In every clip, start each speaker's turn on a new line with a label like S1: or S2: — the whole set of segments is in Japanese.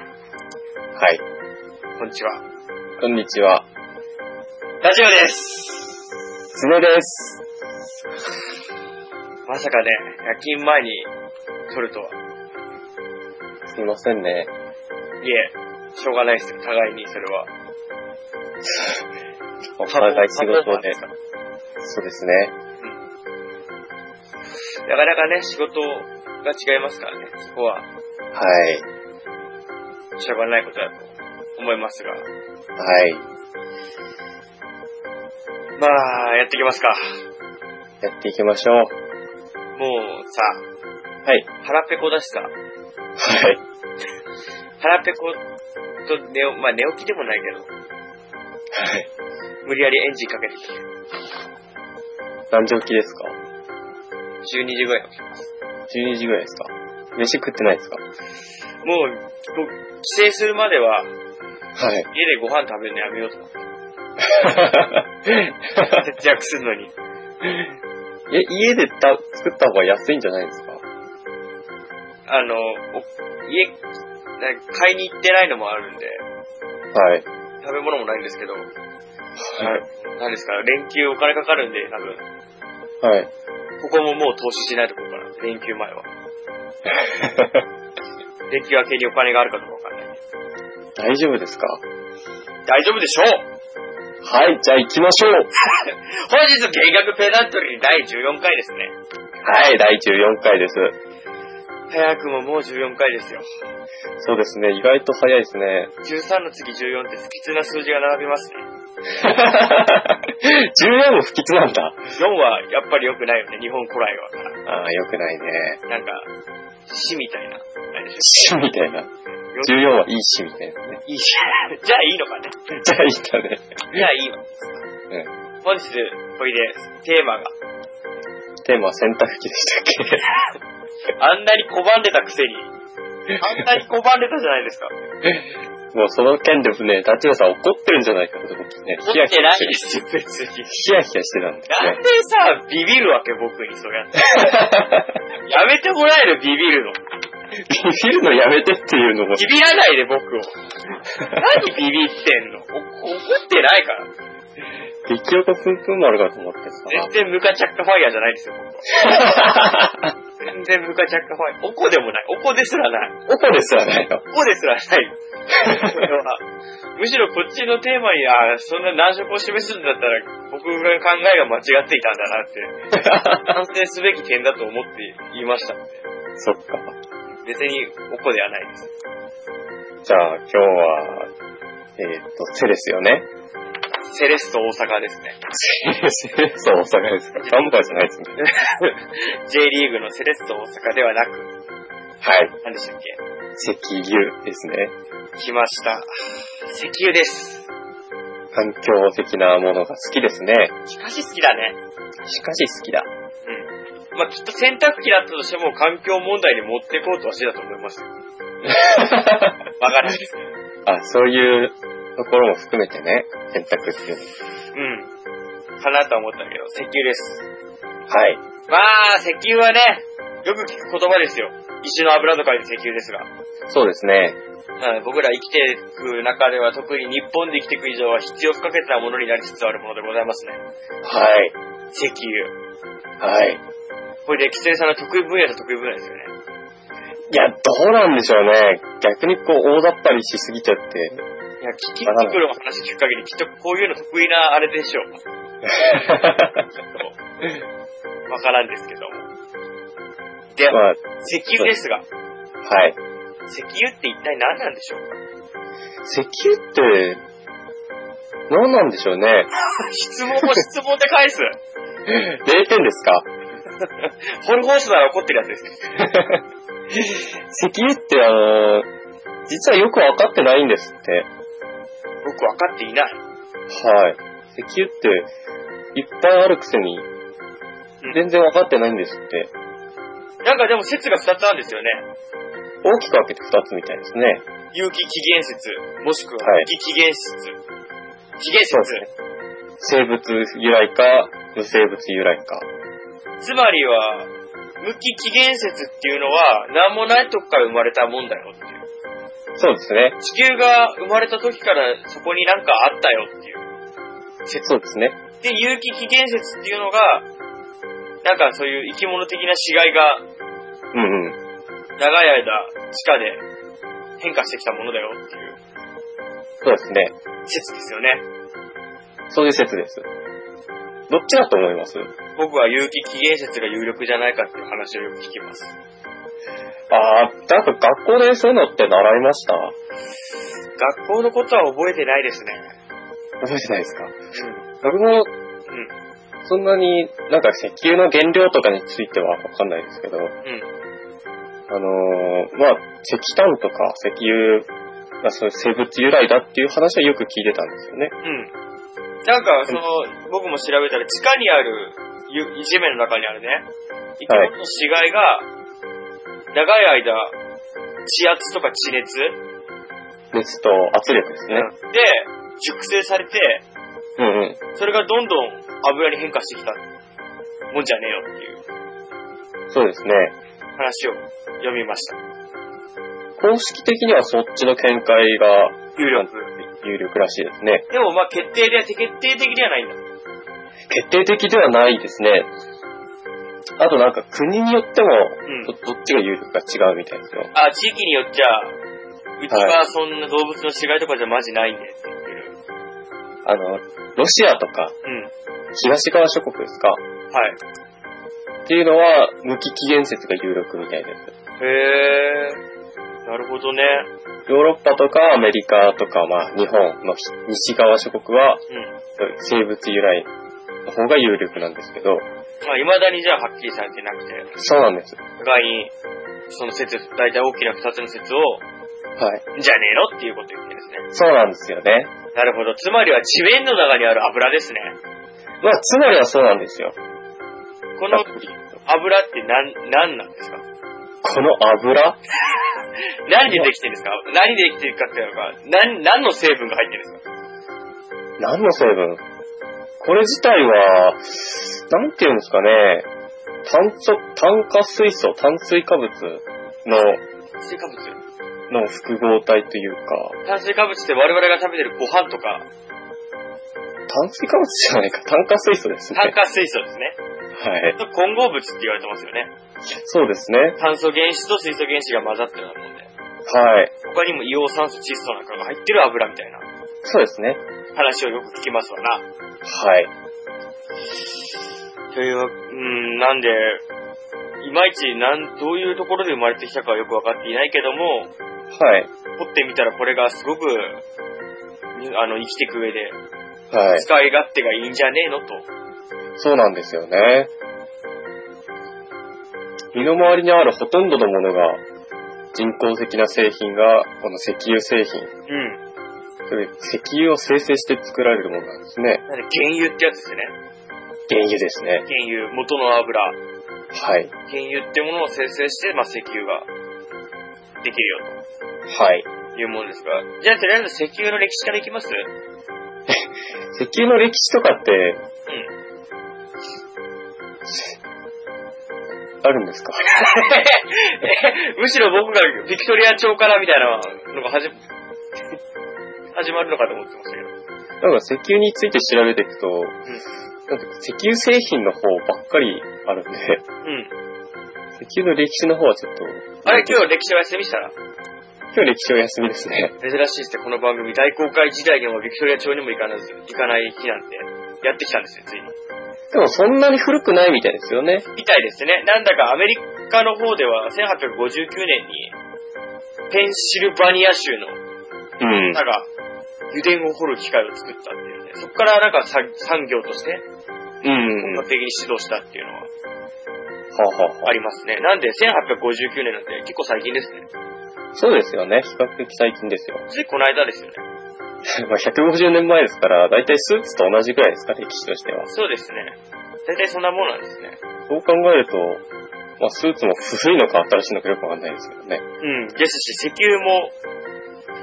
S1: はい。
S2: こんにちは。
S1: こんにちは。
S2: ラジオです。
S1: つねです。
S2: まさかね、夜勤前に撮るとは。
S1: すいませんね。
S2: いえ、しょうがないですよ、互いにそれは。
S1: お互い仕事
S2: パ
S1: で。
S2: パパ
S1: そうですね。
S2: なかなかね、仕事が違いますからね、そこは
S1: はい。
S2: しょうがないことだと思いますが。
S1: はい。
S2: まあ、やっていきますか。
S1: やっていきましょう。は
S2: もうさ、
S1: い。
S2: 腹ペコだしさ、
S1: はい。
S2: 腹ペコと寝お、まあ寝起きでもないけど、
S1: はい。
S2: 無理やりエンジンかけてきて、
S1: 何時起きですか
S2: 12時ぐらいに起きてます。
S1: ?12 時ぐらいですか飯食ってないですか
S2: もう、こう帰省するまで
S1: は
S2: は、
S1: い。
S2: 家でご飯食べるのやめようと思って。節約するのに。
S1: え、家でた作った方が安いんじゃないですか
S2: あの、お家、なんか買いに行ってないのもあるんで、
S1: はい。
S2: 食べ物もないんですけど、
S1: はい。
S2: なんですか、連休お金かかるんで、多分、
S1: はい。
S2: ここももう投資しないところかな、連休前は。連休明けにお金があるかどうかわかんない。
S1: 大丈夫ですか
S2: 大丈夫でしょう
S1: はい、じゃあ行きましょう
S2: 本日、減額ペダントリー第14回ですね。
S1: はい、第14回です。
S2: 早くももう14回ですよ。
S1: そうですね、意外と早いですね。
S2: 13の次14って不吉な数字が並びますね。
S1: 14も不吉なんだ。
S2: 4はやっぱり良くないよね、日本古来はから。
S1: ああ、良くないね。
S2: なんか、死みたいな。なんでし
S1: 死
S2: ょ
S1: みたいな。14はいい死みたいなね。
S2: いい。 じゃあいいのかね。
S1: じゃあいったね。
S2: じゃあいいの。
S1: ね
S2: 本日、これで、テーマが、
S1: テーマは洗濯機でしたっけ
S2: あんなに拒んでたくせに、あんなに拒んでたじゃないですか。
S1: もうその件でね、立花さん怒ってるんじゃないかと思ってね、
S2: 怒ってないで
S1: ヒ
S2: すよ、別に。
S1: ヤヒヤしてたんです
S2: な
S1: ね。
S2: んでさ、ビビるわけ、僕に、そうやって。やめてもらえる、ビビるの。
S1: ビビるのやめてっていうのも、
S2: ビビらないで、僕を。何ビビってんのお怒ってないから。
S1: 激おこプンプン丸かと思ってさ。
S2: 全然ムカチャッカファイヤーじゃないですよ、僕は。全然ムカチャッカファイヤー。おこでもない。おこですらない。
S1: おこですらないよ。
S2: ここですらない。 それはむしろこっちのテーマに、あーそんな難色を示すんだったら、僕が考えが間違っていたんだなって、反省すべき点だと思って言いました。
S1: そっか。
S2: 別におこではないです。
S1: じゃあ今日は、えーっと、セですよね。
S2: セレスト大阪ですね。
S1: そう、大阪ですか。ガンバじゃないですね。
S2: J リーグのセレスト大阪ではなく、
S1: はい。
S2: 何でしたっけ
S1: 石油ですね。
S2: 来ました。石油です。
S1: 環境的なものが好きですね。
S2: しかし好きだね。
S1: しかし好きだ。
S2: うん。まあ、きっと洗濯機だったとしても環境問題に持ってこうとはしてたと思いますよ。わからないですけど。
S1: あ、そういうところも含めてね、選択っていうの。
S2: うん。かなとは思ったけど、石油です。
S1: はい。
S2: まあ、石油はね、よく聞く言葉ですよ。石の油とかいう石油ですが。
S1: そうですね。
S2: うん僕ら生きていく中では特に日本で生きていく以上は必要不可欠なものになりつつあるものでございますね。
S1: はい。
S2: 石油。
S1: はい。
S2: これ、歴史さんの得意分野と得意分野ですよね。
S1: いや、どうなんでしょうね。逆にこう、大雑把にしすぎちゃ って。
S2: いや、聞き作るの話聞く限り、きっとこういうの得意なあれでしょう。わからんですけども。で、
S1: まあ、
S2: 石油ですが、
S1: はい。
S2: 石油って一体何なんでしょうか
S1: 石油って、何なんでしょうね。
S2: 質問も質問で返 す。
S1: 0点ですか
S2: ホルホースなら怒ってるやつですね。
S1: 石油って、あのー実はよくわかってないんですって。
S2: 僕分かっていない。
S1: はい。石油って、いっぱいあるくせに、全然わかってないんですって。
S2: なんかでも説が2つあるんですよね。
S1: 大きく分けて2つみたいですね。
S2: 有機起源説、もしくは
S1: はい
S2: 無機起源説。起源
S1: そう
S2: 説。
S1: 生物由来か、無生物由来か。
S2: つまりは、無機起源説っていうのは、何もないとこから生まれたもんだよっていう。
S1: そうですね。
S2: 地球が生まれた時からそこになんかあったよっていう。
S1: そうですね。
S2: で、有機起源説っていうのが、なんかそういう生き物的な死骸が
S1: うんうん。
S2: 長い間地下で変化してきたものだよっていう
S1: そうですね。
S2: 説ですよね。
S1: そういう説です。どっちだと思います
S2: 僕は有機起源説が有力じゃないかっていう話をよく聞きます。
S1: ああ、なんか学校でそういうのって習いました
S2: 学校のことは覚えてないですね。
S1: 覚えてないですか僕も、
S2: うん。
S1: そんなに、なんか石油の原料とかについてはわかんないですけど、
S2: うん。
S1: あのーまあ、石炭とか石油がそういう生物由来だっていう話はよく聞いてたんですよね。
S2: うん。なんか、その、僕も調べたら、地下にある、ゆ地面の中にあるね、生き物の死骸が、長い間、地圧とか地熱、
S1: 熱と圧力ですね。
S2: で、熟成されて、
S1: うんうん。
S2: それがどんどん油に変化してきたもんじゃねえよっていう
S1: そうですね。
S2: 話を読みました。
S1: 公式的にはそっちの見解が
S2: 有力。
S1: 有力らしいですね。
S2: でも、まあ、決定では、決定的ではないんだ。
S1: 決定的ではないですね。あとなんか国によっても
S2: うん
S1: ど、どっちが有力か違うみたいですよ。
S2: あ、地域によっちゃ、うちはそんな動物の死骸とかじゃマジないんでって言ってる。
S1: あの、ロシアとか東側諸国ですか
S2: うん。はい。
S1: っていうのは無期期限説が有力みたいです。
S2: へー。なるほどね。
S1: ヨーロッパとかアメリカとか、まあ、日本の西側諸国は
S2: うん。
S1: 生物由来の方が有力なんですけど、
S2: まあ、未だにじゃあはっきりされてなくて、
S1: そうなんです。
S2: 互いに、その説、大体大きな二つの説を、
S1: はい。
S2: じゃねえのっていうことを言ってるんですね。
S1: そうなんですよね。
S2: なるほど。つまりは地面の中にある油ですね。
S1: まあ、つまりはそうなんですよ。
S2: この油ってなん、なんなんですか
S1: この油
S2: 何でできてるんですか何でできてるかっていうのが、何、何の成分が入ってるんですか
S1: 何の成分これ自体は、なんていうんですかね、炭素、炭化水素、炭水化物の、
S2: 炭水化物。
S1: の複合体というか、
S2: 炭水化物って我々が食べてるご飯とか、
S1: 炭水化物じゃないか、炭化水素ですね。
S2: 炭化水素ですね。
S1: はい。
S2: と混合物って言われてますよね。
S1: そうですね。
S2: 炭素原子と水素原子が混ざってるようなもんで。
S1: はい。
S2: 他にも硫黄酸素窒素なんかが入ってる油みたいな
S1: そうですね。
S2: 話をよく聞きますわな。
S1: はい。
S2: というわ、うん、なんで、いまいちなん、どういうところで生まれてきたかはよくわかっていないけども、
S1: はい。
S2: 掘ってみたらこれがすごく、にあの、生きていく上で、
S1: はい。
S2: 使い勝手がいいんじゃねえのと。
S1: そうなんですよね。身の回りにあるほとんどのものが、人工的な製品が、この石油製品、
S2: うん。
S1: それ石油を生成して作られるものなんですね。
S2: なんで、原油ってやつですね。
S1: 原油ですね。
S2: 原油、元の油。
S1: はい。
S2: 原油ってものを生成して、まあ、石油が、できるよ
S1: はい。
S2: というもんですが。じゃあ、とりあえず石油の歴史からいきますう
S1: 石油の歴史とかって、
S2: ん。
S1: あるんですか
S2: えむしろ僕がビクトリア朝からみたいなのが始ま始まるのかと思ってましたけど。
S1: なんか石油について調べていくと、なんか石油製品の方ばっかりあるんで、
S2: うん。
S1: 石油の歴史の方はちょっと、
S2: あれ、今日歴史お休みしたら
S1: 今日歴史お休みですね。
S2: 珍しいですね、この番組大公開時代にもビクトリア朝にも行かなず、行かない日なんて、やってきたんですよ、ついに。
S1: でもそんなに古くないみたいですよね。
S2: みたいですね。なんだかアメリカの方では1859年に、ペンシルバニア州の
S1: うん。
S2: 方が油田を掘る機械を作ったっていうね。そこからなんかさ産業として
S1: うん。
S2: 本
S1: は
S2: 格的に指導したっていうのは
S1: あ、はあは
S2: ありますね。なんで、1859年なんて結構最近ですね。
S1: あ、そうですよね。比較的最近ですよ。
S2: ついこの間ですよね。
S1: まあ150年前ですから、だいたいスーツと同じくらいですか、歴史としては。
S2: そうですね。大体そんなもんなんですね。
S1: そう考えると、まあ、スーツも古いのか新しいのかよくわかんないですけどね。
S2: うん。ですし、石油も、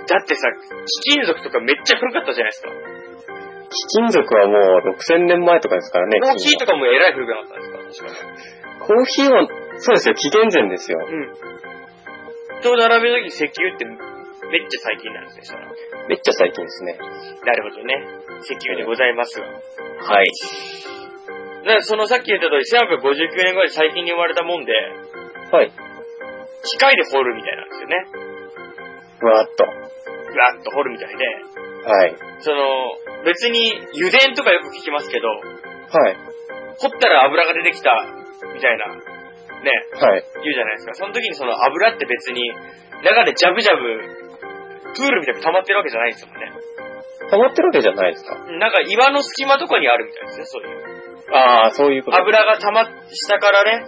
S2: だってさ、貴金属とかめっちゃ古かったじゃないですか。
S1: 貴金属はもう6000年前とかですからね。
S2: コーヒーと
S1: か。
S2: かもえらい古くなったんですか確か
S1: コーヒーは、そうですよ、紀元前ですよ。
S2: に。うん。と並べるとき石油って、めっちゃ最近なんですね、そしたら。
S1: めっちゃ最近ですね。
S2: なるほどね。石油でございますが。
S1: はい。
S2: なそのさっき言った通り、1959年ぐらい最近に生まれたもんで、
S1: はい。
S2: 機械で掘るみたいなんですよね。
S1: わーっと。
S2: ぐわっと掘るみたいで。
S1: はい。
S2: その、別に油田とかよく聞きますけど、
S1: はい。
S2: 掘ったら油が出てきた、みたいな、ね、
S1: はい。
S2: 言うじゃないですか。その時にその油って別に、中でジャブジャブ、プールみたいに溜まってるわけじゃないですもんね。
S1: 溜まってるわけじゃないですか。
S2: なんか岩の隙間とかにあるみたいですね、そういう。
S1: ああ、そういうこと。
S2: 油が溜まっ、下からね、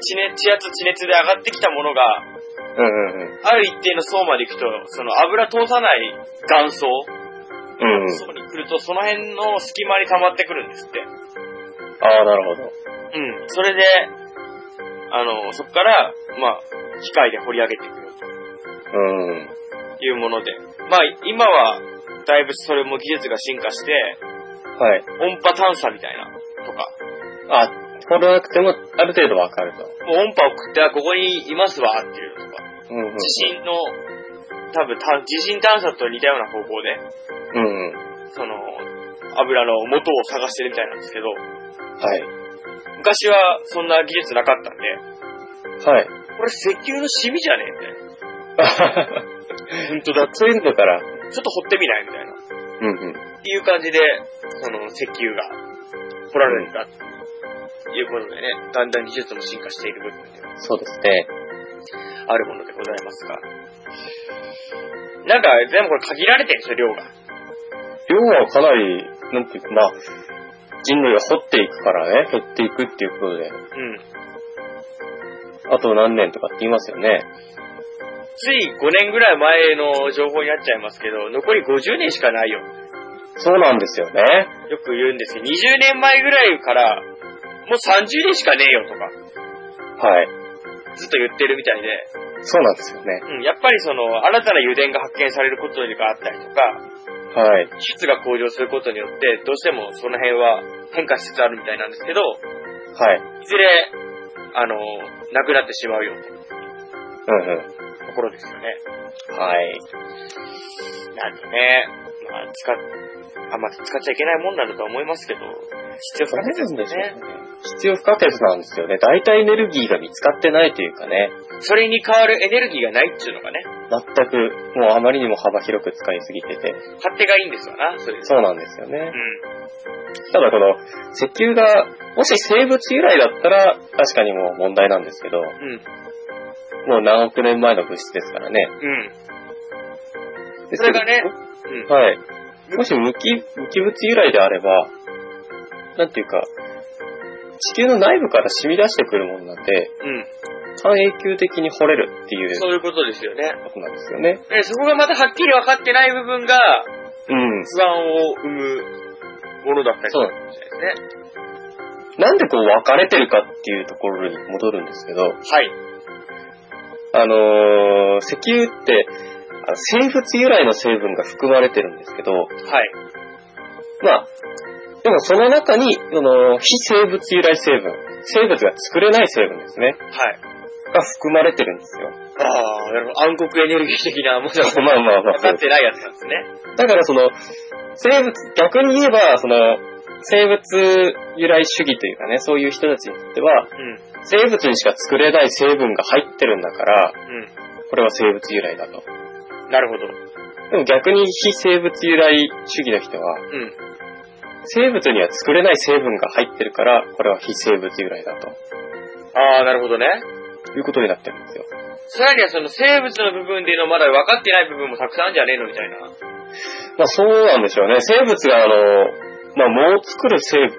S2: 地熱、地圧、地熱で上がってきたものが、
S1: うんうんうん。
S2: ある一定の層まで行くと、その油通さない岩層、
S1: うんうん。
S2: 層に来ると、その辺の隙間に溜まってくるんですって。
S1: ああ、なるほど。
S2: うん。それで、あの、そこから、まあ、機械で掘り上げていくよ
S1: うん。
S2: というもので。まあ、今は、だいぶそれも技術が進化して、
S1: はい。
S2: 音波探査みたいな、とか。
S1: あ、掘らなくても、ある程度わかると。
S2: もう音波を送って、あ、ここにいますわ、っていうのとか。
S1: うんうん。
S2: 地震の、多分た、地震探査と似たような方法で、
S1: うんうん。
S2: その、油の元を探してるみたいなんですけど、
S1: はい。
S2: 昔はそんな技術なかったん で、
S1: はい。
S2: これ石油のシミじゃねえみたいな。
S1: 本当だ。そういうのから。
S2: ちょっと掘ってみないみたいな。
S1: うんうん。
S2: っていう感じで、その石油が掘られるんだっていうことでね、だんだん技術も進化している部分では
S1: そうですね。
S2: あるものでございますが。なんか、でもこれ限られてるんですよ、量が。
S1: 量はかなり、なんていうかな、人類が掘っていくからね、減っていくっていうことで、
S2: うん。
S1: あと何年とかって言いますよね。
S2: つい5年ぐらい前の情報になっちゃいますけど、残り50年しかないよ。
S1: そうなんですよね。
S2: よく言うんですけど、20年前ぐらいから、もう30年しかねえよとか、
S1: はい。
S2: ずっと言ってるみたいで、
S1: そうなんですよね。
S2: うん、やっぱりその、新たな油田が発見されることがあったりとか、
S1: はい。
S2: 技術が向上することによって、どうしてもその辺は変化しつつあるみたいなんですけど、
S1: はい。
S2: いずれ、あの、なくなってしまうよって
S1: うん
S2: ところですよね。
S1: うん。はい。
S2: なるほどね。まあ、使っ、あんま使っちゃいけないもんなんだとは思いますけど、必要不可欠です
S1: んです
S2: ね。
S1: 必要不可欠なんですよね。大体エネルギーが見つかってないというかね、
S2: それに代わるエネルギーがないっていうのがね、
S1: 全く、もうあまりにも幅広く使いすぎてて、
S2: 勝手がいいんですよな、それ。
S1: そうなんですよね
S2: う。ん。
S1: ただこの、石油が、もし生物由来だったら、確かにもう問題なんですけど、
S2: うん。
S1: もう何億年前の物質ですからね。
S2: うん。
S1: で
S2: それがね。うん。
S1: はい。もし無機、無機物由来であれば、なんていうか、地球の内部から染み出してくるものなんで、
S2: うん。
S1: 半永久的に掘れるっていう
S2: そういうことですよね。
S1: ことなんですよね。
S2: でそこがまたはっきり分かってない部分が、
S1: うん。
S2: 不安を生むものだったりす
S1: そう
S2: るかもしれないですね。
S1: なんでこう分かれてるかっていうところに戻るんですけど、
S2: はい。
S1: あのー石油って、あの生物由来の成分が含まれてるんですけど、
S2: はい。
S1: まあ、でもその中に、その、非生物由来成分、生物が作れない成分ですね、
S2: はい。
S1: が含まれてるんですよ。
S2: ああ、なるほど。暗黒エネルギー的なものが
S1: まあまあまあ
S2: 分かってないやつなんですね。
S1: だからその、生物、逆に言えば、その、生物由来主義というかね、そういう人たちにとっては、
S2: うん。
S1: 生物にしか作れない成分が入ってるんだから、これは生物由来だと。
S2: うん。なるほど。う
S1: でも逆に非生物由来主義の人は、
S2: ん。
S1: 生物には作れない成分が入ってるから、これは非生物由来だと
S2: ああ、なるほどね。
S1: いうことになってるんですよ。
S2: さらにはその生物の部分でいうのまだ分かってない部分もたくさんあるんじゃねえのみたいな。
S1: まあそうなんでしょうね。生物があの、まあ藻を作る生物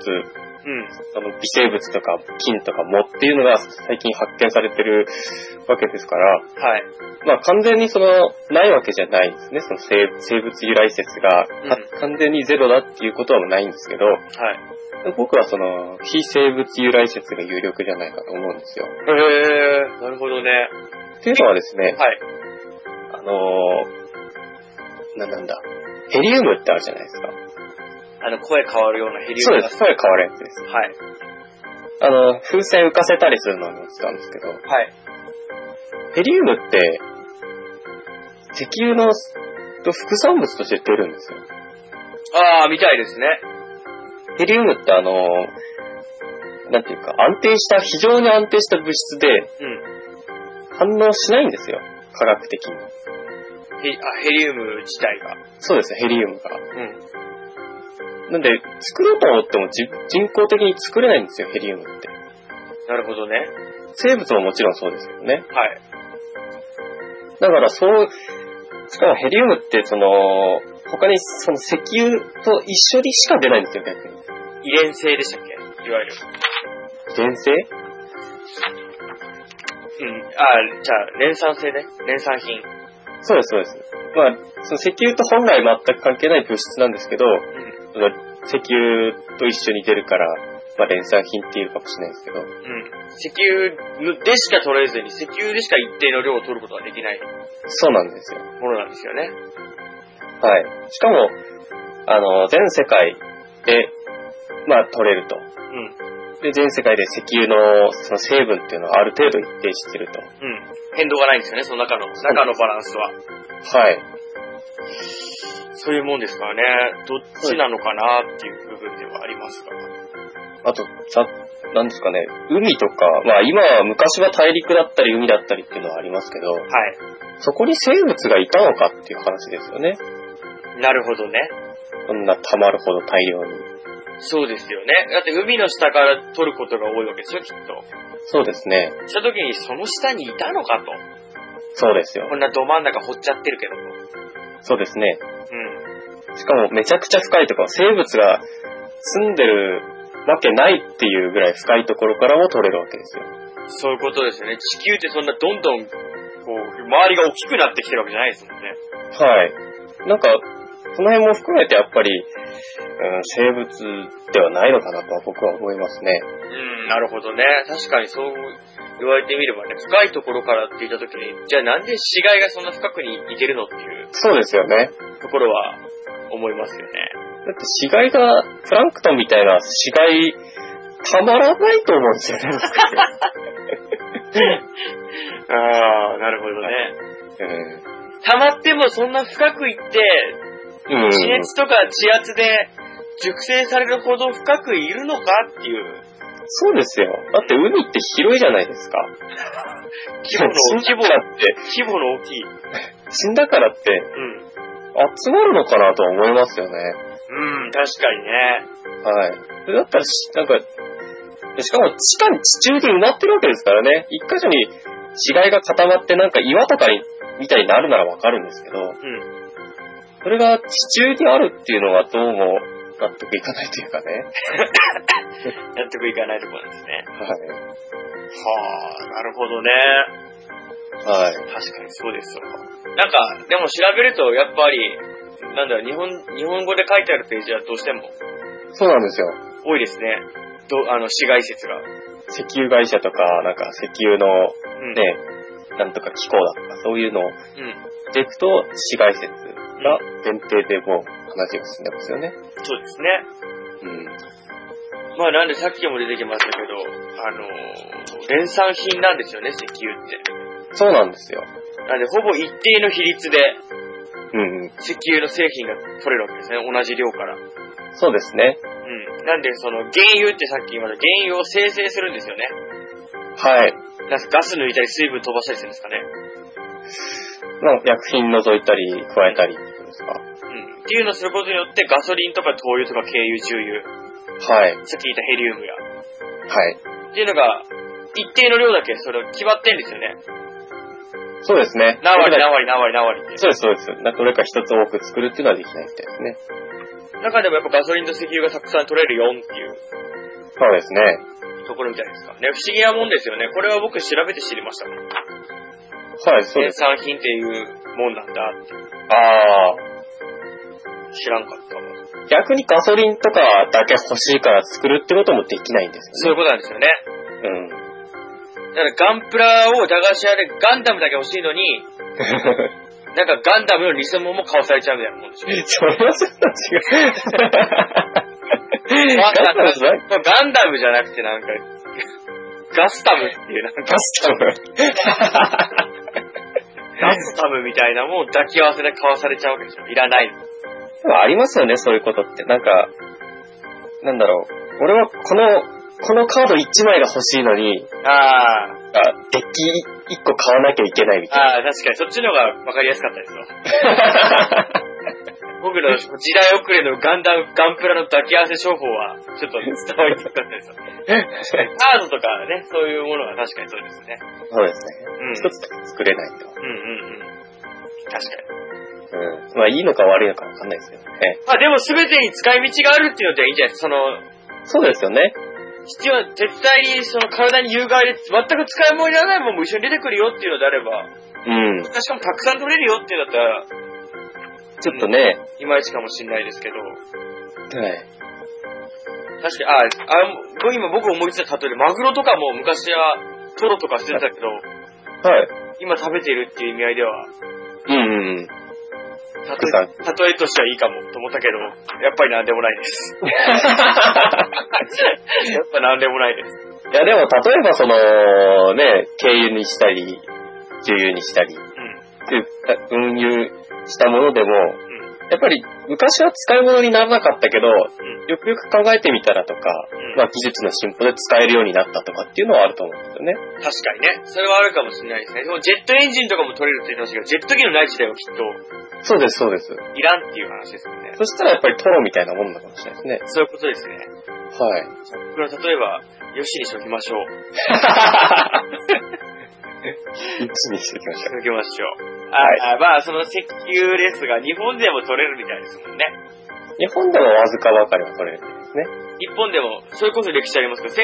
S2: うん。
S1: あの微生物とか菌とか藻っていうのが最近発見されてるわけですから、
S2: はい。
S1: まあ完全にその、ないわけじゃないんですね。その生生物由来説が、
S2: うん
S1: は完全にゼロだっていうことはないんですけど、
S2: はい。
S1: 僕はその、非生物由来説が有力じゃないかと思うんですよ。
S2: へえー、なるほどね。
S1: っていうのはですね、
S2: はい。
S1: あのー、な、なんだ、ヘリウムってあるじゃないですか。
S2: あの、声変わるようなヘリウ
S1: そう
S2: ム
S1: で
S2: が。
S1: す。声変わるやつです。
S2: はい。
S1: あの、風船浮かせたりするのに使うんですけど、
S2: はい。
S1: ヘリウムって、石油の副産物として出るんですよ。
S2: ああ、みたいですね。
S1: ヘリウムってあの、なんていうか、安定した、非常に安定した物質で
S2: うん。
S1: 反応しないんですよ。科学的に。
S2: ヘあヘリウム自体が。
S1: そうですよ、ヘリウムが。
S2: うん。
S1: なんで、作ろうと思ってもじ人工的に作れないんですよ、ヘリウムって。
S2: なるほどね。
S1: 生物ももちろんそうですけどね。
S2: はい。
S1: だからそう、しかもヘリウムってその、他にその石油と一緒にしか出ないんですよ、逆に。
S2: 遺伝性でしたっけいわゆる。
S1: 遺伝性
S2: うん。あじゃあ、連産性ね。連産品。
S1: そうです、そうです。まあ、その石油と本来全く関係ない物質なんですけど、
S2: ん
S1: その石油と一緒に出るから、まあ、連鎖品っていうかもしれないですけど、
S2: うん。石油でしか取れずに、石油でしか一定の量を取ることができない
S1: そうなんですよ。
S2: ものなんですよね。
S1: はい。しかも、あの、全世界で、まあ、取れると。
S2: うん。
S1: で、全世界で石油のその成分っていうのはある程度一定してると。
S2: うん。変動がないんですよね、その中の、中のバランスは。
S1: はい。
S2: そういうもんですからね、どっちなのかなっていう部分ではありますが。
S1: あと、さ、なんですかね、海とか、まあ今は昔は大陸だったり海だったりっていうのはありますけど、
S2: は
S1: そこに生物がいたのかっていう話ですよね。
S2: い。なるほどね。
S1: こんな溜まるほど大量に。
S2: そうですよね。だって海の下から取ることが多いわけですよ、きっと。
S1: そうですね。
S2: した時にその下にいたのかと。
S1: そうですよ
S2: こ。んなど真ん中掘っちゃってるけどと。
S1: そうですね。
S2: うん。
S1: しかもめちゃくちゃ深いところ、生物が住んでるわけないっていうぐらい深いところからも取れるわけですよ。
S2: そういうことですよね。地球ってそんなどんどん、こう、周りが大きくなってきてるわけじゃないですもんね。
S1: はい。なんか、その辺も含めてやっぱり、うん、生物ではないのかなとは僕は思いますね。
S2: うん、なるほどね。確かにそう言われてみればね、深いところからって言った時に、じゃあなんで死骸がそんな深くに行けるのっていう
S1: そうですよね。
S2: ところは思いますよね。
S1: だって死骸が、プランクトンみたいな死骸、たまらないと思うんですよね。
S2: ああ、なるほどね。
S1: う
S2: 溜まってもそんな深く行って、
S1: ん。うん。
S2: 地熱とか地圧で熟成されるほど深くいるのかっていう
S1: そうですよ。だって海って広いじゃないですか。
S2: 規模の、
S1: 死
S2: 規
S1: ん
S2: 模
S1: だか
S2: の、
S1: らって、
S2: 規模の大きい。う
S1: 死んだからって
S2: ん。
S1: 集まるのかなとは思いますよね。
S2: うん、確かにね。
S1: はい。でだったらし、なんか、しかも地下に地中で埋まってるわけですからね。一箇所に死骸が固まってなんか岩とかに、みたいになるならわかるんですけど、
S2: うん。
S1: それが地中にあるっていうのはどうも納得いかないというかね。
S2: 納得いかないところですね。
S1: は
S2: はあ、なるほどね。
S1: い。はい。
S2: 確かにそうですよ。なんか、でも調べると、やっぱり、なんだろう、日本、日本語で書いてあるページはどうしても
S1: そうなんですよ。
S2: 多いですね。どあの、市街説が。う
S1: 石油会社とか、なんか石油の
S2: ん。
S1: ね、なんとか機構だとか、そういうのを
S2: うん。
S1: でいくと、市街説が前提でもう話が進んでますよね。
S2: そうですね。
S1: うん。
S2: まあ、なんでさっきも出てきましたけど、あのー連産品なんですよね、石油って。
S1: そうなんですよ。
S2: なんで、ほぼ一定の比率で、
S1: うんうん。
S2: 石油の製品が取れるわけですね、同じ量から。うん。
S1: そうですね。
S2: なんで、その、原油ってさっき言いました、原油を生成するんですよね。
S1: はい。
S2: なんかガス抜いたり、水分飛ばしたりするんですかね。
S1: まあ、薬品除いたり、加えたりってことですか。
S2: うんっていうのをすることによってガソリンとか灯油とか軽油、重油、
S1: はい。
S2: さっき言ったヘリウムや、
S1: はい。
S2: っていうのが、一定の量だけそれを決まってんですよね。
S1: そうですね。
S2: 何割何割何割何割って。
S1: そうです、そうです。などれか一つ多く作るっていうのはできないみたいですね。
S2: 中でもやっぱガソリンと石油がたくさん取れるよっていう
S1: そうですね。
S2: ところみたいですからね。不思議なもんですよね。これは僕調べて知りましたもん。
S1: はい、そう
S2: 生
S1: です。
S2: 産品っていうもんなんだって
S1: ああ。
S2: 知らんかったもん。
S1: 逆にガソリンとかだけ欲しいから作るってこともできないんです
S2: そうい
S1: よ
S2: うことなんですよね。
S1: ね。
S2: だからガンプラを駄菓子屋でガンダムだけ欲しいのに、
S1: うん。
S2: なんかガンダムの偽物も買わされちゃうみたいなもんでしょ。
S1: それはちょ っと違う。
S2: ガンダ
S1: ガ
S2: ム
S1: スタム
S2: ガンダムじゃなくてなんか、ガスタムっていうなんか、
S1: ガスタム
S2: ガッツタムみたいなもん抱き合わせで交わされちゃうわけでしょ。いらない。
S1: でもありますよね、そういうことって。なんか、なんだろう。俺はこの、このカード1枚が欲しいのに、
S2: ああ、
S1: あデッキ1個買わなきゃいけないみたいな。
S2: ああ、確かに、そっちの方が分かりやすかったですわ。 僕の時代遅れのガンダム、ガンプラの抱き合わせ商法は、ちょっと伝わりにくかった ですわ。カードとかね、そういうものは確かにそうですね。
S1: そうですね
S2: う。
S1: 一
S2: ん。
S1: つだけ作れないと。
S2: うんうんうん。確かに。
S1: うん。まあ、いいのか悪いのかわかんないですけどね。
S2: まあでも全てに使い道があるっていうのではいいんじゃないですか。その、
S1: そうですよね。
S2: 必要、絶対にその体に有害で全く使い物にならないもんも一緒に出てくるよっていうのであれば、
S1: うん。
S2: しかもたくさん取れるよっていうんだったら、
S1: ちょっとね、
S2: いまいちかもしれないですけど、
S1: はい。
S2: 確かに、あ、あもう今僕思いついた例えで、マグロとかも昔はトロとかしてたけど、
S1: はい。
S2: 今食べてるっていう意味合いでは、
S1: うんうんうん。
S2: 例
S1: たくさん。
S2: え例えとしてはいいかもと思ったけど、やっぱりなんでもな いです。やっぱなんでもないです。
S1: いや、でも、例えば、その、ね、経由にしたり、給油にしたり、
S2: うん。
S1: 運輸したものでも、やっぱり昔は使い物にならなかったけど、
S2: ん
S1: よくよく考えてみたらとか、
S2: うん
S1: まあ、技術の進歩で使えるようになったとかっていうのはあると思うんですよね。
S2: 確かにね。それはあるかもしれないですね。でもジェットエンジンとかも取れるって言ってましたけど、ジェット機のない時代はきっと
S1: そうです、そうです。
S2: いらんっていう話ですよね。
S1: そしたらやっぱりトロみたいなものなのかもしれないですね。
S2: そういうことですね。
S1: はい。
S2: これは例えば、よしにしときましょう。
S1: 一にしていきましょ
S2: 続けましょう。はい。まあ、その石油ですが、日本でも取れるみたいですもんね。
S1: う。日本でもわずかばかりは取れるんですね。
S2: 日本でも、それこそ歴史ありますけど、1888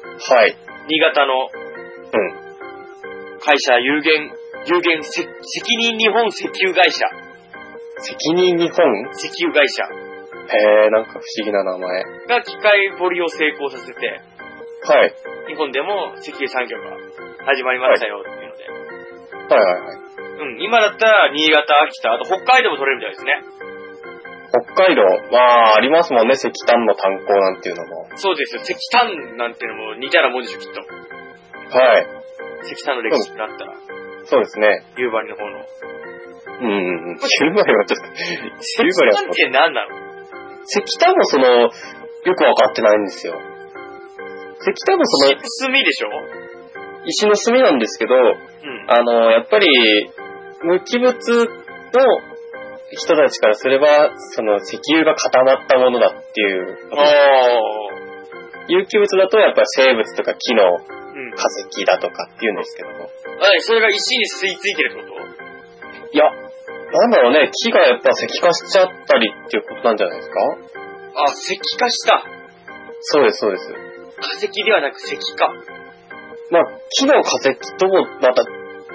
S2: 年、
S1: はい。
S2: 新潟
S1: うん。
S2: の会社有限、有限責責任日本石油会社、
S1: 責任日本
S2: 石油会社
S1: へえ、なんか不思議な名前。
S2: が機械掘りを成功させて、
S1: はい。
S2: 日本でも石油産業が始まりましたよっていうので。
S1: はいはいはい。
S2: うん、今だったら新潟、秋田、あと北海道も取れるみたいですね。
S1: 北海道、まあ、ありますもんね、石炭の炭鉱なんていうのも。
S2: そうですよ、石炭なんていうのも似たようなもんでしょ、きっと。
S1: はい。
S2: 石炭の歴史があったら、
S1: そうですね。
S2: 夕張の方の。
S1: うんうんうん。9割はちょっと、
S2: 石
S1: 割は
S2: 炭って何なの
S1: 石炭もその、よくわかってないんですよ。石炭もその、
S2: 炭でしょ
S1: 石の炭なんですけど、
S2: うん。
S1: あの、やっぱり、無機物の人たちからすれば、その石油が固まったものだっていう。
S2: あ
S1: 有機物だとやっぱり生物とか木の
S2: あ。うん。
S1: 化石だとかっていうんですけども。
S2: あそれが石に吸い付いてるってこと
S1: いや、なんだろうね、木がやっぱ石化しちゃったりっていうことなんじゃないですか
S2: あ、石化した。
S1: そうです、そうです。
S2: 化石ではなく石化。
S1: まあ、木の化石ともまた、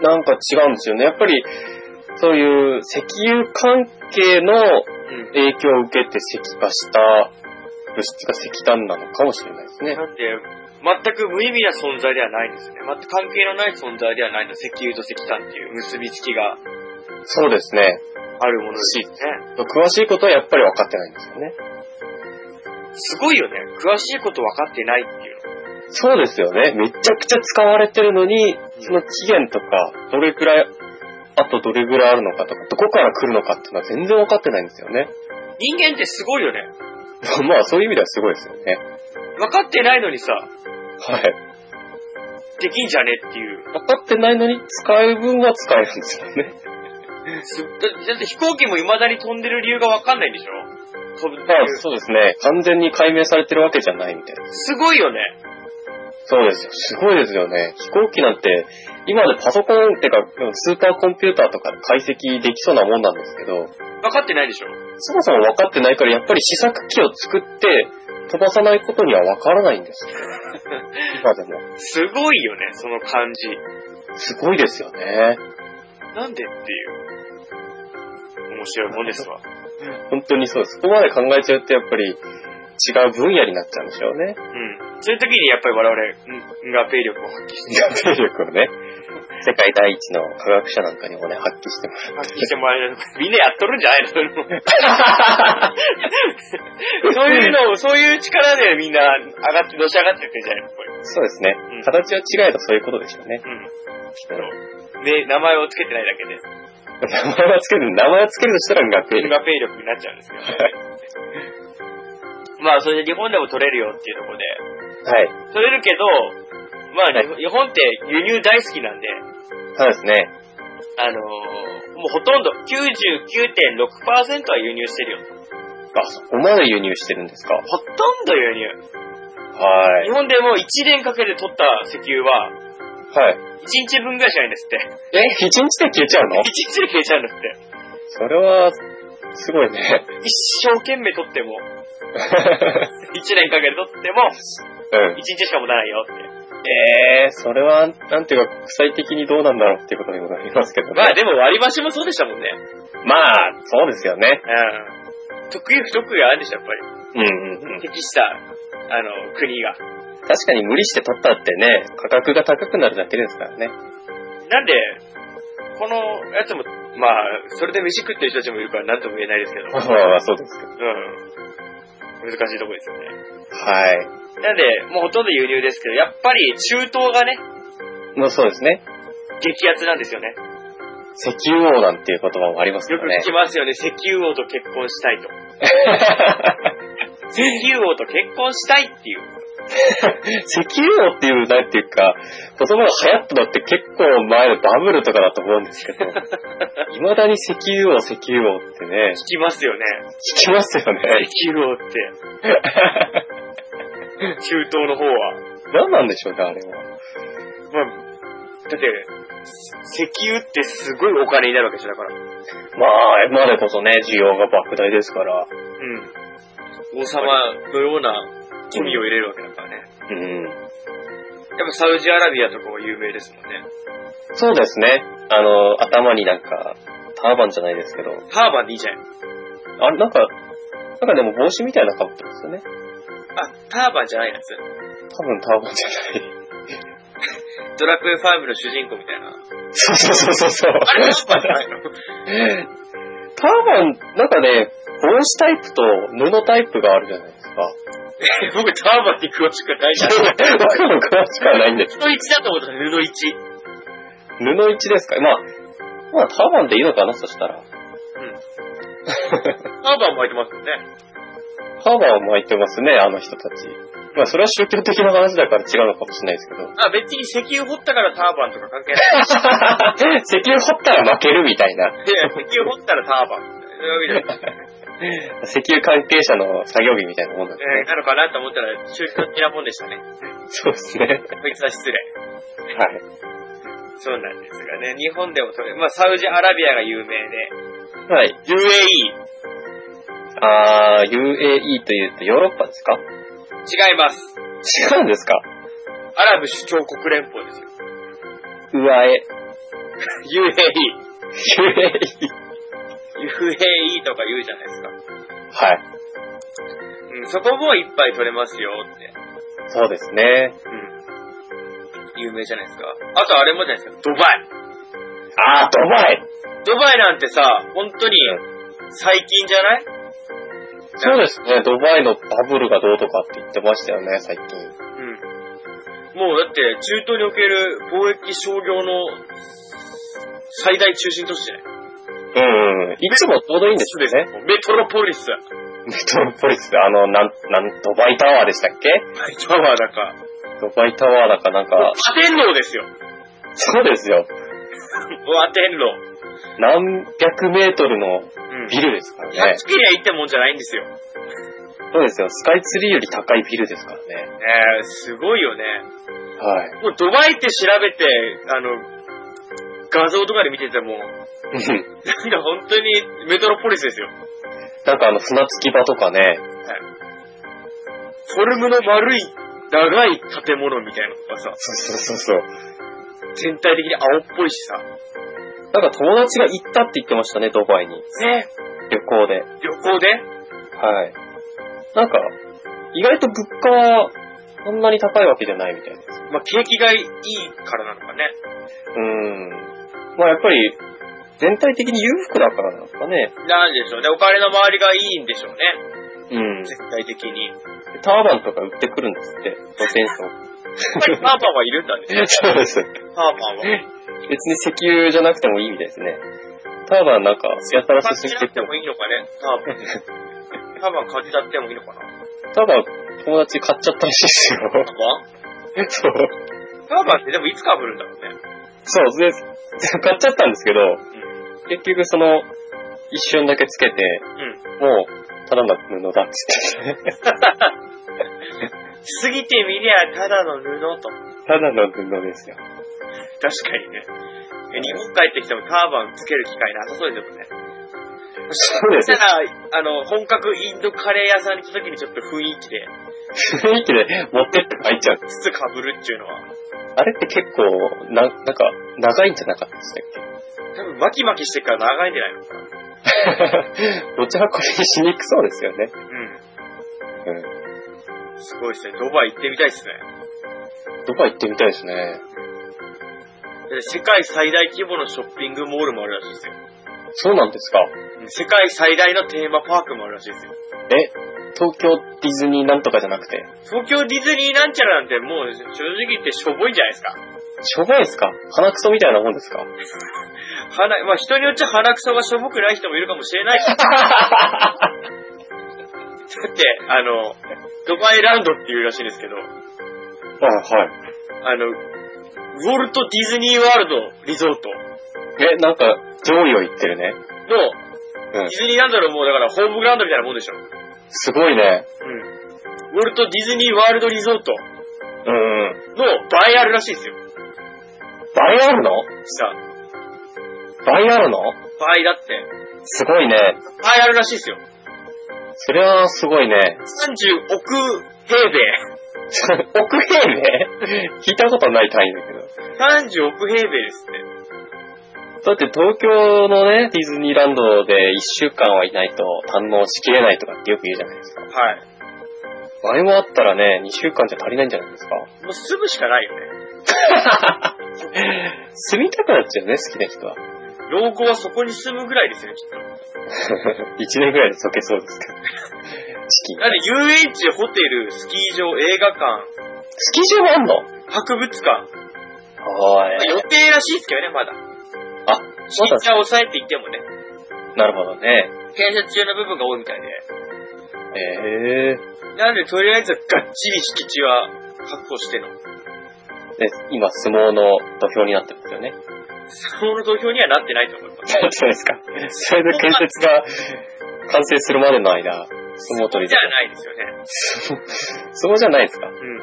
S1: なんか違うんですよね。やっぱり、そういう石油関係の
S2: うん。
S1: 影響を受けて石化した物質が石炭なのかもしれないですね。
S2: なんで、全く無意味な存在ではないんですね。全く関係のない存在ではないんだ。石油と石炭っていう結びつきが
S1: そうですね。
S2: あるものですね。
S1: 詳しいことはやっぱり分かってないんですよね。
S2: すごいよね。詳しいこと分かってないっていうの。
S1: そうですよね。めちゃくちゃ使われてるのに、その期限とか、どれくらい、あとどれぐらいあるのかとか、どこから来るのかっていうのは全然分かってないんですよね。
S2: 人間ってすごいよね。
S1: まあ、そういう意味ではすごいですよね。
S2: 分かってないのにさ、
S1: はい。
S2: できんじゃねっていう。
S1: 分かってないのに使う分は使えるんですよね。
S2: すだだって飛行機も未だに飛んでる理由が分かんないんでしょ飛ぶって
S1: まあ
S2: いう、
S1: そうですね。完全に解明されてるわけじゃないみたいです。
S2: すごいよね。
S1: そうですよ。すごいですよね。飛行機なんて、今までパソコンってか、スーパーコンピューターとかで解析できそうなもんなんですけど、
S2: 分かってないでしょ
S1: そもそも分かってないから、やっぱり試作機を作って、飛ばさないことには分からないんです よ。今でも。
S2: すごいよね、その感じ。
S1: すごいですよね。
S2: なんでっていう。面白いもんですわ。
S1: 本当にそうです。そこまで考えちゃうと、やっぱり違う分野になっちゃうんでしょうね。
S2: うん。そういう時にやっぱり我々、うん、が兵力を発揮して、
S1: 学力をね、世界第一の科学者なんかにもね、発揮してもらう。
S2: 発揮してもらえる。みんなやっとるんじゃ ないのそれもそういうのを、そういう力でみんな上がって、のし上がってってんじゃないのこれ。
S1: そうですね
S2: うん。
S1: 形は違えばそういうことでしょうね。
S2: うん。きっと。ね、名前をつけてないだけで、
S1: 名前はつける、名前はつけるとしたら学園
S2: 文
S1: が。
S2: 化ペイ力になっちゃうんですけどね。まあ、それで日本でも取れるよっていうところで、
S1: はい。
S2: 取れるけど、まあ、
S1: はい
S2: 日本って輸入大好きなんで、
S1: そうですね。
S2: あのーもうほとんど99.6%は輸入してるよ。
S1: あ、そこまで輸入してるんですか。
S2: ほとんど輸入。
S1: は
S2: 日。本でも1年かけて取った石油は、
S1: はい。
S2: 1日分ぐらいしかないんですって。1
S1: え、一日で消えちゃうの
S2: 日で消えちゃうんですって。
S1: それは、すごいね。
S2: 一生懸命取っても、1年かけて取って
S1: う
S2: も、
S1: ん
S2: 1。日しか持たないよって。
S1: えー、それは、なんていうか、国際的にどうなんだろうっていうことでございますけどね。
S2: まあでも割り箸もそうでしたもんね。
S1: まあ、そうですよね。
S2: うん。得意不得意があるでしょ、やっぱり。
S1: うんうんうん。
S2: 適した、あの、国が。
S1: 確かに無理して取ったってね、価格が高くなるだけですからね。
S2: なんで、このやつも、まあ、それで飯食ってる人たちもいるから何とも言えないですけど、う
S1: まあまあまあ、そうですけど。
S2: ん。難しいとこですよね。
S1: はい。
S2: なんで、もうほとんど輸入ですけど、やっぱり中東がね、
S1: まあそうですね。
S2: 激アツなんですよね。
S1: 石油王なんていう言葉もありますか
S2: よ
S1: ら
S2: く
S1: ね
S2: 聞。きますよね、石油王と結婚したいと。石油王と結婚したいっていう。
S1: 石油王っていう、なんていうか、言葉が流行ったのって結構前のバブルとかだと思うんですけ ど、未だに石油王、石油王ってね、
S2: 聞きますよね。
S1: 聞きますよね。
S2: 石油王って。中東の方は。
S1: 何なんでしょうか、あれは。
S2: まあ、だって、石油ってすごいお金になるわけじゃだから。
S1: まあ、今でこそね、需要が莫大ですから。
S2: うん。王様のような富を入れるわけだからね。
S1: うん。
S2: やっぱサウジアラビアとかは有名ですもんね。
S1: そうですね。あの、頭になんか、ターバンじゃないですけど、
S2: ターバンでいいじゃん。
S1: あれ、なんか、なんかでも帽子みたいなかぶってますよね。
S2: あ、ターバンじゃないやつ。
S1: 多分ターバンじゃない。
S2: ドラクエ5の主人公みたいな。
S1: そうそうそうそう。
S2: あれターバンじゃないの
S1: ターバン、なんかね、帽子タイプと布タイプがあるじゃないです か。
S2: 僕ターバンに詳しくないじゃん。
S1: 僕も詳しくはないんで。
S2: 布1だと思ったら布1。
S1: 布一ですかまあ、まあターバンでいいのかな、そしたら。
S2: ターバン巻いてますもんね。
S1: ターバンを巻いてますね、あの人たち。まあ、それは宗教的な話だから違うのかもしれないですけ ど。
S2: あ、別に石油掘ったからターバンとか関係ない。
S1: 石油掘ったら負けるみたいな。
S2: いや石油掘ったらターバン。そういうわけじゃない。
S1: 石油関係者の作業着みたいなもんなんです
S2: えー
S1: ね。
S2: なのかなと思ったら、宗教的なもんでしたね。
S1: そうですね。
S2: こいつは失礼。
S1: はい。
S2: そうなんですがね、日本でも取れ、まあ、サウジアラビアが有名で、
S1: はい。
S2: UAE、
S1: あー、UAE というとヨーロッパですか
S2: 違います。
S1: 違うんですか
S2: アラブ首長国連邦 ですよ。
S1: うわえ。
S2: UAE。
S1: UAE。
S2: UAE とか言うじゃないですか。
S1: はい。
S2: うん、そこもいっぱい取れますよって。
S1: そうですね。
S2: うん。有名じゃないですか。あとあれもじゃないですか、ドバイ。
S1: あー、ドバイ
S2: ドバイなんてさ、本当に最近じゃない
S1: そうですね、ドバイのバブルがどうとかって言ってましたよね、最近。
S2: うん。もうだって、中東における貿易商業の最大中心都市じゃない
S1: うん、うん。いつもちょうどいいんですよね。
S2: メトロポリ ス。
S1: メトロポリスで、あの、なん、なん、ドバイタワーでしたっけ
S2: マイタワーだか。
S1: ドバイタワーだかなんか、
S2: アテンロですよ。
S1: そうですよ。
S2: もうアテンロ。う
S1: 何百メートルの
S2: ん。
S1: ビルですから
S2: やっ
S1: ね。
S2: つけりゃいいってもんじゃないんですよ。
S1: そうですよ。スカイツリーより高いビルですからね。
S2: えー、すごいよね。
S1: はい。
S2: もうドバイって調べて、あの、画像とかで見てても、
S1: う
S2: なん
S1: ん
S2: か本当にメトロポリスですよ。
S1: なんかあの、船着き場とかね。
S2: フォルムの丸い、長い建物みたいなのがさ、
S1: そうそうそうそう。
S2: 全体的に青っぽいしさ。
S1: なんか友達が行ったって言ってましたね、ドバイに。
S2: ね。
S1: 旅行で。
S2: 旅行で
S1: はい。なんか、意外と物価は、そんなに高いわけじゃないみたいです。
S2: まあ、景気がいいからなのかね。
S1: うん。まあやっぱり、全体的に裕福だからなんですかね。
S2: なんでしょうね。お金の周りがいいんでしょうね。
S1: うん。
S2: 絶対的に。
S1: ターバンとか売ってくるんですって、路線
S2: っぱりパーパン はいるんだね。
S1: そうです。
S2: パーパンは。
S1: 別に石油じゃなくてもいいみたいですね。ターバンなんか、やたら
S2: 買っ
S1: 進ん
S2: ち
S1: で
S2: ゃ
S1: る
S2: ってもいいのかね。多分。多分買っちゃってもいいのかな。
S1: ターバン友達買っちゃったらしいですよ。
S2: ター
S1: そう。
S2: バンターバンってでもいつかぶるんだろうね。
S1: そう、で、買っちゃったんですけど、結局その、一瞬だけつけて、もう、ただの布だっつって。
S2: 過ぎてみりゃただの布と。
S1: ただの布ですよ。
S2: 確かにね。日本帰ってきてもターバンつける機会なさそうですもんね。
S1: そうで
S2: そし
S1: す
S2: た。ら、あの、本格インドカレー屋さんに行った時にちょっと雰囲気で、
S1: 雰囲気で持ってって入っちゃう。
S2: つつかぶるっていうのは、
S1: あれって結構、な、なんか、長いんじゃなかったでしたっ
S2: 多分巻き巻きしてから長いんじゃないのかな。
S1: け持ち運びしにくそうですよね。う
S2: うん。すごいですね。ドバイ行ってみたいですね。
S1: ん。どこ行ってみたいですね。
S2: で世界最大規模のショッピングモールもあるらしいですよ。
S1: そうなんですか。
S2: 世界最大のテーマパークもあるらしいですよ。
S1: え、東京ディズニーなんとかじゃなくて、
S2: 東京ディズニーなんちゃらなんてもう正直言ってしょぼいんじゃないですか。
S1: しょぼいですか鼻くそみたいなもんですか
S2: 鼻、まあ人によっちゃ鼻くそがしょぼくない人もいるかもしれないけどだって、あの、ドバイランドっていうらしいですけど、
S1: あ、はい。
S2: あの、ウォルト・ディズニー・ワールド・リゾート
S1: え、なんか、上位を言ってるね。う
S2: の、
S1: ん
S2: ディズニーランドのもうだからホームグラウンドみたいなもんでしょ。うん。
S1: すごいね。
S2: ウォルト・ディズニー・ワールド・リゾート
S1: うんうん。
S2: の倍あるらしいですよ。
S1: 倍あるの
S2: さあ、
S1: 倍あるの
S2: 倍だって。
S1: すごいね。
S2: 倍あるらしいですよ。
S1: それはすごいね。
S2: 30億平米。
S1: 億平米 聞いたことない単位だけど。
S2: 30億平米ですって。
S1: だって東京のね、ディズニーランドで一週間はいないと堪能しきれないとかってよく言うじゃないですか。
S2: はい。
S1: 倍もあったらね、二週間じゃ足りないんじゃないですか。
S2: もうすぐしかないよね。
S1: 住みたくなっちゃうね、好きな人は。
S2: 老後はそこに住むぐらいですよね、きっと。
S1: 一年ぐらいで溶けそうですけど。チキン。
S2: だって遊園地、ホテル、スキー場、映画館、
S1: スキー場もあんの
S2: 博物館。
S1: お
S2: まあ予
S1: い。
S2: 定らしいですけどね、まだ。
S1: あ、
S2: 新茶を抑えていってもね、
S1: なるほどね。
S2: 建設中の部分が多いみたいで。
S1: ええ
S2: なので、とりあえずがっちり敷地は確保しての。
S1: で、今、相撲の土俵になってるんですよね。
S2: その土俵にはなってないと思い ます。
S1: そうですか。それで建設が完成するまでの間、相撲取り
S2: じゃないですよね。
S1: 相撲相撲じゃないですか。
S2: うん。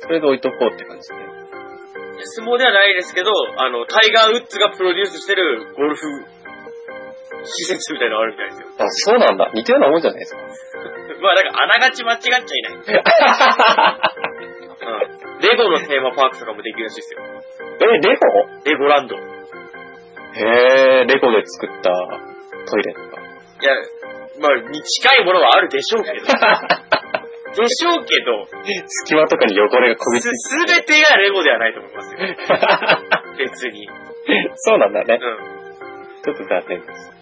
S1: それで置いとこうって感じで。
S2: 相撲ではないですけど、あの、タイガー・ウッズがプロデュースしてるゴルフ施設みたいなのがあるみたいですよ。
S1: あ、そうなんだ。似たようなもんじゃないですか。
S2: まあ、だから、あながち間違っちゃい ない。うん。レゴのテーマパークとかもできるらしいですよ。
S1: え、レゴ
S2: レゴランド。い
S1: へえ、レゴで作ったトイレとか。
S2: や、まあ、に近いものはあるでしょう けど。でしょうけど、
S1: 隙間とかに汚れがこびつい
S2: す、すべてがレゴではないと思いますよ。
S1: て。
S2: 別に。う
S1: そうなんだね。
S2: ん。
S1: ちょっと残念です。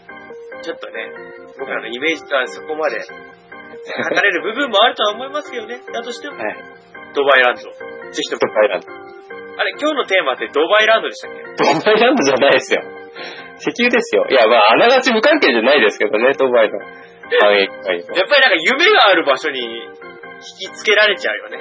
S2: ちょっとね、僕らのイメージとはそこまで、書かれる部分もあるとは思いますけどね。だとしても、
S1: はい。
S2: ドバイランド。
S1: ぜひともドバイランド。
S2: あれ、今日のテーマってドバイランドでしたっけ
S1: ドバイランドじゃないですよ。石油ですよ。いや、まあ、あながち無関係じゃないですけどね、ド バイの繁栄会も。
S2: やっぱりなんか夢がある場所に引きつけられちゃうよね。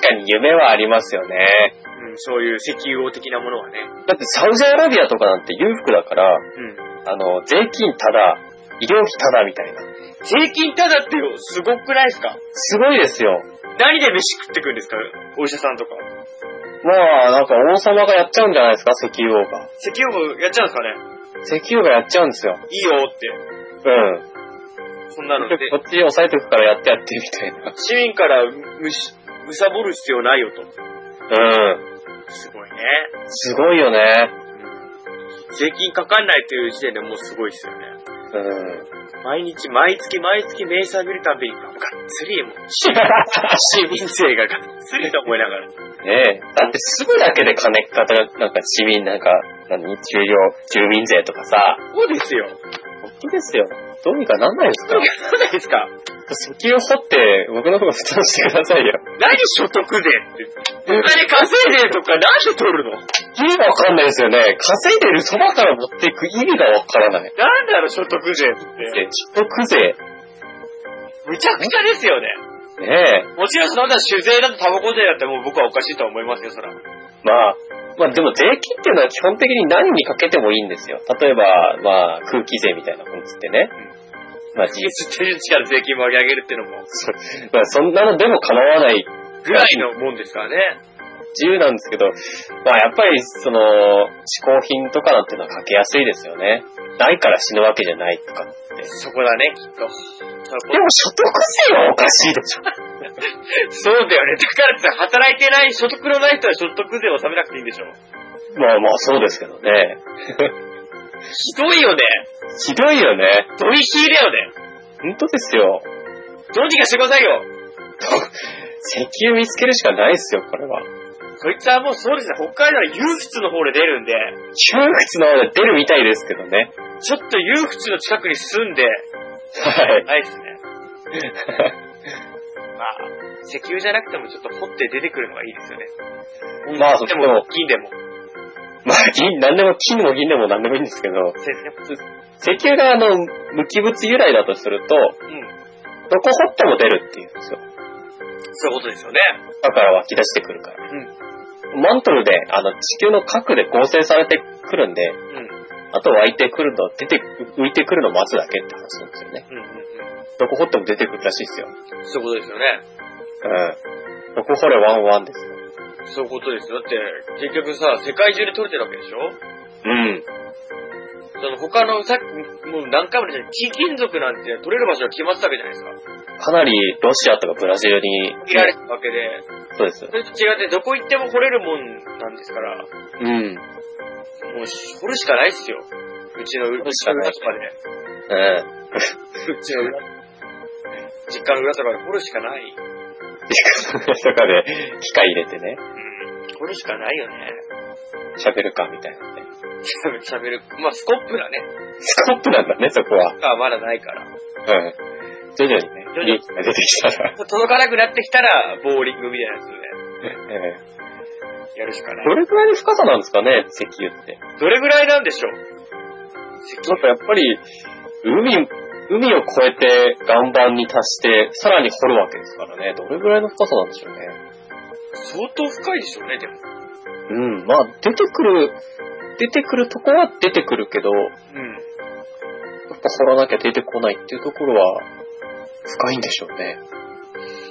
S1: 確かに夢はありますよね。
S2: うん、そういう石油王的なものはね。
S1: だってサウジアラビアとかなんて裕福だから、
S2: うん。
S1: あの、税金ただ、医療費ただみたいな。
S2: 税金ただってよ、すごくないですか
S1: すごいですよ。
S2: 何で飯食ってくんですかお医者さんとか。
S1: まあ、なんか王様がやっちゃうんじゃないですか、石油王が。
S2: 石油王やっちゃうんですかね
S1: 石油がやっちゃうんですよ。
S2: いいよって。
S1: うん。
S2: そんなの で、
S1: こっち抑えておくからやってやってみたいな。
S2: 市民からむし、むさぼる必要ないよと。
S1: うん。
S2: すごいね。
S1: すごいよね。
S2: 税金かかんないという時点でもうすごいですよね。
S1: うん。
S2: 毎日、毎月、毎月、明細見るたびに、がっつり、もう、市 民税ががっつりと思いながら。
S1: ねえ。だって住むだけで金かかる、なんか市民なんか、何、重量、住民税とかさ、
S2: そうですよ。
S1: 大きいですよ。どうにかなんないです
S2: そ
S1: か
S2: うないですか
S1: 石油掘って僕の方が負担してくださいよ。
S2: 何所得税って。お金稼いでるとかなんで取るの
S1: 意味がわかんないですよね。稼いでるそばから持っていく意味がわからない。
S2: なんだろう、所得税って。
S1: で、所得税。
S2: むちゃくちゃですよね。
S1: ねえ。
S2: もちろんその他酒税だとタバコ税だってもう僕はおかしいとは思いますよ、そら。う
S1: まあ、まあでも税金っていうのは基本的に何にかけてもいいんですよ。例えば、まあ空気税みたいなもんつってね。まあ、じ
S2: 吸ってるうちから税金を上げるっていうのも、
S1: まあそんなのでも構わない
S2: ぐらいのもんですからね。
S1: 自由なんですけど、まあやっぱりその、嗜好品とかなんていうのはかけやすいですよね。ないから死ぬわけじゃないとかって。
S2: そこだね、きっと。
S1: でも所得税はおかしいでしょ。
S2: そうだよね。だからさ、働いてない、所得のない人は所得税を納めなくていいんでしょ。
S1: まあまあそうですけどね。
S2: ひどいよね。
S1: ひどいよね。
S2: 取り引きだよね。
S1: 本当ですよ。
S2: どうにかしてくださいよ。
S1: 石油見つけるしかないですよ、これは。
S2: こいつはもうそうですね、北海道は裕仏の方で出るんで、
S1: 窮屈なので出るみたいですけどね。
S2: ちょっと裕仏の近くに住んで、
S1: はい。
S2: ないです ね。まあ、石油じゃなくてもちょっと掘って出てくるのがいいですよね。
S1: まあ、そ
S2: で
S1: で
S2: も
S1: も、、
S2: 銀でも。
S1: まあ、銀、なんでも、金でも銀でもなんでもいいんですけど、
S2: 全然
S1: 石油が、あの、無機物由来だとすると、
S2: うん。
S1: どこ掘っても出るっていうんですよ。
S2: そういうことですよね。
S1: だから湧き出してくるから。マントルで、あの、地球の核で合成されてくるんで、
S2: うん。うん。
S1: あと湧いてくるの、出て、浮いてくるのを待つだけって話なんですよね。
S2: うん。うん。
S1: どこ掘っても出てくるらしいですよ。う
S2: そういうことですよね。
S1: ん。どこ掘れワンワンですよ。
S2: そういうことですよ。だって、結局さ、世界中で取れてるわけでしょ
S1: うん。
S2: その他の、さっき、もう何回も言ったように貴金属なんて取れる場所が決まってたわけじゃないですか。
S1: かなりロシアとかブラジルに、
S2: 見られてたわけで、
S1: そうです
S2: そ。れと違ってどこ行っても掘れるもんなんですから、
S1: うん。
S2: もう掘るしかないっすよ。うちの、うちの裏とかで。
S1: うん。
S2: うちの裏、実家の裏とかで掘るしかない。
S1: とかで、機械入れてね、
S2: うん。掘るしかないよね。
S1: 喋るかみたいなね。
S2: 喋る。まあ、スコップだね。
S1: スコップなんだね、そこは。
S2: がまだないから。
S1: うん。徐々にね、
S2: 徐々に
S1: 利益が出てきたら。
S2: 届かなくなってきたら、ボーリングみたいなやつでね、
S1: うん
S2: やるしかな
S1: ど
S2: い。
S1: れくらいの深さなんですかね、石油って。
S2: どれぐらいなんでしょう
S1: ちょっとやっぱり、海、海を越えて岩盤に達して、さらに掘るわけですからね。どれぐらいの深さなんでしょうね。
S2: 相当深いでしょうね、でも。
S1: うん。まあ、出てくる、出てくるとこは出てくるけど、や
S2: うん。
S1: っぱ掘らなきゃ出てこないっていうところは、深いんでしょうね。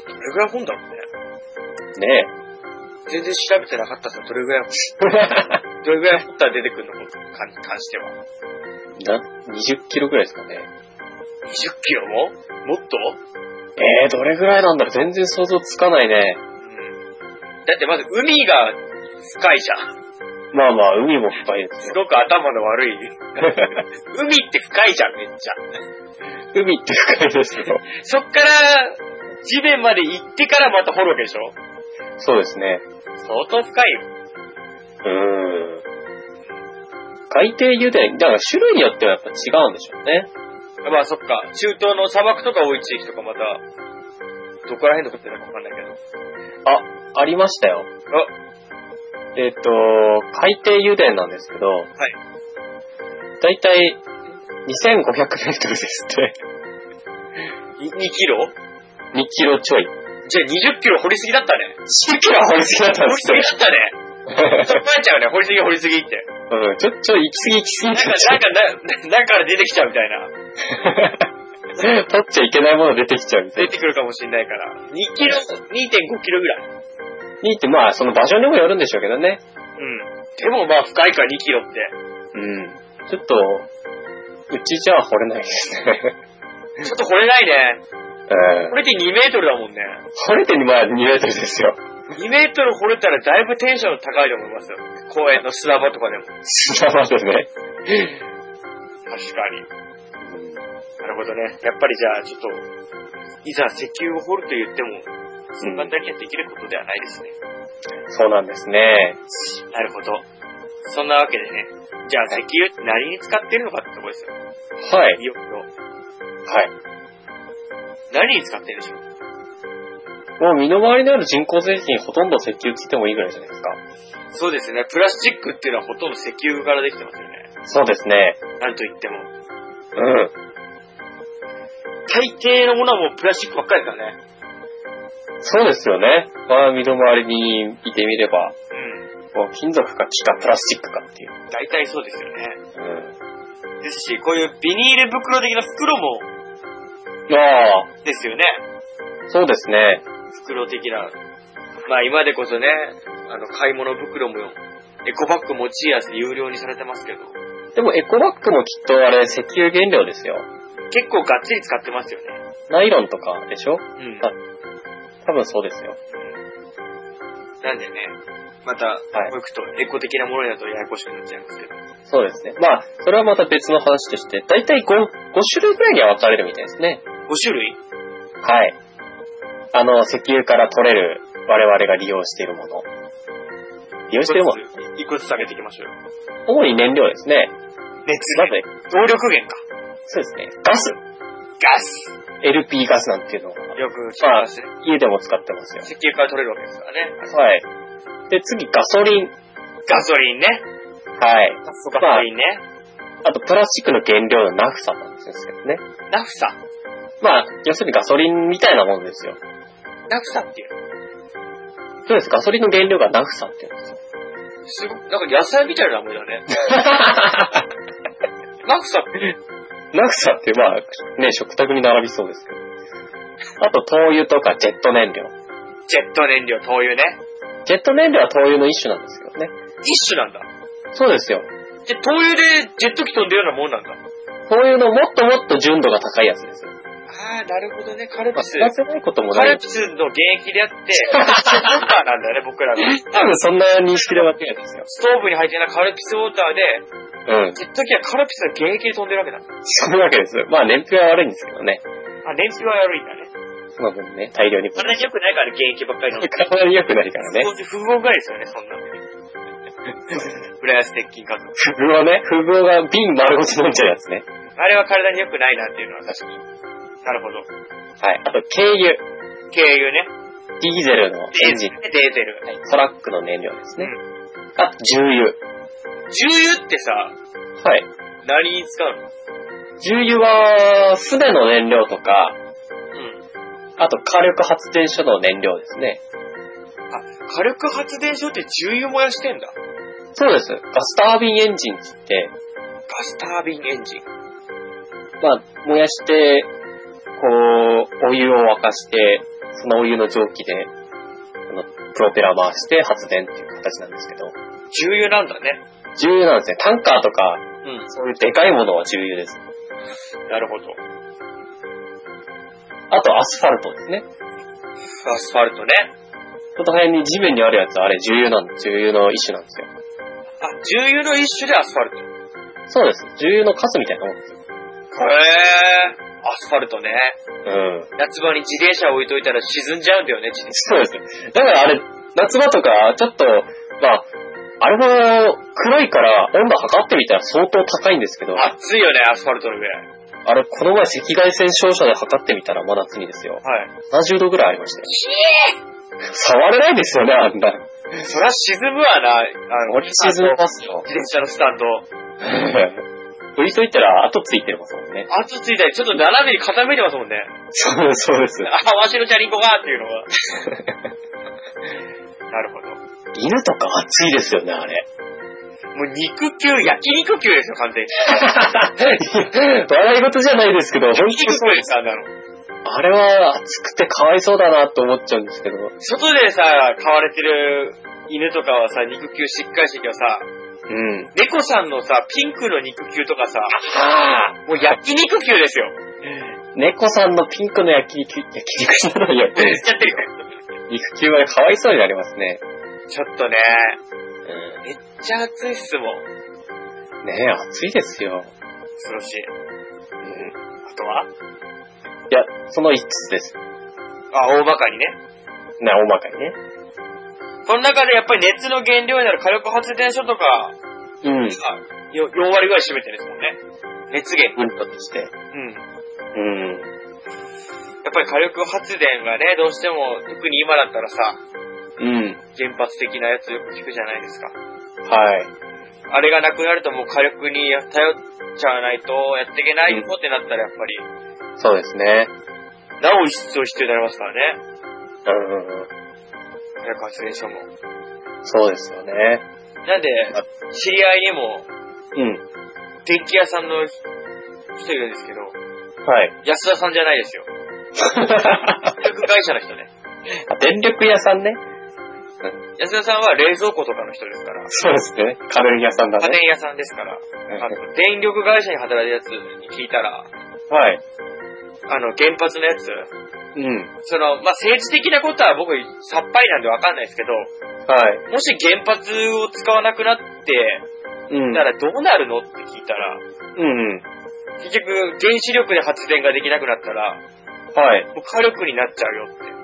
S2: どれぐらい本だろうね。
S1: ね
S2: 全然調べてなかったさ、どれぐらい、どれぐらい掘ったら出てくるのかに関しては。
S1: え。 な、20キロぐらいですかね。
S2: 20キロももっと
S1: えー、どれぐらいなんだろう全然想像つかないね。
S2: うん。だってまず海が深いじゃん。
S1: まあまあ、海も深いです
S2: す
S1: よ。
S2: ごく頭の 悪い。海って深いじゃん、めっちゃ。
S1: 海って深いですけど。
S2: そっから、地面まで行ってからまた掘るわけでしょ
S1: そうですね。
S2: 相当深いよ。
S1: うーん。海底油田、だから種類によってはやっぱ違うんでしょうね。
S2: まあそっか、中東の砂漠とか多い地域とかまた、どこら辺で掘ってるのかわかんないけど。。
S1: ありましたよ。えっ、と、海底油田なんですけど、はいだいたい2500メートルです って、
S2: い2キロ
S1: 2キロちょい。
S2: じゃあ20キロ掘りすぎだったね。
S1: 10キロ掘りすぎだったん
S2: 掘り
S1: ですす
S2: ぎ
S1: よ。
S2: だったね。 ちょっと前ちゃうね、掘りすぎ掘りすぎって。
S1: うん、ちょ、ちょ、行き過ぎ行き過
S2: なん
S1: ぎ
S2: か、なんか、な、なんかから出てきちゃうみたいな。
S1: 取っちゃいけないもの出てきちゃうみたい
S2: 出
S1: な。
S2: てくるかもしんないから。2キロ、2.5キロぐらい。
S1: 2ってまあ、その場所にもよるんでしょうけどね。
S2: うん。でもまあ深いから2キロって。
S1: うん。ちょっと、うちじゃ掘れないですね。
S2: ちょっと掘れないね。
S1: うん
S2: こ。れって2メートルだもんね。
S1: 掘れてまあ2メートルですよ。
S2: 2メートル掘れたらだいぶテンション高いと思いますよ。公園の砂場とかでも。
S1: 砂場ですね。
S2: 確かに。なるほどね。やっぱりじゃあ、ちょっと、いざ石油を掘ると言っても、そんなだけできることではないですね。
S1: そうなんですね。
S2: なるほど。そんなわけでね、じゃあ石油って何に使ってるのかってとこですよ。
S1: はい。
S2: いよいよ
S1: はい。
S2: 何に使ってるでしょう
S1: もう身の回りにある人工製品ほとんど石油つってもいいぐらいじゃないですか。
S2: そうですね。プラスチックっていうのはほとんど石油からできてますよね。
S1: そうですね。
S2: なんと言っても。
S1: うん。
S2: 大抵のものはもうプラスチックばっかりですからね。
S1: そうですよね。まあ、身の回りにいてみれば、
S2: うん。
S1: もう金属か木かプラスチックかっていう。
S2: 大体そうですよね。
S1: うん。
S2: ですし、こういうビニール袋的な袋も
S1: まあ、
S2: ですよね。
S1: そうですね。
S2: 袋的な。まあ今でこそね、あの、買い物袋も、エコバッグ持ちやすい有料にされてますけど、
S1: でもエコバッグもきっとあれ石油原料ですよ。
S2: 結構がっちり使ってますよね。
S1: ナイロンとかでしょ
S2: うん。
S1: あ多分そうですよ。
S2: なんでね、また、
S1: い
S2: こういくとエコ的なものだとややこしくなっちゃいますけど。
S1: そうですね。まあ、それはまた別の話として、だいたい 5, 5種類くらいには分かれるみたいですね。
S2: 5種類
S1: はい。あの、石油から取れる我々が利用しているもの。利用しているもの。
S2: いくつ下げていきましょうよ。
S1: 主に燃料ですね。
S2: 熱
S1: なので、
S2: 動力源か。
S1: そうですね。ガス。
S2: ガス
S1: LP ガスなんていうのが
S2: よく聞きますね。
S1: 家でも使ってますよ。
S2: 石油から取れるわけですからね。
S1: はい。で、次、ガソリン。
S2: ガソリンね。
S1: はい。
S2: ガソリンね。
S1: あと、プラスチックの原料のナフサなんですけどね。
S2: ナフサ。
S1: まあ、要するにガソリンみたいなもんですよ。
S2: ナフサっていうの。
S1: そうです。ガソリンの原料がナフサって言うんですよ。
S2: すごい、なんか野菜みたいな名前だ ね。ナフサって
S1: ナフサってまあ、ね、食卓に並びそうですけど。あと、灯油とかジェット燃料。
S2: ジェット燃料、灯油ね。
S1: ジェット燃料は灯油の一種なんですけどね。
S2: 一種なんだ。
S1: そうですよ。
S2: で、灯油でジェット機飛んでるようなもんなんだ。
S1: 灯油のもっともっと純度が高いやつですよ。
S2: あー、なるほどね。カル
S1: まあ、
S2: ピス
S1: 使。ってないことも
S2: カ
S1: ない
S2: ル。ピスの現役であって、カルピスウォーターなん だね、僕らの。
S1: 多分そんな認識で分けないですよ。
S2: ストーブに入っていないカルピスウォーターで、
S1: うん。
S2: ジェット機はカルピスの現役で飛んでるわけだ。
S1: そういうわけです。まあ、燃費は悪いんですけどね。
S2: あ、燃費は悪いんだね。
S1: その分ね、大量に。
S2: 体に良くないから現役ばっかりなんだ。
S1: 体に良くないからね。
S2: 少し不合がいですよね、そんなのね。浦安鉄筋家族。
S1: フグをね、フグが瓶丸ごと飲んじゃうやつね。
S2: あれは体に良くないなっていうのは確かに。なるほど。
S1: はい。あと、軽油。
S2: 軽油ね。
S1: ディーゼルのエンジン。
S2: デーゼル。
S1: はい。トラックの燃料ですね
S2: う。
S1: あと、重油。
S2: 重油ってさ、
S1: はい。
S2: 何に使うの
S1: 重油は、すでの燃料とか、
S2: うん。
S1: あと火力発電所の燃料ですね。
S2: あ、火力発電所って重油燃やしてんだ。
S1: そうです。ガスタービンエンジンって言って、
S2: ガスタービンエンジン。
S1: まあ、燃やして、こう、お湯を沸かして、そのお湯の蒸気で、あの、プロペラ回して発電っていう形なんですけど、
S2: 重油なんだね。
S1: 重油なんですね。タンカーとか、
S2: うん。
S1: そういうでかいものは重油です。
S2: なるほど。
S1: あとアスファルトですね。
S2: アスファルトね。
S1: この辺に地面にあるやつ、あれ重油なん重油の一種なんですよ。
S2: あ、重油の一種でアスファルト。へえ。
S1: そうです。重油のカスみたいなもんですよ。
S2: アスファルトね。
S1: うん。
S2: 夏場に自転車置いといたら沈んじゃうんだよね、自転車。
S1: そうです。だからあれ、夏場とか、ちょっと、まあ、あれも黒いから温度測ってみたら相当高いんですけど、あ
S2: 暑いよね、アスファルトの上。は
S1: れ、この前赤外線照射で測ってみたら真夏にですよ。
S2: い。
S1: 70度ぐらいありましたよ。触れないですよね、あんな。
S2: そりゃ沈むわな、あの、
S1: 俺沈みますよ。
S2: 自転車のスタンド。
S1: 振りといたら後ついてますもんね。
S2: 後ついたり、ちょっと斜めに傾いてますもんね。
S1: そう、そうです。
S2: あ、わしのチャリンコがっていうの が。なるほど。
S1: 犬とか暑いですよね、あれ。
S2: もう肉球、焼肉球ですよ、完全に。
S1: 笑い事じゃないですけど、本当に
S2: 焼肉 球です、あんなの。
S1: あれは暑くてかわいそうだなと思っちゃうんですけど。
S2: 外でさ、飼われてる犬とかはさ、肉球しっかりしてるけどさ、
S1: うん。
S2: 猫さんのさ、ピンクの肉球とかさ、
S1: はあ
S2: もう焼肉球ですよ。
S1: 猫さんのピンクの焼き肉、焼き肉じゃないよ。
S2: 言っちゃってるよ。
S1: 肉球はかわいそうになりますね。
S2: ちょっとね、
S1: う
S2: めっちゃ暑いっすもん。
S1: ん。ねえ、暑いですよ。
S2: 恐ろしい。
S1: うん。
S2: あとはい
S1: や、その一つです。ね、
S2: あ、大まかにね。
S1: 大まかにね。
S2: その中でやっぱり熱の原料になる火力発電所とか、
S1: うん。
S2: あよ4割ぐらい占めてるんですもんね。熱源。
S1: うんとして。
S2: う
S1: う
S2: ん。
S1: ん。
S2: やっぱり火力発電がね、どうしても、特に今だったらさ、
S1: うん。
S2: 原発的なやつよく聞くじゃないですか。
S1: はい。
S2: あれがなくなるともう火力に頼っちゃわないとやっていけないよってなったらやっぱり、
S1: そうですね。
S2: なお一層必要になりますからね。
S1: うんうんうん。
S2: 火力発電所も。
S1: そうですよね。
S2: なんで
S1: あ、
S2: 知り合いにも、
S1: うん。
S2: 電気屋さんの人いるんですけど、
S1: はい。
S2: 安田さんじゃないですよ。電力会社の人ね。
S1: あ 電力屋さんね。
S2: 安田さんは冷蔵庫とかの人ですから、
S1: そうですね。家電屋さんだ
S2: 家
S1: ね。
S2: 電屋さんですから、
S1: うん
S2: あの、電力会社に働いてるやつに聞いた
S1: は
S2: ら、
S1: い。
S2: あの、原発のやつ、
S1: うん。
S2: その、まあ、政治的なことは僕、さっぱりなんでわかんないですけど、
S1: はい。
S2: もし原発を使わなくなって、
S1: うん。
S2: たらどうなるのって聞いたら、
S1: うんうん。
S2: 結局、原子力で発電ができなくなったら、
S1: はい。
S2: もう火力になっちゃうよって。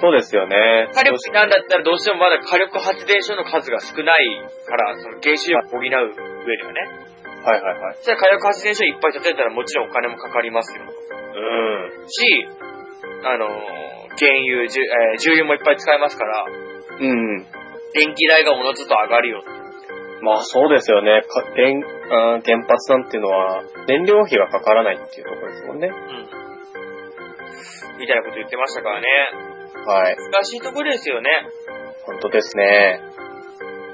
S1: そうですよね。
S2: 火力なんだったらどうしてもまだ火力発電所の数が少ないから、その原子力を補う上ではね。
S1: はいはいはい。
S2: そしたら火力発電所いっぱい建てたらもちろんお金もかかりますよ。
S1: う
S2: し、あのー原油、じゅえー重油もいっぱい使いますから、
S1: ん。うん。
S2: 電気代がものずっと上がるよ。
S1: まあそうですよね。か電あー原発なんていうのは、燃料費がかからないっていうところですもんね。
S2: みたいなこと言ってましたからね。
S1: はい。
S2: 難しいところですよね。
S1: 本当ですね。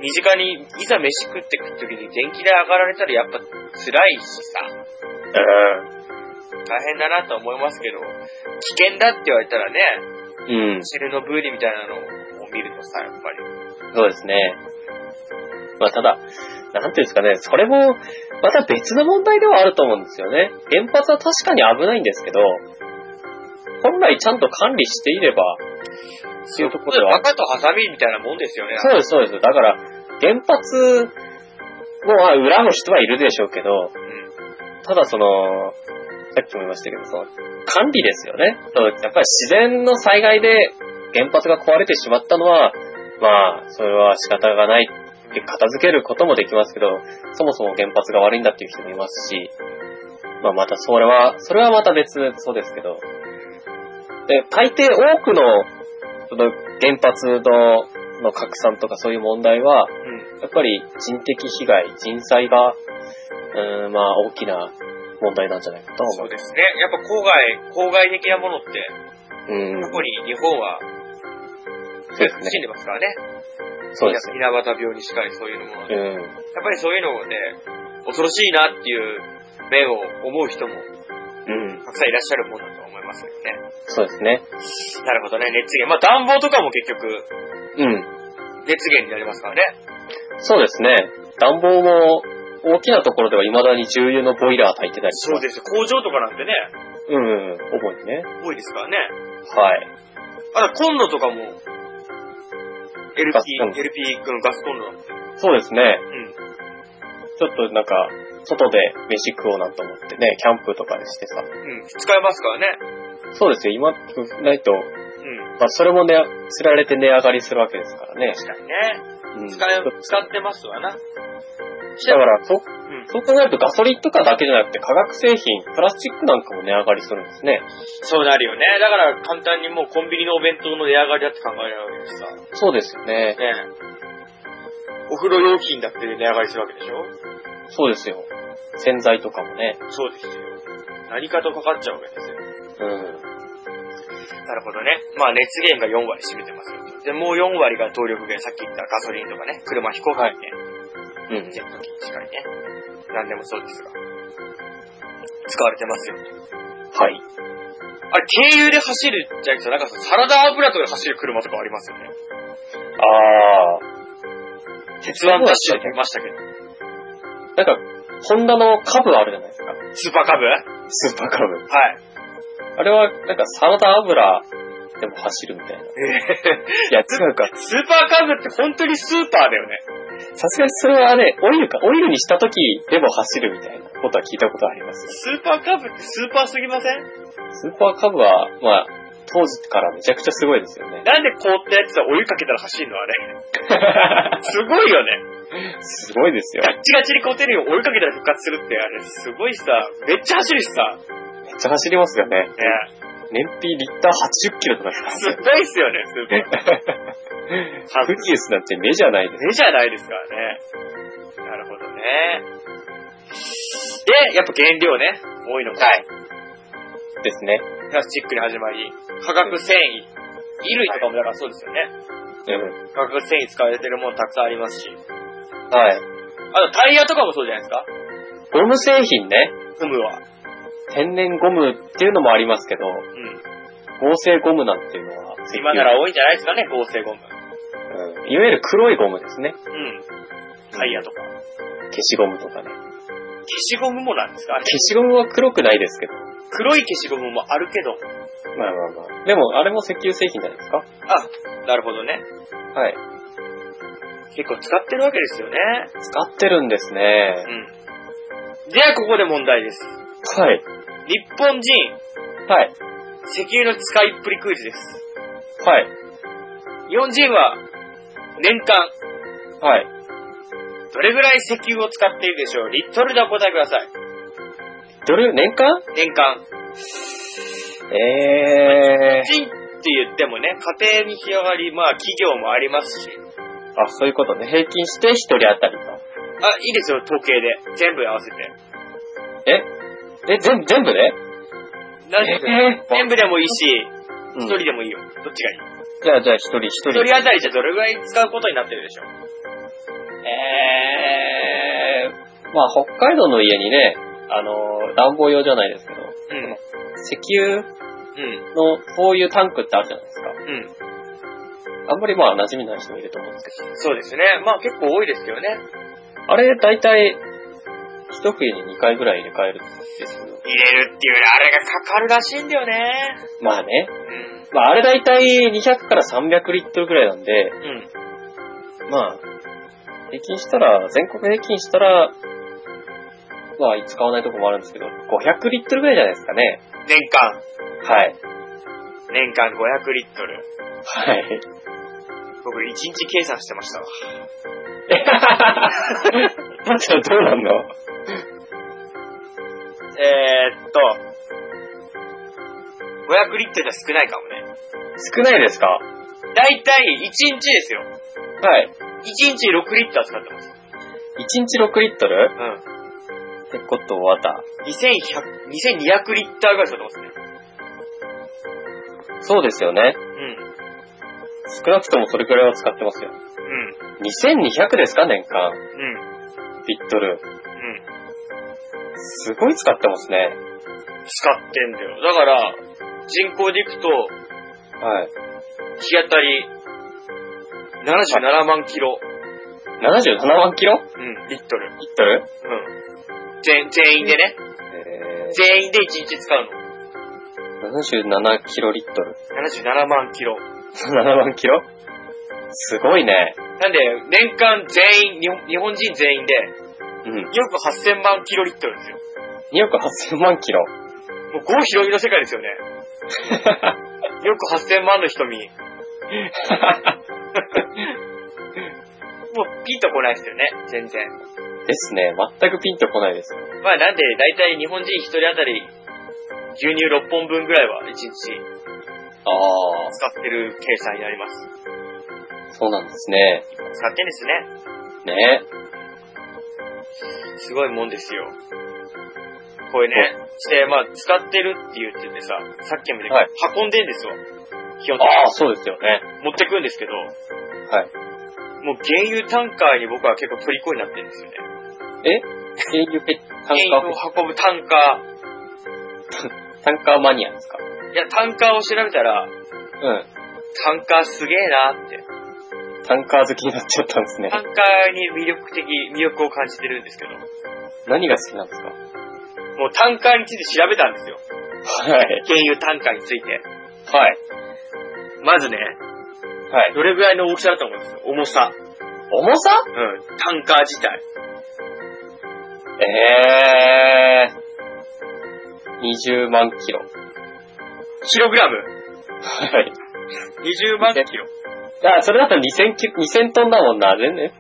S2: 身近にいざ飯食ってくるときに電気代上がられたらやっぱ辛いしさ、
S1: う
S2: 大変だなと思いますけど、危険だって言われたらね、
S1: ん。うん。
S2: チルノブーリみたいなのを見るとさ、やっぱり。
S1: そうですね。まあただ、なんていうんですかね、それも、また別の問題ではあると思うんですよね。原発は確かに危ないんですけど、本来ちゃんと管理していれば、そういうところではある。
S2: 赤とハサミみたいなもんですよね。
S1: そうです、そうです。だから、原発のまあ裏の人はいるでしょうけど、
S2: うん
S1: ただその、さっきも言いましたけど、その、管理ですよね。そうやっぱり自然の災害で原発が壊れてしまったのは、まあ、それは仕方がないって片付けることもできますけど、そもそも原発が悪いんだっていう人もいますし、まあまたそれは、それはまた別でそうですけど、で、大抵多くの、その原発の、の拡散とかそういう問題は、
S2: うん。
S1: やっぱり人的被害、人災が、うーん、まあ大きな問題なんじゃないかと
S2: そ
S1: 思
S2: う
S1: う。
S2: ですね。やっぱ郊外、郊外的なものって、
S1: うん
S2: 過、去に日本は
S1: そうです
S2: 死ん
S1: ね。
S2: でますからね。
S1: そうですね。
S2: 稲葉田病にしかりそういうもので。やっ
S1: うん。
S2: ぱりそういうのをね、恐ろしいなっていう面を思う人
S1: うん。
S2: もたくさんいらっしゃるもんだと思いますけどね。
S1: そうですね。
S2: なるほどね、熱源。まあ暖房とかも結局、
S1: うん。
S2: 熱源になりますからね。
S1: そうですね。暖房も大きなところでは未だに重油のボイラー焚いてたりします。
S2: です。工場とかなんてね、
S1: す。うん、うん。主にね。
S2: 多いですからね。
S1: はい。
S2: あとコンロとかも、
S1: ガスコン
S2: LP、
S1: ロ
S2: LP のガスコンロなんて。
S1: そうですね。
S2: うん。
S1: ちょっとなんか、外で飯食おうなと思ってね、キャンプとかでしてさ。
S2: うん。使えますからね。
S1: そうですよ。今、ないと、
S2: うん。
S1: まあ、それもね、釣られて値上がりするわけですからね。
S2: 確かにね。
S1: うん
S2: 使え、使ってますわな。
S1: だから、そう、
S2: うん。
S1: そう考えるとガソリンとかだけじゃなくて化学製品、プラスチックなんかも値上がりするんですね。
S2: そうなるよね。だから簡単にもうコンビニのお弁当の値上がりだって考えられるわけでさ。ね
S1: そうですよね。
S2: お風呂料金だって値上がりするわけでしょ
S1: そうですよ。洗剤とかもね。
S2: そうですよ。何かとかかっちゃうわけですよ。
S1: うん。
S2: なるほどね。まあ熱源が4割占めてますよ。で、もう4割が動力源、さっき言ったガソリンとかね、車飛行機ね、
S1: うん。
S2: ジェット機しかりね、何でもそうですが、使われてますよ。
S1: はい。
S2: あれ、軽油で走るじゃなくて、なんかそのサラダ油とかで走る車とかありますよね。
S1: あ
S2: 鉄腕ダッシュで見ましたけど。
S1: ー。なんか、ホンダの株あるじゃないですか。
S2: スーパーカブは
S1: スーパー株。
S2: い。
S1: あれは、なんかサラダ油でも走るみたいな。いや、違うか。
S2: スーパーカブって本当にスーパーだよね。
S1: さすがにそれはね、オイルか、オイルにした時でも走るみたいなことは聞いたことあります。
S2: スーパーカブってスーパーすぎません
S1: スーパーカブは、まあ、当時からめちゃくちゃすごいですよ ね。
S2: なんで凍ったやつはお湯かけたら走るのあれ。すごいよね。
S1: すごいですよ
S2: ガ。ッチガチにコテリを追いかけたら復活するって、あれ、すごいさ、めっちゃ走るしさ、ね
S1: めっちゃ走りますよね。
S2: え、
S1: 燃費リッター80キロとかです
S2: すごいっすよね、ス ーパー。
S1: カルティウスなんて目じゃないです。
S2: 目じゃないですからね。なるほどね。で、やっぱ原料ね、多いのが、
S1: はい。ですね。
S2: プラスチックに始まり、化学繊維、衣類とかもだからそうですよね。
S1: うん。
S2: 化学繊維使われてるものたくさんありますし、
S1: はい。
S2: あとタイヤとかもそうじゃないですか、
S1: ゴム製品ね。
S2: ゴムは。
S1: 天然ゴムっていうのもありますけど、
S2: うん。
S1: 合成ゴムなんていうのは、
S2: 今なら多いんじゃないですかね、合成ゴム。
S1: うん、いわゆる黒いゴムですね。
S2: うん。タイヤとか。
S1: 消しゴムとかね。
S2: 消しゴムもなんですかあれ
S1: 消しゴムは黒くないですけど。
S2: 黒い消しゴムもあるけど。
S1: まあまあまあ。でも、あれも石油製品じゃないですか
S2: あ、なるほどね。
S1: はい。
S2: 結構使ってるわけですよね。
S1: 使ってるんです
S2: う
S1: ね。
S2: ん。では、ここで問題です。
S1: はい。
S2: 日本人、
S1: はい。
S2: 石油の使いっぷりクイズです。
S1: はい。
S2: 日本人は、年間、
S1: はい。
S2: どれぐらい石油を使っているでしょうリットルでお答えください。
S1: どれ、年間
S2: 年間。
S1: ええ
S2: 人って言ってもね、家庭に広がり、まあ企業もありますし。
S1: ー。あ、そういうことね。平均して一人当たりと。
S2: あ、いいですよ、統計で。全部合わせて。
S1: え、全、全部で
S2: なんで
S1: えー
S2: 全部でもいいし、
S1: う
S2: 一
S1: ん
S2: 人でもいいよ。どっちがいい
S1: じゃあ、じゃあ一人、一
S2: 一
S1: 人。
S2: 人当たりじゃどれぐらい使うことになってるでしょう
S1: えー、まあ北海道の家にね、あのー、暖房用じゃないですけど、
S2: うん。
S1: 石油
S2: うん。
S1: のそういうタンクってあるじゃないですか。
S2: うん。
S1: あんまりまあ馴染みない人もいると思うんですけ
S2: そうですね。まあ結構多いですよね。
S1: ど、あれ大体、一冬に2回ぐらい入れ替えるんですけど、
S2: 入れるっていうよりあれがかかるらしいんだよね。
S1: まあね、
S2: うん。
S1: まああれ大体200から300リットルぐらいなんで、
S2: うん。
S1: まあ、平均したら、全国平均したら、まあ使わないとこもあるんですけど、500リットルぐらいじゃないですかね。
S2: 年間。
S1: はい。
S2: 年間500リットル。
S1: はい。
S2: 僕1日計算してましたわ。
S1: マジでどうなんの
S2: えー、っと、500リットルじゃ少ないかもね。
S1: 少ないですかは
S2: だいたい1日ですよ。
S1: い。
S2: 1日6リッター使ってます。
S1: 1日6リットル
S2: うん。
S1: ってことはだ。
S2: 2100、2200リッターぐらい使ってますね。
S1: そうですよね。
S2: うん。
S1: 少なくともそれくらいは使ってますよ。
S2: うん。
S1: 2200ですか年間。
S2: うん。
S1: リットル。
S2: うん。
S1: すごい使ってますね。
S2: 使ってんだよ。だから、人口でいくと、
S1: はい。
S2: 日当たり、77万キロ、
S1: 77万キロリッ
S2: うん、リットル。
S1: トル
S2: うん。全、全員でね。
S1: え
S2: 全員で1日使うの。
S1: ー、77キロリットル。
S2: 77万キロ。
S1: 7万キロすごいね。
S2: なんで、年間全員、日本日本人全員で、
S1: うん。
S2: 2億8000万キロリットルですよ。
S1: 2億8000万キロ。
S2: もう、ゴーヒロミの世界ですよね。2億8000万の瞳。もう、ピンとこないですよね。全然。
S1: ですね。全くピンとこないですよ。
S2: まあなんで、大体日本人一人当たり、牛乳6本分ぐらいは1日使
S1: あ
S2: ってる計算になります。
S1: あ、そうなんですね。
S2: 使ってんですね。
S1: ね
S2: すごいもんですよ。これね、して、まあ使ってるって言っててさ、さっきもね、
S1: はい
S2: 運んでんですわ。基本的
S1: ああ、そうですよね。
S2: に持ってくんですけど、
S1: はい。
S2: もう原油タンカーに僕は結構虜になってるんですよね。
S1: 原油ペタン
S2: 原
S1: カ
S2: 油
S1: ー、
S2: を運ぶタンカ
S1: タンカーマニアですか
S2: ー。いや、タンカーを調べたら、
S1: う
S2: タンカーすげえなって。
S1: ん。タンカー好きになっちゃったんですね
S2: タ。ンカーに魅力的、魅力を感じてるんですけど。
S1: 何が好きなんですか
S2: もうタンカーについて調べたんですよ。
S1: はい。
S2: 原油タンカーについて。
S1: はい。
S2: まずね、
S1: はい。
S2: どれぐらいの大きさだと思います重さ。
S1: 重さ
S2: うん。タンカー自体。
S1: ええー。20万キロ。
S2: キログラム。
S1: はい。
S2: 20万キロ。
S1: あ、それだったら2000キロ、2000トンだもんな。全然違う。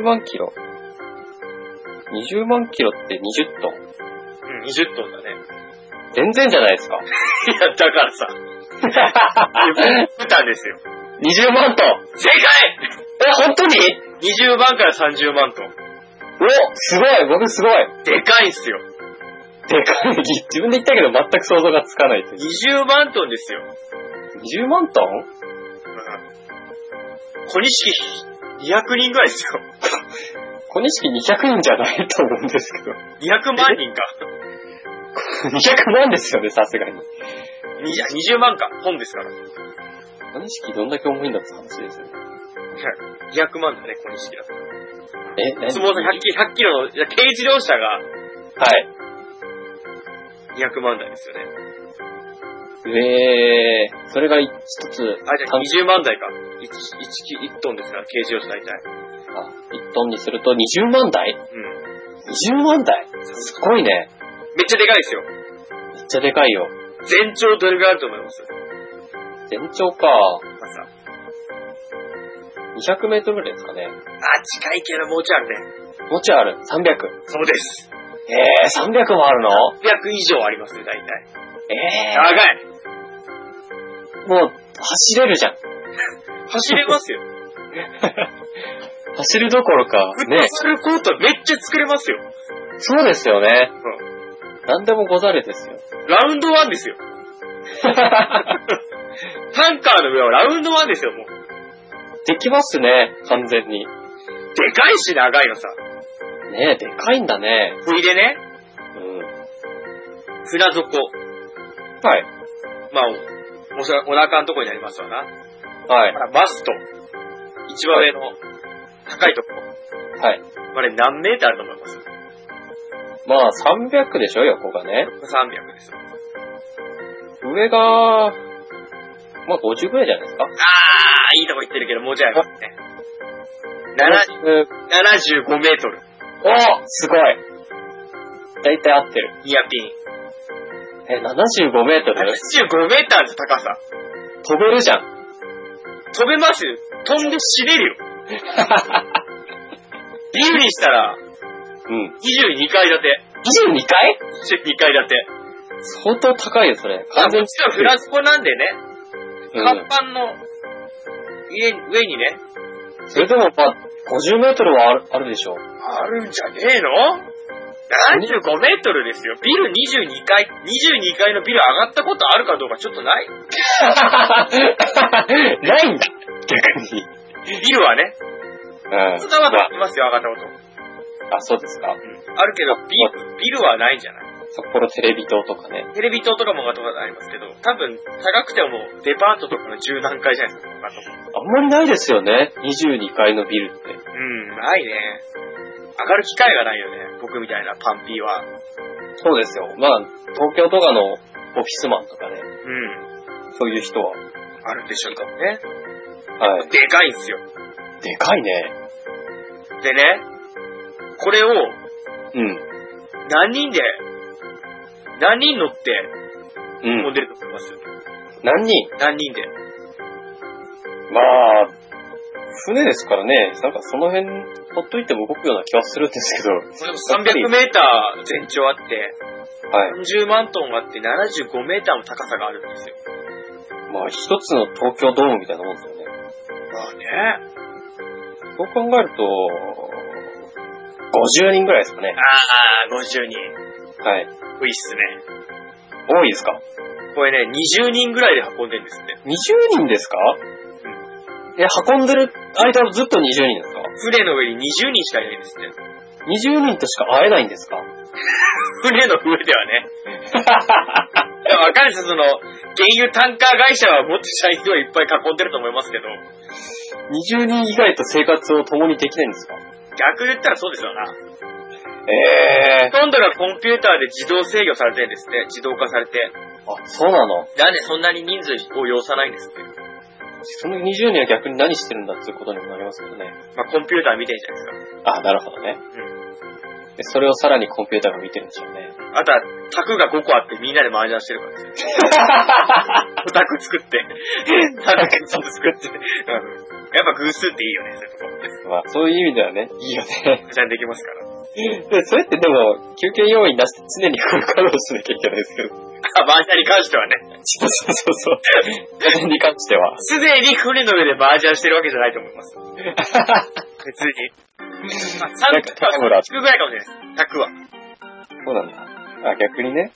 S1: 20万キロ。20万キロって20トン。
S2: うん、20トンだね。
S1: 全然じゃないですか。
S2: いや、だからさ。豚ですよ。
S1: 20万トン
S2: 正解
S1: え、本当に
S2: !20 万から30万と。
S1: おすごい僕すごい
S2: でかいんすよ。
S1: でかい。自分で言ったけど全く想像がつかないという。
S2: 20万トンですよ。
S1: 20万トン
S2: 小錦、200人ぐらいですよ。
S1: 小錦200人じゃないと思うんですけど。
S2: 200万人か。
S1: 200万ですよね、さすがに。
S2: にいや20万か。本ですから。
S1: 小錦どんだけ重いんだって話ですよね。
S2: 200万だね、小錦だと。
S1: え、何
S2: 相撲さん100キロ、100キロの、いや軽自動車が
S1: はい。
S2: 200万台ですよね。
S1: えー、それが一つ、
S2: あ、じゃあ
S1: 単
S2: 20万台か。1、1、1トンですから、軽自動車大体。
S1: あ一トンにすると20万台
S2: うん。
S1: ?20 万台すごいね。
S2: めっちゃでかいですよ。
S1: めっちゃでかいよ。
S2: 全長どれぐらいあると思います
S1: 全長か。
S2: 朝。あ、
S1: 200メートルぐらいですかね。
S2: 近いけどもうちょいあるね。
S1: もうちろんある。300。
S2: そうです。
S1: えー、300もあるの
S2: 100以上ありますね、大体。
S1: え
S2: 長い
S1: ー、もう、走れるじゃん。
S2: 走れますよ。
S1: 走るどころか、
S2: フッ
S1: ね
S2: ト。サルコートめっちゃ作れますよ。
S1: そうですよね。
S2: う
S1: 何でもござれですよ。
S2: ん。ラウンドワンですよ。タンカーの上はラウンドワンですよ、もう。
S1: できますね、完全に。
S2: でかいし、長いのさ。
S1: ねえ、でかいんだね。
S2: ほいでね、
S1: うん。
S2: 船底。
S1: はい。
S2: まあ、おおそらくお腹のとこになりますわな。
S1: はい。
S2: まあバスト。一番上の高いとこ。
S1: はい。
S2: あれ何メーターあると思います
S1: まあ、300でしょ、横がね。
S2: ?300 ですよ。
S1: 上が、まあ、50ぐらいじゃないですか。
S2: あー、いいとこ行ってるけど、もうじゃありますね。な
S1: えー
S2: な75メートル。
S1: おすごいだいたい合ってる。
S2: ニアピン。
S1: え、75メートル
S2: 75メーターの高さ。
S1: 飛べるじゃん。
S2: 飛べますよ飛んで死ねるよ。ビューにした
S1: う
S2: ら、
S1: ん。
S2: 22階建て。
S1: 22階
S2: 22階建て。
S1: 相当高いよ、それ。
S2: まあ、
S1: 完
S2: も
S1: 全
S2: ちろんフラスコなんでね、看
S1: うん。
S2: 板の家に上にね、
S1: それでも、まあ、50メートルはあるあるでしょ。
S2: あるんじゃねえの ?75 メートルですよ。ビル22階、22階のビル上がったことあるかどうかちょっとない
S1: ないんだ逆に。
S2: ビルはね、
S1: うん
S2: そんなことありますよ、上がったこと。
S1: あ、そうですか。
S2: あるけど、ビル、ビルはないんじゃない
S1: 札幌テレビ塔とかね。
S2: テレビ塔とかも上がったことありますけど、多分、高くてもデパートとかの十何階じゃないですか、上がったこと
S1: あんまりないですよね。22階のビルって。
S2: うん、ないね。上がる機会がないよね、僕みたいなパンピーは。う
S1: そうですよ。まあ、東京とかのオフィスマンとかね。
S2: ん、
S1: そういう人は。
S2: あるでしょうかもね。
S1: はい。
S2: でかいんすよ。
S1: でかいね。
S2: でね、これを
S1: うん。
S2: 何人で、何人乗って
S1: う
S2: 飛ん
S1: ん。
S2: でると思います、
S1: 何人
S2: 何人で。
S1: まあ、船ですからね。なんかその辺、ほっといても動くような気はするんですけど。
S2: これでも300メーター全長あって、
S1: はい。
S2: 40万トンあって75メーターの高さがあるんですよ。
S1: まあ、一つの東京ドームみたいなもんですよね。
S2: まあね。
S1: そう考えると、50人ぐらいですかね。
S2: ああ、50人。
S1: はい。
S2: 多いっすね。
S1: 多いですか
S2: これね、20人ぐらいで運んでるんですって。
S1: 20人ですかえ、運んでる間はずっと20人ですか
S2: 船の上に20人しかいないんですって。
S1: ?20 人としか会えないんですか
S2: 船の上ではね。いやわかるんですよ、その、原油タンカー会社はもっと社員をいっぱい囲んでると思いますけど、
S1: ?20 人以外と生活を共にできないんですか
S2: 逆言ったらそうですよな。
S1: ええ
S2: ほとんどがコンピューターで自動制御されてるんですって、自動化されて。
S1: あ、そうなの。
S2: なんでそんなに人数を要さないんですって。
S1: その20人は逆に何してるんだっていうことにもなりますけどね。
S2: まあ、コンピューター見てんじゃないです
S1: あ、なるほどね。でそれをさらにコンピューターが見てるんでしょうね。
S2: か。あとは、卓が5個あってみんなで麻雀してるからですよ。 卓作って。卓作って。うんやっぱ偶数っていいよね、そういうとこ。
S1: まあ、そういう意味ではね、いいよね。
S2: 麻雀できますから。
S1: でそれってでも、休憩要因なしで常にフル稼働しなきゃいけないですけど。
S2: あ、バージャーに関してはね。
S1: そうそうそうそう。それに関しては。
S2: すでに船の上でバージャーしてるわけじゃないと思います。別に。あ、
S1: なんか
S2: 3とか
S1: 田村
S2: 100ぐらいかもしれないです。100は。
S1: そうなんだ。あ、逆にね、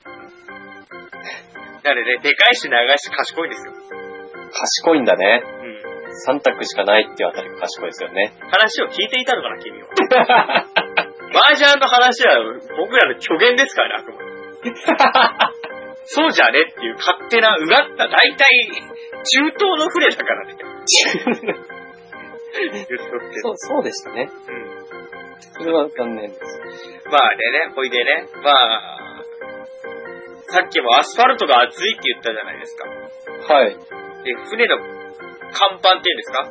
S2: なのでね、でかいし長いし賢いんですよ。
S1: 賢いんだね。
S2: う
S1: 3
S2: ん。
S1: 択しかないっていうあたりが賢いですよ ね。
S2: 話を聞いていたのかな、君は。麻雀の話は僕らの虚言ですからね、あくま で。そうじゃねっていう勝手な、うがった、大体、中東の船だから ね。言っとくけど
S1: そう、そうでしたね。
S2: うん
S1: それは残念です。
S2: まあでね、ほいでね、まあ、さっきもアスファルトが熱いって言ったじゃないですか。
S1: はい。
S2: で、船の甲板っていうんですか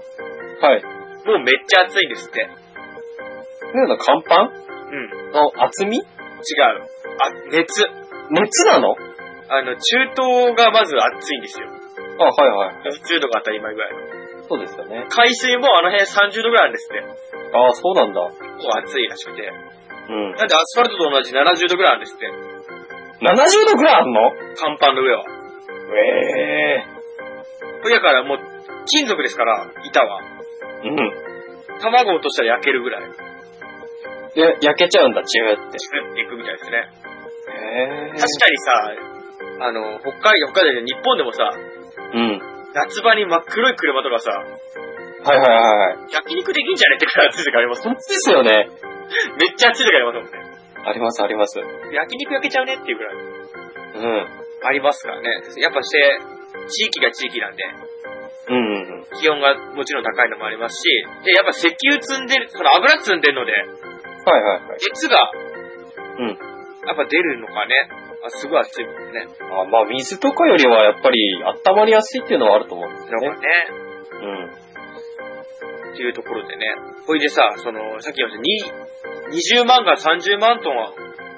S1: はい。
S2: もうめっちゃ熱いんですって。
S1: 船の甲板
S2: うん。違う。
S1: の厚み
S2: あ、熱。
S1: 熱なの
S2: あの、中東がまず熱いんですよ。
S1: あ、はいはい。
S2: 10度が当たり前ぐらいの。
S1: そうですよね。
S2: 海水もあの辺30度ぐらいあるんですって。
S1: あそうなんだ。
S2: 結構熱いらしくて。
S1: うん。
S2: なんでアスファルトと同じ70度ぐらいあるんですって。
S1: 70度ぐらいあんの
S2: 甲板の上は。
S1: ええ
S2: だからもう、金属ですから、板は。
S1: うん。
S2: 卵落としたら焼けるぐらい。
S1: で、焼けちゃうんだ、チューって。
S2: チューっていくみたいですね。
S1: ええ
S2: 確かにさ、あの、北海道、北海道で日本でもさ、
S1: うん。
S2: 夏場に真っ黒い車とかさ、
S1: はいはいはいはい。
S2: 焼肉できんじゃねってくらい暑い時ありますもん。
S1: ですよね。
S2: めっちゃ暑い時ありますもんね。
S1: ありますあります。う
S2: 焼肉焼けちゃうねっていうぐらい。
S1: ん。
S2: ありますからね。やっぱして、地域が地域なんで、
S1: うんうん
S2: 気温がもちろん高いのもありますし、で、やっぱ石油積んでる、その油積んでるので、
S1: うん。はいはいはい。
S2: 熱が、
S1: うん。
S2: やっぱ出るのかね。あすごい熱いもんね。
S1: あまあ、水とかよりはやっぱり温まりやすいっていうのはあると思うんですよ
S2: の
S1: ね。
S2: がね。
S1: うん。
S2: っていうところでね。ほいでさ、その、さっき言いました、に20万から30万トンは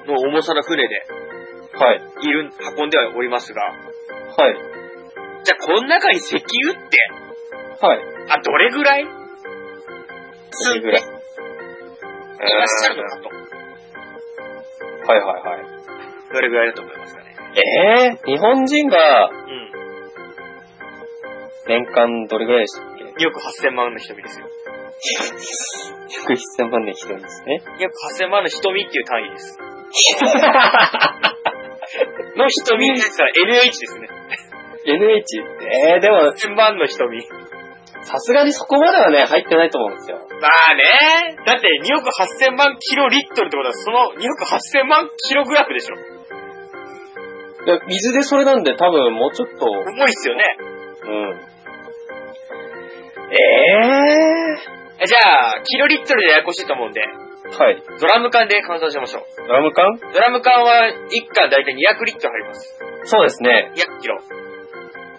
S2: の重さの船で
S1: はい。
S2: いる、運んではおりますが、
S1: はい。
S2: じゃあこの中に石油って、
S1: はい。
S2: あ、どれぐらい積んでいらっしゃるのかと。
S1: はいはいはい。
S2: どれぐらいだと思いますかね。
S1: ええ日本人が
S2: うん。
S1: 年間どれぐらいでしたっけ
S2: 2億8000万の瞳ですよ。
S1: 約1000万年一人ですね。
S2: 2億8000万の瞳っていう単位 です。の瞳ですから NH ですね。
S1: NH? ええでも、
S2: 1000万の瞳。
S1: さすがにそこまではね、入ってないと思うんですよ。
S2: まあね。だって2億8000万キロリットルってことは、その2億8000万キログラフでしょ。
S1: で水でそれなんで多分もうちょっと、う
S2: 重いっすよね。
S1: ん。ええ
S2: えじゃあ、キロリットルでややこしいと思うんで、
S1: はい。
S2: ドラム缶で換算しましょう。
S1: ドラム缶
S2: ドラム缶は1缶だいたい200リットル入ります。
S1: そうですね。
S2: 200キロ。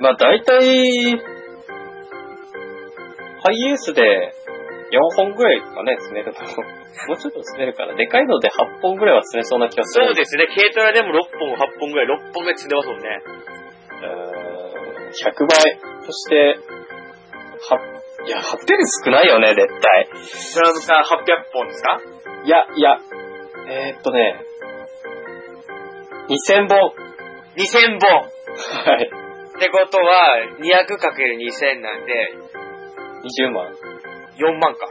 S1: まあ大体、ハイエースで4本ぐらいですかね、詰めると。もうちょっと詰めるから、でかいので8本ぐらいは詰めそうな気がする。
S2: そうですね、軽トラでも6本、8本ぐらい、6本ぐらい積んでますもんね。
S1: うーん100倍。そして、は、いや、800少ないよね、絶対。
S2: ドラム缶800本ですか
S1: いや、いや、えー、っとね、2000本。
S2: ?2000 本。
S1: はい。
S2: ってことは、200×2000 なんで、
S1: 20万。
S2: 4万か。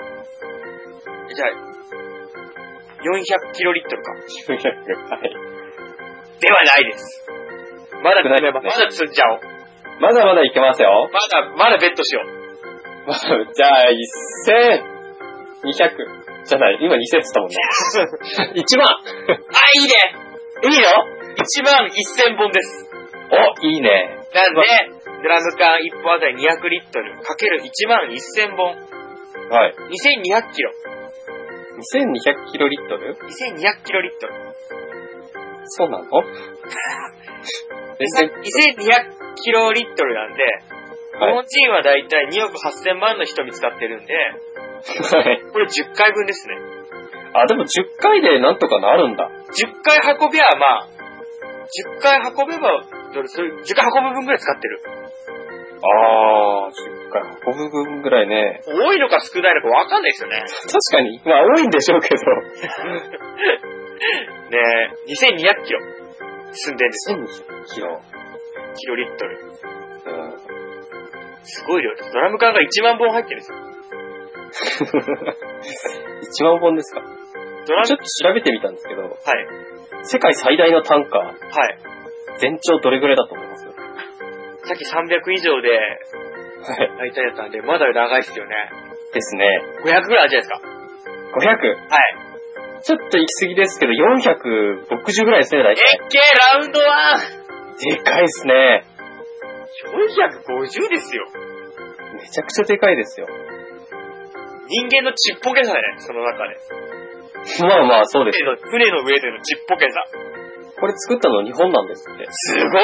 S2: じゃあ、400キロリットルか。
S1: 900。はい。
S2: ではないです。まだ
S1: 少な
S2: 積
S1: いですね
S2: めば、まだ積んじゃおう。
S1: まだまだいけますよ。
S2: まだ、まだベットしよう。
S1: まあじゃあ、1200。じゃない、今2000って言ったもんね。1万
S2: あ、いいねいいよ !1 万1000本です。
S1: お、いいね。
S2: なんで、ドラム缶1本あたり200リットル、かける1万1000本、
S1: はい。
S2: 2200キロ、
S1: 2200キロリットル
S2: 2200キロリットル、
S1: そうなの全然、
S2: 2200キロリットルなんで、日
S1: はい。
S2: 本人はだいたい2億8000万の人見使ってるんで、
S1: はい
S2: これ10回分ですね。
S1: あ、でも10回でなんとかなるんだ。
S2: 10回運びは、まあ、10回運べば、どれそれ10回運ぶ分ぐらい使ってる。
S1: あー、10か、5分ぐらいね。
S2: 多いのか少ないのかわかんないですよね。
S1: 確かに、まあ多いんでしょうけど、
S2: ねえ、2200キロ積んでんですよ。
S1: 1000キロ。
S2: キロリットル。
S1: うん。
S2: すごい量です。ドラム缶が1万本入ってるんですよ。
S1: 1万本ですかちょ
S2: ドラム、
S1: っと調べてみたんですけど、
S2: はい。
S1: 世界最大のタンカー、
S2: はい。
S1: 全長どれぐらいだと思いますは
S2: さっき300以上で
S1: い。
S2: 大体だったんで、まだ長いですよね。
S1: ですね。
S2: 500ぐらいあるじゃないですか。
S1: 500。
S2: はい。
S1: ちょっと行き過ぎですけど、460ぐらいですね、大
S2: え
S1: 体。
S2: っけーラウンドワン
S1: でかいですね。
S2: !450 ですよ。
S1: めちゃくちゃでかいですよ。
S2: 人間のちっぽけさだね、その中で。
S1: まあまあ、そうです。
S2: 船の船の上でのちっぽけさ。
S1: これ作ったの日本なんですって。
S2: すごい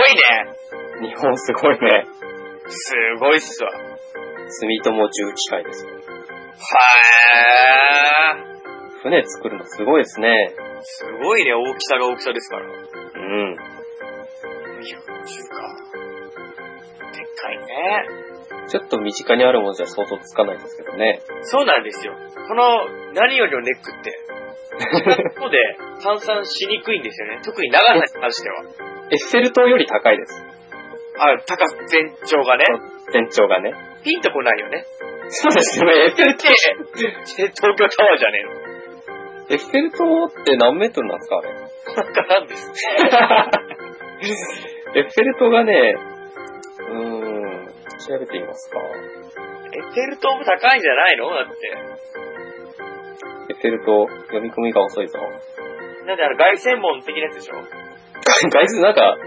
S2: ね。
S1: 日本すごいね。
S2: すごいっすわ。は
S1: 住友重機械です。
S2: ー。
S1: 船作るのすごいですね。
S2: すごいね、大きさが大きさですから。
S1: うん。
S2: 450か。でっかいね。
S1: ちょっと身近にあるものじゃ想像つかないですけどね。
S2: そうなんですよ。この、何よりのネックって、ここで換算しにくいんですよね。特に長さに関しては。
S1: エッフェル塔より高いです。
S2: あ、高さ、全長がね、
S1: 全長がね。
S2: ピンとこないよね。
S1: そうですね、エッフェル
S2: で、東京タワーじゃね
S1: エッフェル塔って何メートルなんですかあれ。
S2: えの。なんかなんで す。
S1: エッフェル塔がね、うーん、調べてみますか。
S2: エッフェル塔も高いんじゃないのだって。
S1: エッフェル塔、読み込みが遅いぞ。
S2: なんであの、凱旋門的なやつでしょ
S1: 外線、なんか、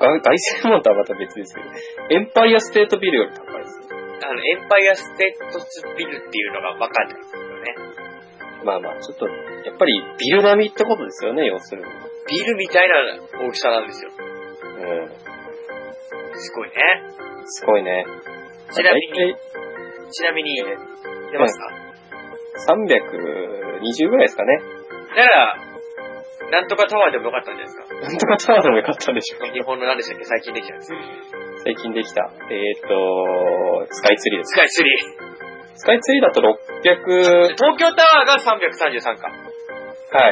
S1: 外外線門とはまた別ですけど、エンパイアステートビルより高いです。
S2: あの、エンパイアステートスビルっていうのがわかんないですよね。
S1: まあまあ、ちょっと、やっぱりビル並みってことですよね、要するに。
S2: ビルみたいな大きさなんですよ。
S1: う
S2: すごいね。
S1: ん。すごいね。
S2: ちなみに、
S1: だい
S2: ちなみに、出ますか
S1: たい320ぐらいですかね。
S2: なら、なんとかタワーでもよかったんじゃないですか。
S1: なんとかタワーでもよかったんでしょう。
S2: 日本の何でしたっけ最近できたやつ。
S1: 最近できた。えーっと、スカイツリーです。
S2: スカイツリー。
S1: スカイツリーだと600、
S2: 東京タワーが333か。
S1: は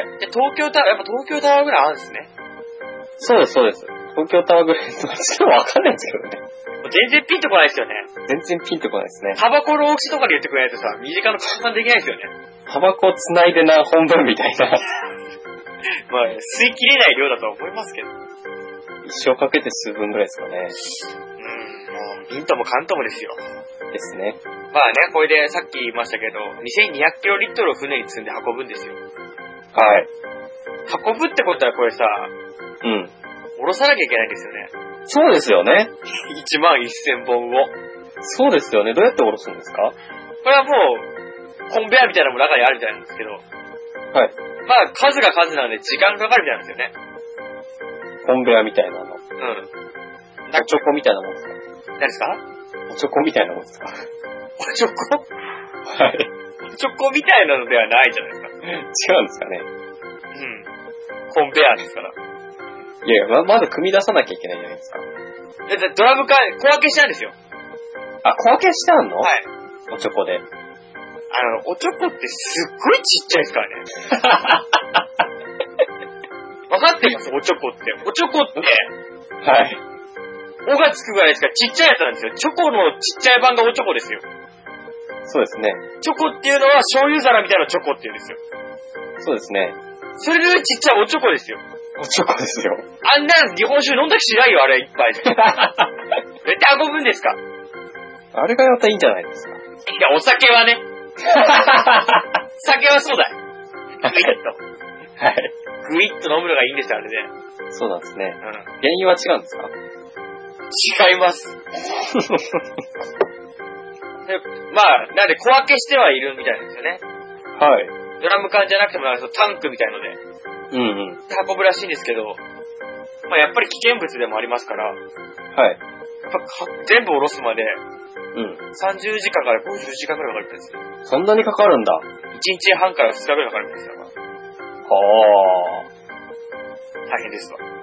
S1: い。
S2: で、東京タワー、やっぱ東京タワーぐらいあるんですね。
S1: そうです、そうです。東京タワーぐらいです。ちょっとわかんないですけどね。
S2: もう全然ピンとこないですよね。
S1: 全然ピンとこないですね。
S2: タバコの大きさとかで言ってくれないとさ、身近な換算できないですよね。
S1: タバコつないでな本分みたいな。
S2: まあ、吸い切れない量だとは思いますけど。う
S1: 一生かけて数分ぐらいですかね。
S2: ん、もう、ピンともカンともですよ。
S1: ですね。
S2: まあね、これでさっき言いましたけど、2200キロリットルを船に積んで運ぶんですよ。
S1: はい。
S2: 運ぶってことはこれさ、
S1: うん。
S2: 下ろさなきゃいけないんです よね。
S1: そうですよね。
S2: 1万1000本を。
S1: そうですよね。どうやって下ろすんですか。
S2: これはもう、コンベアみたいなのも中にあるみたいなんですけど。はいまあ、数が数なんで時間かかるみたいなんですよね。
S1: コンベアみたいなの。
S2: うん。
S1: お
S2: なん
S1: ちょこみたいなもんですか
S2: 何ですか
S1: おちょこみたいなもんですか
S2: おちょこ
S1: はい。
S2: おちょこみたいなのではないじゃないですか。
S1: 違うんですかね。
S2: うん。コンベアですから。だ
S1: いやいや、ま、まず組み出さなきゃいけないじゃないですか。
S2: ってドラム缶小分けしたんですよ。
S1: あ、小分けしてあんの。
S2: はいい。
S1: おちょこで。
S2: あの、おちょこってすっごいちっちゃいですから ね。わかってますおちょこって。おちょこっ
S1: は
S2: て、
S1: い。
S2: おがつくぐらいしかちっちゃいやつなんですよ。チョコのちっちゃい版がおちょこですよ。
S1: そうですね。
S2: チョコっていうのは醤油皿みたいなチョコっていうんですよ。
S1: そうですね。
S2: それよりちっちゃいおチョコですよ。
S1: おちょこです よ。
S2: あんな日本酒飲んだりしないよ、あれ、いっぱ い。どうやって運ぶんですかい
S1: あれがまたいいんじゃないですか。
S2: や、お酒は ね。酒はそうだ。グイッ
S1: はい。
S2: と。グイッと飲むのがいいんですよ、あれね。
S1: そうなんですね。
S2: う
S1: 原因は違うんですか
S2: ん。違い ます。まあ、なんで小分けしてはいるみたいですよね。
S1: はい。
S2: ドラム缶じゃなくてもなんかそのタンクみたいの
S1: う
S2: で
S1: んうん。
S2: 運ぶらしいんですけど、まあやっぱり危険物でもありますから、やっ
S1: はい。
S2: ぱか全部下ろすまで
S1: う
S2: 30時間から50時間くらいかかるんですよ。
S1: ん。そんなにかかるんだ。
S2: 1日半から2日くらいかかるんですよ。
S1: は
S2: 大変ですわ。
S1: あ。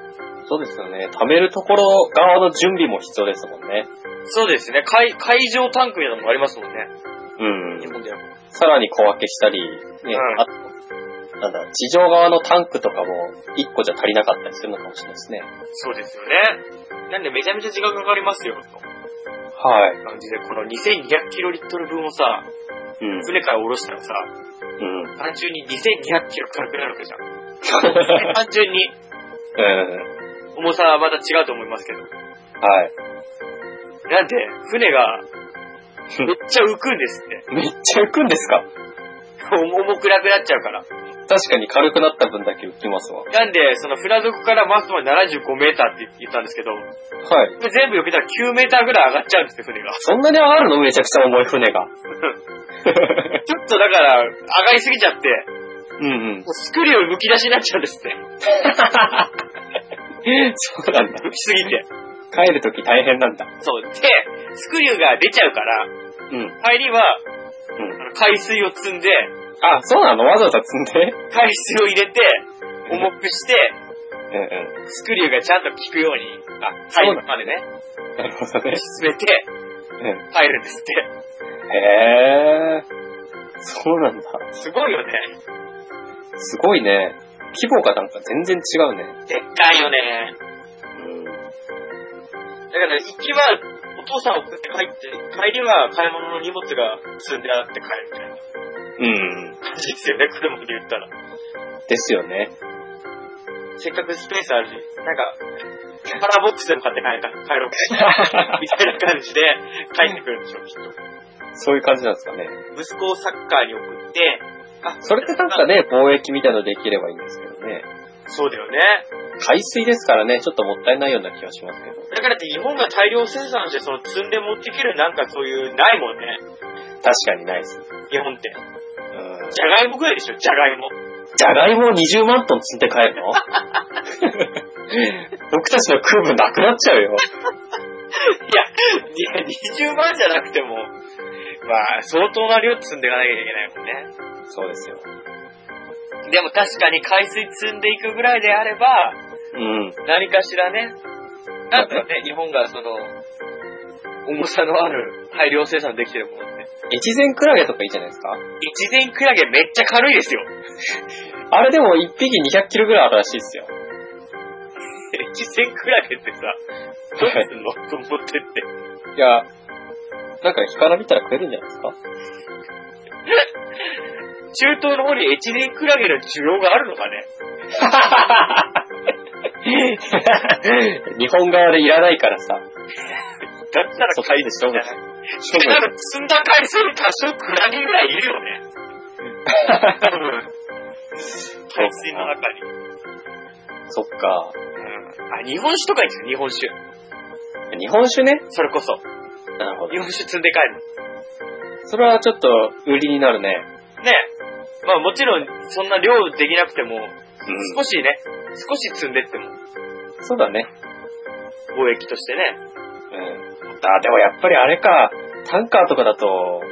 S1: そうですよね。貯めるところ側の準備も必要ですもんね。
S2: そうですね。海、海上タンクみたいなのもありますもんね。
S1: うん
S2: 日。本でも。
S1: さらに小分けしたり、ね、
S2: うん
S1: あと、なんだ、地上側のタンクとかも1個じゃ足りなかったりするのかもしれないですね。
S2: そうですよね。なんでめちゃめちゃ時間かかりますよ、と
S1: はい。
S2: 感じで、この2200キロリットル分をさ、
S1: うん。
S2: 船から下ろしたらさ、
S1: うん。
S2: 単純に2200キロ軽くなるわけじゃん。 単純に、
S1: うん。
S2: 重さはまた違うと思いますけど。
S1: はい。
S2: なんで、船が、めっちゃ浮くんですって。
S1: めっちゃ浮くんですか
S2: 重くなくなっちゃうから。
S1: 確かに軽くなった分だけ浮きますわ。
S2: なんで、その船底からマストまで75メーターって言ったんですけど、
S1: はい。
S2: 全部避けたら9メーターぐらい上がっちゃうんですよ、 船が。
S1: そんなに上がるのめちゃくちゃ重い船が。
S2: ちょっとだから、上がりすぎちゃって、
S1: うん うん。
S2: もうスクリューむき出しになっちゃうんですって。
S1: そうなんだ。
S2: むきすぎて。
S1: 帰るとき大変なんだ。
S2: そう。で、スクリューが出ちゃうから、
S1: うん。
S2: 帰りは、
S1: うん
S2: あの海水を積んで、
S1: あ、そうなのわざわざ積ん で
S2: 海水を入れて、重くして、
S1: うんう
S2: スクリューがちゃんと効くように、あ、
S1: そうな
S2: 海
S1: の
S2: 部までね、
S1: ん。なるほどね。
S2: 進めて、
S1: う
S2: 帰るんですって。
S1: ん。 へえ。ー。そうなんだ。
S2: すごいよね。
S1: すごいね。規模がなんか全然違うね。
S2: でっかいよね。
S1: うん。
S2: だから、行きは、お父さんを送って帰って、帰りは買い物の荷物が積んであって帰るみたいな
S1: うん。
S2: 感じですよね、車で言ったら。
S1: ですよね。
S2: せっかくスペースあるし、なんか、カラーボックスでも買って帰る帰ろうかみたいな感じで帰ってくるんでしょう、きっと。
S1: そういう感じなんですかね。
S2: 息子をサッカーに送って、あ、
S1: それってなんかね、貿易みたいのできればいいんですけどね。
S2: そうだよね。
S1: 海水ですからね、ちょっともったいないような気がしますけど。
S2: だからって日本が大量生産して、その積んで持ってきるなんかそういう、ないもんね。
S1: 確かにないです。うん。
S2: 日本って。じゃがいもぐらいでしょ、じゃ がいも。
S1: じゃがいもを20万トン積んで帰る の僕たちの空分なくなっちゃうよ。
S2: いや、20万じゃなくても、まあ、相当な量積んでいかなきゃいけないもんね。
S1: そうですよ。
S2: でも確かに海水積んでいくぐらいであれば、
S1: うん。
S2: 何かしらね、なんかね、日本がその、重さのある大量生産できてるものって。
S1: 越前クラゲとかいいじゃないですか。
S2: 一前クラゲめっちゃ軽いですよ。
S1: あれでも1匹200キロぐらいあるらしいですよ。
S2: 一前クラゲってさ、どうすんのと思ってって。
S1: いや、なんか干から見たら食えるんじゃないですか
S2: 中東の方に越前クラゲの需要があるのかね
S1: 日本側でいらないからさ。
S2: だったら
S1: そっ
S2: 海
S1: ちでし
S2: 水
S1: ょ
S2: じゃない。だから積んだ海水に多少クラゲぐらいいるよね。多分海水の中に。
S1: そっか。
S2: あ、日本酒とかいいですよ、日本酒。
S1: 日本酒ね。
S2: それこそ。
S1: なるほ
S2: 日。本酒積んで帰る。
S1: それはちょっと売りになるね。
S2: ねえ。まあもちろん、そんな量できなくても、
S1: う
S2: 少しね、少し積んでっても、
S1: ん。そうだね。
S2: 貿易としてね。
S1: うん。あ、でもやっぱりあれか。タンカーとかだと、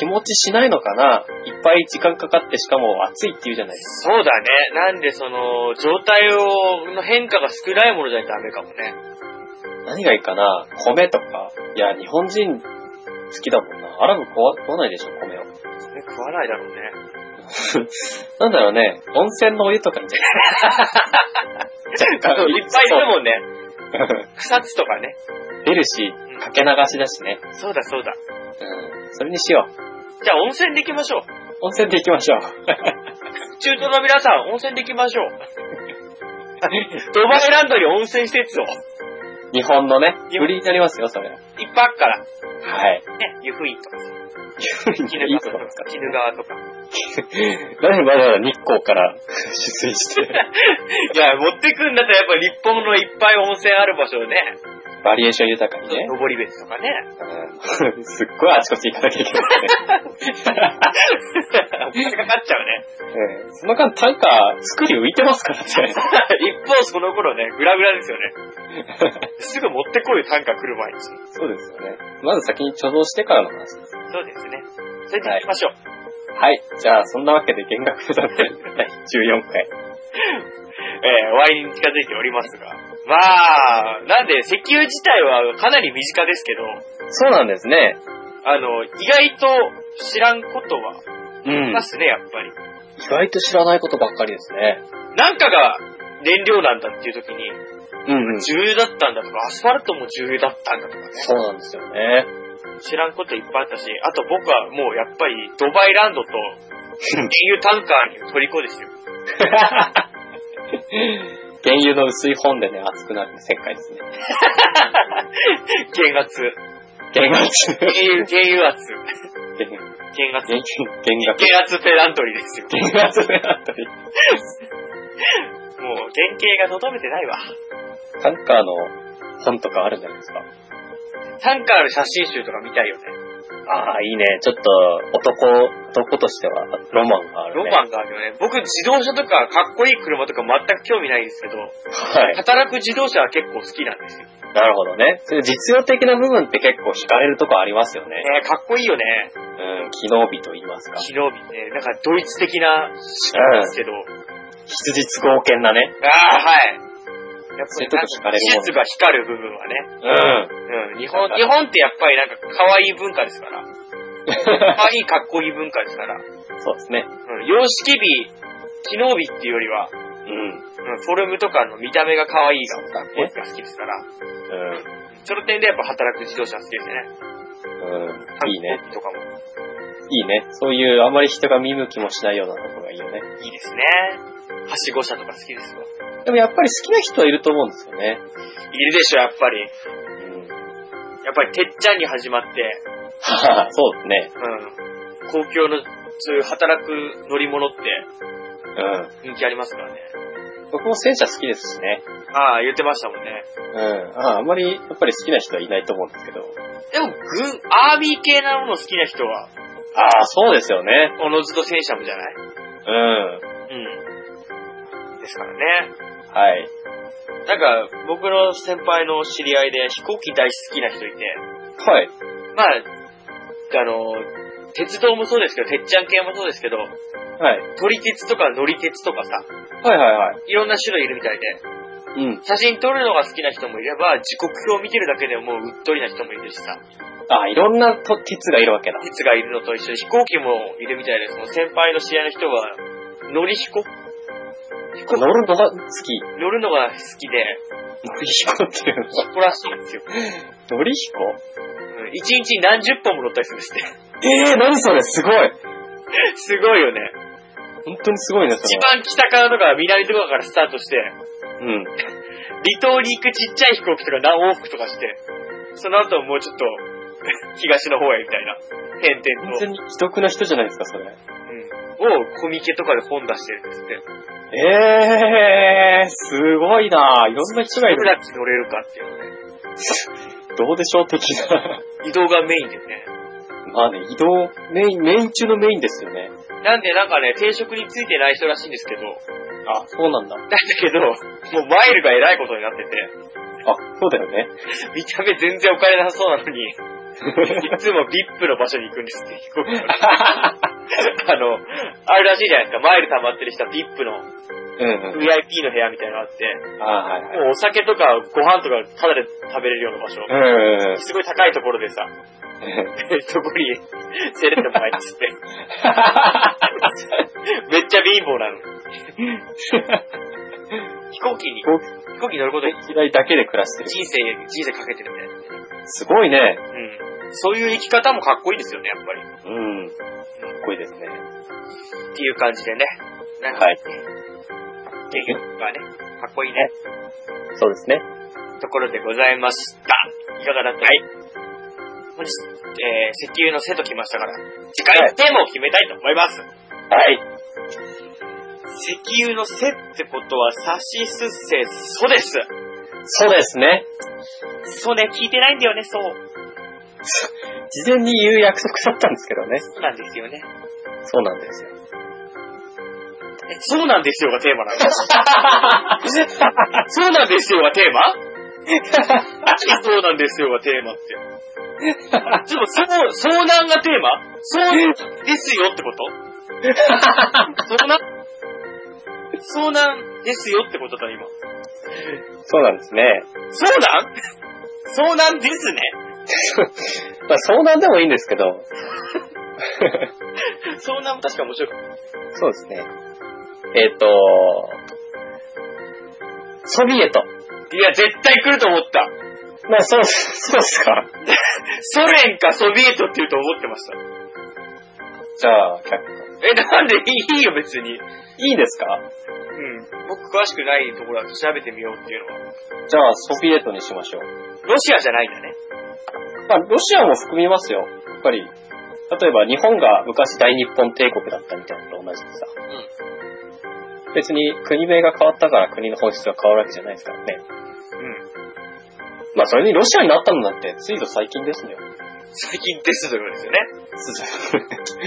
S1: 日持ちしないのかないっぱい時間かかってしかも暑いって言うじゃないです
S2: そうだね。なんでその、状態を、の変化が少ないものじゃダメかもね。
S1: か。何がいいかな米とか。いや、日本人好きだもんな。アラブ食わ食わないでしょ、米を。
S2: それ食わないだろうね。
S1: なんだろうね。温泉のお湯とか いいんじゃ
S2: あ
S1: な
S2: と
S1: い
S2: いっぱいいるもんね。
S1: も
S2: 草津とかね。
S1: 出るし、
S2: うん
S1: かけ流しだしね。
S2: そうだそうだ。
S1: うん。それにしよう。
S2: じゃあ温泉で行きましょう。
S1: 温泉で行きましょう。
S2: 中東の皆さん、温泉で行き ましょう。ドバイランドに温泉施設を、
S1: 日本のね、
S2: 日本
S1: 売りになりますよ、それ。はい。
S2: いっぱいあるから、ね、湯布院とか、
S1: いいとこですか。
S2: 鬼怒川とか。
S1: なんでわざわざ日光から出水して、
S2: いや、持ってくんだったらやっぱ日本のいっぱい温泉ある場所をね、
S1: バリエーション豊かにね。
S2: 登別とかね、
S1: うんすっごいあちこち行かなきゃいけないね。
S2: お金かかっちゃうね。
S1: うんその間、タンカー、作り浮いてますからね。
S2: 一方その頃ね、グラグラです よね。すぐ持ってこいよ、単価来る前に。そ
S1: そうですよね。まず先に貯蔵してからの話です。
S2: うですね。それで行きましょう。
S1: はい。じゃあ、そんなわけで弦楽譜だって、第14回。
S2: えー、終わりに近づいておりますが、まあ、なんで、石油自体はかなり身近ですけど、
S1: そうなんですね。
S2: あの、意外と知らんことは
S1: う
S2: い
S1: ん
S2: ま。すね、やっぱり。
S1: 意外と知らないことばっかりですね。
S2: なんかが燃料なんだっていう時に、
S1: うんうん。
S2: 重油だったんだとか、アスファルトも重油だったんだとかね、
S1: そうなんですよね。
S2: 知らんこといっぱいあったし、あと僕はもうやっぱりドバイランドと、原油タンカーに虜ですよ。
S1: 原油の薄い本でね、熱くなって世界ですね。
S2: 減圧。
S1: 原圧。
S2: 原油、原油圧。
S1: 原原
S2: 減圧。
S1: 原額。
S2: 減圧ペラントリーですよ。
S1: 原圧であったり。
S2: もう、原型がとどめてないわ。
S1: タンカーの本とかあるんじゃないですか。
S2: タンカーの写真集とか見たいよね。
S1: ああ、いいね。ちょっと、男、男としては、ロマンがある
S2: ロ
S1: ね。
S2: マ
S1: ン
S2: ンがあるよね。僕、自動車とか、かっこいい車とか全く興味ないんですけど、
S1: はい。
S2: 働く自動車は結構好きなんですよ。ね
S1: なるほどね。そういう実用的な部分って結構惹かれるとこありますよね。
S2: かっこいいよね。
S1: うん、機能美と言いますか。
S2: 昨日日ね、なんかドイツ的な力ですけど、あ
S1: 必実貢献なね。
S2: あー、はい。やっ
S1: そういうとこ惹か
S2: ぱりな
S1: れる
S2: んか技
S1: もん
S2: 術が光る部分はね、
S1: う。
S2: うん、日本、日本ってやっぱりなんか可愛い文化ですから、 可愛いかっこいい文化ですから、うん
S1: そうですね。
S2: ん、様式美、機能美っていうよりは、
S1: うん。
S2: うんフォルムとかの見た目が可愛いが、かっこいいが好きですから、
S1: う
S2: その点でやっぱ働く自動車好きですね。
S1: ん。うん。いいね。。
S2: とかも。
S1: いいね。そういう、あまり人が見向きもしないようなとこがいいよね。
S2: いいですね。はしご車とか好きですよ。
S1: でもやっぱり好きな人はいると思うんですよね。
S2: いるでしょ、やっぱり。や
S1: うん。
S2: っぱり、てっちゃんに始まって、
S1: ははそうですね。
S2: うん。公共の、そういう働く乗り物って
S1: うん。
S2: 人気ありますからね。
S1: 僕も戦車好きですしね。
S2: ああ、言ってましたもんね。
S1: うん。ああんまり、やっぱり好きな人はいないと思うんですけど。
S2: でも、軍、アーミー系なもの好きな人は、
S1: ああ、そうですよね。
S2: おのずと戦車もじゃない
S1: うん。
S2: うん。ですからね。
S1: はい。
S2: なんか、僕の先輩の知り合いで飛行機大好きな人いて、
S1: はい。
S2: まあ、あの、鉄道もそうですけど、鉄ちゃん系もそうですけど、
S1: はい。
S2: 撮り鉄とか乗り鉄とかさ、
S1: はいはいはい。
S2: いろんな種類いるみたいで、
S1: うん。
S2: 写真撮るのが好きな人もいれば、時刻表を見てるだけでもううっとりな人もいるしさ、
S1: ああ、いろんなと鉄がいるわけだ。
S2: 鉄がいるのと一緒に飛行機もいるみたいで、その先輩の知り合いの人は、乗り飛行飛行
S1: 乗るのが好き。
S2: 乗るのが好きで、
S1: 乗り飛行っていうの
S2: そこらしいんですよ。
S1: 乗り飛行
S2: うん一日に何十本も乗ったりするんですね。
S1: ええー、何それすごい。
S2: すごいよね。
S1: 本当にすごいね、そ
S2: 一番北からとか南とかからスタートして、
S1: れ。うん。
S2: 離島に行くちっちゃい飛行機とか何往復とかして、その後もうちょっと 東の方へみたいな、変
S1: 本
S2: 々
S1: 当
S2: と、
S1: に既得な人じゃないですか、それ。
S2: うん、をコミケとかで本出してるんですって。
S1: ええー、すごいなぁ。いろんな人がい
S2: どれ
S1: る。
S2: だけ乗れるかっていうのね。
S1: どうでしょう、的な。
S2: 移動がメインでね。
S1: まあね、移動、メイン、メイン中のメインですよね。
S2: なんでなんかね、定職についてない人らしいんですけど、なん
S1: あ、そうなんだ。
S2: だけど、もうマイルがえらいことになってて、
S1: あ、そうだよね。
S2: 見た目全然お金なさそうな のに、いつも VIP の場所に行くんですって、飛行機のあの、あるらしいじゃないですか、マイル溜まってる人は VIP の、
S1: うんうん。
S2: VIP の部屋みたいなのあって、
S1: あはいはい。
S2: もうお酒とかご飯とかただで食べれるような場所。
S1: うんうんうん。
S2: すごい高いところでさ、 そこにセレットも入ってて。めっちゃ貧 乏なの。飛行機に、
S1: 飛行
S2: 飛行機乗ることに
S1: 嫌いだけで暮らしてる。
S2: 人生、人生かけてるみたいな。
S1: すごいね。
S2: うん。そういう生き方もかっこいいですよね、やっぱり。
S1: うん。かっこいいですね。
S2: っていう感じでね。なんか
S1: はい。
S2: っていうのがね、かっこいいね。
S1: そうですね。
S2: ところでございました。いかがだったい本日、えー、石油の瀬ときましたから、次回のテーマを決めたいと思います。
S1: はい。
S2: 石油の瀬ってことは、さしすせそです。
S1: そうですね。
S2: そうね、聞いてないんだよね、そう。
S1: 事前に言う約束だったんですけどね。
S2: そうなんですよね。
S1: そうなんですよ。
S2: えそうなんですよがテーマなのそうなんですよがテーマ何そうなんですよがテーマって。でも、そう、遭難がテーマそうですよってこと遭難遭難ですよってことだ、今。
S1: そうなんですね。
S2: そうなんそうなんですね。
S1: まあ、相談でもいいんですけど、
S2: そうなんも確か面白い。
S1: そうですね。えっ、と、ソビエト。
S2: いや、絶対来ると思った。
S1: まあ、そう、そうっすか。
S2: ソ連かソビエトって言うと思ってました。
S1: じゃあ、100
S2: え、なんでいいいいよ、別に。
S1: いいですか
S2: うん。僕詳しくないところだと調べてみようっていうのは。
S1: じゃあ、ソビエトにしましょう。
S2: ロシアじゃないんだね。
S1: まあ、ロシアも含みますよ。やっぱり、例えば日本が昔大日本帝国だったみたいなのと同じでさ。別に国名が変わったから国の本質が変わるわけじゃないですからね。
S2: うん。
S1: まあ、それにロシアになったのなんて、ついぞ最近ですね。
S2: 最近ですということですよね。
S1: す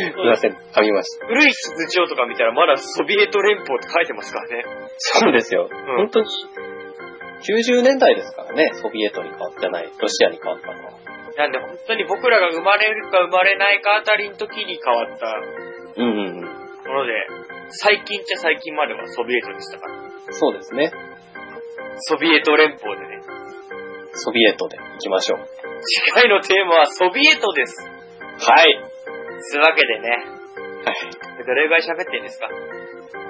S1: いません、噛みました。
S2: 古い通帳とか見たらまだソビエト連邦って書いてますからね。
S1: そうですよ。
S2: うん
S1: 本当に、90年代ですからね、ソビエトに変わってない、ロシアに変わったのは。
S2: なんで本当に僕らが生まれるか生まれないかあたりの時に変わった
S1: うんうんうん。
S2: もので、最近っちゃ最近まではソビエトでしたから。
S1: そうですね。
S2: ソビエト連邦でね。
S1: ソビエトで行きましょう。
S2: 次回のテーマはソビエトです。
S1: はい。
S2: つうわけでね。
S1: はい。
S2: どれぐらい喋ってんですか
S1: こ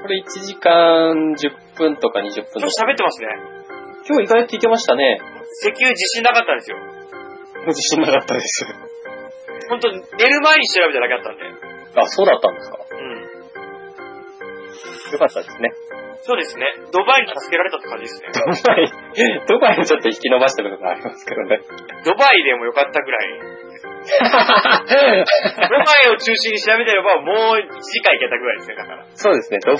S1: れ1時間10分とか20分
S2: 今
S1: とか。
S2: 日喋ってますね。
S1: 今日意外といけましたね。
S2: 石油自信なかったんですよ。
S1: 自信なかったです。
S2: ほんと、寝る前に調べただけだったんで。う
S1: あ、そうだったんですか。
S2: ん。
S1: よかったですね。
S2: そうですね。ドバイに助けられたって感じですね。
S1: ドバイ、ドバイちょっと引き伸ばしてるのがありますけど ね。
S2: ドバイでもよかったぐらい。ドバイを中心に調べてればもう1時間いけたぐらいですね、だから。
S1: そうですね、ドバイ。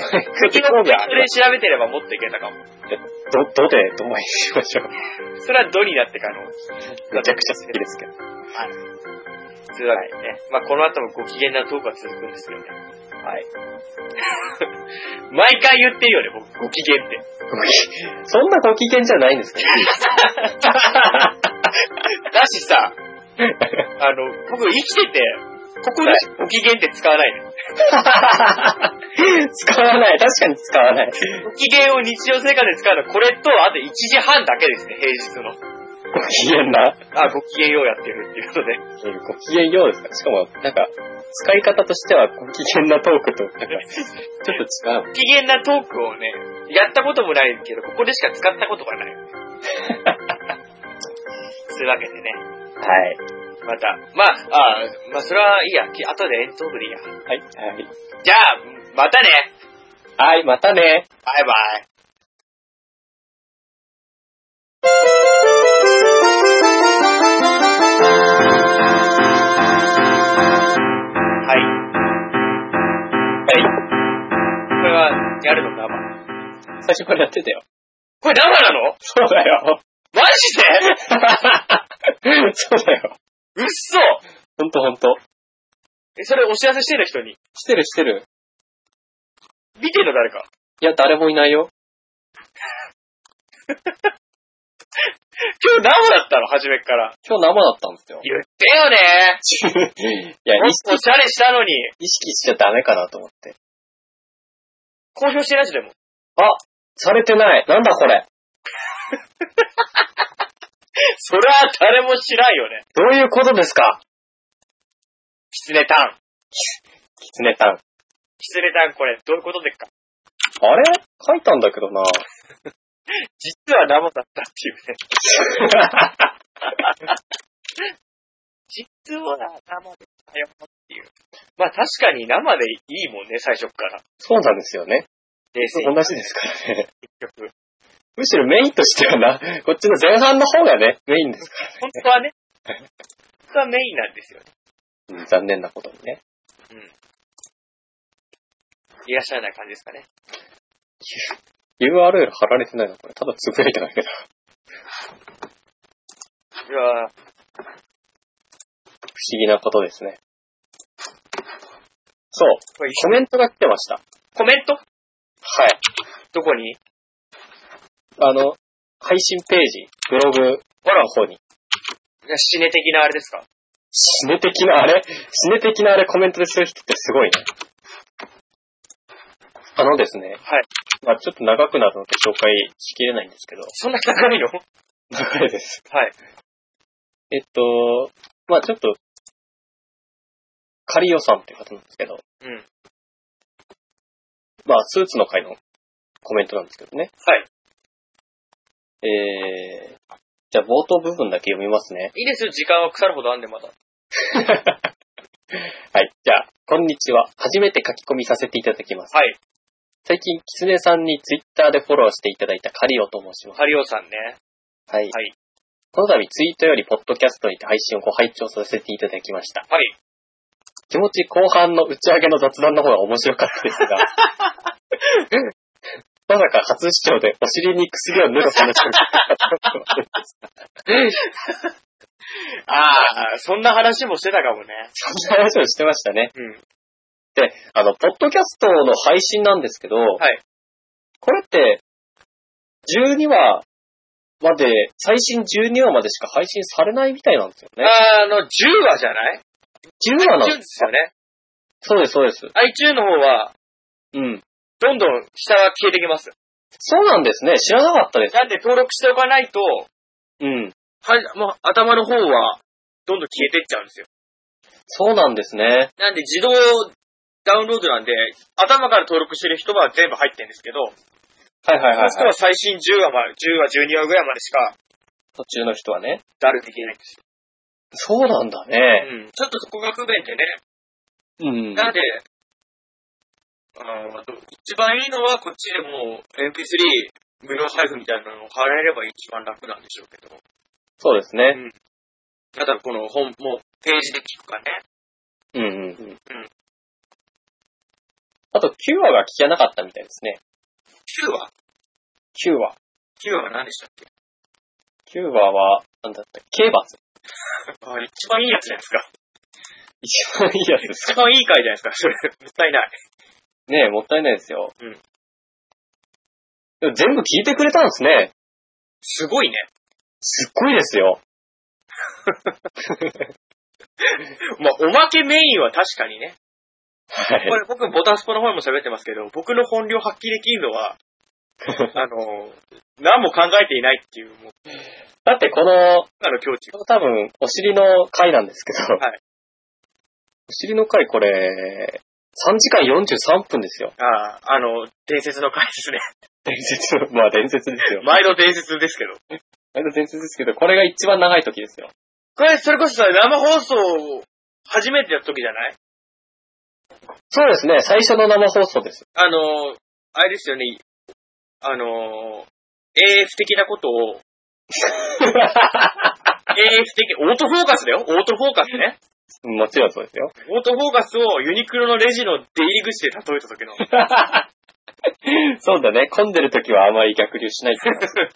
S2: 敵の
S1: 興味
S2: 敵
S1: はあり
S2: で
S1: ます
S2: 調べてればもっといけたかも。
S1: ど、どでドバイにしましょう。
S2: それはドにだって可能。
S1: めちゃくちゃ好きですけど。
S2: というわけでね。まあこの後もご機嫌なトークは続くんですけどね。
S1: はい。
S2: 毎回言ってるよね、僕、ご機嫌って。
S1: そんなご機嫌じゃないん ですけど。
S2: だしさ、あの、僕生きてて、ここでご機嫌って使わないの。
S1: 使わない。確かに使わない。
S2: ご機嫌を日常生活で使うのはこれと、あと1時半だけですね、平日の。
S1: ご機嫌な。
S2: あ、ご機嫌ようやってるっていうことで。
S1: ご機嫌ようですかしかも、なんか、使い方としてはご機嫌なトークと、なんか、ちょっと違う。
S2: ご機嫌なトークをね、やったこともないけど、ここでしか使ったことがない。そういうわけでね、
S1: はい。
S2: また、まあ、あーまあ、それはいいや、き後でエントークでいいや。
S1: はい。はい。
S2: じゃあ、またね
S1: はい、またね。
S2: バイバイ
S1: は
S2: はい。
S1: い。
S2: これは、やるの生。
S1: 最初からやってたよ。
S2: これ生なの
S1: そうだよ。
S2: マジで
S1: そうだよ。
S2: うっそ
S1: ほんとほんと。
S2: え、それお知らせしてんの人に。
S1: してるしてる。
S2: 見てんの誰か。
S1: いや、誰もいないよ。
S2: 今日生だったの初めっから。
S1: 今日生だったん ですよ。
S2: 言ってよね
S1: いや、
S2: も
S1: 意
S2: っとお
S1: 識、
S2: しゃれしたのに、
S1: 意識しちゃダメかなと思って。
S2: 公表してないしでも。
S1: されてない。なんだこれ。
S2: それは誰も知らんよね。
S1: どういうことですか
S2: キツネタン。
S1: キツネタン。
S2: キツネタンこれ、どういうことですか
S1: あれ書いたんだけどな。
S2: 実は生だったっていうね。実は生でしたよっていう。まあ確かに生でいいもんね、最初っから。
S1: そうなんですよね。
S2: 冷静
S1: 同
S2: に
S1: じですからね。
S2: 結局。
S1: むしろメインとしてはな、こっちの前半の方がね、メインですか
S2: 本当はね、本当はメインなんですよね。
S1: ら。うん残念なことにね。
S2: いらっしゃらない感じですかね。
S1: URL 貼られてないのこれ。ただつぶやいただけだ。
S2: いやー
S1: 不思議なことですね。そう。
S2: これ一
S1: コメントが来てました。
S2: コメント
S1: はい。
S2: どこに
S1: あの、配信ページ、ブログ、ほらの方に。
S2: いや死ね的なあれですか
S1: 死ね的なあれ死ね的なあれコメントでする人ってすごいね。あのですね。
S2: はい。
S1: まあちょっと長くなるので紹介しきれないんですけど、
S2: そんな高いのはい。
S1: 長いです。えっと、まあちょっと、カリオさんっていう方なんですけど、
S2: うん。
S1: まあスーツの回のコメントなんですけどね。
S2: はい。
S1: えー、じゃあ冒頭部分だけ読みますね。
S2: いいですよ、時間は腐るほどあんで、まだ。
S1: はい。じゃあ、こんにちは。初めて書き込みさせていただきます。
S2: はい。
S1: 最近、キツネさんにツイッターでフォローしていただいたカリオと申します。
S2: ハリオさんね。
S1: はい。
S2: はい
S1: この度、ツイートよりポッドキャストにて配信をご拝聴させていただきました。
S2: はい。
S1: 気持ち後半の打ち上げの雑談の方が面白かったですが、まさか初視聴でお尻に薬を塗る話を
S2: ああ、そんな話もしてたかもね。
S1: そんな話をしてましたね。
S2: うん。
S1: で、あの、ポッドキャストの配信なんですけど、
S2: い
S1: これって、12話まで、最新12話までしか配信されないみたいなんですよね。
S2: あーあの、10話じゃない
S1: 10話なん
S2: ?10
S1: で。
S2: ですすよね。
S1: そうです、そうです。
S2: iTune の方は、
S1: うん。
S2: どんどん下は消えてきます。
S1: そうなんですね。知らなかったです。
S2: なんで登録しておかないと、
S1: うん。
S2: はい、もう頭の方は、どんどん消えてっちゃうんですよ。
S1: そうなんですね。
S2: なんで自動ダウンロードなんで、頭から登録してる人は全部入ってるんですけど、
S1: はいはいはい、
S2: そ
S1: は
S2: の
S1: い。
S2: 人は最新10話まで、10話、12話ぐらいまでしか、
S1: 途中の人はね。
S2: ダルできないんですよ。
S1: そうなんだね。
S2: うん。ちょっとそこが不便でね。
S1: うん。
S2: なんで、あの、一番いいのはこっちでもう MP3 無料配布みたいなのを払えれば一番楽なんでしょうけど。
S1: そうですね。
S2: ただこの本、もうページで聞くかね。
S1: うんうんうん。あと9話が聞けなかったみたいですね。
S2: 9話
S1: 9話。
S2: ?9 話何でしたっけ
S1: 9話は、なんだった刑罰。
S2: あ一番いいやつじゃないですか。
S1: 一番いいやつです
S2: 一番いい回じゃないですか、それ。もったいない。
S1: ねえ、もったいないですよ。
S2: うん
S1: でも全部聞いてくれたんですね。
S2: すごいね。
S1: すっごいですよ。
S2: まあ、おまけメインは確かにね。
S1: はい
S2: こ。れ僕、ボタンスポの方にも喋ってますけど、僕の本領発揮できるのは、 あの、何も考えていないっていう、もう、
S1: だってこの、
S2: あの境地。
S1: この多分、お尻の回なんですけど、
S2: はい
S1: お尻の回これ、3時間43分ですよ。
S2: ああ、あの、伝説の回ですね。
S1: 伝説の、まあ伝説ですよ。
S2: 毎度伝説ですけど。
S1: あれ伝説ですけど、これが一番長い時ですよ。
S2: これ、それこそさ、生放送、初めてやった時じゃない
S1: そうですね、最初の生放送です。
S2: あの、あれですよね、あの、AF 的なこと を、AF 的、オートフォーカスだよオートフォーカスね。
S1: もちろんそうですよ。
S2: オートフォーカスをユニクロのレジの出入り口で例えた時 の。
S1: そうだね、混んでる時はあまり逆流しないっていうの は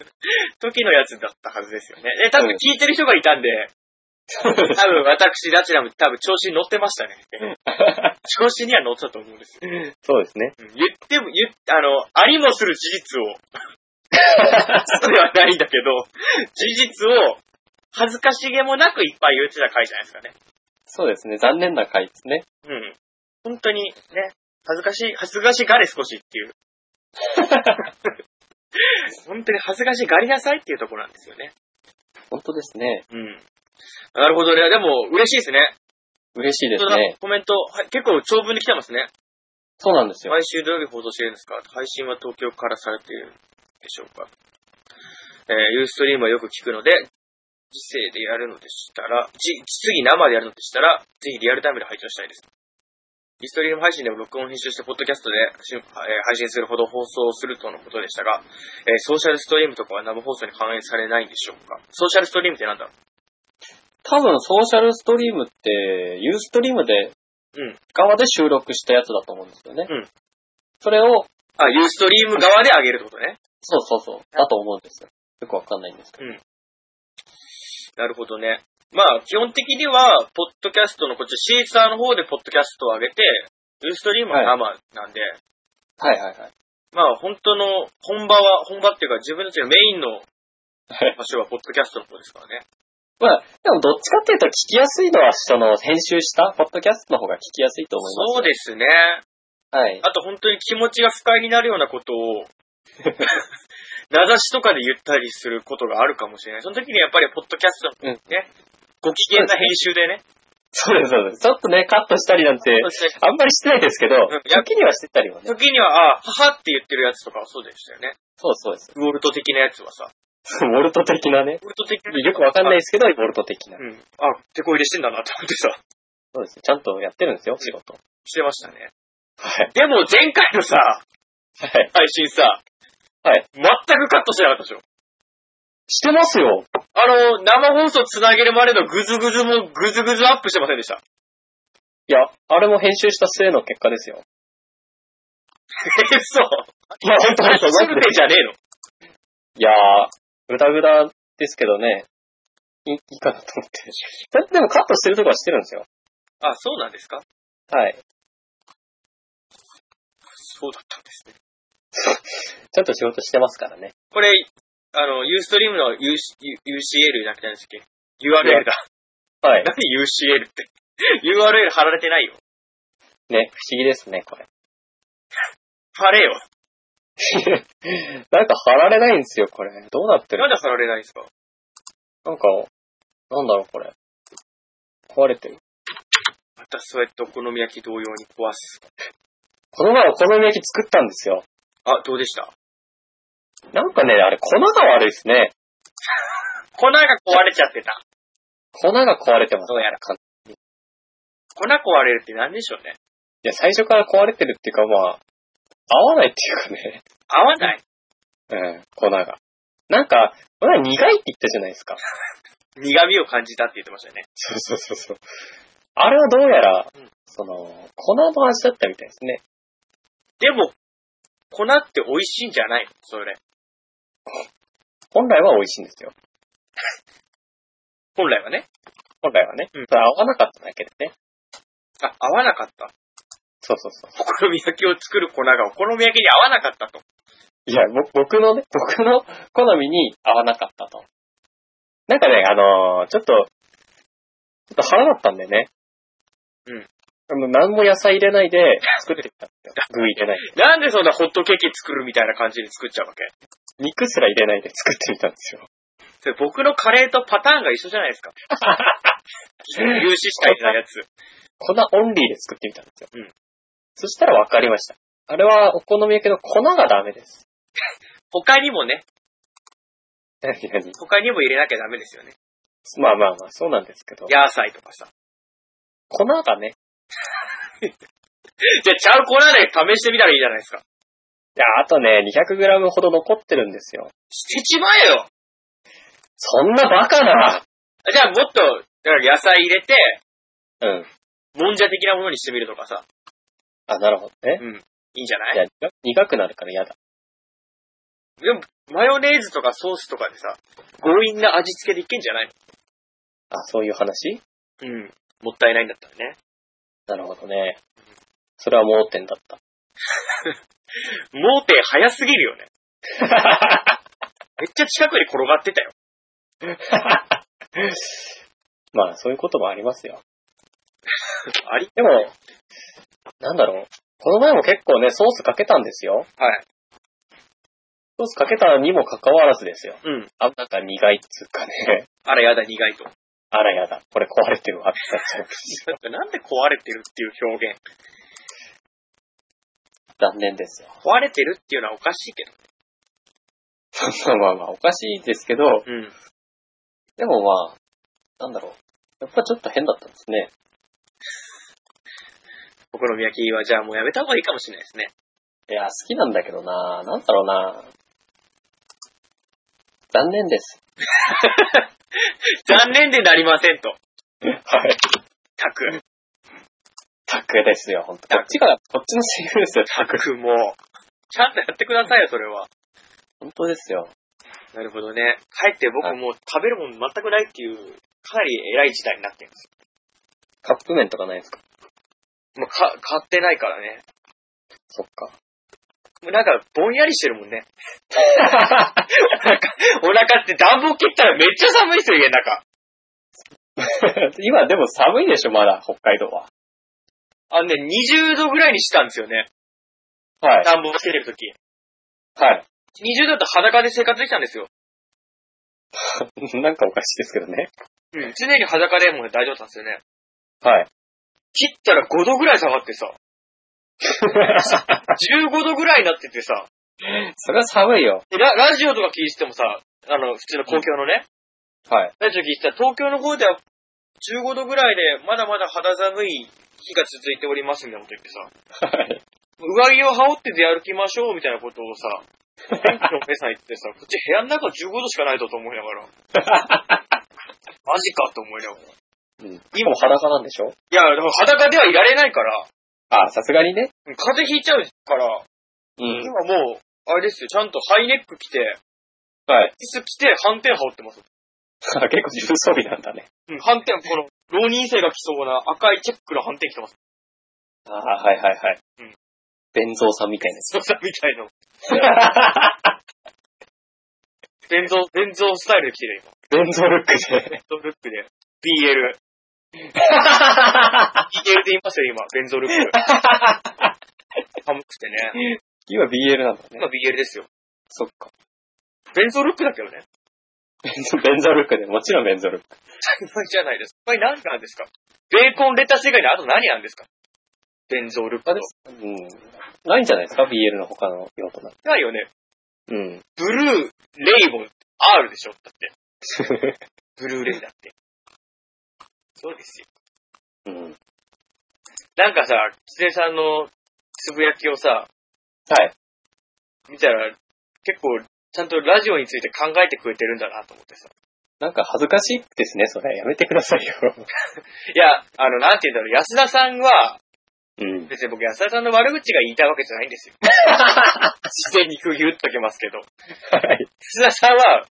S2: 時のやつだったはずですよね。え、多分
S1: うん
S2: 聞いてる人がい たんで、
S1: そうです
S2: 多分私、ダチラも多分調子に乗ってましたね。 調子には乗ってたと思うんですよ。
S1: そうですね。
S2: うん言っても、言っあの、ありもする事実を、そうではないんだけど、事実を、恥ずかしげもなくいっぱい言ってた回じゃないですかね。
S1: そうですね、残念な回ですね。
S2: うん。本当に、ね、恥ずかしい、恥ずかしがれ少しっていう。 本当に恥ずかしがりなさいっていうところなんですよね。
S1: 本当ですね。
S2: うん。なるほどね。でも、嬉しいですね。
S1: 嬉しいです
S2: 本当
S1: ね
S2: だ。コメント、はい結構長文で来てますね。
S1: そうなんですよ。
S2: 毎週土曜日放送してるんですか配信は東京からされているんでしょうかえー、ユーストリームはよく聞くので、時世でやるのでしたら、じ次生でやるのでしたら、ぜひリアルタイムで拝聴したいです。ユーストリーム配信でも録音編集して、ポッドキャストでし、えー配信するほど放送するとのことでしたが、えーソーシャルストリームとかは生放送に反映されないんでしょうかソーシャルストリームってなんだろう
S1: 多分ソーシャルストリームって、ユーストリームで、
S2: うん
S1: 側で収録したやつだと思うんですよね。
S2: うん
S1: それを、
S2: あ、ユーストリーム側で上げるってことね。
S1: そうそうそう、だと思うんですよ。よくわかんないんですけど。
S2: なるほどね。まあ、基本的には、ポッドキャストのこっち、シーサーの方でポッドキャストを上げて、ユーストリームは生なんで、
S1: はいはいはい。
S2: まあ、本当の、本場は、本場っていうか、自分たちのメインの
S1: はい
S2: 場所はポッドキャストの方ですからね。
S1: まあ、でもどっちかっていうと聞きやすいのは、その、編集したポッドキャストの方が聞きやすいと思います。
S2: そうですね。
S1: はい。
S2: あと本当に気持ちが不快になるようなことを、名指しとかで言ったりすることがあるかもしれない。その時にやっぱりポッドキャストのね、ご機嫌な編集でね、
S1: そうです、そうです。ちょっとね、カットしたりなんて、
S2: そして
S1: あんまりしてないですけど、時にはしてたりはね。
S2: 時には、あははって言ってるやつとかはそうでしたよね。
S1: そうそう です。
S2: ウォルト的なやつはさ。
S1: モルト的なね。
S2: ウォルト的な
S1: よくわかんないですけど、モルト的な。
S2: うん。あ、手こ入れしてんだなと思ってさ、
S1: そうです。ちゃんとやってるんですよ、仕事。
S2: してましたね。
S1: はい。
S2: でも前回のさ、
S1: はい。
S2: 配信さ、
S1: はい。
S2: 全くカットしてなかったでしょ。
S1: してますよ。
S2: あの、生放送つなげるまでのグズグズもグズグズアップしてませんでした。
S1: いや、あれも編集した末の結果ですよ。
S2: え、そう。
S1: いや、本当 に
S2: すぐてじゃねえの。
S1: いやー、ぐだぐだですけどね、いいいかなと思って。だってで もカットしてるとこはしてるんですよ。
S2: あ、そうなんですか
S1: はい。
S2: そうだったんですね。
S1: ちゃんと仕事してますからね。
S2: これ、あの、ユーストリームの U- U- UCL なくてなんですっけ ?URL だ。
S1: はい。
S2: 何 UCL って。URL 貼られてないよ。
S1: ね、不思議ですね、これ。
S2: 貼れよ。
S1: なんか貼られないんですよ、これ。どうなってる
S2: なんで貼られないんですか
S1: なんか、なんだろう、これ。壊れてる。
S2: またそうやってお好み焼き同様に壊す。
S1: この前お好み焼き作ったんですよ。
S2: あ、どうでした
S1: なんかね、あれ、粉が悪いですね。
S2: 粉が壊れちゃってた。
S1: 粉が壊れてます。
S2: どうやら
S1: かんい
S2: 粉壊れるって何でしょうね。
S1: や、最初から壊れてるっていうか、まあ、合わないっていうかね。
S2: 合わない。
S1: うん、粉が。なんか、これは苦いって言ったじゃないですか。
S2: 苦味を感じたって言ってましたよね。
S1: そうそうそうそう。あれはどうやら、その、粉の味だったみたいですね。
S2: でも、粉って美味しいんじゃないのそれ。
S1: 本来は美味しいんですよ。
S2: 本来はね。
S1: 本来はね。
S2: うん
S1: それ合わなかっただけでね。
S2: あ、合わなかった。
S1: そうそうそう。
S2: お好み焼きを作る粉がお好み焼きに合わなかったと。
S1: いや、ぼ僕のね、 僕の好みに合わなかったと。なんかね、あのーちょっと、ちょっと腹だったんでね。
S2: うん。
S1: あの、何も野菜入れないで作ってきたん ですよ。具入れない。
S2: なんでそんなホットケーキ作るみたいな感じに作っちゃうわけ
S1: 肉すら入れないで作ってみたんですよ。
S2: それ僕のカレーとパターンが一緒じゃないですか。 有志したいなやつ。
S1: 粉オンリーで作ってみたんですよ。
S2: うん。
S1: そしたら分かりました。あれはお好み焼きの粉がダメです。
S2: 他にもね、
S1: 何何
S2: 他にも入れなきゃダメですよね。
S1: まあまあまあ、そうなんですけど。
S2: ヤーサイとかさ。
S1: 粉がね、
S2: じゃあ、ちゃう粉で試してみたらいいじゃないですか。
S1: いや、あとね、200g ほど残ってるんですよ。
S2: 捨てちまえよ
S1: そんなバカな
S2: じゃあ、もっと、だから野菜入れて、
S1: うん。
S2: もんじゃ的なものにしてみるとかさ。
S1: あ、なるほどね。
S2: いいんじゃない
S1: いや、苦苦くなるから嫌だ。
S2: でも、マヨネーズとかソースとかでさ、強引な味付けでいけんじゃない
S1: あ、そういう話
S2: のうん。もったいないんだったらね。
S1: なるほどね。それは盲点だっ た。
S2: 盲点早すぎるよね。めっちゃ近くに転がってたよ。
S1: まあ、そういうこともありますよ。
S2: あり
S1: でも、なんだろう。この前も結構ね、ソースかけたんですよ。
S2: はい。
S1: ソースかけたにもかかわらずですよ。
S2: うん。
S1: あ、なんか苦いっつうかね。
S2: あらやだ苦いと。
S1: あらやだ。これ壊れてるわ。ってなっちゃう
S2: だってなんで壊れてるっていう表現。
S1: 残念ですよ。
S2: 壊れてるっていうのはおかしいけど。
S1: まあまあまあ、おかしいですけど、
S2: うん。
S1: でもまあ、なんだろう。やっぱちょっと変だったんですね。
S2: お好み焼きはじゃあもうやめた方がいいかもしれないですね。
S1: いや、好きなんだけどななんだろうな残念です。
S2: 残念でなりませんと。
S1: はい。
S2: たく。
S1: タクですよ、ほんと。こっちが、こっちのセリフですよ。
S2: たくもう。ちゃんとやってくださいよ、それは。
S1: 本当ですよ。
S2: なるほどね。かえって僕もう食べるもん全くないっていう、かなり偉い時代になってるんです
S1: カップ麺とかないですか
S2: よ。もうか、買ってないからね。
S1: そっ か。
S2: もうなんか、ぼんやりしてるもんね。お腹、 お腹って暖房切ったらめっちゃ寒いですよ、家の中。
S1: 今でも寒いでしょ、まだ、北海道は。
S2: あのね、20度ぐらいにしたんですよね。
S1: はい。
S2: 暖房つけてるとき。
S1: はい。
S2: 20度だと裸で生活できたんですよ。
S1: なんかおかしいですけどね。
S2: うん。常に裸でもう大丈夫だったんですよね。
S1: はい。
S2: 切ったら5度ぐらい下がってさ、15度ぐらいになっててさ、
S1: それは寒いよ。
S2: でララジオとか聞いててもさ、あの、普通の公共のね、
S1: はい。
S2: ラジオ聞いてたら東京の方では15度ぐらいでまだまだ肌寒い日が続いておりますみたいなこと言ってさ、
S1: はい。
S2: 上着を羽織って出歩きましょうみたいなことをさ、 天気のお姉さん言ってさ、こっち部屋の中15度しかないとと思いなが ら、マジかと思いながら。
S1: 今も裸なんでしょ
S2: いや、でも裸ではいられないから、
S1: あ、さすがにね。
S2: 風邪ひいちゃうから、
S1: う
S2: 今。もう、あれですよ、ちゃんとハイネック着て、
S1: はい。
S2: 椅子着て、反転羽織ってます。
S1: 結構重装備なんだね。
S2: うん、反転、この、浪人生が着そうな赤いチェックの反転着てます。
S1: ああ、はいはいはい。
S2: うん。
S1: 弁蔵さんみたいです。
S2: そうさ、みたい な。電蔵、電蔵スタイルで着てる、今。
S1: 弁蔵ルックで。
S2: 電蔵ルックで。BL。BL って言いますよ、今。電蔵ルック。寒くてね。
S1: 今 BL なんだね。
S2: 今 BL ですよ。
S1: そっ か。
S2: 電蔵ルックだけどね。
S1: 弁蔵ルックで。もちろん弁蔵ルック。
S2: じゃないです。これ何なんですかベーコンレタス以外にあと何なんですか電蔵ルック
S1: あでうん。ないんじゃないですか ?BL の他の用途なんて。
S2: ないよね。
S1: うん。
S2: ブルー、レイボン、R でしょだって。ブルーレイだって。そうですよ
S1: うん。
S2: なんかさ、キツネさんのつぶやきをさ、
S1: はい。
S2: 見たら、結構、ちゃんとラジオについて考えてくれてるんだなと思ってさ。
S1: なんか恥ずかしいですね、それ。やめてくださいよ。
S2: いや、あの、なんて言うんだろう、安田さんは、
S1: うん。
S2: 別に僕安田さんの悪口が言いたいわけじゃないんで すよ。自然に区切っときますけど。
S1: はい。
S2: 安田さんは、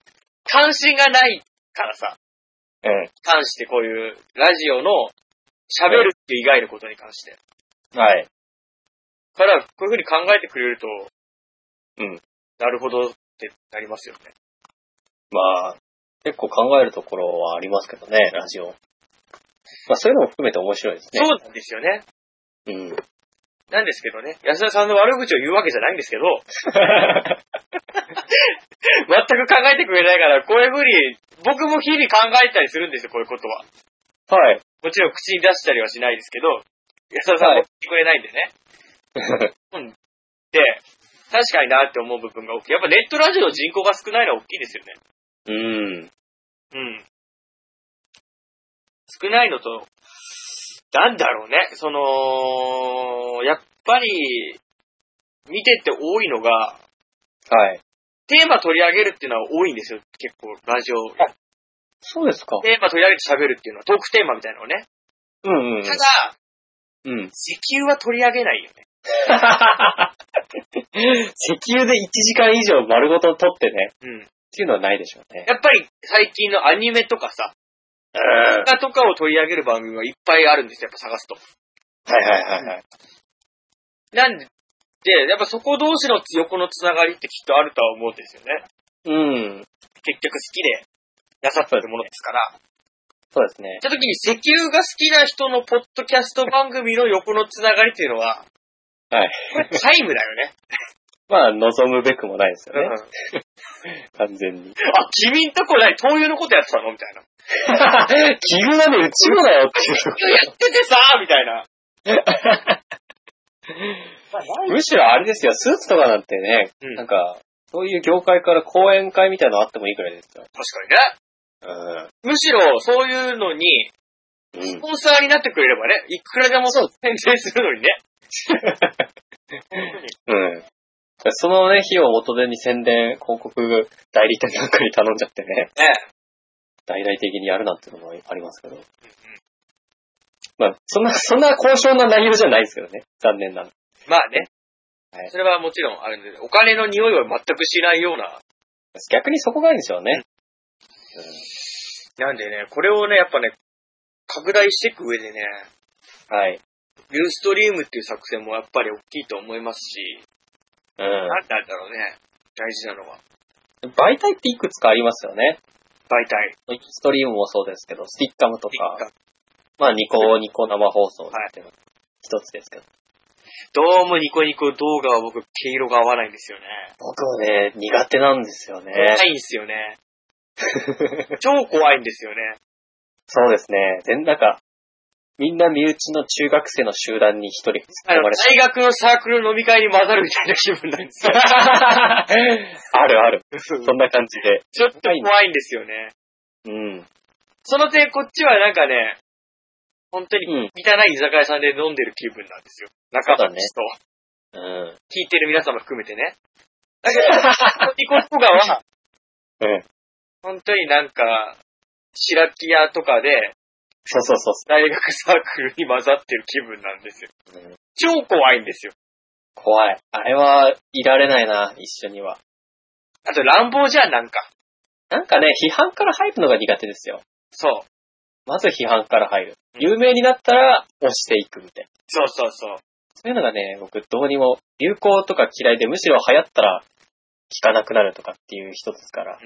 S2: 関心がないからさ、
S1: う
S2: 関してこういう、ラジオの、喋るっていう以外のことに関して。
S1: ん。はい。
S2: から、こういうふうに考えてくれると、
S1: うん。
S2: なるほどってなりますよね。
S1: まあ、結構考えるところはありますけどね、ラジオ。まあそういうのも含めて面白いですね。
S2: そうなんですよね。
S1: うん。
S2: なんですけどね、安田さんの悪口を言うわけじゃないんですけど、 全く考えてくれないから、こういうふうに、僕も日々考えたりするんですよ、こういうことは。
S1: はい。
S2: もちろん口に出したりはしないですけど、安田さんも言ってくれないん でね。で、確かになって思う部分が大きい。やっぱネットラジオの人口が少ないのは大きいですよね。
S1: うん。
S2: うん。少ないのと、なんだろうね、その、やっぱり、見てって多いのが、
S1: はい。
S2: テーマ取り上げるっていうのは多いんですよ、結構、ラジオ。
S1: そうですか。
S2: テーマ取り上げて喋るっていうのは、トークテーマみたいなのをね。
S1: うんうん
S2: た。だ、
S1: うん。
S2: 時給は取り上げないよね。
S1: 石油で1時間以上丸ごと取ってね、
S2: うん。
S1: っていうのはないでしょうね。
S2: やっぱり、最近のアニメとかさ、映画とかを取り上げる番組はいっぱいあるんですよ、やっぱ探すと。
S1: はいはいはいはい。
S2: なんで、やっぱそこ同士の横のつながりってきっとあるとは思うんですよね。
S1: うん。
S2: 結局好きで、なさってるものですから。
S1: そうですね。
S2: した時に、石油が好きな人のポッドキャスト番組の横のつながりっていうのは、
S1: はい。
S2: これタイムだ よね。
S1: まあ、望むべくもないですよ
S2: う
S1: ね。
S2: ん。
S1: 完全に。
S2: あ、君んとこない、灯油のことやってたのみたいな。
S1: 器具なんでうちもだよっていう。
S2: やっててさーみた いな。
S1: むしろあれですよ、スーツとかなんてね、
S2: うん
S1: なんか、そういう業界から講演会みたいなのあってもいいくらいですよ。
S2: 確かにね。
S1: うん。
S2: むしろ、そういうのに、ス
S1: うん。
S2: ポンサーになってくれればね、いくらでも
S1: そう
S2: 宣伝するのにね。
S1: うん。そのね、費用を元手に宣伝、広告代理店なんかに頼んじゃってね、
S2: え
S1: 大々的にやるなんてのもありますけど。まあ、そんな、そんな高尚な内容じゃないですけどね。残念なの。
S2: え。まあね
S1: は。い
S2: それはもちろんあるんで、お金の匂いは全くしないような。
S1: 逆にそこがいいんでしょうね。
S2: なんでね、これをね、やっぱね、拡大していく上でね、
S1: うん、はい。
S2: ユーストリームっていう作戦もやっぱり大きいと思いますし、
S1: うん。
S2: なんなんだろうね、大事なのは、
S1: 媒体っていくつかありますよね。
S2: 媒体。
S1: ストリームもそうですけど、スティッカムとか、
S2: 一家
S1: まあ、ニコニコ生放送っていうのが一つですけど。
S2: どうもニコニコ動画は僕、毛色が合わないんですよね。
S1: 僕もね、苦手なんですよね。
S2: 怖いんですよね。超怖いんですよね。
S1: そうですね。全なんか、みんな身内の中学生の集団に一人突っ
S2: あ
S1: 込
S2: の、
S1: まれて。
S2: 大学のサークル飲み会に混ざるみたいな気分なん ですよ。
S1: あるある。そんな感じで。
S2: ちょっと怖いんですよね。
S1: うん。
S2: その点、こっちはなんかね、本当に
S1: う
S2: 汚
S1: ん。
S2: い居酒屋さんで飲んでる気分なんですよ。仲間たちと、
S1: うん。
S2: 聞いてる皆様含めてね。だけど、ニコニコ動画は、
S1: うん。
S2: 本当になんか、白木屋とかで、
S1: そうそうそうそ
S2: 大学サークルに混ざってる気分なんですよ。
S1: う、うん
S2: 超怖いんですよ。
S1: 怖い。あれは、いられないな、一緒には。
S2: あと乱暴じゃん、なんか。
S1: なんかね、批判から入るのが苦手ですよ。
S2: そう。
S1: まず批判から入る。有名になったら、押していくみたいな。
S2: そうそうそう。
S1: そういうのがね、僕、どうにも、流行とか嫌いで、むしろ流行ったら、聞かなくなるとかっていう人ですから。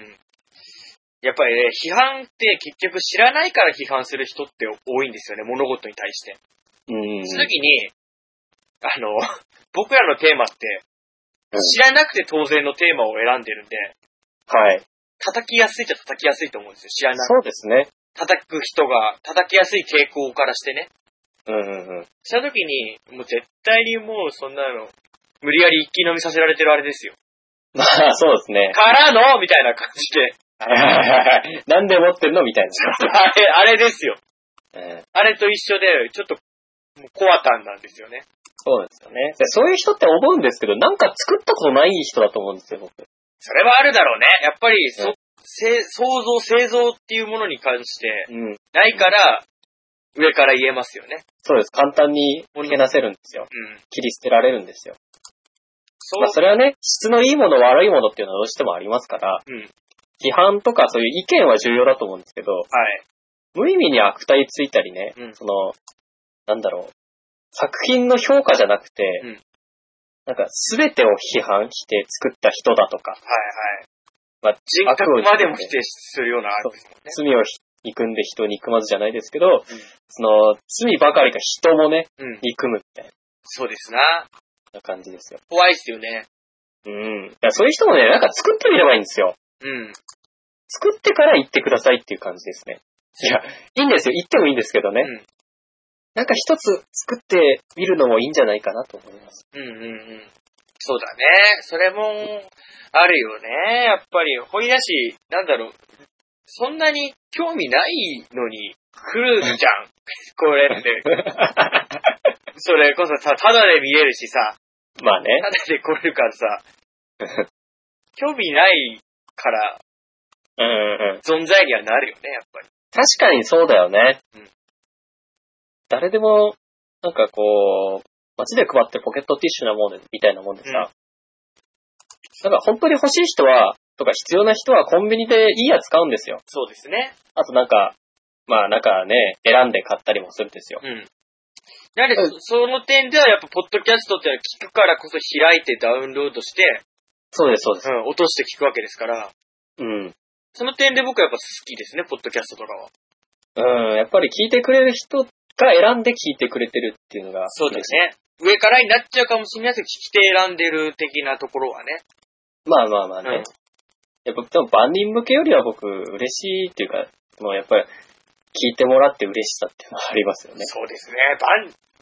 S2: やっぱりね、批判って結局知らないから批判する人って多いんですよね、物事に対して。
S1: うん。
S2: その時に、あの、 僕らのテーマって
S1: うん、
S2: 知らなくて当然のテーマを選んでるんで、
S1: はい。
S2: 叩きやすいっちゃ叩きやすいと思うんですよ、知らない。
S1: そうですね。
S2: 叩く人が、叩きやすい傾向からしてね。
S1: うんうん うん。
S2: した時に、もう絶対にもうそんなの、無理やり一気飲みさせられてるあれですよ。
S1: まあ、そうですね。
S2: からのみたいな感じで。
S1: はいはいはいはい。なんで持ってんのみたい
S2: あれ、あれですよ。
S1: な。うん
S2: あれと一緒で、ちょっと、もうコアタンなんですよね。
S1: そうですよね。でそういう人って思うんですけど、なんか作ったことない人だと思うんですよ、僕。
S2: それはあるだろうね。やっぱり、そ
S1: うん
S2: せ想像、製造っていうものに関して、
S1: うん。
S2: ないから、上から言えますよね。
S1: そうです。簡単にけなせるんですよ。
S2: うん。
S1: 切り捨てられるんですよ。
S2: そう、
S1: まあ、それはね、質のいいもの、悪いものっていうのはどうしてもありますから、
S2: うん。
S1: 批判とかそういう意見は重要だと思うんですけど、
S2: はい。
S1: 無意味に悪態ついたりね、
S2: うん
S1: その、なんだろう、作品の評価じゃなくて、
S2: うん
S1: なんか全てを批判して作った人だとか、
S2: はいはい。
S1: まあ、
S2: 人
S1: 悪を言
S2: 格
S1: って
S2: までも否定するようなあれですもん
S1: 罪
S2: ね。
S1: を憎んで人を憎まずじゃないですけど、その、罪ばかりか人もね、
S2: うん。
S1: 憎むみたい
S2: そうですな。
S1: な感じですよ。
S2: 怖いっすよね。
S1: うん。だからそういう人もね、なんか作ってみればいいんですよ。
S2: うん。
S1: 作ってから言ってくださいっていう感じですね。いや、いいんですよ。言ってもいいんですけどね。
S2: うん
S1: なんか一つ作ってみるのもいいんじゃないかなと思います。
S2: うんうんうん。そうだね。それも、あるよね。やっぱり、ほいだし、なんだろう。そんなに興味ないのに来るじゃん。 これって。それこそさ、ただで見えるしさ、
S1: まあ
S2: た
S1: ね。
S2: だで来れるからさ、 興味ないから
S1: うんうんうん。
S2: 存在にはなるよね、やっぱり。
S1: 確かにそうだよね。
S2: うん
S1: 誰でも、なんかこう、街で配ってるポケットティッシュなもんで、みたいなもんでさ、
S2: うん
S1: なんか本当に欲しい人は、とか必要な人はコンビニでいいやつ買うんですよ。
S2: そうですね。
S1: あとなんか、まあなんかね、選んで買ったりもするんですよ。
S2: うん。やはりそ、その点ではやっぱ、ポッドキャストってのは聞くからこそ開いてダウンロードして、
S1: そうです、そうです
S2: う。ん、落として聞くわけですから、
S1: うん。
S2: その点で僕はやっぱ好きですね、ポッドキャストとかは。
S1: うん、やっぱり聞いてくれる人が選んで聞いてくれてるっていうのが、
S2: そうですね。上からになっちゃうかもしれないですけど、聞き手選んでる的なところはね。
S1: まあまあまあね。
S2: うん
S1: やっぱでも万人向けよりは僕、嬉しいっていうか、もうやっぱり、聞いてもらって嬉しさっていうのはありますよね。
S2: そうですね。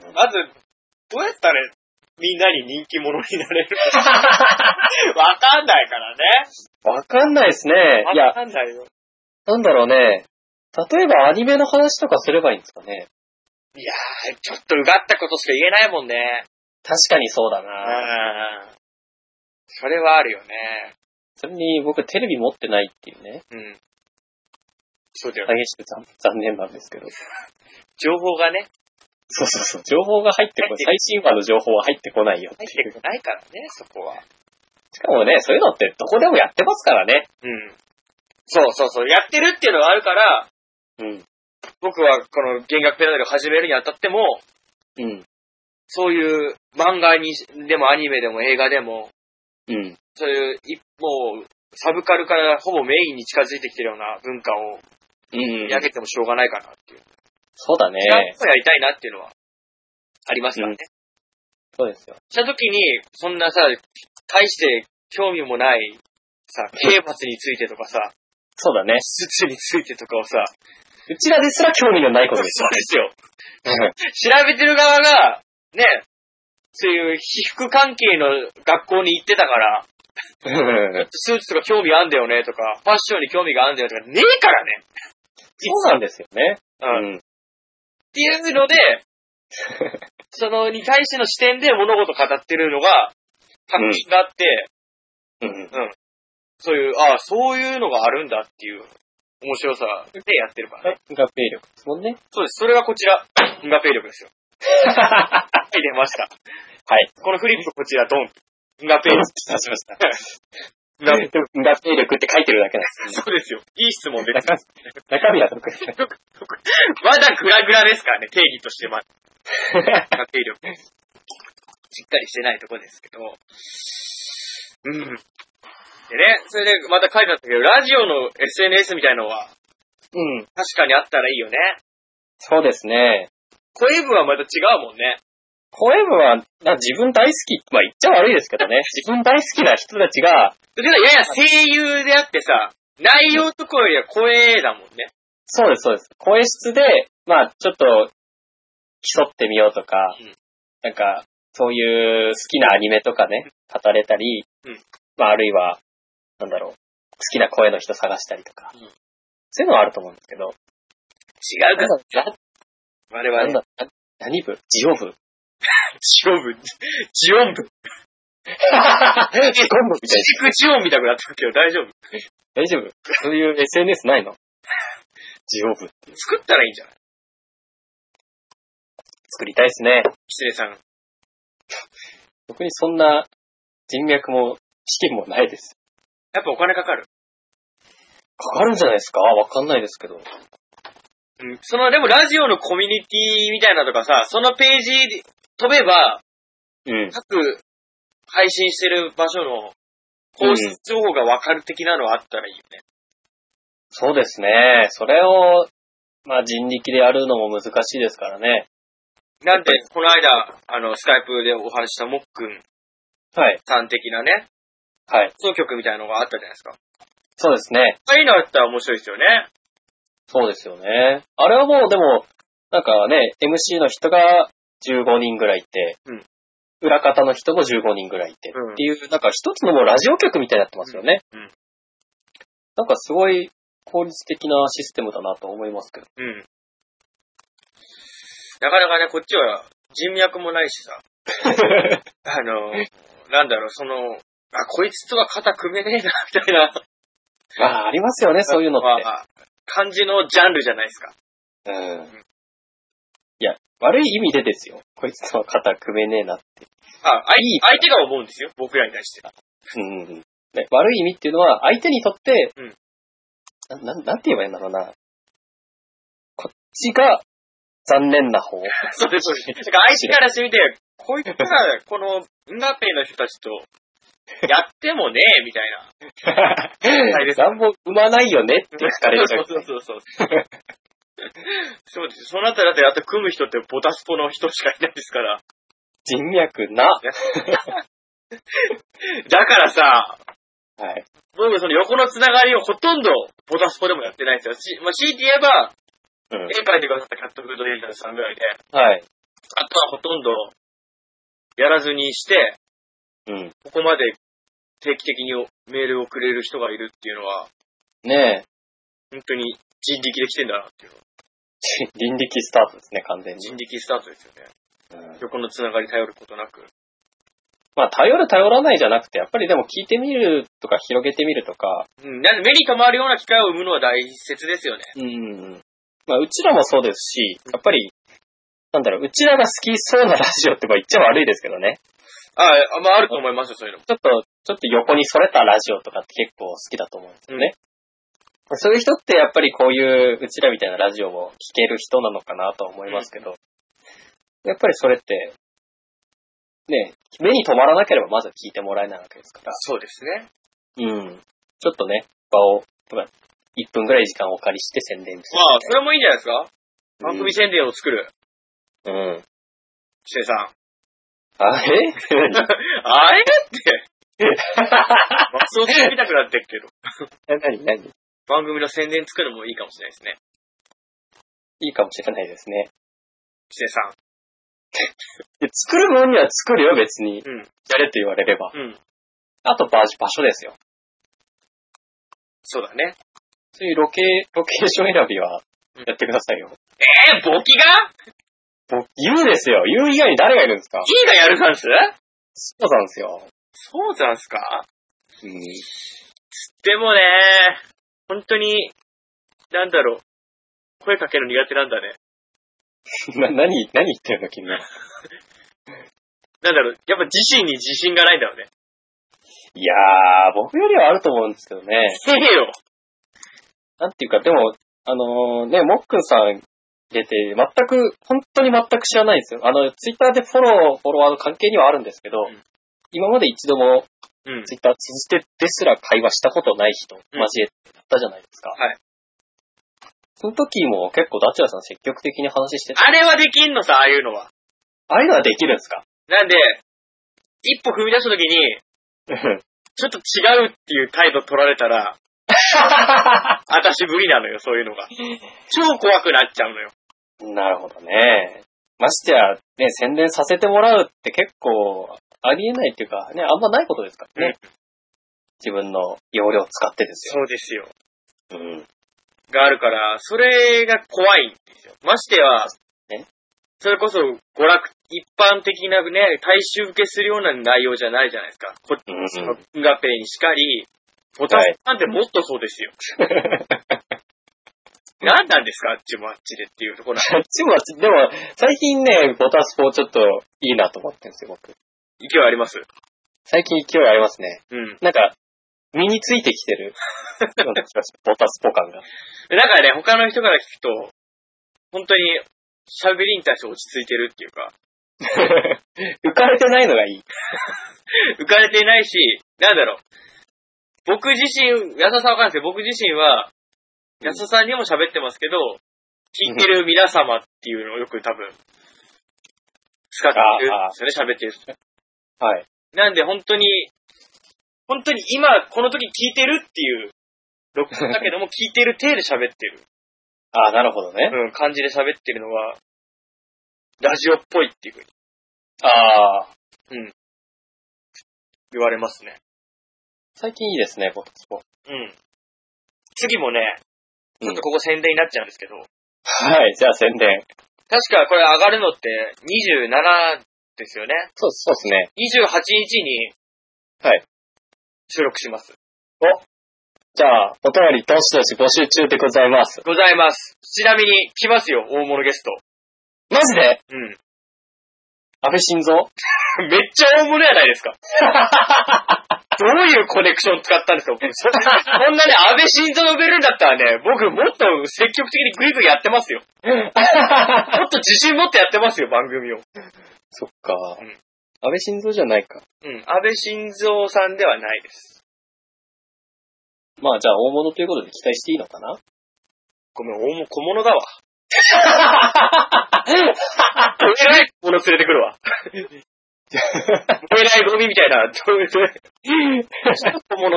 S2: ばん、まず、どうやったらみんなに人気者になれる かわかんないからね。
S1: わかんないですね。い
S2: わ
S1: や、
S2: かんないよ。
S1: なんだろうね。例えばアニメの話とかすればいいんですかね。
S2: いやー、ちょっとうがったことしか言えないもんね。
S1: 確かにそうだ
S2: う
S1: な。
S2: ん。それはあるよね。
S1: それに僕テレビ持ってないっていうね。
S2: うん。そうだよ、ね
S1: 大変して残残念なんですけど。
S2: 情報がね、
S1: そうそうそう。情報が入ってこ
S2: 入って
S1: ない。最新話の情報は入ってこないよっ
S2: 入って
S1: いう
S2: て。こないからね、そこは。
S1: しかもね、そういうのってどこでもやってますからね。
S2: うん。そうそうそう。やってるっていうのがあるから、
S1: うん。
S2: 僕はこの弦楽ペダルを始めるにあたっても、
S1: うん。
S2: そういう漫画にでもアニメでも映画でも、
S1: うん。
S2: そういう一もうサブカルからほぼメインに近づいてきてるような文化を
S1: うん
S2: やけてもしょうがないかなっていう。
S1: そうだ
S2: 違う
S1: ね。
S2: ことやりたいなっていうのはありますからね。
S1: そうですよ。
S2: した時に、そんなさ、大して興味もない、さ、刑罰についてとかさ、
S1: そうだね。
S2: 手術についてとかをさ、
S1: うちらですら興味のないことです
S2: そうですよ。
S1: よ。
S2: 調べてる側が、ね、そういう被服関係の学校に行ってたから、
S1: うん
S2: スーツとか興味あんだよねとか、ファッションに興味があんだよとか、ねえからね。
S1: そうなんですよね。
S2: うん。っ
S1: ん。
S2: ていうので、その、に対しての視点で物事語ってるのが、発見があって、
S1: うん。
S2: そういう、ああ、そういうのがあるんだっていう、面白さでやってるからね。
S1: 合併力ですもんね。
S2: そうです。それがこちら、合併力ですよ。はい、出ました。
S1: はい。
S2: このフリップこちら、ドン。合併力。
S1: 失礼しま した。
S2: 合
S1: 合併力って書いてるだけなんです。
S2: そうですよ。いい質問です。
S1: 中中身は特に。
S2: まだグラグラですからね、定義としてまだ。合併 力。しっかりしてないとこですけど。うん。でね、それでまた書いてあったけど、ラジオの SNS みたいのは、
S1: うん。
S2: 確かにあったらいいよね。
S1: そうですね。
S2: 声部はまた違うもんね。
S1: 声部は、な自分大好き。まあ言っちゃ悪いですけどね。自分大好きな人たちが、
S2: それはやや声優であってさ、内容とかよりは声だもんね。
S1: そうです、そうです。声質で、まあちょっと、競ってみようとか、
S2: うん
S1: なんか、そういう好きなアニメとかね、語れたり、
S2: うん
S1: まああるいは、なんだろう、好きな声の人探したりとか、
S2: うん
S1: そういうのはあると思うんですけど、
S2: 違う
S1: なんだろ
S2: 我
S1: う、ななんだ
S2: 々、
S1: ろう、な何部ジ オ部
S2: ジオブ、ジオン部、
S1: ジオン部みたいな。
S2: 地区ジオンみたくなったけど大丈夫
S1: 大丈夫そういう SNS ないのジオ部
S2: 作ったらいいんじゃない
S1: 作りたいですね。
S2: 失礼さん。
S1: 僕にそんな人脈も資金もないです。
S2: やっぱお金かかる。
S1: かかるんじゃないですかわかんないですけど。
S2: うん。その、でもラジオのコミュニティみたいなのとかさ、そのページ飛べば、
S1: うん。
S2: 各配信してる場所の放出情報がわかる的なのはあったらいいよね。
S1: そうですね。それを、まあ人力でやるのも難しいですからね。
S2: なんで、この間、あの、スカイプでお話ししたもっくん
S1: はい。
S2: さん的なね、
S1: はい。
S2: 総曲みたいなのがあったじゃないですか。
S1: そうですね。
S2: ああいうのあったら面白いですよね。
S1: そうですよね。あれはもうでも、なんかね、MC の人が15人ぐらいいて、
S2: うん
S1: 裏方の人も15人ぐらいいて、
S2: うん
S1: っていう、なんか一つのもうラジオ局みたいになってますよね。
S2: うんうん
S1: なんかすごい効率的なシステムだなと思いますけど。
S2: うん。なかなかね、こっちは人脈もないしさ、 あの、なんだろう、その、あ、こいつとは肩組めねえな、みたいな。
S1: ああ、ありますよね、そういうのって。
S2: まあ感じのジャンルじゃないですか。
S1: うん。いや、悪い意味でですよ。こいつとは肩組めねえな。
S2: あ、相相手が思うんですよ、僕らに対して。
S1: うん。ね悪い意味っていうのは、相手にとって、
S2: うん
S1: な、なん、なんて言えばいいんだろうな。こっちが残念な方。
S2: そうです、そうです。だから相手からしてみて、こいつら、この、ンガペイの人たちと、やってもねえ、みたいな。いです
S1: なんも生まないよねって聞かれちゃう。
S2: そうそうそうそう。そうです。そうなったら、だって、あと組む人ってボタスポの人しかいないですから。
S1: 人脈な。
S2: だからさ、
S1: はい。
S2: 僕その横のつながりをほとんどボタスポでもやってないんですよ。しまあ、強いて言えば、
S1: うん。
S2: 絵描いてくださったキャットフードレーターさんぐらいで、
S1: はい。
S2: あとはほとんどやらずにして、
S1: うん。
S2: ここまで定期的にメールをくれる人がいるっていうのは、
S1: ねえ。
S2: 本当に人力で来てんだなっていう。
S1: 人力スタートですね、完全に。
S2: 人力スタートですよね。
S1: うん
S2: 横のつながり頼ることなく。
S1: まあ、頼る頼らないじゃなくて、やっぱりでも聞いてみるとか広げてみるとか、
S2: うん。なんで目に留まるような機会を生むのは大切ですよね。
S1: うん。まあ、うちらもそうですし、やっぱり、なんだろう、うちらが好きそうなラジオってまあ言っちゃ悪いですけどね。
S2: ああ、まああると思いますよ、そういうのも。
S1: ちょっと、ちょっと横にそれたラジオとかって結構好きだと思うんですよね。そういう人ってやっぱりこういううちらみたいなラジオを聴ける人なのかなとは思いますけど、やっぱりそれって、ね、目に留まらなければまずは聞いてもらえないわけですから、
S2: そうですね。
S1: うん。ちょっとね、場を、とか、1分ぐらい時間をお借りして宣伝する。
S2: まあ、それもいいんじゃないですか
S1: うん
S2: 番組宣伝を作る、
S1: うん。
S2: シェイさん。
S1: あえ
S2: あれ って。マスオ作りたくなってるけど。
S1: 何何い
S2: 番組の宣伝作るのもいいかもしれないですね。
S1: いかもしれないですね。
S2: キセさん。
S1: で作る分には作るよ、別に。
S2: うん。
S1: やれって言われれば。
S2: うん。
S1: あと場所、場所ですよ。
S2: そうだね。
S1: そういうロケ、ロケーション選びは
S2: うん、
S1: やってくださいよ。
S2: えー、簿記が
S1: 僕、言うですよ。言う以外に誰がいるんですか
S2: ?T がやるざんす
S1: そうなんですよ。
S2: そうざんすか
S1: うん。
S2: でもね、本当に、なんだろう。声かけるの苦手なんだね。
S1: な、 何、何言ってるの、君は。
S2: なんだろう、やっぱ自身に自信がないんだろうね。
S1: いやー、僕よりはあると思うんですけどね。
S2: せ えよ
S1: なんていうか、でも、あのーね、もっくんさん出て、全く、本当に全く知らないんですよ。あの、ツイッターでフォロー、フォロワーの関係にはあるんですけど、
S2: ん
S1: 今まで一度も
S2: うん。
S1: ツイッター通じてですら会話したことない人、交えてやったじゃないですか。
S2: はい。
S1: その時も結構ダチュラさん積極的に話してて、
S2: あれはできんのさ、ああいうのは。
S1: ああいうのはできるんですか
S2: なんで、一歩踏み出した時に、ちょっと違うっていう態度取られたら、私無理なのよ、そういうのが。超怖くなっちゃうのよ。
S1: なるほどね。ましてや、ね、宣伝させてもらうって結構、ありえないっていうか、ね、あんまないことですからね。自分の容量を使ってですよ。
S2: そうですよ。
S1: うん。
S2: があるから、それが怖いんですよ。ましてや
S1: ね、
S2: それこそ娯楽、一般的なね、大衆受けするような内容じゃないじゃないですか。こっ
S1: うん
S2: ちの運河ペイにしかり、ボタンなんてもっとそうで すよ。何なんですかあっちもあっちでっていうところな
S1: こ
S2: んで
S1: っちも、でも、最近ね、ボタスポちょっといいなと思ってるんですよ、僕。
S2: 勢いあります。
S1: 最近勢いありますね。
S2: うん。
S1: なんか、身についてきてる。ような気がしますボタスポ感が。
S2: だからね、他の人から聞くと、本当に喋りに対して落ち着いてるっていうか、
S1: 浮かれてないのがいい。
S2: 浮かれていないし、なんだろう。僕自身、安田さんわかんないですけど、僕自身は、
S1: うん
S2: 安田さんにも喋ってますけど、聞いてる皆様っていうのをよく多分、使ってるんですよね、喋ってる人。
S1: はい。
S2: なんで本当に、本当に今、この時聞いてる っていう、録音だけども聞いてる体で喋ってる、
S1: ああ、なるほどね。
S2: うん、感じで喋ってるのは、ラジオっぽいっていうふうに
S1: ああ、
S2: 言われますね。
S1: 最近いいですね、ボタスポ。
S2: うん。次もね、
S1: うん
S2: ちょっとここ宣伝になっちゃうんですけど、
S1: はい、じゃあ宣伝。
S2: 確かこれ上がるのって27ですよね。
S1: そう、そうですね。
S2: 28日に、
S1: はい。
S2: 収録します。
S1: じゃあ、お便りどしどし募集中でございます。
S2: ございます。ちなみに、来ますよ、大物ゲスト。
S1: マジで
S2: うん。
S1: 安倍晋三
S2: めっちゃ大物やない ですか。どういうコネクション使ったんですか僕そんなね、安倍晋三のベルンだったらね、僕もっと積極的にグイグイやってます よ。もっと自信持ってやってますよ、番組を。
S1: そっか。
S2: うん
S1: 安倍晋三じゃないか。
S2: うん、安倍晋三さんではないです。
S1: まあじゃあ大物ということで期待していいのかな
S2: ごめん、大物、小物 だわ。どえらい小物連れてくるわ。どえらいゴミみたいな、ど う小物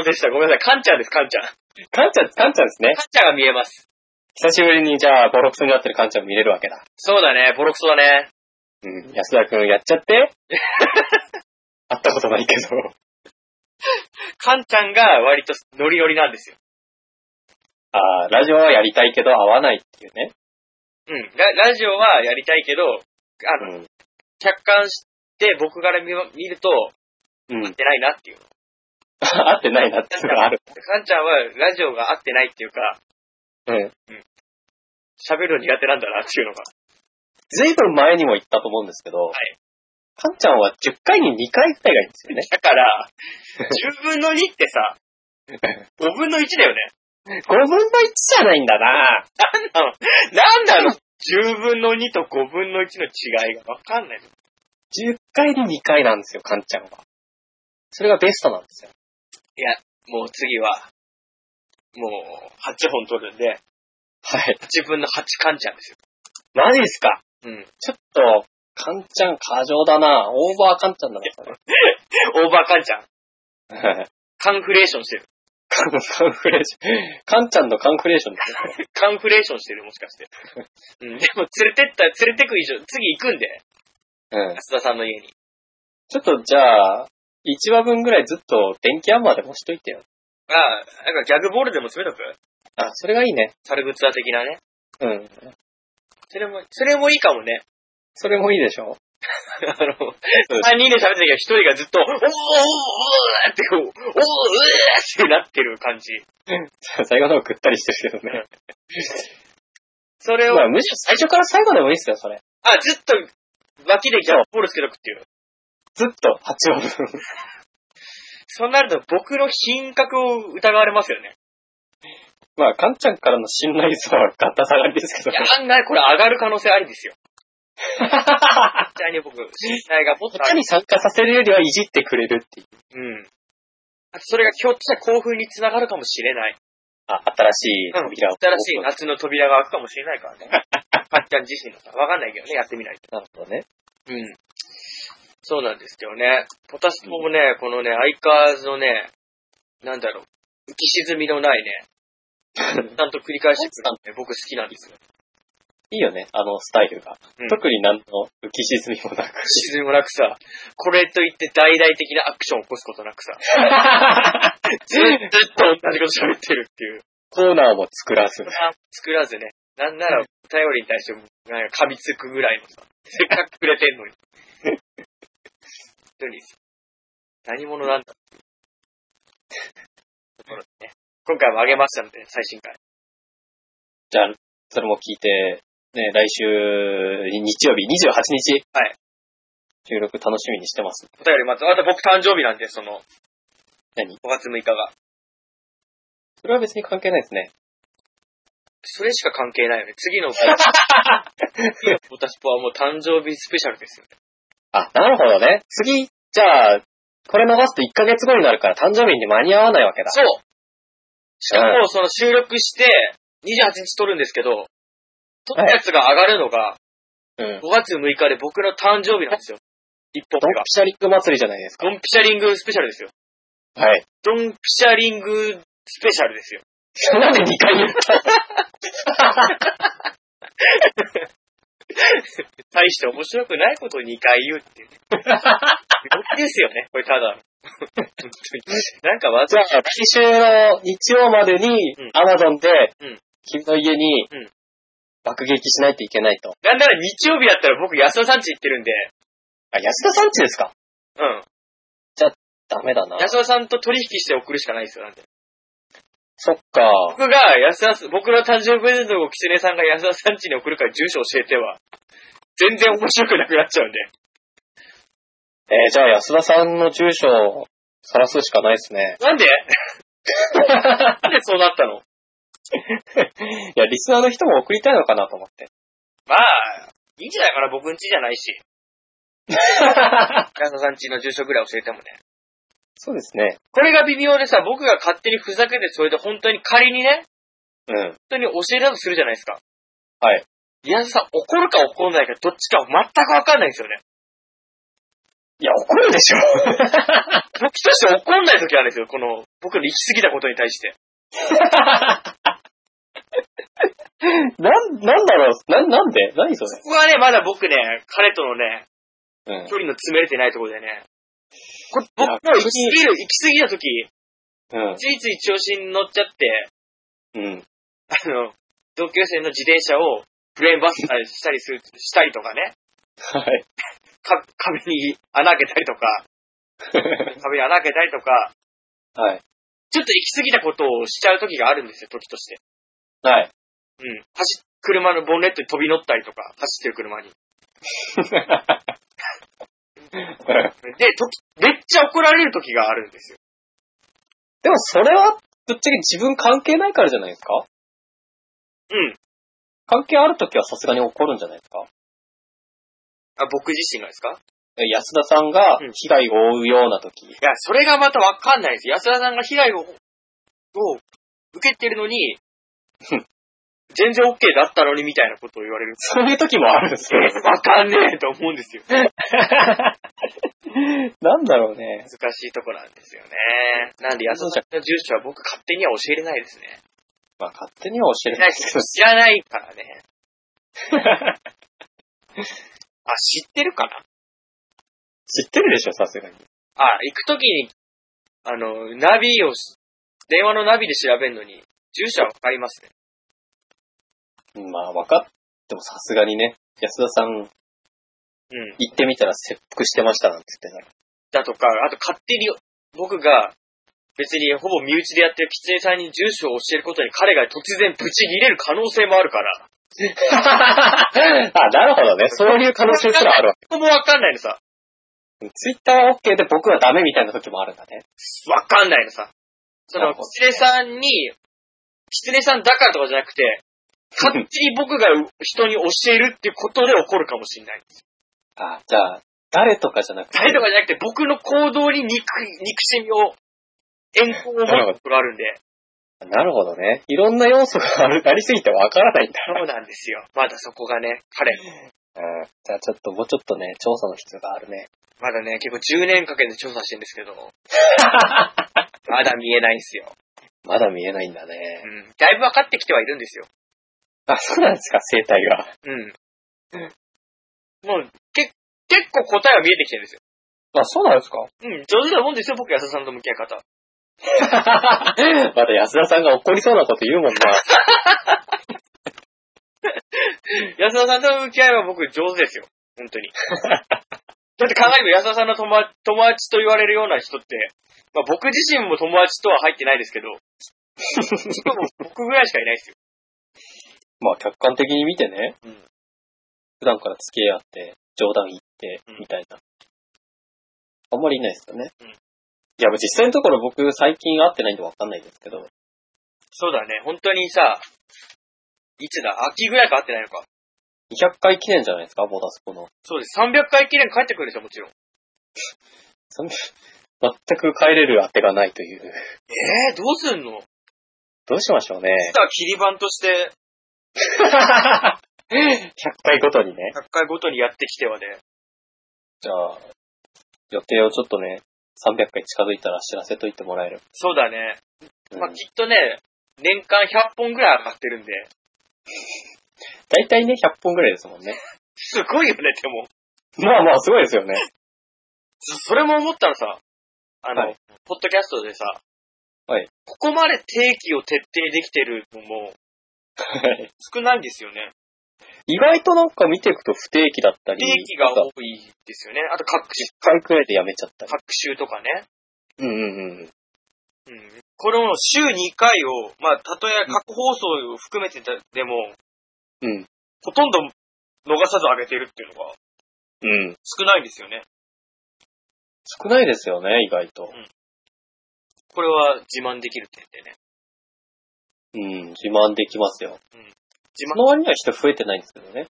S2: でした。ごめんなさい。カンちゃんです、カンちゃん。カン
S1: カンちゃん、カンちゃんですね。
S2: ちゃんが見えます。
S1: 久しぶりにじゃあボロクソになってるカンちゃん見れるわけだ。
S2: そうだね、ボロクソだね。
S1: うん。安田くんやっちゃって。 会ったことないけど。
S2: カンちゃんが割とノリノリなんですよ。
S1: ああ、ラジオはやりたいけど会わないっていうね。
S2: うん。ララジオはやりたいけど、あの、
S1: ん。
S2: 客観して僕から見ま見ると、
S1: うん。
S2: 出ないなっていう。
S1: 会ってないなっていうのがある。
S2: カンちゃんはラジオが合ってないっていうか、
S1: うん。
S2: 喋るの苦手なんだなっていうのが。。
S1: ずいぶん前にも言ったと思うんですけど、はいカンちゃんは10回に2回くらいがいいんですよね。
S2: だから、10分の2ってさ、5分の1だよね。
S1: 5分の1じゃないんだな
S2: なんなの ?10 分の2と5分の1の違いがわかんない。
S1: 10回に2回なんですよ、カンちゃんは。それがベストなんですよ。
S2: もう次は、もう8本取るんで、
S1: はい。
S2: 8分の8カンちゃんですよ。
S1: マジっすか
S2: うん。
S1: ちょっと、カンちゃん過剰だな。オーバーカンちゃんだな。
S2: オーバーカンちゃん。
S1: はい。
S2: カンフレーションしてる。
S1: カンカンフレーション。カンちゃんのカンフレーションですね。
S2: カンフレーションしてる、もし かして。うん、でも、連れてった、連れてく以上、次行くんで、
S1: うん。
S2: 安田さんの家に。
S1: ちょっとじゃあ、1話分ぐらいずっと電気アンマーでもしといてよ。
S2: ああ、なんかギャグボールでも詰めとく
S1: あ、それがいいね。
S2: サルグツア的なね。
S1: うん。
S2: それも、それもいいかもね。
S1: それもいいでしょ。
S2: あ
S1: す
S2: の、3人で喋ってるけど、1人がずっと、おーおーおーって、おーおーってなってる感じ。
S1: 最後の方ぐったりしてるけどね。
S2: それを、
S1: ま
S2: あ
S1: あ、、むしろ最初から最後でもいいっすよ、それ。
S2: ずっと、脇でギャグボールつけとくっていう。
S1: ずっと8話分。
S2: そうなると、僕の品格を疑われますよね。
S1: まあ、カンちゃんからの信頼度はガタ下がりですけど
S2: いや、。案外これ上がる可能性ありですよ。絶対に 僕、信頼がもっとあ
S1: 他
S2: る。
S1: に参加させるよりはいじってくれるっていう。
S2: うん。あとそれがひょっとしたら興奮につながるかもしれない。
S1: あ、新しい扉を。
S2: 新しい夏の扉が開くかもしれない からね。かっちゃん自身のさ、わかんないけどね、やってみないと。
S1: なるほどね。
S2: うん。そうなんですよね。ポタスポもね、このね、アイカーズのね、なんだろう、浮き沈みのないね、ちゃんと繰り返してくるのね、僕好きなんですよ。
S1: いいよね、あのスタイルが。
S2: うん
S1: 特になんの浮き沈みもなく。
S2: 沈みもなくさ、これといって大々的なアクションを起こすことなくさ、ずっと同じこと喋ってるっていう。
S1: コーナーも作らず。
S2: 作らずね、なんならお便りに対しても、なんか噛みつくぐらいのさ、せっかくくれてんのに。一人です。何者なんだっていうところでね。今回もあげましたので、最新回。
S1: じゃあ、それも聞いて、ね、来週日曜日28日。
S2: はい。
S1: 収録楽しみにしてます。
S2: お便り待つ。あと僕誕生日なんで、その、
S1: 何
S2: ?5 月6日が。
S1: それは別に関係ないですね。
S2: それしか関係ないよね。次の、次のポタスポはもう誕生日スペシャルですよね。
S1: あ、なるほどね。次、じゃあ、これ逃すと1ヶ月後になるから誕生日に間に合わないわけだ。
S2: そうしかも、その収録して、28日撮るんですけど、撮ったやつが上がるのが、
S1: うん。
S2: 5月6日で僕の誕生日なんですよ。一本
S1: ドン
S2: 目
S1: ピ
S2: が。
S1: シャリック祭りじゃないですか。
S2: ドンピシャリングスペシャルですよ。
S1: はい。
S2: ドンピシャリングスペシャルですよ。
S1: なんで2回言った
S2: 大して面白くないことを2回言うっていう。病気ですよね、これただの。本当になんかわ
S1: じ
S2: ざ
S1: ゃ あ、来週の日曜までに
S2: うん、
S1: アマゾンで
S2: うん、
S1: 君の家に
S2: うん、
S1: 爆撃しないといけないと。
S2: なんなら日曜日だったら僕安田さん家行ってるんで、
S1: あ、安田さんちですか
S2: うん。
S1: ダメだな。
S2: 安田さんと取引して送るしかないですよ、なんで。
S1: そっか。
S2: 僕が安田さん、僕の誕生日プレゼントをキツネさんが安田さん家に送るから住所教えては、全然面白くなくなっちゃうんで。
S1: えーじゃあ安田さんの住所を晒すしかないですね。
S2: なんで なんでそうなった の
S1: いや、リスナーの人も送りたいのかなと思って。
S2: まあ、いいんじゃないかな、僕ん家じゃな いし。安田さん家の住所ぐらい教えてもね。
S1: そうですね。
S2: これが微妙でさ、僕が勝手にふざけて、それで本当に仮にね、
S1: うん。
S2: 本当に教えたとするじゃないですか。
S1: はい。
S2: 安田さん怒るか怒らないかどっちか全くわかんないんですよね。
S1: いや、怒るでしょ。
S2: 僕として怒んない時あるんですよ、この、僕の行き過ぎたことに対して。
S1: なん、なんだろうな、なんで何それ
S2: ここはね、まだ僕ね、彼とのね、
S1: うん。
S2: 距離の詰めれてないところでね、こ
S1: い
S2: 僕
S1: や
S2: もう行き過ぎる、行き過ぎた時、
S1: うん。
S2: ついつい調子に乗っちゃって、
S1: うん。
S2: あの、同級生の自転車をブレーンバスターしたりする、したりとかね、
S1: はい。
S2: か、壁に穴開けたりとか、壁に穴開けたりとか、
S1: はい。
S2: ちょっと行き過ぎたことをしちゃう時があるんですよ、時として。
S1: はい。
S2: うん。走っ、車のボンネットに飛び乗ったりとか、走ってる車に。で、時、めっちゃ怒られる時があるんですよ。
S1: でもそれは、ぶっちゃけ自分関係ないからじゃないですか
S2: うん。
S1: 関係あるときはさすがに怒るんじゃないですか
S2: あ、僕自身がですか
S1: 安田さんが
S2: うん
S1: 被害を負うようなとき。
S2: いや、それがまたわかんないです。安田さんが被害を、を、受けてるのに、受全然 OK だったのにみたいなことを言われる。
S1: そういう時もあるんですよ。
S2: わかんねえと思うんですよ。
S1: なんだろうね。
S2: 難しいとこなんですよね。なんで、安田さんの住所は僕勝手には教えれないですね。
S1: まあ、勝手には教えれないです
S2: 知らないからね。 あ、知ってるかな
S1: 知ってるでしょ、さすがに。
S2: あ、行くときに、あの、ナビをし、電話のナビで調べるのに、住所はわかりますね。
S1: まあ、分かってもさすがにね、安田さん
S2: うん。
S1: 行ってみたら切腹してましたなんて言って
S2: だとか、あと勝手に僕が、別にほぼ身内でやってる狐さんに住所を教えることに彼が突然ブチ切れる可能性もあるから。
S1: ね。 あ、なるほどね。そういう可能性すらあるわ。
S2: ここもわかんないのさ。
S1: ツイッターは OK で僕はダメみたいな時もあるんだね。
S2: わかんないのさ。そ
S1: な
S2: の、
S1: るほど
S2: 狐さんに、狐さんだからとかじゃなくて、勝手に僕が人に教えるっていうことで起こるかもしれない。
S1: あ、じゃあ、誰とかじゃなくて。
S2: 誰とかじゃなくて、僕の行動に憎い、憎しみを、遠行を持つことがあるんで。
S1: なるほどね。いろんな要素がある ありすぎて分からないんだ。
S2: そうなんですよ。まだそこがね、彼、
S1: うん。じゃあちょっともうちょっとね、調査の必要があるね。
S2: まだね、結構10年かけて調査してるんですけど、 まだ見えないんですよ。
S1: まだ見えないんだ
S2: う
S1: ね。
S2: ん。だいぶ分かってきてはいるんですよ。
S1: あ、そうなんですか、生態が。
S2: うん。もう、け、結構答えは見えてきてるんですよ。
S1: あ、そうなんですか
S2: うん、上手だもんですよ、僕、安田さんと向き合い方。
S1: また安田さんが怒りそうなこと言うもんな。
S2: 安田さんと向き合えば僕、上手ですよ。本当に。 だって考えると安田さんの友達友達と言われるような人って、まあ僕自身も友達とは入ってないですけど、しかも僕ぐらいしかいないですよ。
S1: まあ客観的に見てね、
S2: うん
S1: 普段から付き合って、冗談言って
S2: うん、
S1: みたいな。あんまりいないですよね。
S2: うん
S1: いや、実際のところ僕最近会ってないんでわかんないですけど、
S2: そうだね、本当にさ、いつだ、秋ぐらいか会ってないのか。
S1: 200回記念じゃないですか、ボーダスコの。
S2: そうです。300回記念帰ってくるんですよ、もちろん。
S1: そん 全く帰れる当てがないという。
S2: えー、どうすんの
S1: どうしましょうね。
S2: 実は切り板と して、
S1: 100回ごとにね。
S2: 100回ごとにやってきてはね、
S1: じゃあ、予定をちょっとね、300回近づいたら知らせといてもらえる。
S2: そうだね。
S1: うん
S2: まあ、きっとね、年間100本ぐらい上がってるんで、
S1: 大体ね、100本ぐらいですもんね。
S2: すごいよね、でも。
S1: まあまあ、すごいですよね。
S2: そそれも思ったらさ、あの、
S1: はい
S2: ポッドキャストでさ、
S1: はい
S2: ここまで定期を徹底できてるのも少ないんですよね。
S1: 意外となんか見ていくと不定期だったり、
S2: 定期が
S1: 1
S2: 多いですよね。あと各種、
S1: 回くらいでやめちゃったり。
S2: 各週とかね。
S1: うんうんうん。
S2: うんこれも週2回を、まあ、たとえ各放送を含めてたでも、
S1: うん。
S2: ほとんど逃さず上げてるっていうのが
S1: うん。
S2: 少ないんですよね。
S1: 少ないですよね、意外と。
S2: これは自慢できる点でね。
S1: うん、自慢できますよ。
S2: うん自
S1: そ
S2: 慢
S1: の割には人増えてないんですけど ね。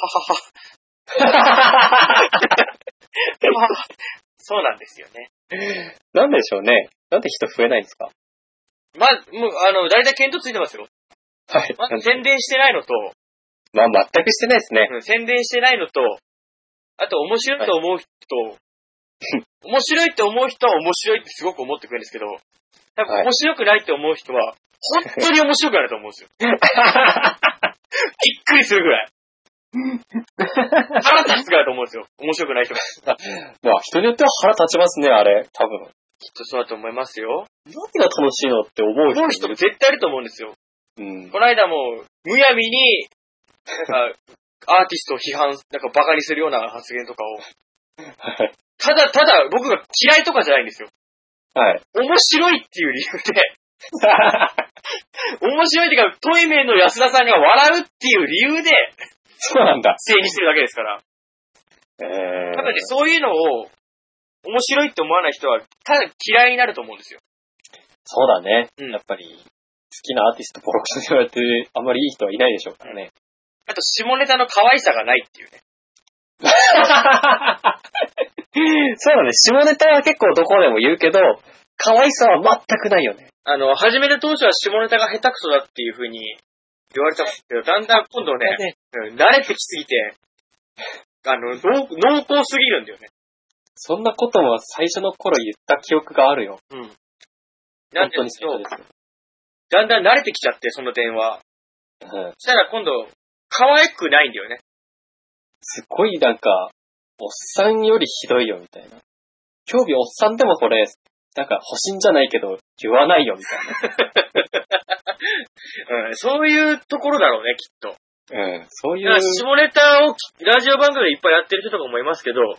S2: はははは。 そうなんですよね。
S1: なんでしょうね。なんで人増えないんですか
S2: まあ、もう、あの、大体検討ついてますよ。
S1: はい。
S2: まず宣伝してないのと、
S1: まあ、全くしてないですね。
S2: うん宣伝してないのと、あと面白いと思う人、 面白いって思う人は面白いってすごく思ってくれるんですけど、多
S1: は
S2: 分
S1: い
S2: 面白くないって思う人は、本当に面白くないと思うん ですよ。びっくりするぐらい。腹立つぐらいだと思うんですよ。面白くない人が。
S1: まあ、人によっては腹立ちますね、あれ。多分。
S2: きっとそうだと思いますよ。
S1: 何が楽しいのって思う
S2: 思
S1: 人
S2: う人
S1: も
S2: も
S1: いる。
S2: 絶対いると思うんですよ。
S1: うん。
S2: この間も、むやみに、なんか、アーティストを批判、なんかバカにするような発言とかを、
S1: はい。
S2: ただただ僕が嫌いとかじゃないんですよ。
S1: はい。
S2: 面白いっていう理由で、面白いっていうか、トイメンの安田さんが笑うっていう理由で
S1: そうなんだ。
S2: 正義してるだけですから。
S1: え
S2: ただね、そういうのを、面白いって思わない人は、ただ嫌いになると思うんですよ。
S1: そうだね。
S2: うん
S1: やっぱり、好きなアーティストボロクソに言われてる、あんまりいい人はいないでしょうからね。
S2: あと、下ネタの可愛さがないっていう ね。
S1: そうだね。下ネタは結構どこでも言うけど、可愛さは全くないよね。
S2: あの、始める当初は下ネタが下手くそだっていう風に言われたんですけど、だんだん今度ね、うん慣れてきすぎて、あの、濃濃厚すぎるんだよね。
S1: そんなことは最初の頃言った記憶があるよ。
S2: うん。な
S1: 本
S2: んで
S1: 当に最初
S2: そう
S1: ですよ。
S2: だんだん慣れてきちゃって、その電話。
S1: うん。
S2: したら今度、可愛くないんだよね。
S1: すごいなんか、おっさんよりひどいよみたいな。興味おっさんでもこれ、なんか保身じゃないけど言わないよみたい
S2: うん、そういうところだろうね、きっと。
S1: な。うん。そうい
S2: だから
S1: う、
S2: 下ネタをきラジオ番組でいっぱいやってる人とかもいますけど、やっ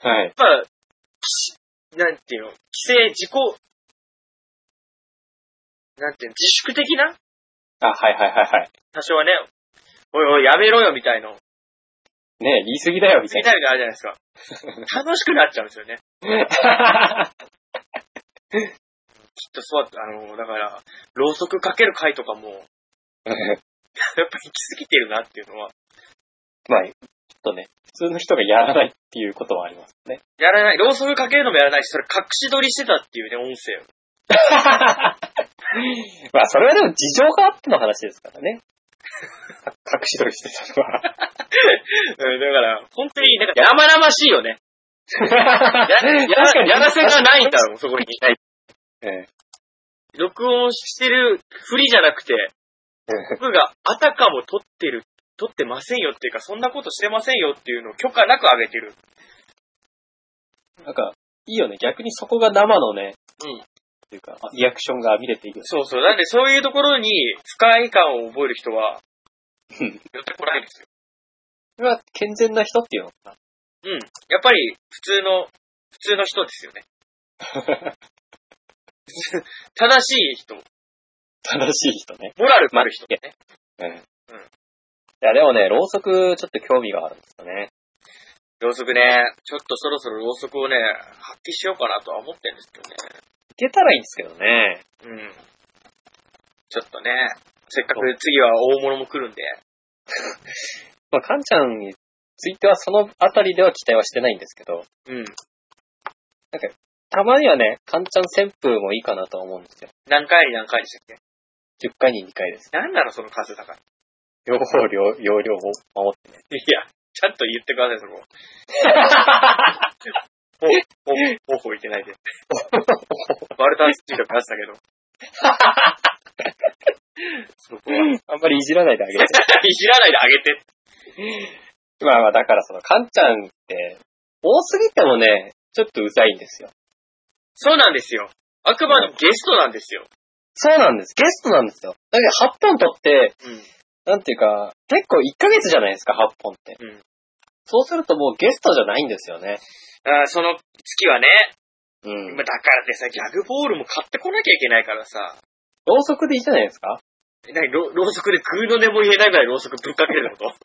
S1: はい。
S2: ぱ、しなんていうの、規制、自己、なんていうの、自粛的な
S1: あ、はいはいはいはい。
S2: 多少はね、おいおいやめろよみたいの、
S1: ねえ、言い過ぎだよみたい
S2: み
S1: な。
S2: たいなのあるじゃないですか。楽しくなっちゃうんですよね。 きっとそうだった。あの、だから、ろうそくかける回とかも、やっぱ行き過ぎてるなっていうのは、
S1: まあ、ちょっとね、普通の人がやらないっていうことはありますね。
S2: やらない、ろうそくかけるのもやらないし、それ隠し撮りしてたっていうね、音声を。
S1: まあ、それはでも事情があっての話ですからね。 隠し撮りしてたの は。
S2: うんだから、本当に、なんか、やまらましいよね。や
S1: 確かに
S2: やらせがないんだもん、そこに。
S1: え
S2: 録音してるふりじゃなくて、
S1: え
S2: 僕があたかも撮ってる、撮ってませんよっていうか、そんなことしてませんよっていうのを許可なく上げてる。
S1: なんか、いいよね。逆にそこが生のね、
S2: うん
S1: っていうか、リアクションが見れていいよね。
S2: そうそう。なんで、そういうところに不快感を覚える人は、寄ってこないんですよ。
S1: それは健全な人っていうのか
S2: うん。やっぱり、普通の、普通の人で すよね。
S1: な。
S2: 正しい人、モ
S1: 正しい人ね。
S2: ラルがある人ね。
S1: うん。いや、でもね、ろうそく、ちょっと興味があるんですよね。
S2: ろうそくね、ちょっとそろそろろうそくをね、発揮しようかなとは思ってるんですけどね。
S1: いけたらいいんですけどね。
S2: うん。ちょっとね、せっかく次は大物も来るんで。
S1: まあ、かんちゃんについては、そのあたりでは期待はしてないんですけど、
S2: うん。
S1: たまにはね、かんちゃん旋風もいいかなとは思うんですよ。
S2: 何回に何回でしたっけ
S1: 10回に2回です。
S2: 何なのその数だから。
S1: 両方、両、両両方守って。
S2: いや、ちゃんと言ってください、そこ。ほう、ほういてないで。バルタンスピード出したけど。そこは。い
S1: あんまりいじらないであげて。
S2: じらないであげて。
S1: まあまあ、だからその、かんちゃんって、多すぎてもね、ちょっとうざいんですよ。
S2: そうなんですよ。あくまでもゲストなんですよ。
S1: そうなんです。ゲストなんですよ。だけど8本取って、
S2: うん。
S1: なんていうか、結構1ヶ月じゃないですか、8本って。
S2: うん
S1: そうするともうゲストじゃないんですよね。
S2: あーその月はね、
S1: う
S2: まあ
S1: ん
S2: だ。からってさ、ギャグボールも買ってこなきゃいけないからさ。
S1: ろうそくでいいじゃないですか
S2: え、なに、ろろうそくでグーの根も言えないぐらいろうそくぶっかけるってこと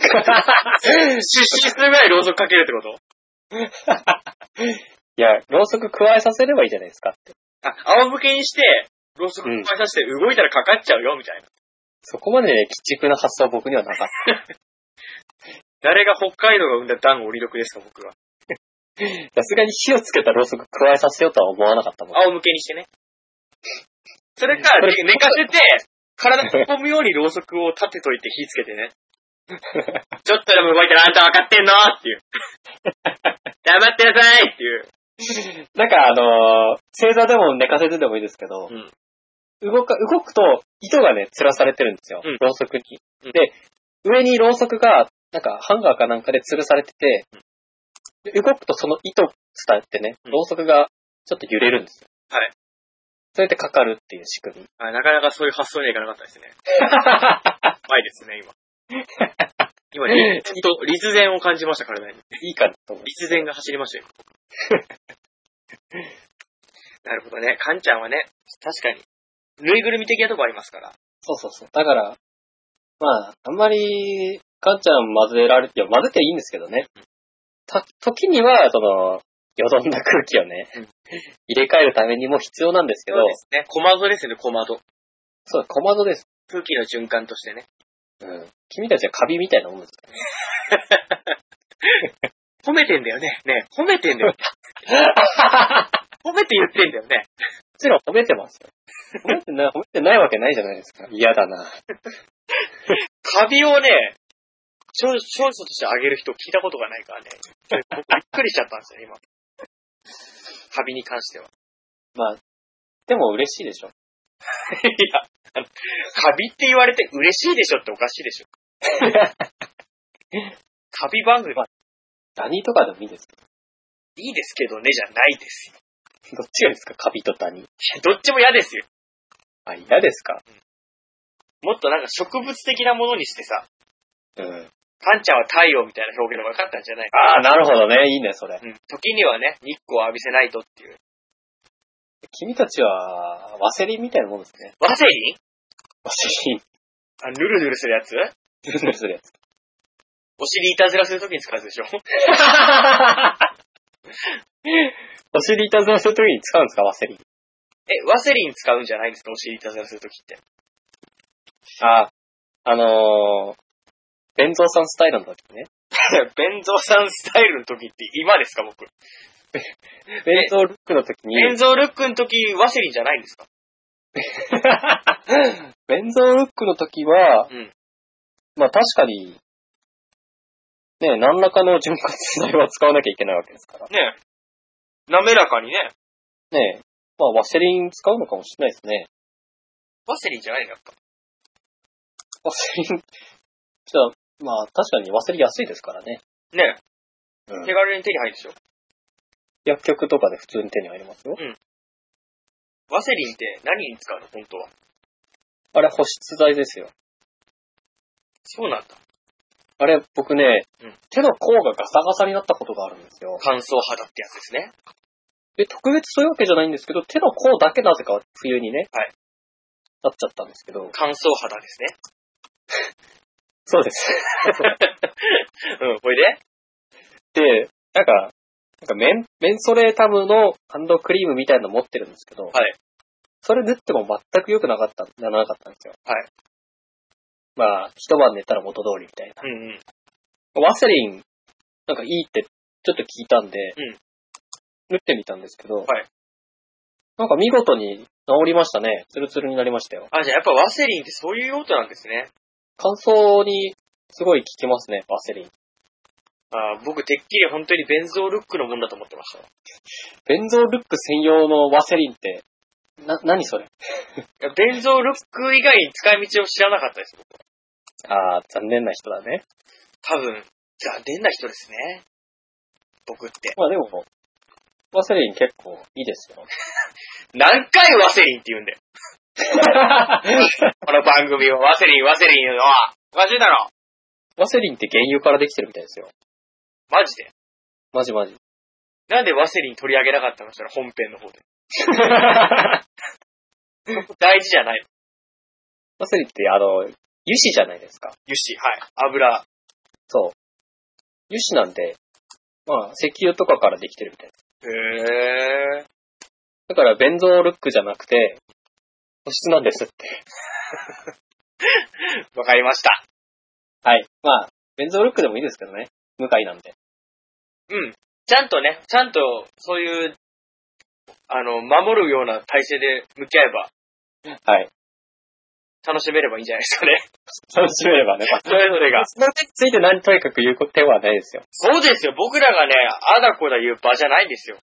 S2: 出資するぐらいろうそくかけるってこと
S1: いや、ろうそく加えさせればいいじゃないですか。
S2: あ、仰向けにして、ろうそくいっぱいさして動いたらかかっちゃうよ、みたいな。
S1: そこまでね、鬼畜な発想は僕にはなかっ
S2: 誰が北海道が生んだ段折り毒ですか、僕は。
S1: た。さすがに火をつけたろうそく加えさせようとは思わなかったもん。
S2: 仰向けにしてね。それか、
S1: これ
S2: ね寝かせて、体を囲むようにろうそくを立てといて火つけてね。ちょっとでも動いたらあんた分かってんのっていう。黙ってなさいっていう。
S1: なんかあのー正座でも寝かせてでもいいですけど、
S2: うん
S1: 動か、動くと糸がね、吊らされてるんですよ。
S2: うん
S1: ろうそくに。
S2: うん
S1: で、上にろうそくが、なんかハンガーかなんかで吊るされてて、で動くとその糸伝ってね、
S2: うん
S1: ろうそくがちょっと揺れるんですよ。
S2: はい。
S1: それでかかるっていう仕 組み。
S2: あなかなかそういう発想にはいかなかったですね。うまいですね、今。今、立然と、立然を感じましたからね。
S1: いいかなと思う。
S2: 立然が走りましたよ。なるほどね。カンちゃんはね、確かに、ぬいぐるみ的なとこありますから。
S1: そうそうそう。だから、まあ、あんまり、かんちゃん混ぜられて、いや混ぜていいんですけどね。た、時には、その、よどんだ空気をね
S2: うん、
S1: 入れ替えるためにも必要なんですけど、
S2: すね。小窓ですね、小窓。
S1: そう、小窓です。
S2: 空気の循環としてね。
S1: うん。君たちはカビみたいなもんですからね。
S2: 褒めてんだよね。ねえ褒めてんだよ。褒めて言ってんだよね。
S1: もちろん褒めてますよ。褒めてない、褒めてないわけないじゃないですか。嫌だな。
S2: カビをね、少女少女としてあげる人聞いたことがないからね。僕びっくりしちゃったんですよ、今。カビに関しては。
S1: まあ、でも嬉しいでしょ。
S2: いや、あのカビって言われて嬉しいでしょっておかしいでしょ。カビ番組
S1: ダニとかでもいいです け
S2: いいですけどねじゃないですよ。
S1: ど。どっちがですかカビとダニ。
S2: どっちも嫌ですよ。
S1: あ、嫌ですか
S2: もっとなんか植物的なものにしてさ、
S1: うん。
S2: パンちゃんは太陽みたいな表現の方が良かったんじゃない
S1: ああ、なるほどね。いいね、それ。
S2: うん。時にはね、日光を浴びせないとっていう。
S1: 君たちは、ワセリンみたいなもんですね。
S2: ワセリン
S1: ワセリ ン。
S2: あ、ぬるぬるするやつ
S1: ズルズル。
S2: お尻いたずらするときに使うやつでしょ
S1: お尻いたずらするときに使うんですかワセリン。
S2: え、ワセリン使うんじゃないんですかお尻いたずらするときって。
S1: ああ、あのー、弁蔵さんスタイルの時ね。
S2: 弁蔵さんスタイルのときって今ですか僕。
S1: 弁蔵ルックの時に、
S2: 弁蔵ルックのときワセリンじゃないんですか
S1: 弁蔵ルックの時は、
S2: うん
S1: まあ確かに、ね、何らかの潤滑剤は使わなきゃいけないわけですから。
S2: ねえ滑らかにね。
S1: ねまあワセリン使うのかもしれないですね。
S2: ワセリンじゃないのやっぱ。
S1: ワセリン、じゃあ、まあ確かにワセリン安いですからね。
S2: ねえ
S1: うん
S2: 手軽に手に入るでしょ。
S1: 薬局とかで普通に手に入りますよ。
S2: ワセリンって何に使うの本当は。
S1: あれ保湿剤ですよ。
S2: そうなんだ。
S1: あれ、僕ね、
S2: うん
S1: 手の甲がガサガサになったことがあるんですよ。
S2: 乾燥肌ってやつですね。
S1: で、特別そういうわけじゃないんですけど、手の甲だけなぜか冬にね、
S2: はい
S1: なっちゃったんですけど。
S2: 乾燥肌ですね。
S1: そうです。
S2: うん、これで
S1: で、なんか、なんかメン、メンソレータムのハンドクリームみたいなの持ってるんですけど、
S2: はい
S1: それ塗っても全く良くなかった、ならなかったんですよ。
S2: はい
S1: まあ、一晩寝たら元通りみたいな。
S2: うんうん。
S1: ワセリン、なんかいいってちょっと聞いたんで、
S2: うん
S1: 塗ってみたんですけど、
S2: はい
S1: なんか見事に治りましたね。ツルツルになりましたよ。
S2: あ、じゃあやっぱワセリンってそういう用途なんですね。
S1: 乾燥にすごい効きますね、ワセリン。
S2: あー僕てっきり本当にベンゾールックのもんだと思ってましたわ。い
S1: ベンゾールック専用のワセリンって、な、何それ
S2: やベンゾールック以外に使い道を知らなかったです。僕
S1: ああ、残念な人だね。
S2: 多分、残念な人ですね。僕って。
S1: まあでも、ワセリン結構いいですよ。
S2: 何回ワセリンって言 うんだよ。この番組はワセリン、ワセリン言うのは。おかしいだろ。
S1: ワセリンって原油からできてるみたいですよ。
S2: マジで。
S1: マジマ ジ。
S2: なんでワセリン取り上げなかったのそれ本編の方で。大事じゃない。
S1: ワセリンってあの、油脂じゃないですか。
S2: 油脂、はい。油。
S1: そう。油脂なんで、まあ、石油とかからできてるみたいです。
S2: へえ。
S1: だから、ベンゾールックじゃなくて、保湿なんですって。
S2: わかりました。
S1: はい。まあ、ベンゾールックでもいいですけどね。向かいなんで。
S2: うん。ちゃんとね、ちゃんと、そういう、あの、守るような体制で向き合えば、
S1: はい。
S2: 楽しめればいいんじゃないですかね。
S1: 楽しめればね。まあ
S2: それぞれが。
S1: それについて何とにかく言うことはないですよ。
S2: そうですよ。僕らがね、あだこだ言う場じゃないんですよ。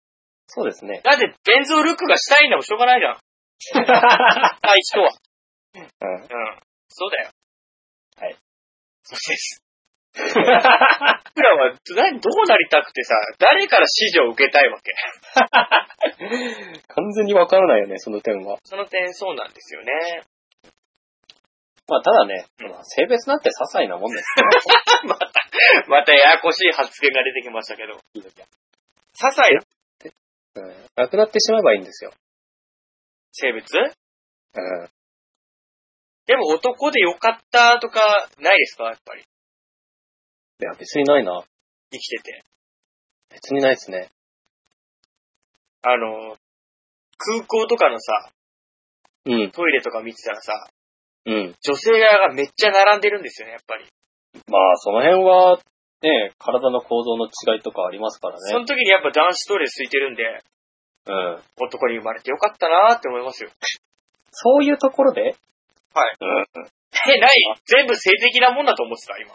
S1: そうですね。
S2: だって、ベンゾールックがしたいんだもんしょうがないじゃん。 はい、人は。
S1: うん。
S2: うん。そうだよ。
S1: はい。
S2: そうです。僕らは、何どうなりたくてさ、誰から指示を受けたいわけ。
S1: 完全にわからないよね、その点は。
S2: その点、そうなんですよね。
S1: まあ、ただね、
S2: うん
S1: まあ性別なんて些細なもんですか
S2: また、またややこしい発言が出てきましたけど。些細な
S1: ら。うん。なくなってしまえばいいんですよ。
S2: 性別
S1: うん。
S2: でも男でよかったとか、ないですかやっぱり。
S1: いや、別にないな。
S2: 生きてて。
S1: 別にないですね。
S2: あの、空港とかのさ、
S1: うん。
S2: トイレとか見てたらさ、
S1: うん。
S2: 女性側がめっちゃ並んでるんですよね、やっぱり。
S1: まあ、その辺は、ね、体の構造の違いとかありますから
S2: その
S1: ね。
S2: 時にやっぱ男子トイレ空いてるんで、
S1: うん。
S2: 男に生まれてよかったなーって思いますよ。
S1: そういうところで
S2: はい。
S1: うん。
S2: え、 ない全部性的なもんだと思ってた、今。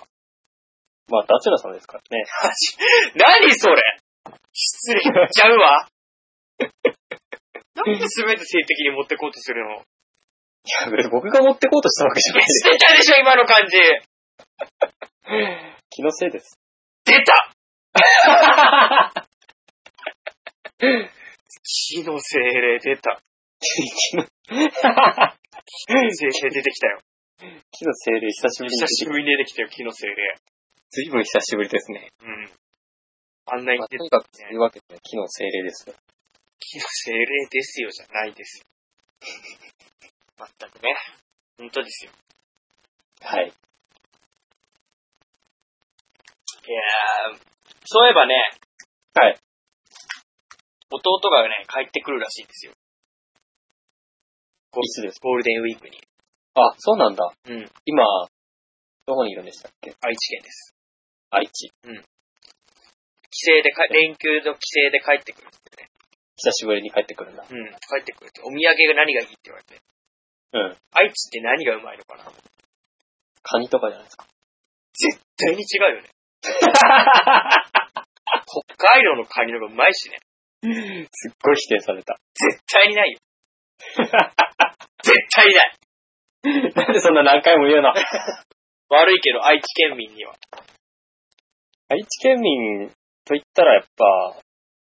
S1: まあ、ダチュラさんですから ね。
S2: 何それ失礼しちゃうわ。 なんで全て性的に持ってこうとするの
S1: いや、別に僕が持ってこうとしたわけ じゃないです。
S2: 捨てたでしょ、今の感じ。
S1: 気のせい です。
S2: 出た木の精霊出た。
S1: 気の、
S2: 木の精霊出てきたよ。
S1: 気の精霊久しぶりに
S2: 久しぶりに出てきたよ、木の精霊。
S1: ずいぶん久しぶりですね。
S2: うん。あんなに
S1: まあ、と
S2: 出て
S1: にかく、というわけで、気の精霊ですよ。
S2: 木の精霊ですよじゃないですよ。まったくね。本当ですよ。
S1: はい。
S2: いやーそういえばね。
S1: はい。
S2: 弟がね、帰ってくるらしいんですよ。
S1: いつです
S2: ゴールデンウィークに。
S1: あ、そうなんだ。
S2: うん。
S1: 今、どこにいるんでしたっけ
S2: 愛知県です。
S1: 愛知。
S2: 帰省でか、連休の帰省で帰ってくるってね。
S1: 久しぶりに帰ってくるんだ。
S2: うん。帰ってくるって。お土産が何がいいって言われて。
S1: うん。
S2: 愛知って何がうまいのかな
S1: カニとかじゃない ですか。
S2: 絶対に違うよね。北海道のカニの方がうまいしね。
S1: すっごい否定された。
S2: 絶対にないよ。絶対にない。
S1: なんでそんな何回も 言うの
S2: 悪いけど愛知県民には。
S1: 愛知県民と言ったらやっぱ、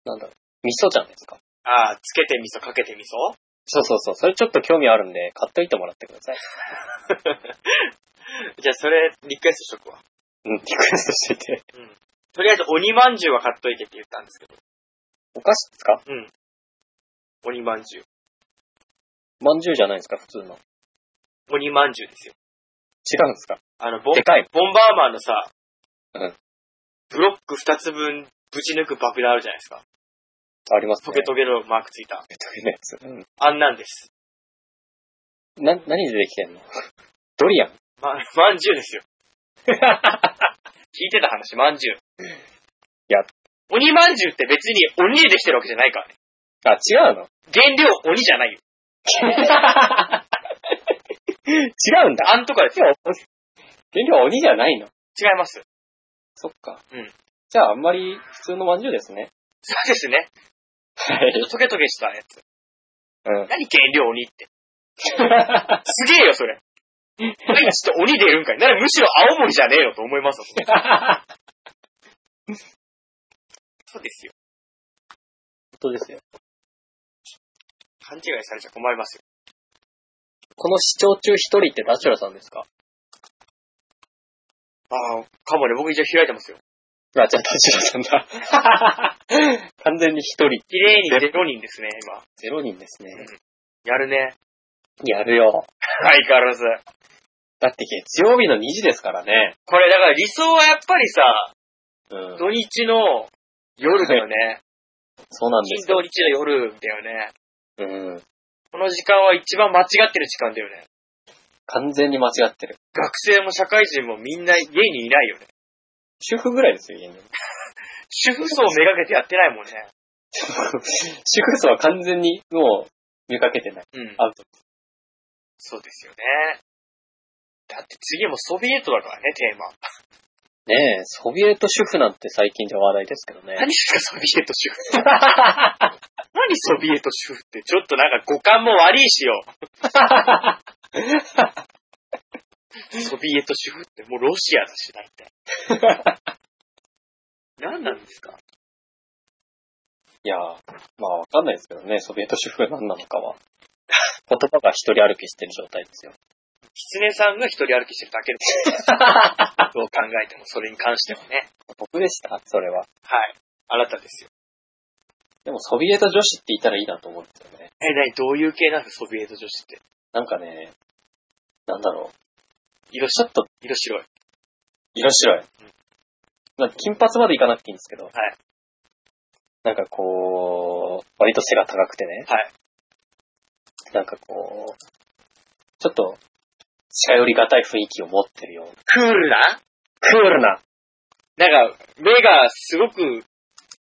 S1: なんだろう、味噌じゃないですか。
S2: ああ、つけて味噌かけて味噌
S1: そうそうそう。それちょっと興味あるんで、買っといてもらってください。
S2: じゃあそれ、リクエストしとくわ。
S1: うん、リ クエストしといて。
S2: とりあえず鬼まんじゅうは買っといてって言ったんですけど。
S1: お菓子ですか
S2: 鬼まんじゅう。
S1: まんじゅうじゃないですか、普通の。違
S2: 鬼まんじゅうですよ。
S1: うんですか
S2: あの、ボン
S1: で、かい。
S2: ボンバーマンのさ、
S1: うん
S2: ブロック2つ分ぶち抜く爆弾あるじゃないですか。
S1: あります
S2: ト
S1: ね。
S2: ゲトゲのマークついた。
S1: ゲトゲのやつ。うん。
S2: あんなんです。
S1: な、何でできてんのドリアン。
S2: ま、まんじゅうですよ。 聞いてた話、まんじゅう。
S1: や。
S2: 鬼まんじゅうって別に鬼でできてるわけじゃないからね。
S1: あ、違うの
S2: 原料鬼じゃ ないよ。
S1: 違うんだ。
S2: あんとかですよ。
S1: 原料鬼じゃないの。
S2: 違います。
S1: そっか。
S2: うん。
S1: じゃあ、あんまり普通のまんじゅうですね。
S2: そうですね。
S1: はい。
S2: トゲトゲしたやつ。
S1: うん。
S2: 何原料鬼って。すげえよ、それ。愛知と鬼出るんかい。ならむしろ青森じゃねえよと思いますよ。
S1: 本
S2: そうですよ。
S1: 当ですよ。
S2: 勘違いされちゃ困りますよ。
S1: この視聴中一人ってダチュラさんですか
S2: ああ、かもね、僕一応開いてますよ。
S1: あ、じゃあダチュラさんだ。 完全に一人。
S2: 綺麗に0人ですね、今。
S1: ゼロ人ですね。
S2: やるね。
S1: やるよ。
S2: 相変わらず。
S1: だって月曜日の2時ですからね。
S2: これだから理想はやっぱりさ、
S1: うん。
S2: 土日の夜だよね。
S1: そうなんで
S2: 金
S1: すよ。
S2: 土日の夜だよね。
S1: うん。
S2: この時間は一番間違ってる時間だよね。
S1: 完全に間違ってる。
S2: 学生も社会人もみんな家にいないよね。
S1: 主婦ぐらいですよ、家に。
S2: 主婦層をめがけてやってないもんね。
S1: 主婦層は完全にもう見かけてない。
S2: うん。
S1: アウト。
S2: そうですよね。だって次もソビエトだからね、テーマ。
S1: ねえ、ソビエト主婦なんて最近じゃ話題ですけどね。
S2: 何ですか、ソビエト主婦。 何ソビエト主婦って、ちょっとなんか五感も悪いしよ。 ソビエト主婦ってもうロシアだし、だ って。何なんですか
S1: いやー、まあわかんないですけどね、ソビエト主婦が何なのかは。 言葉が一人歩きしてる状態ですよ。
S2: キツネさんが一人歩きしてるだけ です。どう考えても、それに関してはね。
S1: 僕でしたそれは。
S2: はい。あなたですよ。
S1: でもソビエト女子って言ったらいいなと思うんですよね。
S2: え、何どういう系なのソビエト女子って。
S1: なんかね、なんだろう。
S2: 色
S1: ちょ
S2: 白
S1: っと
S2: 色白い。。
S1: 色白い。まあ、金髪までいかなくていいんですけど。はいなんかこう、割と背が高くてね。
S2: はい。
S1: なんかこう、ちょっと、近寄りがたい雰囲気を持ってるような。
S2: クールな
S1: クールな。
S2: なんか、目がすごく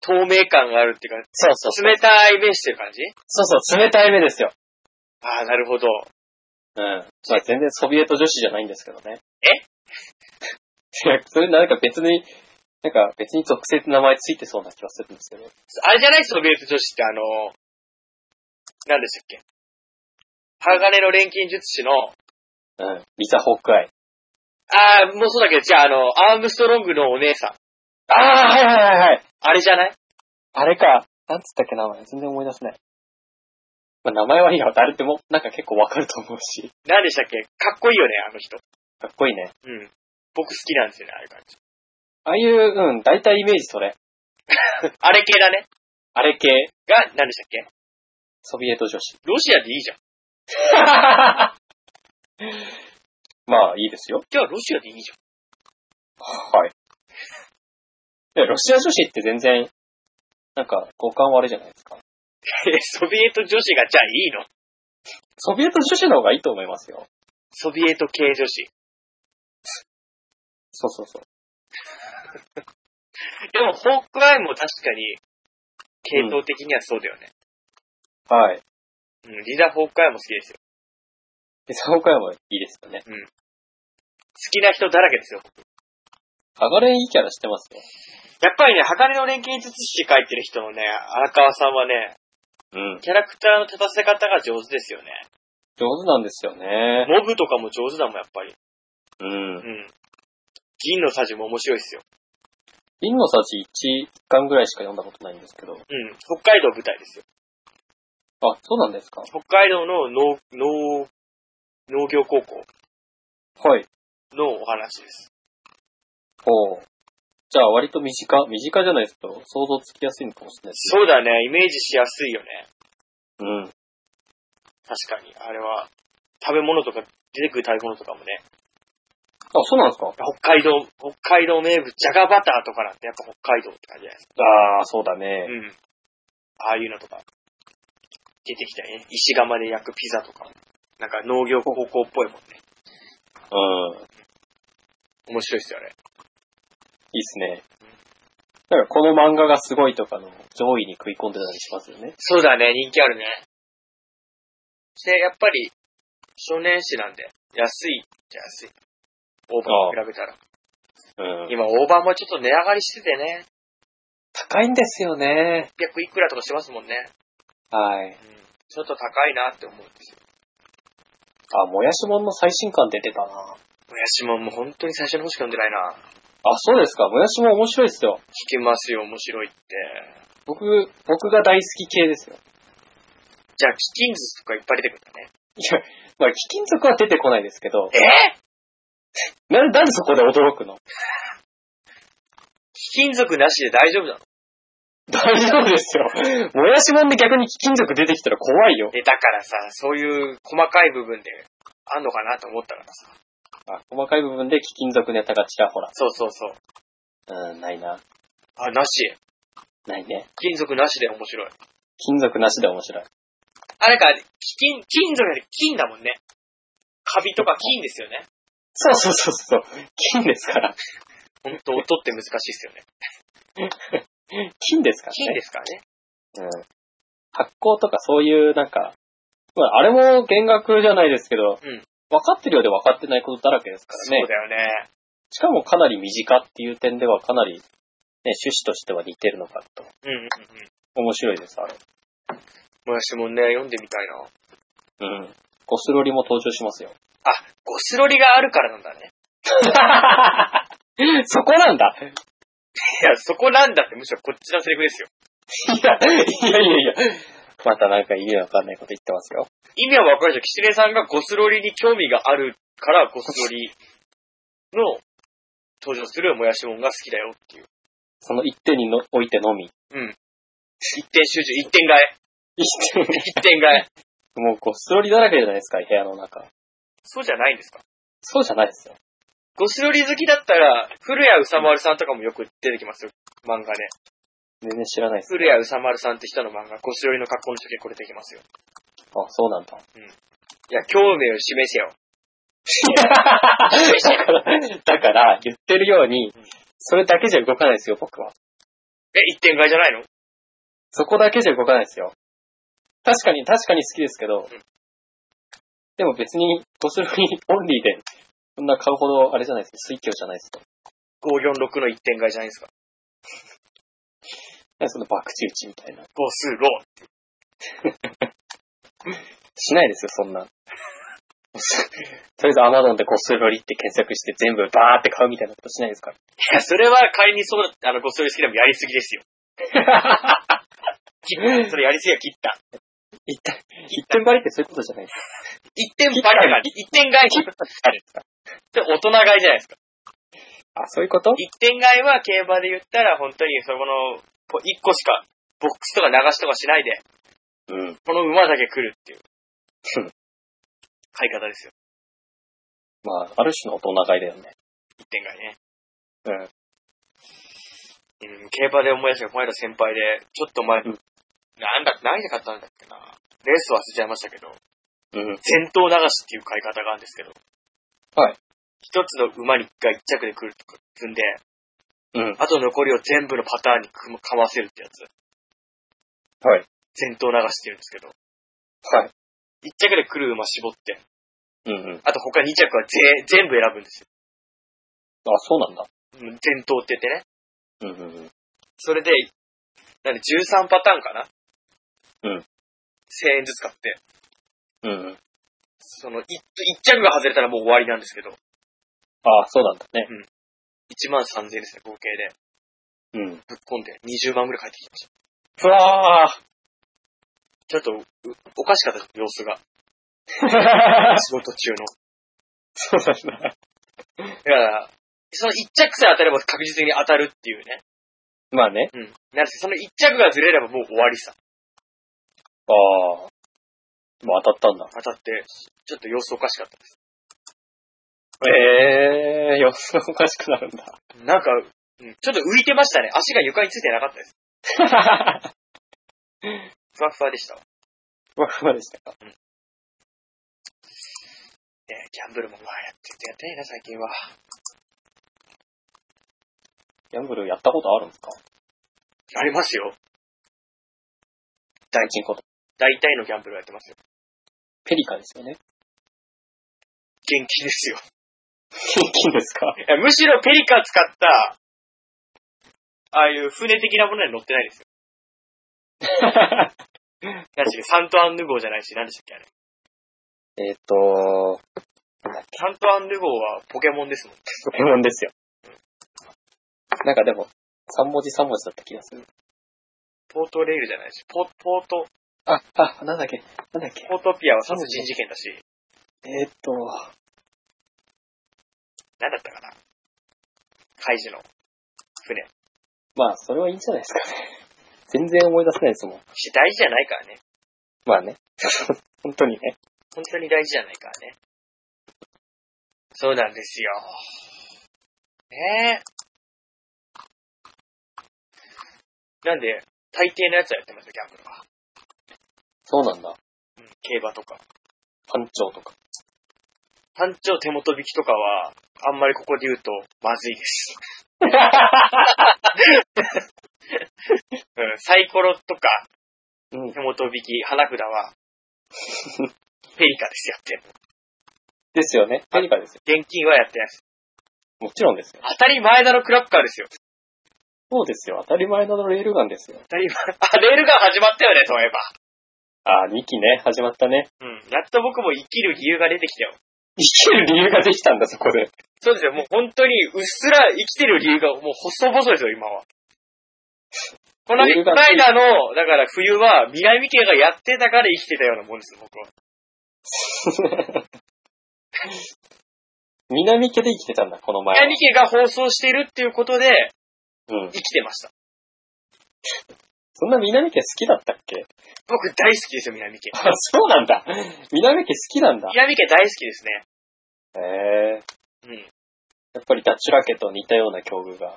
S2: 透明感があるっていうか、
S1: そうそうそう。
S2: 冷たい目してる感じ
S1: そうそう、冷たい目ですよ。
S2: ああ、なるほど。
S1: うん。まあ全然ソビエト女子じゃないんですけどね。えいや、 それなんか別に、なんか別に属性って名前ついてそうな気がするんですけど。
S2: あれじゃないソビエト女子ってあの、何でしたっけ鋼の錬金術師の、
S1: うん。リザ・ホークアイ。
S2: あー、もうそうだけど、じゃああの、アームストロングのお姉さん。
S1: ああ、はいはいはいはい。
S2: あれじゃない
S1: あれか。なんつったっけ名前全然思い出せない。まあ名前はいいよ。誰でも、なんか結構わかると思うし。
S2: 何でしたっけかっこいいよね、あの人。
S1: かっこいいね。
S2: うん。僕好きなんですよね、ああいう感じ。
S1: ああいう、うん、大体イメージそれ。
S2: あれ系だね。
S1: あれ系、
S2: が、何でしたっけ
S1: ソビエト女子。
S2: ロシアでいいじゃん。
S1: まあ、いいですよ。
S2: じゃあロシアでいいじゃん。
S1: はい。でロシア女子って全然、なんか、五感悪いじゃないですか。
S2: えソビエト女子がじゃあいいの
S1: ソビエト女子の方がいいと思いますよ。
S2: ソビエト系女子。
S1: そうそうそう。
S2: でも、ホークアイも確かに、系統的にはそうだよね。
S1: はい。
S2: うん、リザ・ホークアイも好きですよ。
S1: で、3回もいいですよね。
S2: 好きな人だらけですよ。
S1: ハガレンいいキャラしてますよ。
S2: やっぱりね、鋼の錬金術師書いてる人のね、荒川さんはね、
S1: うん。
S2: キャラクターの立たせ方が上手ですよね。
S1: 上手なんですよね。
S2: モブとかも上手だもん、やっぱり。
S1: うん。
S2: うん。銀のサジも面白いですよ。
S1: 銀のサジ1巻ぐらいしか読んだことないんですけど。
S2: うん。北海道舞台ですよ。
S1: あ、そうなんですか
S2: 北海道の農、農、農業高校
S1: はい。
S2: のお話です。
S1: ほう。じゃあ、割と身近、身近じゃないですと、想像つきやすいのかもしれないですね。
S2: そうだね、イメージしやすいよね。
S1: うん。
S2: 確かに。あれは、食べ物とか、出てくる食べ物とかもね、
S1: あ、そうなんですか
S2: 北海道、北海道名物、じゃがバターとかなんてやっぱ北海道って感じじゃないですか。
S1: ああ、そうだね。
S2: うん。ああいうのとか、出てきたりね。石窯で焼くピザとか、なんか農業高校っぽいもんね。
S1: うん。
S2: 面白いっすよね。
S1: いいっすね。なんかこの漫画がすごいとかの上位に食い込んでたりしますよね。
S2: そうだね、人気あるね。で、やっぱり、少年誌なんで、安いじゃ安い。大葉に比べたら。
S1: うん。
S2: 今、大葉もちょっと値上がりしててね、
S1: 高いんですよね。
S2: 100いくらとかしますもんね。
S1: はい。
S2: ちょっと高いなって思うんですよ。
S1: あ、もやしもんの最新刊出てたな。
S2: もやしももう本当に最初の方しか読んでないな。
S1: あ、そうですか。もやしもん面白いっすよ。
S2: 聞きますよ、面白いって。
S1: 僕、僕が大好き系ですよ。
S2: じゃあ、貴金属とかいっぱい出てくるんだね。
S1: いや、まあ、貴金属は出てこないですけど、
S2: え
S1: な、なんでそこで驚くの
S2: 貴金属なしで大丈夫なの
S1: 大丈夫ですよ。もやしもんで逆に貴金属出てきたら怖いよ。
S2: え、だからさ、そういう細かい部分で、あんのかなと思ったらさ。
S1: あ細かい部分で貴金属ネタがちらほら。
S2: そうそうそう。
S1: うん、ないな。
S2: あ、なし。
S1: ないね。
S2: 金属なしで面白い。
S1: 金属なしで面白い。
S2: あ、なんか、金、金属で金だもんね。カビとか金ですよね。
S1: そうそうそうそう。金ですから。
S2: ほんと、音って難しいっすよね。
S1: 金ですからね。
S2: 金ですからね。
S1: うん。発酵とかそういう、なんか、まあ、あれも減額じゃないですけど、
S2: うん
S1: 分かってるようで分かってないことだらけですから
S2: そう
S1: ね。
S2: だよね。
S1: しかもかなり身近っていう点ではかなり、ね、趣旨としては似てるのかと。
S2: うんうんうん。
S1: 面白いです、あれ。
S2: もやしもね、読んでみたいな。
S1: うん。ゴスロリも登場しますよ。
S2: ゴスロリがあるからなんだね。
S1: そこなん だ
S2: いや、そこなんだって、むしろこっちのセリフですよ。
S1: いや、いやいやいや。またなんか意味わかんないこと言ってますよ。
S2: 意味はわかるでしょ。キツネさんがゴスロリに興味があるから、ゴスロリの登場するもやしもんが好きだよっていう。
S1: その一点にのおいてのみ。
S2: 一点集中、一点買い。
S1: 一点
S2: 一点買い。
S1: もうゴスロリだらけじゃないですか、部屋の中。
S2: そうじゃないんですか
S1: そうじゃないですよ。
S2: ゴスロリ好きだったら、古谷宇佐丸さんとかもよく出てきますよ。漫画で。
S1: 全然知らないです。
S2: 古谷宇佐丸さんって人の漫画、ゴスロリの格好の人結構出てきますよ。
S1: あ、そうなんだ。
S2: いや、興味を示せよ。
S1: だから、だから言ってるように、それだけじゃ動かないですよ、僕は。
S2: え、一点買いじゃないの
S1: そこだけじゃ動かないですよ。確かに、確かに好きですけど、でも別に、ドスロにオンリーで、そんな買うほどあれじゃないですか、水強じゃないですか。
S2: 546の一点買いじゃないですか。
S1: なんかその爆打ちみたいな。
S2: 5数ロ
S1: しないですよ、そんな。とりあえず Amazon でこっそりロリって検索して全部バーって買うみたいなことしないですから。
S2: いや、それは買いにそう、あの、ごっそり好きでもやりすぎですよ。 切った。それやりすぎは切った。
S1: 一点、一点張りってそういうことじゃないですか。
S2: 一点ばりだから、一点買いじゃ
S1: あ
S2: ん。
S1: れですか。
S2: で大人買いじゃないですか。
S1: あ、そういうこと
S2: 一点買いは競馬で言ったら、本当にそこの、こう一個しか、ボックスとか流しとかしないで、
S1: うん。
S2: この馬だけ来るっていう
S1: うん。
S2: 買い方ですよ。
S1: まあ、ある種の大人買いだよね。
S2: 一点買いね。
S1: うん。
S2: うん、競馬で思い出したこの間先輩で、ちょっと前、
S1: うん
S2: なんだ、何で買ったんだっけな。レース忘れちゃいましたけど、
S1: うん。
S2: 前頭流しっていう買い方があるんですけど。
S1: はい。
S2: 一つの馬にが一着で来るとか、積んで、
S1: うん。
S2: あと残りを全部のパターンに組むかませるってやつ。
S1: はい。
S2: 前頭流しって言うんですけど。
S1: はい。
S2: 一着で来る馬絞って、
S1: うんうん。
S2: あと他二着はぜ全部選ぶんですよ。
S1: あ、そうなんだ。
S2: うん前頭って言って
S1: う
S2: ね。
S1: んうん
S2: それで、なんで13パターンかな
S1: うん。
S2: 1000円ずつ買って。
S1: うん。うんうん。
S2: その、一一着が外れたらもう終わりなんですけど、
S1: あ、そうなんだね。
S2: 1万3000円ですね、合計で。
S1: うん。
S2: ぶっ込んで、20万ぐらい返ってきました。
S1: ふわー
S2: ちょっとう、おかしかったです、様子 が。仕事中の。
S1: そうなんだ。
S2: だから、その一着さえ当たれば確実に当たるっていうね。
S1: まあね。
S2: うん。なんせその一着がずれればもう終わりさ。
S1: ああ。でも当たったんだ。
S2: 当たって、ちょっと様子おかしかったです。
S1: ええー、様子がおかしくなるん だ。
S2: なんか、うん、ちょっと浮いてましたね。足が床についてなかったです。ふわふわでしたわ。
S1: ふわふわでしたか。
S2: ねギャンブルもまあやっててやってないな、最近は。
S1: ギャンブルやったことあるんですか
S2: ありますよ。
S1: 大金こと。
S2: 大体のギャンブルやってますよ。
S1: ペリカですよね。
S2: 現金ですよ。
S1: 現金ですか
S2: いやむしろペリカ使った、ああいう船的なものに乗ってないですよ。何でしたっけサントアンヌ号じゃないし、何でしたっけあれ。
S1: えっと、
S2: サントアンヌ号はポケモンですもん。
S1: ポケモンですよ。なんかでも、3文字3文字だった気がする。
S2: ポートレールじゃないし、ポポート、
S1: あ、あ、なんだっけ、なんだっけ。
S2: ポートピアは殺人事件だし、
S1: えっと、
S2: 何だったかな。カイジの船。
S1: まあ、それはいいんじゃないですかね。全然思い出せないですもん。
S2: し大事じゃないからね。
S1: まあね。 本当にね。
S2: 本当に大事じゃないからね。そうなんですよ。ねえ。なんで、大抵のやつはやってますよ、ギャンブルは。
S1: そうなんだ。
S2: 競馬とか。
S1: 班長とか。
S2: 単調手元引きとかは、あんまりここで言うと、まずいです。 うん、サイコロとか、
S1: うん。
S2: 手元引き、花札は、ペリカです、やってる。
S1: ですよね。ペリカですよ。
S2: 現金はやってないです。
S1: もちろんですよ。
S2: 当たり前だろ、クラッカーですよ。
S1: そうですよ。当たり前のレールガンですよ。
S2: 当たり前。 あ、レールが始まったよね、そういえば。
S1: あー、2期ね。始まったね。
S2: うん、やっと僕も生きる理由が出てきたよ。
S1: 生きる理由ができたんだ、そこで。
S2: そうですよ、もう本当に、うっすら生きてる理由が、もう細々ですよ、今は。この
S1: レール
S2: 間
S1: が
S2: の、だから冬は、南家がやってたから生きてたようなもんです、僕は。
S1: 南家で生きてたんだ、この前は。
S2: 南家が放送してるっていうことで、
S1: うん。
S2: 生きてました。
S1: そんな南家好きだったっけ
S2: 僕大好きですよ、南家。
S1: あ、そうなんだ。南家好きなんだ。
S2: 南家大好きですね。
S1: へえ。
S2: うん。
S1: やっぱりダチュラ家と似たような境遇が。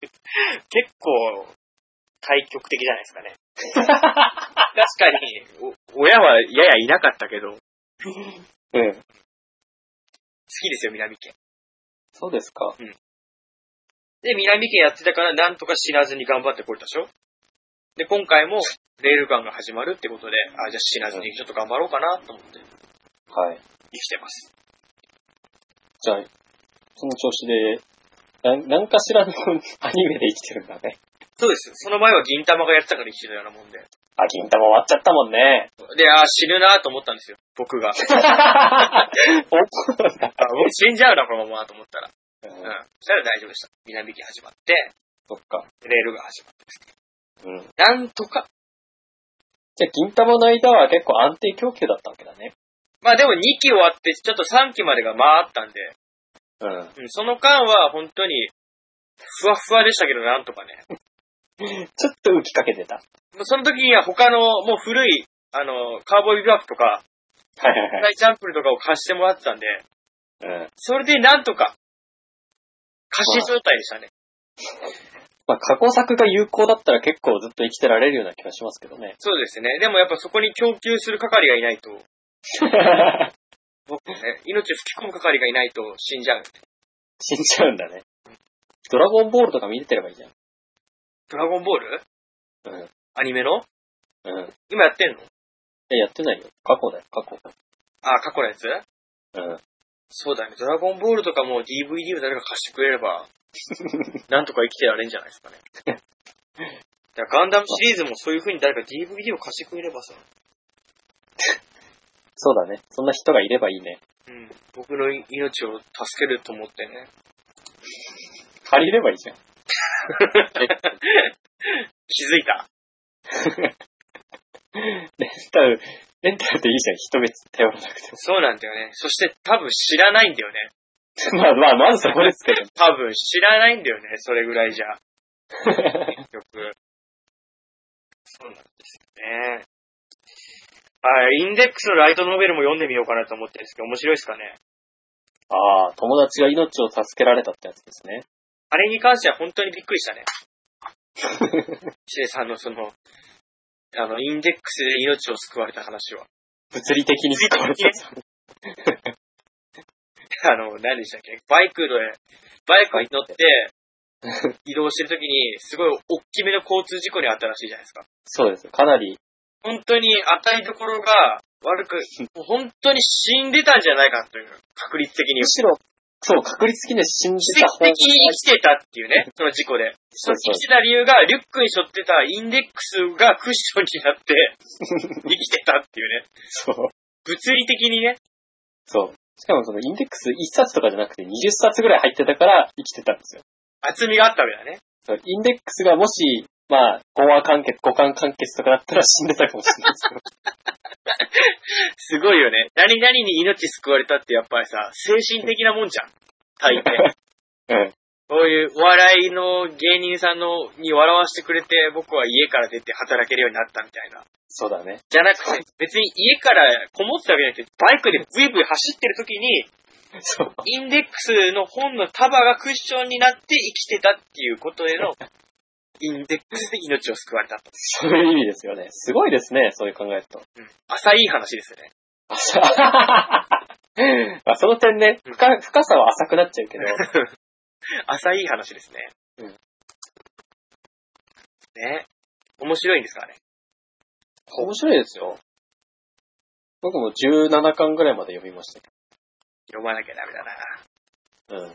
S2: 結構、対極的じゃないです かね。確かに、お親はややいなかったけど、好
S1: うん。
S2: きですよ、南家。
S1: そうですか。
S2: で、南家やってたから、なんとか死なずに頑張ってこれたでしょで、今回も、レールガンが始まるってことで、あ、じゃあ死なずにちょっと頑張ろうかなと思って。
S1: はい。
S2: 生きてます。
S1: じゃあ、その調子で、なん何かしらの アニメで生きてるんだね。
S2: そうです。その前は銀玉がやってたから生きてるようなもんで。
S1: あ、銀玉終わっちゃったもんね。
S2: で、あー死ぬなーと思ったんですよ。僕 が。あ
S1: おそうなんだ。
S2: 僕 死んじゃうな、このままと思ったら。
S1: うん
S2: うん。そしたら大丈夫でした。南引き始まって、
S1: そっか。
S2: レールが始まって。
S1: うん。
S2: なんとか。
S1: じゃあ、銀玉の間は結構安定供給だったわけだね。
S2: まあでも2期終わって、ちょっと3期までが回ったんで、
S1: うん。
S2: うん、その間は本当に、ふわふわでしたけど、なんとかね。
S1: ちょっと浮きかけてた。
S2: もうその時には他の、もう古い、あの、カーボーイグラフとか、
S1: はいはい
S2: ライチャンプルとかを貸してもらってたんで、
S1: はい。 うん。
S2: それでなんとか、貸し状態でしたね。
S1: まあ、過去作が有効だったら結構ずっと生きてられるような気がしますけ どね。
S2: そうですね。でもやっぱそこに供給する係がい ないと、僕ね、命を吹き込む係がいないと死んじゃう。
S1: 死んじゃうんだね。ドラゴンボールとか見てればいいじゃん。
S2: ドラゴンボール
S1: うん。
S2: アニメの
S1: うん。
S2: 今やってんの
S1: え、やってないよ。過去だよ、過去。
S2: あ、過去のやつ
S1: うん。
S2: そうだね。ドラゴンボールとかも DVD を誰か貸してくれれ ば、なんとか生きてられるんじゃないですかね。だからガンダムシリーズもそういう風に誰か DVD を貸してくれればさ、
S1: そうだね。そんな人がいればいいね。
S2: うん、僕の命を助けると思ってね。
S1: 借りればいいじゃん。
S2: 気づいた。
S1: レンタル、レンタルでいいじゃん。人別 頼らなくて
S2: そうなんだよね。そして多分知らないんだよ ね。
S1: も。まあまあ、まずそこですけど。
S2: 多分知らないんだよね。それぐら いじゃ。結局。そうなんですよね。あ、インデックスのライトノベルも読んでみようかなと思ってるんですけど、面白いですかね。
S1: ああ、友達が命を助けられたってやつですね。
S2: あれに関しては本当にびっくりしたね。シエさんのその、あの、インデックスで命を救われた話は。
S1: 物理的に救われた。
S2: あの、何でしたっけバイクで、バイクに乗って、移動してるときに、すごい大きめの交通事故にあったらしいじゃないですか。
S1: そうです。かなり、
S2: 本当に当たりどころが悪 く、もう本当に死んでたんじゃないかという、確率的に
S1: む。しろ、そう、確率的には信じ
S2: 奇
S1: た
S2: 跡
S1: 方が
S2: 的に生きてたっていうね、その事故で。
S1: そうそ
S2: 生
S1: う
S2: きてた理由が、リュックに背負ってたインデックスがクッションにな って、生きてたっていうね。
S1: そう。
S2: 物理的にね。
S1: そう。しかもそのインデックス1冊とかじゃなくて20冊ぐらい入ってたから生きてたんですよ。
S2: 厚みがあったわけだね。
S1: そうインデックスがもし、まあ、5話完結、5巻完結とかだったら死んでたかもしれない ですけど。
S2: すごいよね。何々に命救われたってやっぱりさ、精神的なもんじゃん。大 抵。
S1: うん。
S2: こういうお笑いの芸人さんのに笑わせてくれて、僕は家から出て働けるようになったみたいな。
S1: そうだね。
S2: じゃなくて、別に家からこもってたわけじゃなくて、バイクでブイブイ走ってる時に、
S1: そう。
S2: インデックスの本の束がクッションになって生きてたっていうことへ の、インデックスで命を救われたと。
S1: そういう意味ですよね。すごいですね、そういう考える と。
S2: うん。浅い話ですね。
S1: あそうまあ、その点ね深、深さは浅くなっちゃうけど、
S2: 浅い話ですね。
S1: うん
S2: ね。面白いんですかね。
S1: 面白いですよ。僕も17巻ぐらいまで読みましたけ
S2: 読まなきゃダメだ
S1: ど。
S2: な。
S1: うん。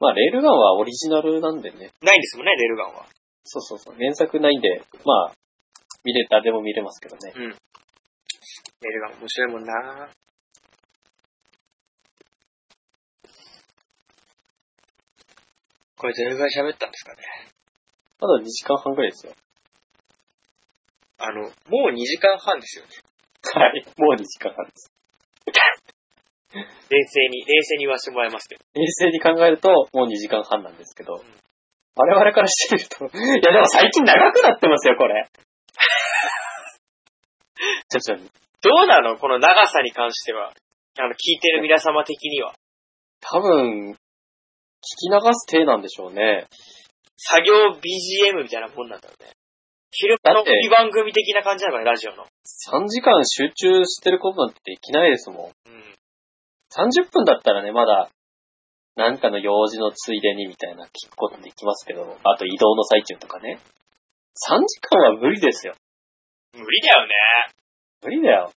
S1: まあ、レールガンはオリジナルなんでね。
S2: ないんですもんね、レールガンは。
S1: そうそうそう。原作ないんで、まあ、見れたでも見れますけどね。
S2: レールガン面白いもんな。これどれぐらい喋ったんですかね。
S1: まだ2時間半ぐらいですよ。
S2: あの、もう2時間半ですよね。
S1: はい。もう2時間半です。
S2: 冷静に、冷静に言わせてもらいますけど。
S1: 冷静に考えると、もう2時間半なんですけど、我々からしてみると、いやでも最近長くなってますよ、これ。徐々に。
S2: どうなのこの長さに関しては。あの、聞いてる皆様的には。
S1: 多分、聞き流す体なんでしょうね。
S2: 作業 BGM みたいなもんなんだろうね。昼間
S1: だ
S2: の
S1: って
S2: 帯番組的な感じなのかね、ラジオの。
S1: 3時間集中してることなんてできないですもん。
S2: うん。
S1: 30分だったらね、まだ、なんかの用事のついでにみたいな聞くことできますけど、あと移動の最中とかね。3時間は無理ですよ。
S2: 無理だよね。
S1: 無理だよ。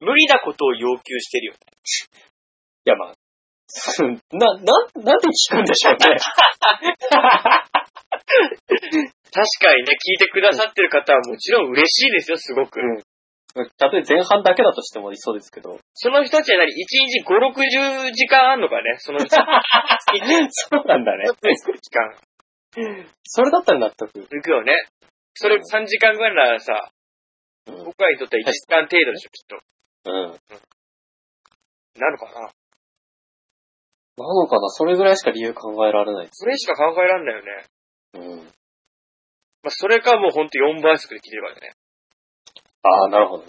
S2: 無理なことを要求してるよ。
S1: いや、まあ、 な、な、なんで聞くんでしょうね。
S2: 確かにね、聞いてくださってる方はもちろん嬉しいですよ、すごく。
S1: うんたとえ前半だけだとしてもそうですけど。
S2: その人たちは何 ?1 日5、60時間あんのかねその 人
S1: そうなんだね。
S2: 時間。
S1: それだったら納得。
S2: 行くよね。それ3時間ぐらいならさ、
S1: うん
S2: 僕らにとっては1時間程度でしょ、きっ
S1: うん。
S2: と。なのかな
S1: なのかなそれぐらいしか理由考えられないです。
S2: それしか考えらんないよね。
S1: うん。
S2: まあ、それかもうほんと4倍速で聞いてるからね。
S1: ああ、なるほどね。
S2: っ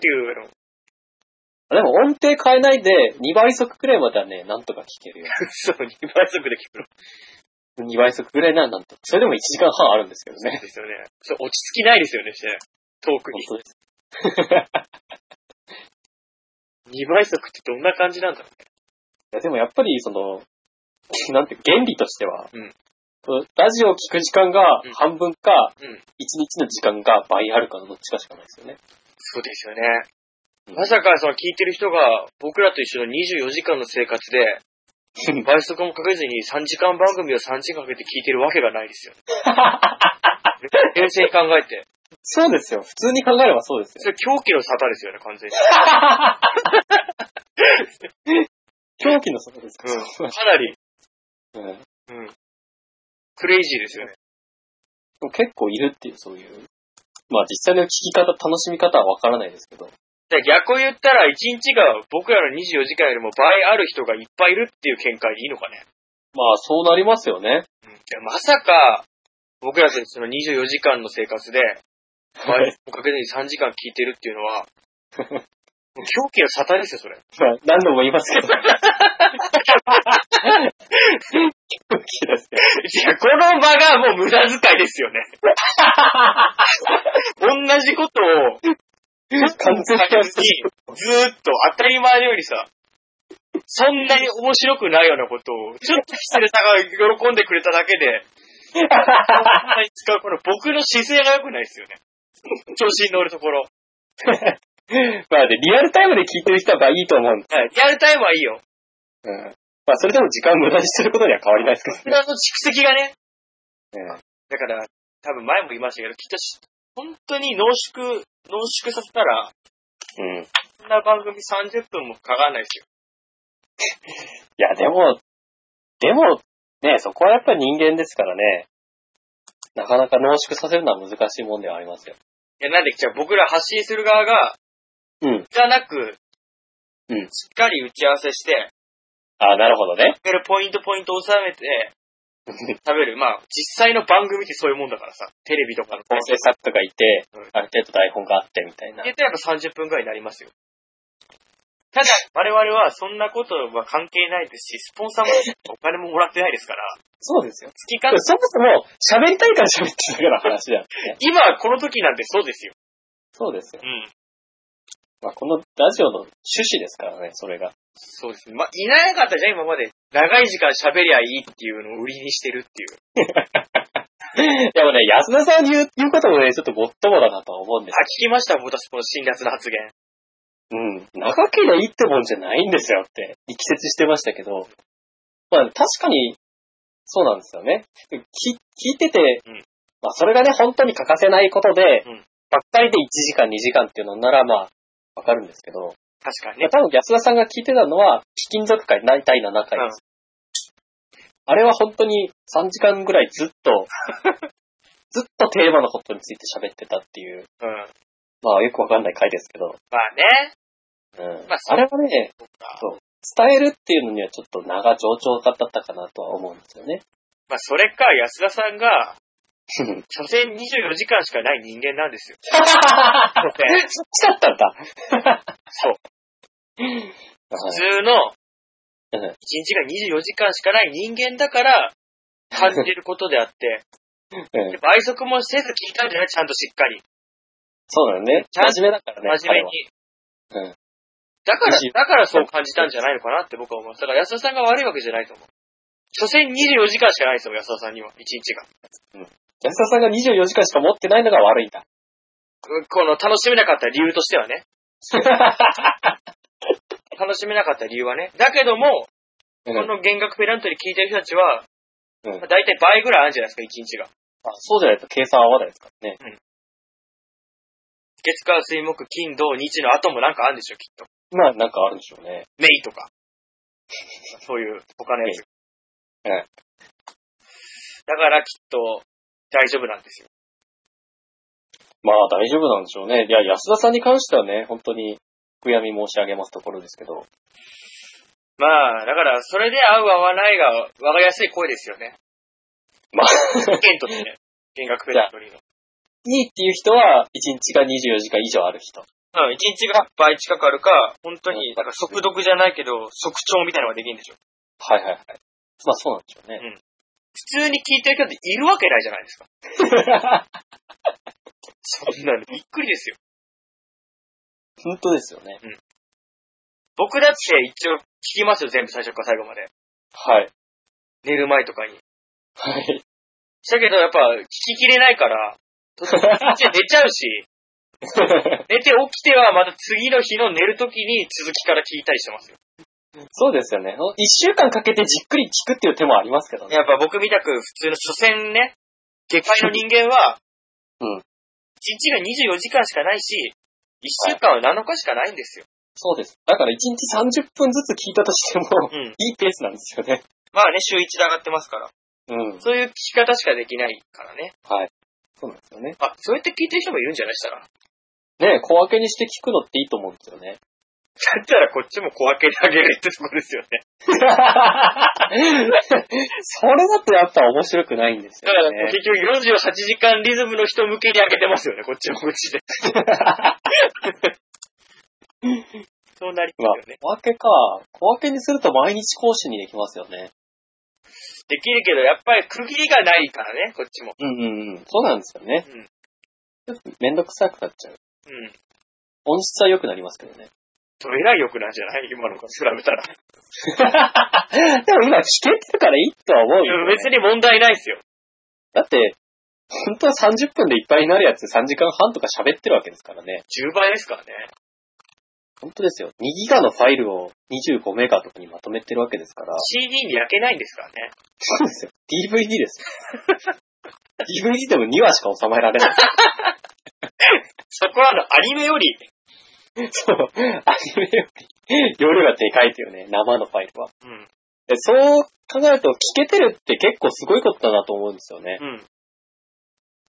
S2: ていうの。
S1: で も音程変えないで、2倍速くらいまではね、なんとか聞けるよ。
S2: そう、2倍速で聞くの。
S1: 2倍速くらいならなんとか。それでも1時間半あるんですけどね。
S2: ですよね。そう、落ち着きないですよね、して。遠くに。
S1: 本当です。
S2: 2倍速ってどんな感じなんだろ
S1: いやでもやっぱり、その、なんていうか原理としては、
S2: うん
S1: ラジオを聞く時間が
S2: うん
S1: 半分か、
S2: うん
S1: 一1日の時間が倍あるかのどっちかしかないですよね。
S2: う。そうですよね。まさか、その聞いてる人が、僕らと一緒の24時間の生活で、倍速もかけずに3時間番組を3時間かけて聞いてるわけがない ですよ。冷静に考えて。
S1: そうですよ。普通に考えればそうですよ。
S2: それ狂気の沙汰ですよね、完全に。
S1: 狂気の底ですか、
S2: うん。かなり、
S1: うんで
S2: うん。クレイジーですよね。
S1: も 結構いるっていう、そういう。まあ実際の聞き方、楽しみ方はわからないですけど。
S2: で逆を言ったら、1日が僕らの24時間よりも倍ある人がいっぱいいるっていう見解でいいのかね。
S1: まあそうなりますよね。
S2: うん。まさか、僕らとその24時間の生活で、倍をかけずに3時間聞いてるっていうの は、もう狂気の沙汰ですよ、それ。
S1: まあ何度も言います けど。狂気ですよ
S2: いや、この場がもう無駄遣いです よね。同じことを、
S1: 完全に
S2: にずーっと当たり前のようにさ、そんなに面白くないようなことを、ちょっと失礼さが喜んでくれただけで、あんまり使うこの僕の姿勢が良くないですよね。調子に乗るところ。
S1: まあで、リアルタイムで聞いてる人はいいと思うんです。
S2: リアルタイムはいいよ。
S1: うん。まあそれでも時間を無駄にすることには変わりないですけどね。
S2: 普段の蓄積がね、
S1: うん
S2: だから、多分前も言いましたけど、きっとし本当に濃縮、濃縮させたら、
S1: うん。い
S2: こんな番組30分もかかんないですよ。
S1: や、でも、でも、ね、そこはやっぱり人間ですからね、なかなか濃縮させるのは難しいもんではありますよ。
S2: いや、なんで、じゃあ僕ら発信する側が、
S1: うん。
S2: じゃなく、
S1: うん
S2: しっかり打ち合わせして、
S1: ああ、なるほどね。
S2: 喋るポイントポイントを収め て、食べる。まあ、実際の番組ってそういうもんだからさ、テレビとかの
S1: 構成作とかいて
S2: うん、
S1: ある程度台本があってみたいな。
S2: 入れたらやっぱ30分くらいになりますよ。ただ、我々はそんなことは関係ないですし、スポンサーもお金ももらってないですから、
S1: そうですよ。
S2: 月
S1: そ
S2: 間
S1: も、そも喋りたいから喋ってたから話じゃん、ね。
S2: 今はこの時なんてそうですよ。
S1: そうですよ。
S2: うん。
S1: まあこのラジオの趣旨ですからね、それが。
S2: そうですね。まあ、いなかったじゃん、今まで。長い時間喋りゃいいっていうのを売りにしてるっていう。
S1: でもね、安田さんの言う言うこともね、ちょっともっともだなとは思うんです
S2: あ、聞きました、ボタスポの辛辣な発言。
S1: うん。長ければいいってもんじゃないんですよって、力説してましたけど、まあ確かに、そうなんですよね。聞聞いてて、
S2: うん
S1: まあそれがね、本当に欠かせないことで、
S2: うん
S1: ばっかりで1時間2時間っていうのならまあ、わかるんですけど、
S2: 確かに
S1: まあ
S2: ね。
S1: 多分安田さんが聞いてたのは、貴金属会第7回です。あれは本当に3時間ぐらいずっ と、ずっとテーマのことについて喋ってたっていう、
S2: うん。
S1: まあよくわかんない回ですけど、
S2: まあね。
S1: うん
S2: まあそ
S1: あ
S2: う
S1: れはね
S2: か、
S1: そう、伝えるっていうのにはちょっと長冗長だったかなとは思うんですよね。
S2: まあ、それか、安田さんが、 所詮24時間しかない人間なんですよ。所詮
S1: え、そっちだったんだ。
S2: そう。普
S1: はい
S2: 通の、
S1: うん
S2: 1日が24時間しかない人間だから、感じることであって、
S1: うん、
S2: 倍速もせず聞いたんじゃないちゃんとしっかり。
S1: そうだよね。
S2: ちゃんと
S1: 真面目だからね。
S2: 真面目に。
S1: 彼は。うん
S2: だから
S1: 20、
S2: だからそう感じたんじゃないのかなって僕は思う。だから安田さんが悪いわけじゃないと思う。所詮24時間しかないですよ、安田さんには。1日が。
S1: 安田さんが24時間しか持ってないのが悪いんだ。
S2: この楽しめなかった理由としてはね。楽しめなかった理由はね。だけども、
S1: う
S2: こ
S1: ん
S2: の弦楽ペダントリー聞いてる人たちは、
S1: うん
S2: まあ大体倍ぐらいあるんじゃないですか、1日が。
S1: あそうじゃないと計算合わないですからね。
S2: 月火水木金土日の後もなんかあるんでしょ、きっと。
S1: まあ、なんかあるんでしょうね。
S2: メイとか。そういう、他のやつ。
S1: メイはい
S2: だからきっと、大丈夫なんですよ。
S1: まあ、大丈夫なんでしょうね。いや、安田さんに関してはね、本当に、悔やみ申し上げますところですけど。
S2: まあ、だから、それで合う合わないが、わかりやすい声ですよね。
S1: まあ、
S2: 意見としてね。見学ペダントリーの。
S1: いいっていう人は、1日が24時間以上ある人。
S2: うん、一日が倍近くあるか、本当に、なんか速読じゃないけど、速聴みたいなのができるんでしょ。
S1: はいはいはい。まあ、そうなんでしょう ね。
S2: 普通に聞いてる人っているわけないじゃないですか。そんなの。びっくりですよ。
S1: 本当ですよね。
S2: 僕だって一応聞きますよ、全部最初から最後まで。
S1: はい。
S2: 寝る前とかに。
S1: はい。
S2: したけど、やっぱ、聞ききれないから、途中で寝ちゃうし、 寝て起きてはまた次の日の寝るときに続きから聞いたりしてますよ。
S1: そうですよね。1週間かけてじっくり聞くっていう手もありますけどね。
S2: やっぱ僕みたく普通の所詮ね、下界の人間 は、
S1: うん
S2: 1日が24時間しかないし、1週間は7日しかないんですよ。
S1: そうです。だから1日30分ずつ聞いたとしても、
S2: う
S1: い
S2: ん。
S1: いペースなんですよね。
S2: まあね、週1で上がってますから。
S1: うん。
S2: そういう聞き方しかできないからね。
S1: そうなんですよね。
S2: あ、そうやって聞いてる人もいるんじゃないしたら。だ
S1: ね小分けにして聞くのっていいと思うんですよね。
S2: ったらこっちも小分けであげるってとこですよね。
S1: それだとやっぱ面白くないんです
S2: だから
S1: よ、
S2: もう
S1: ね。
S2: 結局48時間リズムの人向けに開けてますよね、こっちもこっちで。 そうなり
S1: まあ
S2: ますよね。、
S1: 小分けか。小分けにすると毎日更新にできますよね。
S2: できるけど、やっぱり区切りがないからね、こっちも。
S1: うんうんうん。そうなんですよね。
S2: うん。
S1: めんどくさくなっちゃう。
S2: うん。
S1: 音質は良くなりますけど ね。
S2: どれらい良くなんじゃない今の子調べたら。
S1: でも今聞けてるからいいとは思うよ、ね。
S2: 別に問題ないですよ。
S1: だって、本当は30分でいっぱいになるやつ3時間半とか喋ってるわけですからね。
S2: 10倍ですからね。
S1: 本当ですよ。2ギガのファイルを25メガとかにまとめてるわけですから。
S2: CD に焼けないんですからね。
S1: そうですよ。DVD ですよ。DVD でも2話しか収まえられない。
S2: そこはあの、アニメより、
S1: そう。アニメより、容量がでかいというね、生のファイルは。
S2: うん。
S1: でそう考えると、聞けてるって結構すごいことだなと思うんですよね。
S2: うん。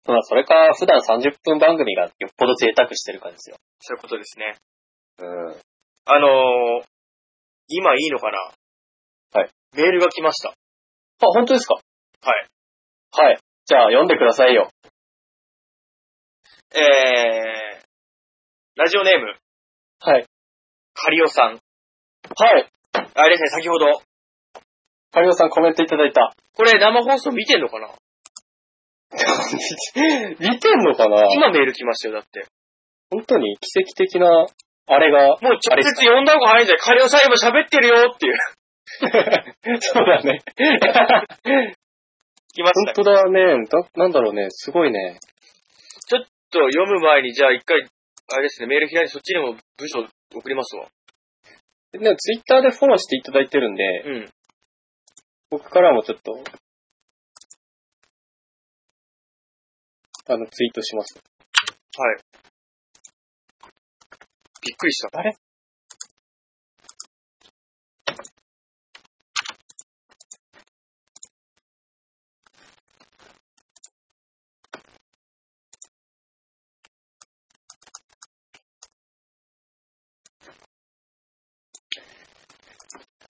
S1: まあ、それか、普段30分番組がよっぽど贅沢してるかですよ。
S2: そういうことですね。
S1: うん。
S2: あのー、今いいのかな
S1: はい。
S2: メールが来ました。
S1: あ、本当ですか
S2: はい。
S1: はい。じゃあ、読んでくださいよ。
S2: えー、ラジオネーム、
S1: はい。
S2: カリオさん。
S1: はい。
S2: あれですね、先ほど。
S1: カリオさんコメントいただいた。
S2: これ生放送見てんのかな
S1: 見てんのかな
S2: 今メール来ましたよ、だって。
S1: 本当に奇跡的な、あれが。
S2: もう
S1: あ
S2: 直
S1: れ
S2: 接呼んだ方が早いんじゃないカリオさん今喋ってるよっていう。
S1: そうだ ね。
S2: 来まし
S1: 本
S2: たよ。
S1: 当だね。だなんだろうね。すごいね。
S2: ちょっと読む前に、じゃあ一回、あれですね、メール開いてそっちにも文章送りますわ。
S1: ね、ツイッターでフォローしていただいてるんで、
S2: うん。
S1: 僕からもちょっと、あの、ツイートします。
S2: はい。びっくりした。
S1: あれ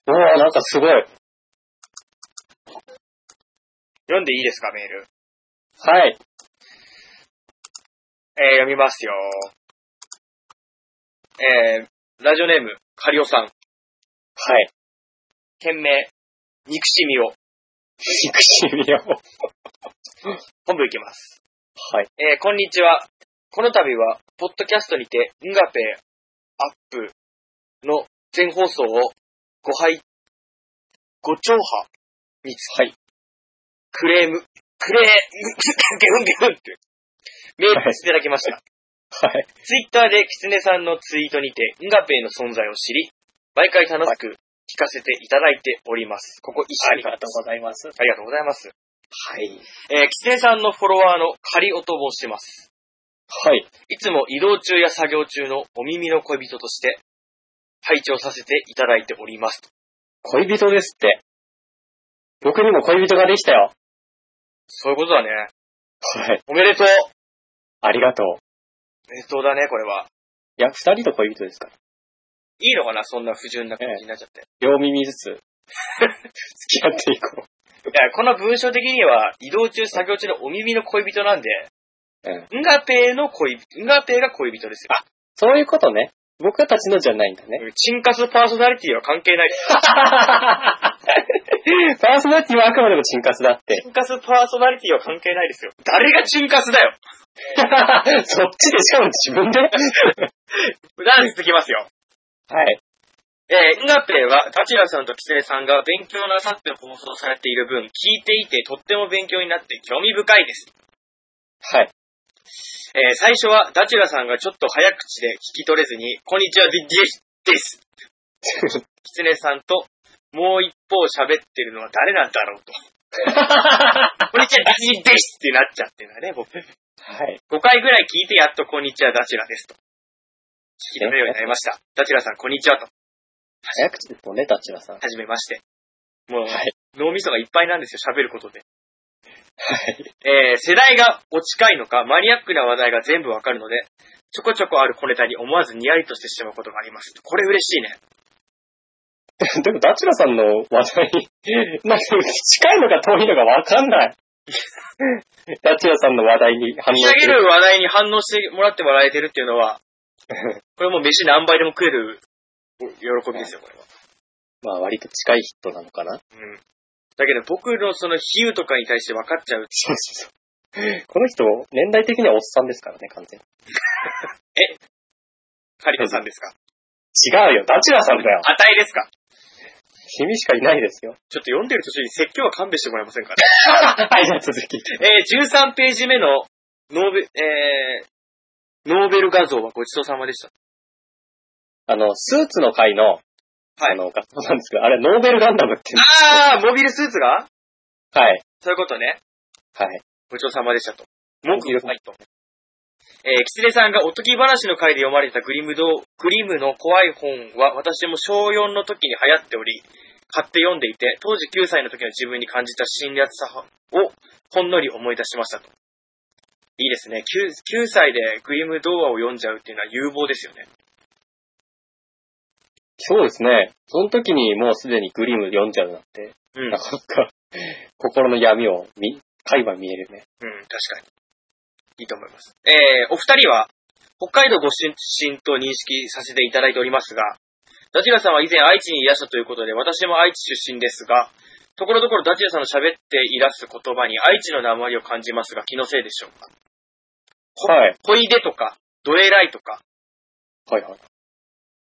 S1: うわなんかすごい。
S2: 読んでいいですか、メール。
S1: はい。
S2: えー、読みますよ。えー、ラジオネーム、カリオさん。
S1: はい。
S2: 件名、憎しみを。
S1: 憎しみを。
S2: 本部いきます。
S1: はい。
S2: えーこんにちは。この度は、ポッドキャストにて、ンガペーアップの全放送をご拝、ご聴破につき、
S1: はい
S2: クレーム、クレーム、ゲフンゲフンって、メールしていただきました。
S1: はい。
S2: ツイッターでキツネさんのツイートにて、ンガペイの存在を知り、毎回楽しく聞かせていただいております。ここ一
S1: あ
S2: 週
S1: り
S2: 間
S1: がとうございます。
S2: ありがとうございます。
S1: はい。
S2: えー、キツネさんのフォロワーの仮おとぼをしてます。
S1: はい。
S2: いつも移動中や作業中のお耳の恋人として、拝聴させていただいております。
S1: 恋人ですって。僕にも恋人ができたよ。
S2: そういうことだね。
S1: はい。
S2: おめでとう
S1: ありがとう。
S2: おめでとうだね、これは。
S1: いや、二人と恋人ですから。
S2: いいのかな、そんな不純な感じになっちゃって。
S1: 両耳ずつ、付き合っていこ
S2: いや、この文章的には、移動中、作業中のお耳の恋人なんで、
S1: う。うん。
S2: ンガペイの恋人、ンガペイが恋人ですよ。あ、
S1: そういうことね。僕たちのじゃないんだね。
S2: チンカスパーソナリティは関係ない。
S1: パーソナリティはあくまでもチンカスだって。
S2: チンカスパーソナリティは関係ないですよ。誰がチンカスだよ
S1: そっちで、しかも自分で
S2: なんで続きますよ。
S1: はい。
S2: えー、ンガペイは、ダチラさんとキツネさんが勉強なさって放送されている分、聞いていてとっても勉強になって興味深いです。
S1: はい。
S2: えー、最初は、ダチュラさんがちょっと早口で聞き取れずに、こんにちは、ディディです。キツネさんと、もう一方喋ってるのは誰なんだろう と。こんにちは、ダチュラですってなっちゃってるんだね、僕。
S1: はい。
S2: 5回ぐらい聞いて、やっとこんにちは、ダチュラですと。聞き取れるようになりました。ダチュラさん、こんにちはと。
S1: 早口ですもんね、立花さん。
S2: はじめまして。もう、
S1: はい。
S2: 脳みそがいっぱいなんですよ、喋ることで。
S1: はい。
S2: えー、世代がお近いのか、マニアックな話題が全部わかるので、ちょこちょこある小ネタに思わずニヤリとしてしまうことがあります。これ嬉しいね。
S1: でも、ダチュラさんの話題、 なんか近いのか遠いのかわかんない。 ダチュラさんの話題に反応
S2: 引き
S1: し
S2: 上
S1: て
S2: げ
S1: る。
S2: る話題に反応してもらってもらえてるっていう のは、これもう飯何杯でも食える喜びですよ、これは。
S1: まあ、割と近い人なのかな。
S2: うん。だけど僕のその比喩とかに対して分かっちゃう。
S1: そうそうそう。この人、年代的にはおっさんですからね、完全に。
S2: カリトさんですか
S1: 違うよ、ダチュラさんだよ。
S2: 値ですか
S1: 君しかいないですよ。
S2: ちょっと読んでる途中に説教は勘弁してもらえませんか
S1: はい、じゃあ続き。
S2: えー13ページ目の、ノーベ、えー、ノーベル画像はごちそうさまでした。
S1: あの、スーツの回の、あの、画像なんですけど、あれ、ノーベルガンダムっていう
S2: あー、モビルスーツが
S1: はい。
S2: そういうことね。
S1: はい。
S2: ごちそうさまでしたと。
S1: モ
S2: 文
S1: ビ
S2: 句
S1: ル
S2: が
S1: スーツ
S2: ないと。えー、キツネさんがおとぎ話の回で読まれたグリムド、グリムの怖い本は私も小4の時に流行っており、買って読んでいて、当時9歳の時の自分に感じた辛辣さをほんのり思い出しましたと。いいですね。9, 9歳でグリム童話を読んじゃうっていうのは有望ですよね。
S1: そうですね。その時にもうすでにグリム読んじゃうなんて、
S2: うん。
S1: なかなか、心の闇を見、会話見えるね。
S2: うん、確かに。いいと思います。えー、お二人は、北海道ご出身と認識させていただいておりますが、ダチュラさんは以前愛知にいらしたということで、私も愛知出身ですが、ところどころダチュラさんの喋っていらす言葉に愛知の名前を感じますが、気のせいでしょうか。
S1: はい。
S2: 小出とか、どえらいとか、
S1: はいはい。
S2: ま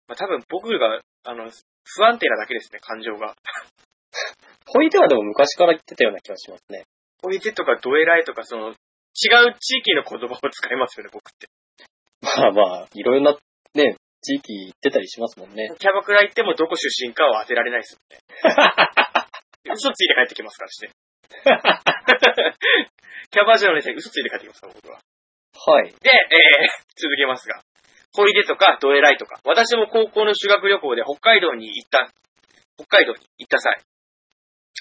S2: あ、多分僕が、あの、不安定なだけですね、感情が。
S1: ほいではでも昔から言ってたような気がしますね。
S2: 小出とかどえらいとか、その、違う地域の言葉を使いますよね、僕って。
S1: まあまあ、いろいろな、ね、地域行ってたりしますもんね。
S2: キャバクラ行ってもどこ出身かは当てられないですよ ね。嘘ついて帰ってきますからして。キャバ嬢の店に嘘ついて帰ってきますから、僕は。
S1: はい。
S2: で、えー、続けますが。小出とか、どえらいとか。私も高校の修学旅行で北海道に行った、北海道に行った際、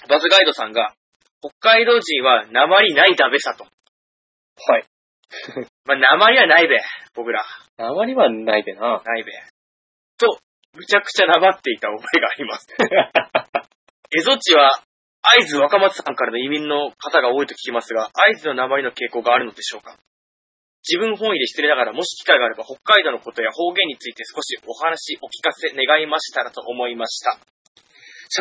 S2: バスガイドさんが、北海道人は鉛ないだべさと。
S1: はい。
S2: まあ、鉛はないべ、僕ら。
S1: あまりはないでな。
S2: ないべ。と、むちゃくちゃなまっていた覚えがあります。エゾ地は、会津若松さんからの移民の方が多いと聞きますが、会津の鉛の傾向があるのでしょうか自分本位で失礼ながら、もし機会があれば、北海道のことや方言について少しお話、お聞かせ願いましたらと思いました。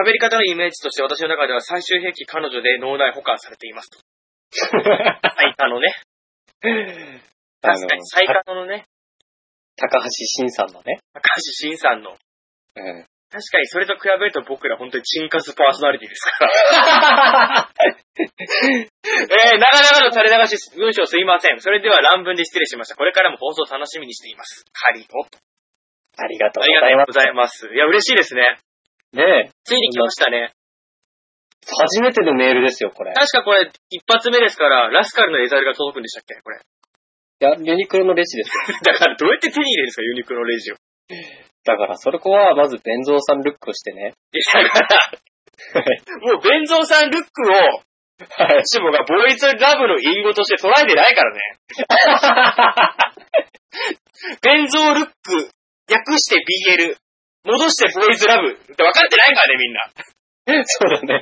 S2: 喋り方のイメージとして私の中では最終兵器彼女で脳内保管されていますと。最多のね。
S1: あ
S2: 確
S1: の
S2: かに、最多のね、
S1: 高橋慎さんのね。
S2: 高橋慎さんの
S1: うん。
S2: 確かにそれと比べると僕ら本当にチンカスパーソナリティですから。 えー、長々の垂れ流し文章すいません。それでは乱文で失礼しました。これからも放送楽しみにしています。ハリと。
S1: ありがとう
S2: あ
S1: ご
S2: り
S1: ざい
S2: が
S1: ま
S2: とうございます。いや、嬉しいですね。
S1: す。ねえ。
S2: ついに来ましたね。
S1: 初めてのメールですよ、これ。
S2: 確かこれ、一発目ですから、ラスカルのエザールが届くんでしたっけこれ。
S1: いや、ユニクロのレジですよ。
S2: だから、どうやって手に入れるんですかユニクロレジを。
S1: だから、それこは、まず、ベンゾーさんルックをしてね。
S2: いや、だから、もう、ベンゾーさんルックを、
S1: はい。
S2: しもがボーイズラブの隠語として捉えてないから ね。ベンゾールック、略して BL、戻してボーイズラブって分かってないからね、みんな。
S1: そうだね。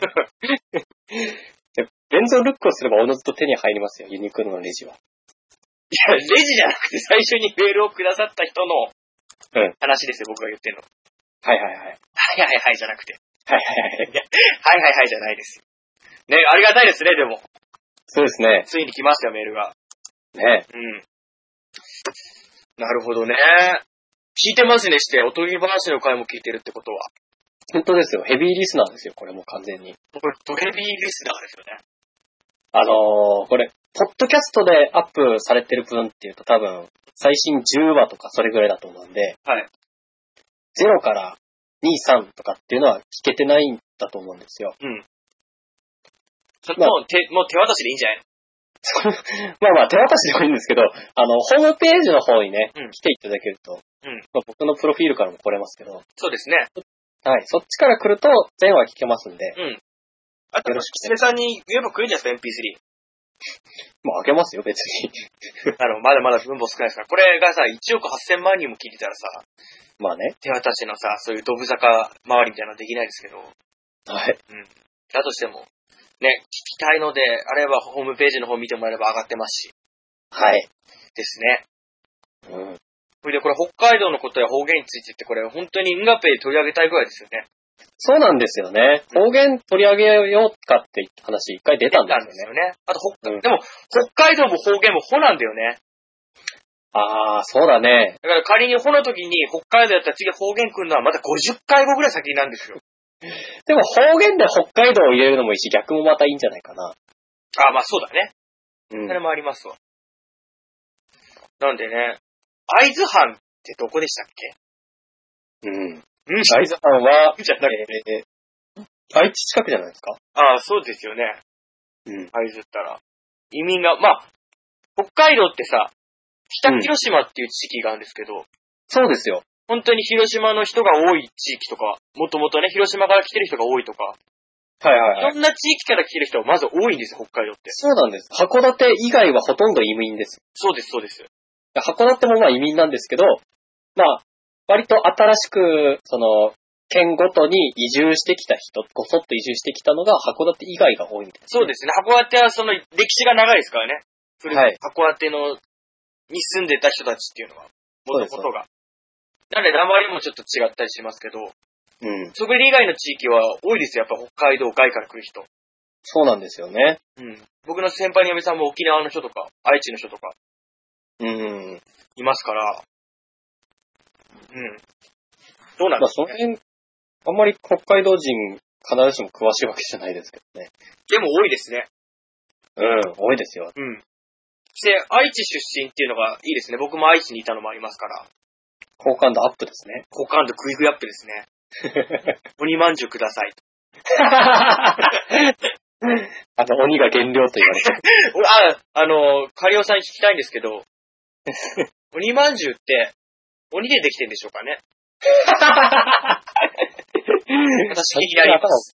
S1: でベンゾールックをすれば、おのずと手に入りますよ、ユニクロのレジは。
S2: いや、レジじゃなくて最初にメールをくださった人の
S1: うん
S2: 話ですよ、僕が言ってるの。
S1: はいはいはい。
S2: はいはいはいじゃなくて。
S1: はいはいはい。
S2: はいはいはいじゃないですよ。ね、ありがたいですね、でも。
S1: そうですね。
S2: ついに来ましたよ、メールが。
S1: ね
S2: うん。なるほどね。聞いてますねして、おとぎ話の回も聞いてるってことは。
S1: 本当ですよ。ヘビーリスナーですよ、これもう完全に。
S2: これ、ドヘビーリスナーですよね。
S1: あのー、これ、ポッドキャストでアップされてる分っていうと多分、最新10話とかそれぐらいだと思うんで、
S2: はい。
S1: 0から2、3とかっていうのは聞けてないんだと思うんですよ。
S2: それ
S1: まあ
S2: もう手、もう手渡しでいいんじゃないの
S1: まあまあ、手渡しでもいいんですけど、あの、ホームページの方にね、
S2: うん
S1: 来ていただけると、
S2: うん
S1: まあ、僕のプロフィールからも来れますけど、
S2: そうですね。
S1: はい、そっちから来ると全話聞けますんで、
S2: あと、
S1: よろし
S2: きつねさんに言えば来るんじゃないですか、
S1: まああげますよ、別に。
S2: MP3。あの、 まだまだ分母少ないですから。これがさ、1億8000万人も聞いてたらさ、
S1: まあね。
S2: 手渡しのさ、そういうドブ坂周りみたいなのできないですけど、
S1: はい。
S2: だとしても、ね、聞きたいので、あればホームページの方見てもらえれば上がってますし、
S1: はい。
S2: ですね。
S1: うん。
S2: それでこれ北海道のことや方言についてって、これ本当にンガペで取り上げたいぐらいですよね。
S1: そうなんですよね。方言取り上げようかって話一回出たんですよね。
S2: よね。あと北、
S1: うん
S2: でも、北海道も方言もほなんだよね。
S1: ああ、そうだね。
S2: だから仮にほの時に北海道やったら次方言来るのはまだ50回後ぐらい先なんですよ。
S1: でも方言で北海道を入れるのもいいし、逆もまたいいんじゃないかな。
S2: あ、まあそうだね。
S1: う
S2: それもありますわ。なんでね、会津藩ってどこでしたっけ
S1: うん。
S2: うん
S1: 大津さんは、
S2: じゃなくて。
S1: えー、愛知近くじゃないですか
S2: ああ、そうですよね。
S1: うん。
S2: 会津ったら。移民が、まあ、北海道ってさ、北広島っていう地域があるんですけど、
S1: そうですよ。
S2: 本当に広島の人が多い地域とか、もともとね、広島から来てる人が多いとか、
S1: はいはいいはい。
S2: ろんな地域から来てる人がまず多いんですよ、北海道って。
S1: そうなんです。函館以外はほとんど移民です。
S2: そうです、そうです。
S1: 函館もまあ移民なんですけど、まあ、割と新しく、その、県ごとに移住してきた人、ごそっと移住してきたのが函館以外が多いみたい
S2: そうですね。函館はその歴史が長いですからね。古く
S1: はい
S2: 函館の、に住んでた人たちっていうのは、
S1: そう
S2: も
S1: です
S2: ともとが。なので、鉛もちょっと違ったりしますけど、
S1: な。うん。
S2: それ以外の地域は多いですよ、やっぱ北海道外から来る人。
S1: そうなんですよね。
S2: うん。僕の先輩の嫁さんも沖縄の人とか、愛知の人とか、
S1: うん。
S2: いますから、うん。どうな
S1: ま
S2: んで
S1: あ、
S2: す
S1: そ
S2: か、
S1: の
S2: ね、
S1: 辺、あんまり北海道人、必ずしも詳しいわけじゃないですけどね。
S2: でも多いですね。
S1: うん、多いですよ。
S2: うん。そして、愛知出身っていうのがいいですね。僕も愛知にいたのもありますから、
S1: 好感度アップですね。
S2: 好感度グイグイアップですね。 鬼まんじゅうくだ さい。
S1: あの、鬼が減量と言われ てる。
S2: 俺、あ、あの、カリオさんに聞きたいんですけ ど、鬼まんじゅうって、鬼でできてるんでしょうかね私気になります。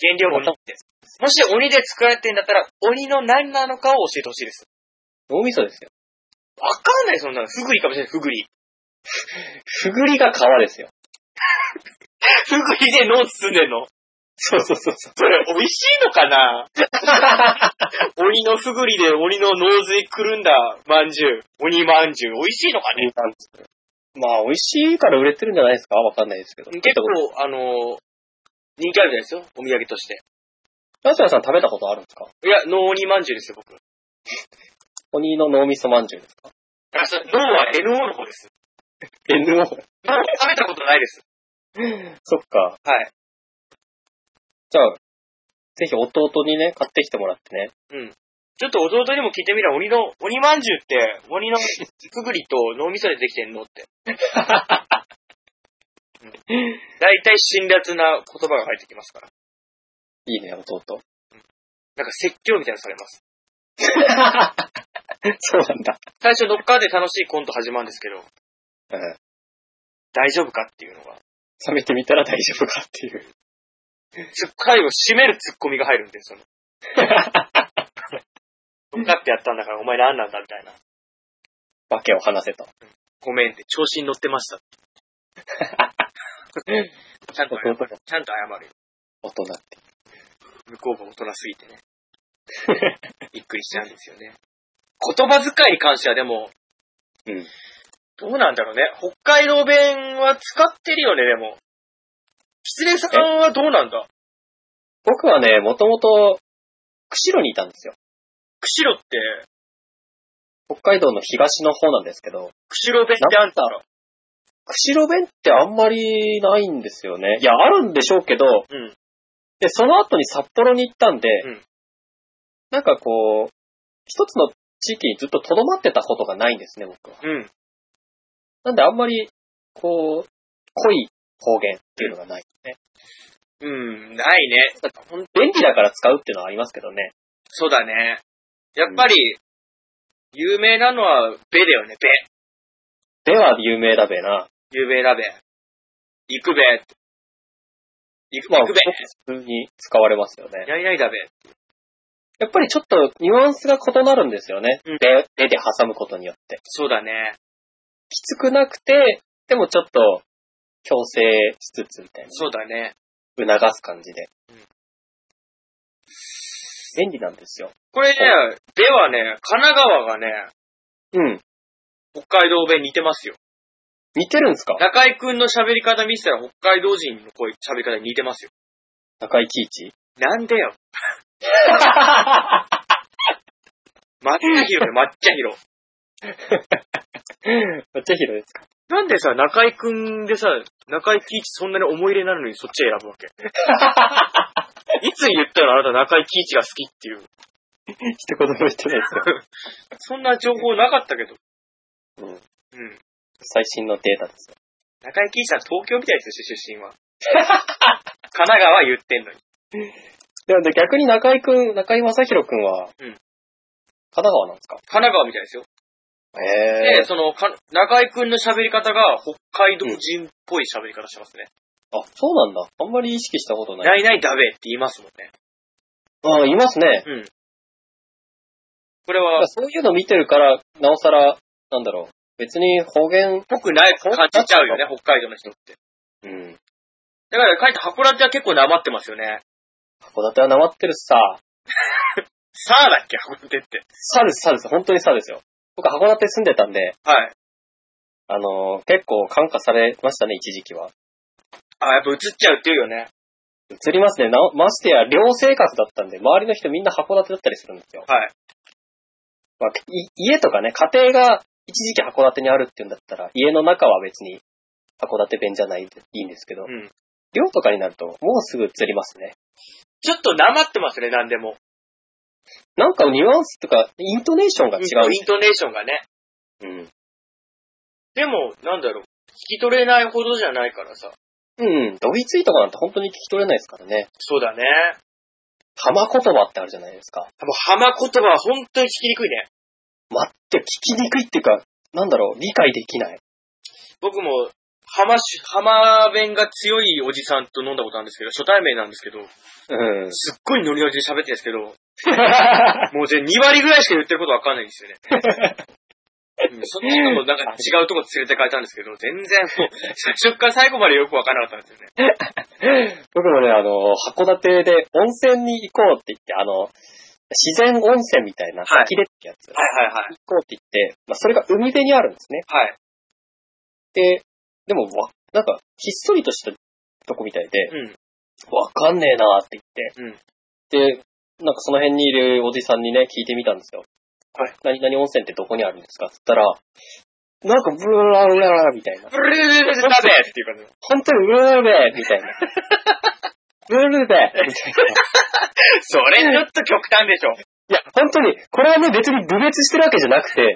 S2: 原料鬼って。もし鬼で作られてんだったら、鬼の何なのかを教えてほしいです。
S1: 脳みそですよ。
S2: わかんない、そんなの。ふぐりかもしれない、ふぐ り。
S1: ふぐりが皮ですよ。
S2: ふぐりで脳包んでんの
S1: そうそうそうそう。
S2: それ、美味しいのか な鬼のふぐりで鬼の脳髄くるんだまんじゅう。鬼まんじゅう。美味しいのかね
S1: まあ、美味しいから売れてるんじゃないですかわかんないですけど。
S2: 結構、あのー人気あるじゃないですよ。お土産として。
S1: ラスラさん食べたことあるんですか
S2: いや、脳鬼まんじゅうですよ、僕。
S1: 鬼の脳みそまんじゅうですか
S2: あ、それ、脳は NO の方です。
S1: ?NO。
S2: 脳食べたことないです。
S1: そっか。
S2: はい。
S1: じゃあ、ぜひ弟にね、買ってきてもらってね。
S2: ちょっと弟にも聞いてみれば、鬼の、鬼まんじゅうって、鬼のくぐりと脳みそでできてんの って。うん大体辛辣な言葉が入ってきますから。
S1: いいね、弟。
S2: なんか説教みたいなのされます。
S1: そうなんだ。
S2: 最初、どっかで楽しいコント始まるんですけど、
S1: うん。
S2: 大丈夫かっていうのが、
S1: 冷めてみたら大丈夫かっていう。
S2: つっかいを締めるツッコミが入るんで、 その。どっかってやったんだから、お前何なんだみたいな。
S1: わけを話 せと。
S2: ごめんって、調子に乗ってま した。ちゃんと、
S1: 弟が
S2: ちゃんと謝るよ。
S1: 大人って。
S2: 向こうが大人すぎて ね。びっくりしちゃうんですよね。言葉遣いに関してはでも、
S1: うん。
S2: どうなんだろうね。北海道弁は使ってるよね、でも。失礼さんはどうなんだ
S1: 僕はね、もともと、釧路にいたんですよ。
S2: 釧路って、
S1: 北海道の東の方なんですけど、
S2: 釧路弁ってあんたら。
S1: 釧路弁ってあんまりないんですよね。いや、あるんでしょうけど、
S2: うん。
S1: で、その後に札幌に行ったんで、
S2: うん
S1: なんかこう、一つの地域にずっと留まってたことがないんですね、僕は。
S2: うん。
S1: なんであんまり、こう、濃い方言っていうのがない。
S2: うん、ないね。ほん
S1: 便利だから使うっていうのはありますけどね。
S2: そうだね。やっぱり、有名なのは、べだよね、べ。
S1: では、有名だべな。
S2: 有名だべ。行くべ。行くべ、
S1: まあ、
S2: 行
S1: 普
S2: くべ。
S1: 通に使われますよね。
S2: やりないだべ。
S1: やっぱりちょっとニュアンスが異なるんですよね。
S2: うん
S1: で、でで挟むことによって。
S2: そうだね。
S1: きつくなくて、でもちょっと、強制しつつみたい
S2: そうだね。
S1: な。促す感じで
S2: うん。
S1: 便利なんですよ。
S2: これね、ではね、神奈川がね、
S1: うん。
S2: 北海道弁似てますよ。
S1: 似てるんですか
S2: 中井くんの喋り方見せたら北海道人の声、喋り方に似てますよ。
S1: 中井貴 一
S2: なんで よ。抹茶ひろよ、抹茶ひろ。
S1: めっちゃ広いですか
S2: なんでさ、中井くんでさ、中井貴一そんなに思い入れなのにそっち選ぶ わけいつ言ったらあなた中井貴一が好きっていう。
S1: 一言も言って ないですよ。
S2: そんな情報なかったけど。
S1: うん
S2: うん。
S1: 最新のデータですよ。
S2: 中井貴一さん東京みたいですよ、出身は。神奈川言ってんのに。
S1: でもで逆に中井くん、中井正宏くんは、
S2: うん
S1: 神奈川なんですか
S2: 神奈川みたいですよ。
S1: へ
S2: で、その、か中井くんの喋り方が北海道人っぽい喋り方してますね。
S1: あ、そうなんだ。あんまり意識したことない。
S2: ないないだべって言いますもんね。
S1: あいますね。
S2: うん。これ
S1: だか
S2: は
S1: ら、そういうの見てるから、なおさら、なんだろう。別に方言、
S2: ぽくない感じちゃうよね、北海道の人って。
S1: うん。
S2: だから、書いて函館は結構なまってますよね。
S1: 函館はなまってるしさ、
S2: さあだっけ函館って。
S1: さです、さです。本当にさですよ。僕、函館住んでたんで、
S2: はい。
S1: あのー結構感化されましたね、一時期は。
S2: あ、やっぱ映っちゃうっていうよね。
S1: 移りますね。なおましてや、寮生活だったんで、周りの人みんな函館だったりするんですよ。
S2: はい。
S1: まあ、い家とかね、家庭が一時期函館にあるっていうんだったら、家の中は別に函館弁じゃないでいいんですけど、
S2: うん。
S1: 寮とかになると、もうすぐ移りますね。
S2: ちょっとなまってますね、なんでも。
S1: なんかニュアンスとか、イントネーションが違う。
S2: イントネーションがね。
S1: うん。
S2: でも、なんだろう。聞き取れないほどじゃないからさ。
S1: うん、ドイツイとかなんて本当に聞き取れないですからね。
S2: そうだね。
S1: 浜言葉ってあるじゃないですか。
S2: 多分、浜言葉は本当に聞きにくいね。
S1: 待って、聞きにくいっていうか、なんだろう、理解できない。
S2: 僕も、浜し、浜弁が強いおじさんと飲んだことあるんですけど、初対面なんですけど、
S1: うん。
S2: すっごいノリノリで喋ってるんですけど、もう全2割ぐらいしか言ってることわかんないんですよね。うんその後もなんか違うとこ連れてかれたんですけど、全然もう、最初から最後までよくわからなかったんですよね。
S1: 僕もね、あの、函館で温泉に行こうって言って、あの、自然温泉みたいな、
S2: はい
S1: 切れってやつ、
S2: はいはいはい。
S1: 行こうって言って、まあ、それが海辺にあるんですね。
S2: はい。
S1: で、でもわ、なんか、ひっそりとしたとこみたいで、
S2: うん。
S1: わかんねえなって言って、で、なんかその辺にいるおじさんにね、聞いてみたんですよ。
S2: はい。
S1: 何々温泉ってどこにあるんですかって言ったら、なんかブラブラブラみたいな。
S2: ブルールルル食べっていう感じ。
S1: 本当にブルーベみたいな。ブルーベみたいな。
S2: それちょっと極端でしょ。
S1: いや、本当に、これはね、別に部別してるわけじゃなくて、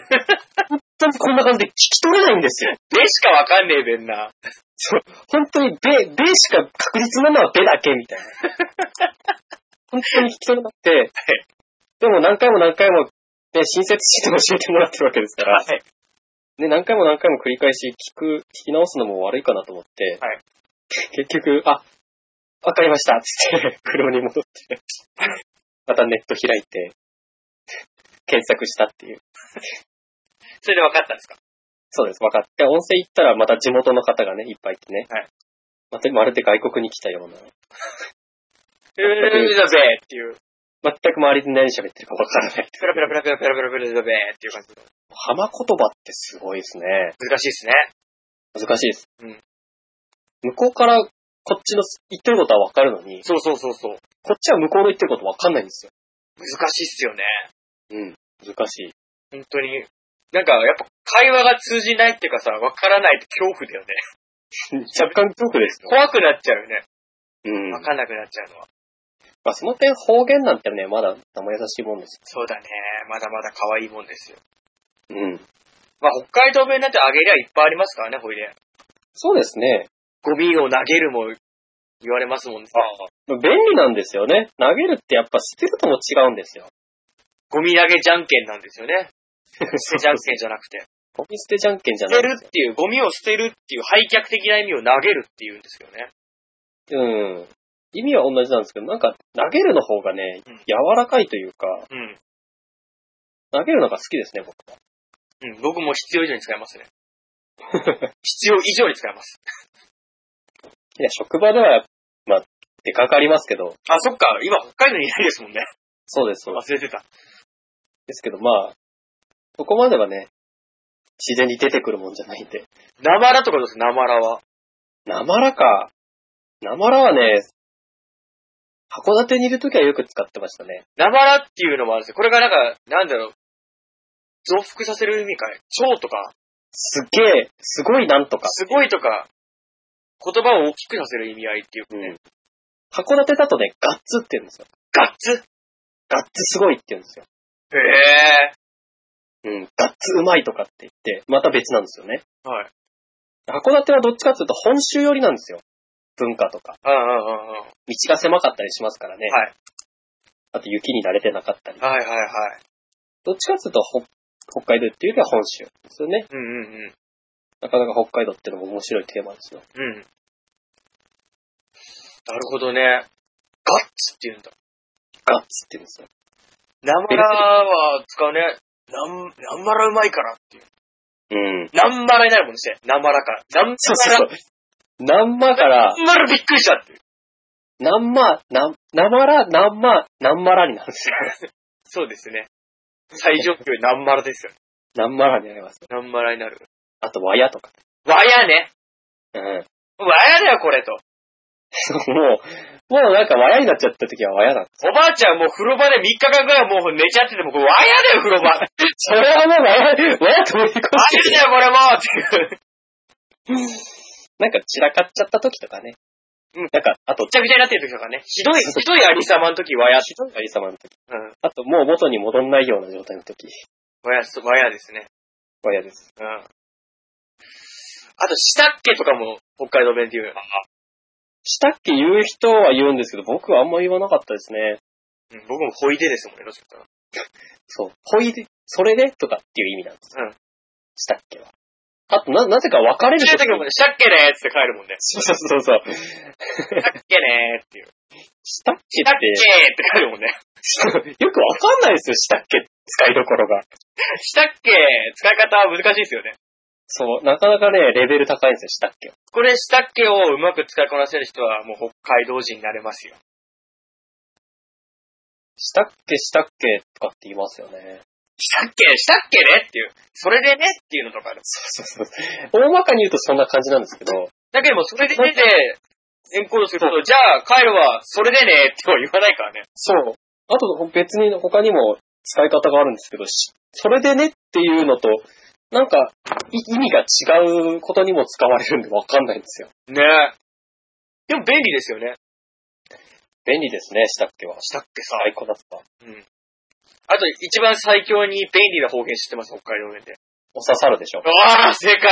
S1: 本当にこんな感じで聞き取れないんですよ。
S2: でしかわかんねえべんな。
S1: そう、本当に、べ、べしか確実なのはべだけ、み たいな。本当に聞き取れなくて、でも何回も何回も、ね、親切して教えてもらってるわけですから、
S2: い。
S1: ね、何回も何回も繰り返し聞く、聞き直すのも悪いかなと思って、
S2: はい
S1: 結局、あ、わかりました、つって、 車に戻って、またネット開いて、検索したっていう。
S2: それでわかったんですか
S1: そうです、分かって。音声行ったらまた地元の方がね、いっぱいいてね。
S2: はい
S1: また、まるで外国に来たような。
S2: ペラペラペラペラっていう。
S1: 全く周りで何喋ってるか分からない。
S2: ペラペラペラペラペラペラペラペラペラっていう感じの。
S1: 浜言葉ってすごいですね。
S2: 難しいですね。
S1: 難しいです。
S2: うん
S1: 向こうからこっちの言ってることは分かるのに、
S2: そうそうそうそう。
S1: こっちは向こうの言ってること分かんないんですよ。
S2: 難しいっすよね。
S1: うん。難しい。
S2: 本当に。なんか、やっぱ会話が通じないっていうかさ、わからないと恐怖だ よね。
S1: 若干恐怖ですよ。
S2: 怖くなっちゃうよね。
S1: うん。
S2: わかんなくなっちゃうのは。
S1: まあ、その点方言なんてね、まだ生優しいもんです
S2: そうだね。まだまだ可愛いもんですよ。
S1: よ。うん。
S2: まあ、北海道弁なんてあげりゃいっぱいありますからね、ほいで。
S1: そうですね。
S2: ゴミを投げるも言われますもんね。
S1: 便利なんですよね。投げるってやっぱ捨てるとも違うんですよ。
S2: ゴミ投げじゃんけんなんですよね。捨てじゃんけんじゃなくて。
S1: ゴミ捨てじゃんけんじゃ
S2: 捨
S1: ない
S2: て
S1: んで
S2: るっていう、ゴミを捨てるっていう廃却的な意味を投げるっていうんですよね。
S1: すよ。うん。意味は同じなんですけど、なんか投げるの方がね
S2: うん、
S1: 柔らかいというか、
S2: うん。
S1: 投げるのが好きですね、僕は。
S2: うん、僕も必要以上に使います ね。必要以上に使います。
S1: いや、職場では、まあ、出かかりますけど、
S2: あ、そっか、今北海道にいないですもんね。
S1: そうです、そうです。
S2: 忘れてた。
S1: ですけど、まあ、そこまではね、自然に出てくるもんじゃないんで。
S2: ナマラとかどうですナマラは。
S1: なまらか。なまらはね、函館にいるときはよく使ってましたね。
S2: ナマラっていうのもあるんですよ。これがなんか、なんだろう。増幅させる意味かい。蝶とか、
S1: すげえ、すごいなんとか。
S2: すごいとか、言葉を大きくさせる意味合いっていう。
S1: うん。函館だとね、ガッツって言うんですよ。
S2: ガッツへ
S1: ガッツすごいって言うんですよ。
S2: え。
S1: うん。ガッツうまいとかって言って、また別なんですよね。
S2: はい。
S1: 函館はどっちかっていうと本州寄りなんですよ。文化とか。
S2: うんうんうんうん。
S1: 道が狭かったりしますからね。
S2: はい。
S1: あと雪に慣れてなかったり。
S2: はいはいはい。
S1: どっちかっていうと、ほ北海道っていうよりは本州ですよね。
S2: うんうんうん。
S1: なかなか北海道ってのも面白いテーマですよ。
S2: うん。なるほどね。ガッツって言うんだ。
S1: ガッツって言うんですよ。
S2: ナンマラは使うね。ナン、ナンマラうまいからっていう。
S1: うん。
S2: ナンマラになるもんして。ナンマラから。ナンマラ。
S1: そうそうそう。なんまから、
S2: ナンマラびっくりしたっていう。
S1: なんま、なん、なまら、なんま、なんまらになるんですよ。
S2: そうですね。最上級ナンマラ ですよ。
S1: なんまらになります。
S2: ナンマラになる。
S1: あと、わやとか。
S2: わやね。
S1: うん。
S2: わやだよ、これと。
S1: もう、もうなんかわやになっちゃった時はわやだ。
S2: おばあちゃんもう風呂場で3日間ぐらいもう寝ちゃってても、これわやだよ、風呂場。わや
S1: それはもうわや、わやと思い越して。
S2: だよ、これもうっていう。
S1: なんか散らかっちゃった時とかね。うん。なんか、あと
S2: ぐ、ちゃぐちゃになってる時とかね。ひどい、ひどいありさまの時、わや。
S1: ひどいありさまの時。
S2: うん。
S1: あと、もう元に戻んないような状態の時。
S2: わや、わやですね。
S1: わやです。
S2: うん。あと、したっけとかも、北海道弁って言うよ。
S1: したっけ言う人は言うんですけど、僕はあんま言わなかったですね。
S2: うん、僕もほいでですもんね、どっちかって言っ
S1: そう。ほいで、それでとかっていう意味なんです。
S2: うん。
S1: したっけは。あと、な、なぜか別れる。
S2: たら。したっけもね、したっけねーっつって帰るもんね
S1: そうそうそうそう。
S2: したっけねーっていう。
S1: したっけ
S2: したっけ
S1: っ
S2: ーって帰るもんね。
S1: て、 よくわかんないですよ、したっけ使いどころが。
S2: したっけー、使い方は難しいですよね。
S1: そう、なかなかね、レベル高いんですよ、したっけ。
S2: これ、したっけをうまく使いこなせる人は、もう北海道人になれますよ。
S1: したっけ、したっけとかって言いますよね。
S2: したっけー、したっけねっていう。それでねっていうのとかある。
S1: そうそうそう。大まかに言うとそんな感じなんですけど、
S2: だけども、それでねで、エンコードすると、じゃあ帰るわ、それでねーっては言わないからね。
S1: そう。あと、別に他にも使い方があるんですけど、しそれでねっていうのと、なんか、い意味が違うことにも使われるんでわかんないんですよ。
S2: ねでも便利ですよね。
S1: 便利ですね、したっけは。
S2: したっけさ。
S1: 最高だった。
S2: うん。あと、一番最強に便利な方言知ってます、北海道弁で。
S1: お刺さるでしょ。
S2: ああ、正解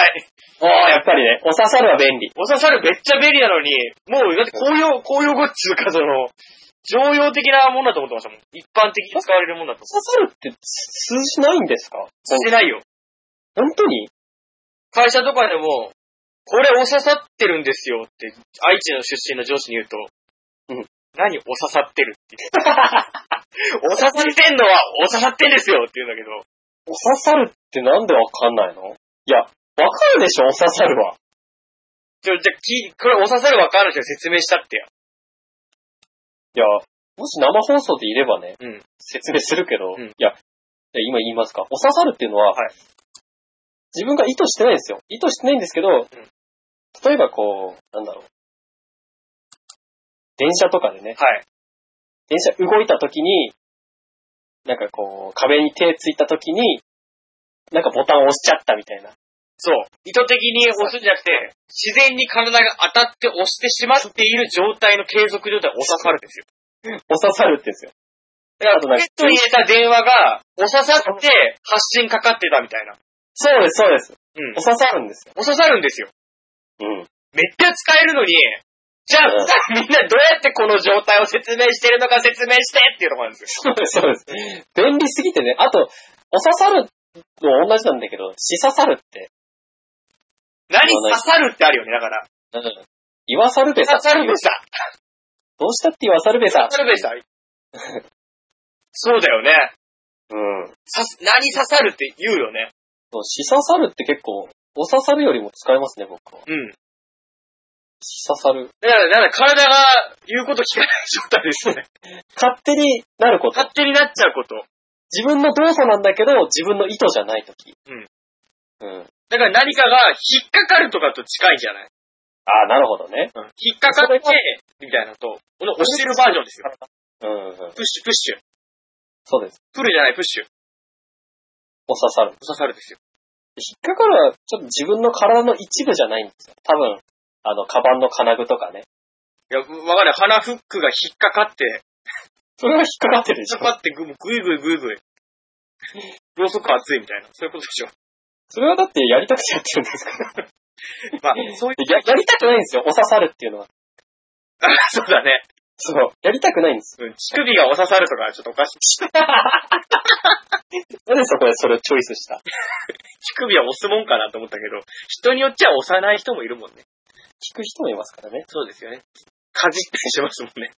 S1: ああ、やっぱりね、お刺さるは便利。
S2: お刺さるめっちゃ便利なのに、もう、だって公用、公用語っつうか、その、常用的なもんだと思ってましたもん。一般的に使われるもんだと思っ
S1: お
S2: て。
S1: 刺さるって通じないんですか
S2: してないよ。
S1: 本当に
S2: 会社とかでも、これお刺さってるんですよって、愛知の出身の上司に言うと、
S1: うん。
S2: 何お刺さってるって 言う。お刺さってんのはお刺さってんですよって言うんだけど、
S1: お刺さるってなんでわかんないのいや、わかるでしょ、お刺さるは。
S2: ちょ、じゃあ、き、これお刺さるわかる人に説明したってよ。
S1: いや、もし生放送でいればね、
S2: うん
S1: 説明するけど、
S2: うん
S1: いや、え今言いますか。お刺さるっていうのは、
S2: はい
S1: 自分が意図してないんですよ。意図してないんですけど、例えばこう、なんだろう。電車とかでね、
S2: はい。
S1: 電車動いた時に、なんかこう、壁に手ついた時に、なんかボタンを押しちゃったみたいな。
S2: そう。意図的に押すんじゃなくて、自然に体が当たって押してしまっている状態の継続状態お刺さるんですよ。
S1: お刺さるって言うんですよ。
S2: だから、
S1: あとなん
S2: ポ
S1: か
S2: ケットに入れた電話が、お刺さって発信かかってたみたいな。
S1: そうです、そうです。
S2: うん
S1: お。刺さるんですよ。
S2: お刺さるんですよ。
S1: うん。
S2: めっちゃ使えるのに、じゃあ、
S1: うん
S2: みんなどうやってこの状態を説明してるのか説明してっていうのがあるんです
S1: そ
S2: よ。
S1: うです、そうです。便利すぎてね。あと、お刺さるの同じなんだけど、し刺さるって、
S2: 何刺さるってあるよね、だから。
S1: 言わさるべさ。
S2: 刺さるべさ。
S1: どうしたって言わさるべさ
S2: 刺。さるべさ。そうだよね。
S1: うん。
S2: 刺す、何刺さるって言うよね。
S1: そう、し刺さるって結構、お刺さるよりも使えますね、僕は。
S2: うん。
S1: し刺さる。
S2: だから、だから体が言うこと聞かない状態ですよね。
S1: 勝手になること。
S2: 勝手になっちゃうこと。
S1: 自分の動作なんだけど、自分の意図じゃないとき。
S2: うん。
S1: うん。
S2: だから何かが引っかかるとかと近いんじゃない
S1: ああ、なるほどね。
S2: 引っかかって、みたいなのと、この押してるバージョンですよ。
S1: うん、うん。
S2: プッシュ、プッシュ。
S1: そうです。
S2: プルじゃない、プッシュ。
S1: お刺さる。
S2: 刺さるですよ。
S1: 引っかかるは、ちょっと自分の体の一部じゃないんですよ。多分、あの、カバンの金具とかね。
S2: いや、わかんない。鼻フックが引っかかって、
S1: それは引っかかってるでし
S2: 引っ
S1: ょ。
S2: かかってぐ、ぐいぐいぐいぐい。ろうそく熱いみたいな。そういうことでしょ。
S1: それはだってやりたくてやってるんですから。
S2: まあ、そういう、
S1: ややりたくないんですよ。お刺さるっていうのは。
S2: あそうだね。
S1: そう。やりたくないんです。
S2: うん、乳首がお刺さるとか、ちょっとおかしい。
S1: なんでそこでそれをチョイスした
S2: 乳首は押すもんかなと思ったけど、人によっちゃ押さない人もいるもんね。
S1: 聞く人もいますからね。
S2: そうですよね。かじってしますもんね。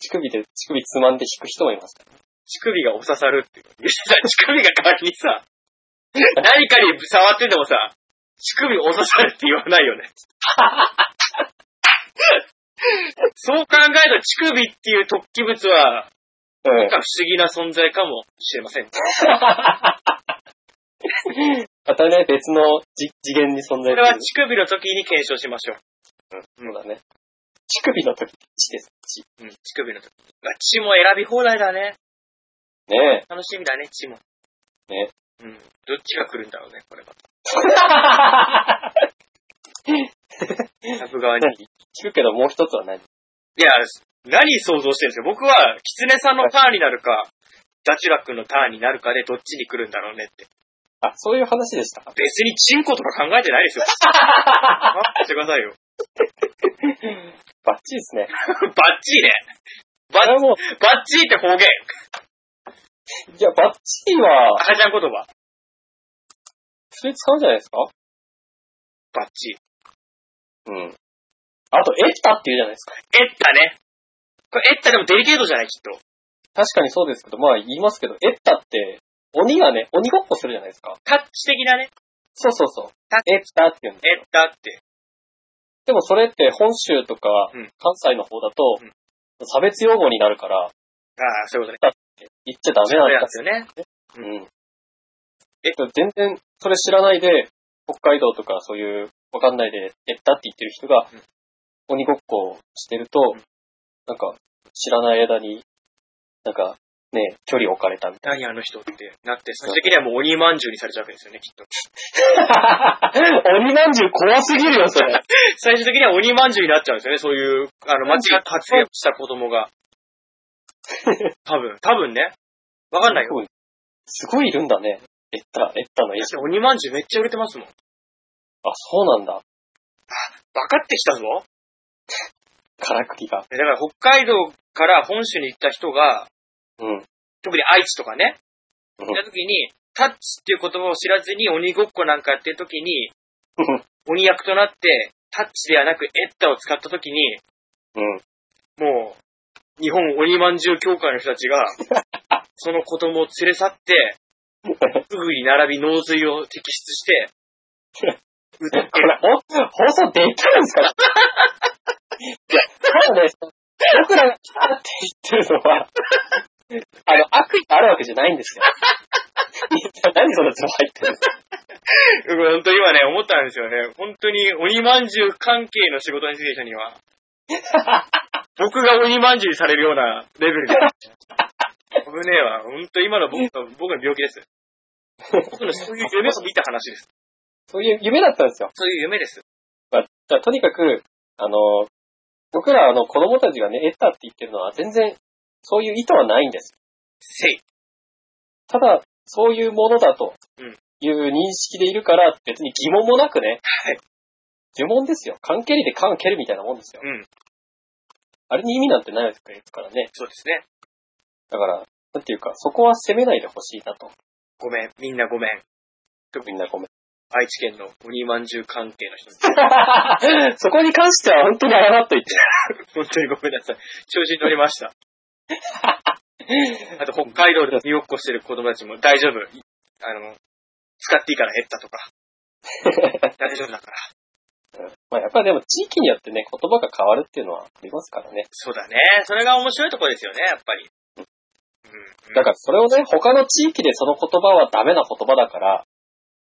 S1: 乳首で、乳首つまんで引く人もいますから。
S2: 乳首がお刺さるっていう。 いや乳首が代わりにさ、 何かに触っててもさ、乳首お刺さるって言わないよね。 そう考えると乳首っていう突起物は、
S1: う
S2: なんか不思議な存在かもしれません。こ
S1: ん。またね、別のじ次元に存在
S2: れは
S1: する。
S2: 乳首の時に検証しましょう。
S1: そうだね。乳首の時、血です。血。
S2: うん、乳首の時。まあ、血も選び放題だね。
S1: ねえ。
S2: 楽しみだね、血も。
S1: ね。
S2: うん。どっちが来るんだろうね、これは。ラブ側に。
S1: 何聞くけどもう一つは何
S2: いや、何想像してるんですよ。僕は、キツネさんのターンになるか、ダチュラ君のターンになるかでどっちに来るんだろうねって。
S1: あ、そういう話でした。
S2: 別にチンコとか考えてないですよ。待ってくださいよ。
S1: バッチリですね。
S2: バッチリね。バ
S1: あ
S2: ッ
S1: れもう、
S2: バッチリって方言。
S1: いや、バッチリは、
S2: 赤ちゃん言葉。
S1: それ使うんじゃないですか
S2: バッチリ。
S1: うん。あと、エッタって言うじゃないですか。
S2: エッタね。これエッタでもデリケートじゃない、きっと。
S1: 確かにそうですけど、まあ言いますけど、エッタって、鬼がね、鬼ごっこするじゃないですか。
S2: タッチ的なね。
S1: そうそうそう
S2: タッ。
S1: エッタって言うんです
S2: エッタって。
S1: でもそれって本州とか
S2: うん
S1: 関西の方だと
S2: うん、
S1: 差別用語になるから、
S2: ああ、そういうことね。
S1: 言っちゃダメ
S2: そう
S1: なん
S2: なん
S1: だ
S2: ですよ
S1: う
S2: ね。
S1: ん。え、全然それ知らないで、北海道とかそういう、わかんないで、えったって言ってる人が
S2: うん、
S1: 鬼ごっこをしてると、
S2: うん
S1: なんか、知らない間に、なんか、ね、距離置かれたみたい
S2: 何あの人ってなって、最終的にはもう鬼まんじゅうにされちゃうわけですよね、きっと。
S1: な。 鬼まんじゅう怖すぎるよ、それ。
S2: 最終的には鬼まんじゅうになっちゃうんですよね、そういう、あの、間違った発言をした子供が。多分、多分ね。わかんないよ。
S1: すごいいるんだね。エッタ、エッタの絵師。
S2: 確かに鬼まんじゅうめっちゃ売れてますもん。
S1: あ、そうなんだ。
S2: 分かってきたぞ。
S1: からくりが。
S2: だから北海道から本州に行った人が、
S1: うん。
S2: 特に愛知とかね、
S1: うん
S2: 行った時に、タッチっていう言葉を知らずに鬼ごっこなんかやってる時に
S1: うん、
S2: 鬼役となって、タッチではなくエッタを使った時に、
S1: うん。
S2: もう、日本鬼まんじゅう協会の人たちが、その子供を連れ去って、すぐに並び脳髄を摘出して、歌って
S1: こ れ、ほ放送できるんですかいや、多分ね、僕らが来たって言ってるのは、あの、悪意があるわけじゃないんですよ。 何そんなツボ入ってるんですか
S2: 本当に今ね、思ったんですよね。本当に鬼まんじゅう関係の仕事についてる人には、僕が鬼まんじゅうにされるようなレベルで。危ねえわ。本当今の僕の、僕の病気です。僕のそういう夢を見た話です。
S1: そういう夢だったんですよ。
S2: そういう夢です。
S1: まあ、じゃあとにかく、あの、僕らあの子供たちがね、エッタって言ってるのは全然そういう意図はないんです。
S2: せい。
S1: ただ、そういうものだと
S2: うん
S1: いう認識でいるから、別に疑問もなくね、
S2: はい
S1: 呪文ですよ。関係りで関係るみたいなもんですよ。
S2: うん。
S1: あれに意味なんてないですからね。
S2: そうですね。
S1: だから、なんていうか、そこは責めないでほしいなと。
S2: ごめん。みんなごめん。
S1: みんなごめん。
S2: 愛知県の鬼まんじゅう関係の人に。
S1: そこに関しては本当に謝っといて。
S2: 本当にごめんなさい。調子に乗り ました。あと、北海道で身をっこしてる子供たちも大丈夫。あの、使っていいから減ったとか。 大丈夫だから。
S1: まあやっぱりでも地域によってね、言葉が変わるっていうのはありますからね。
S2: そうだね。それが面白いところですよね、やっぱり。うん。
S1: だからそれをね、他の地域でその言葉はダメな言葉だから、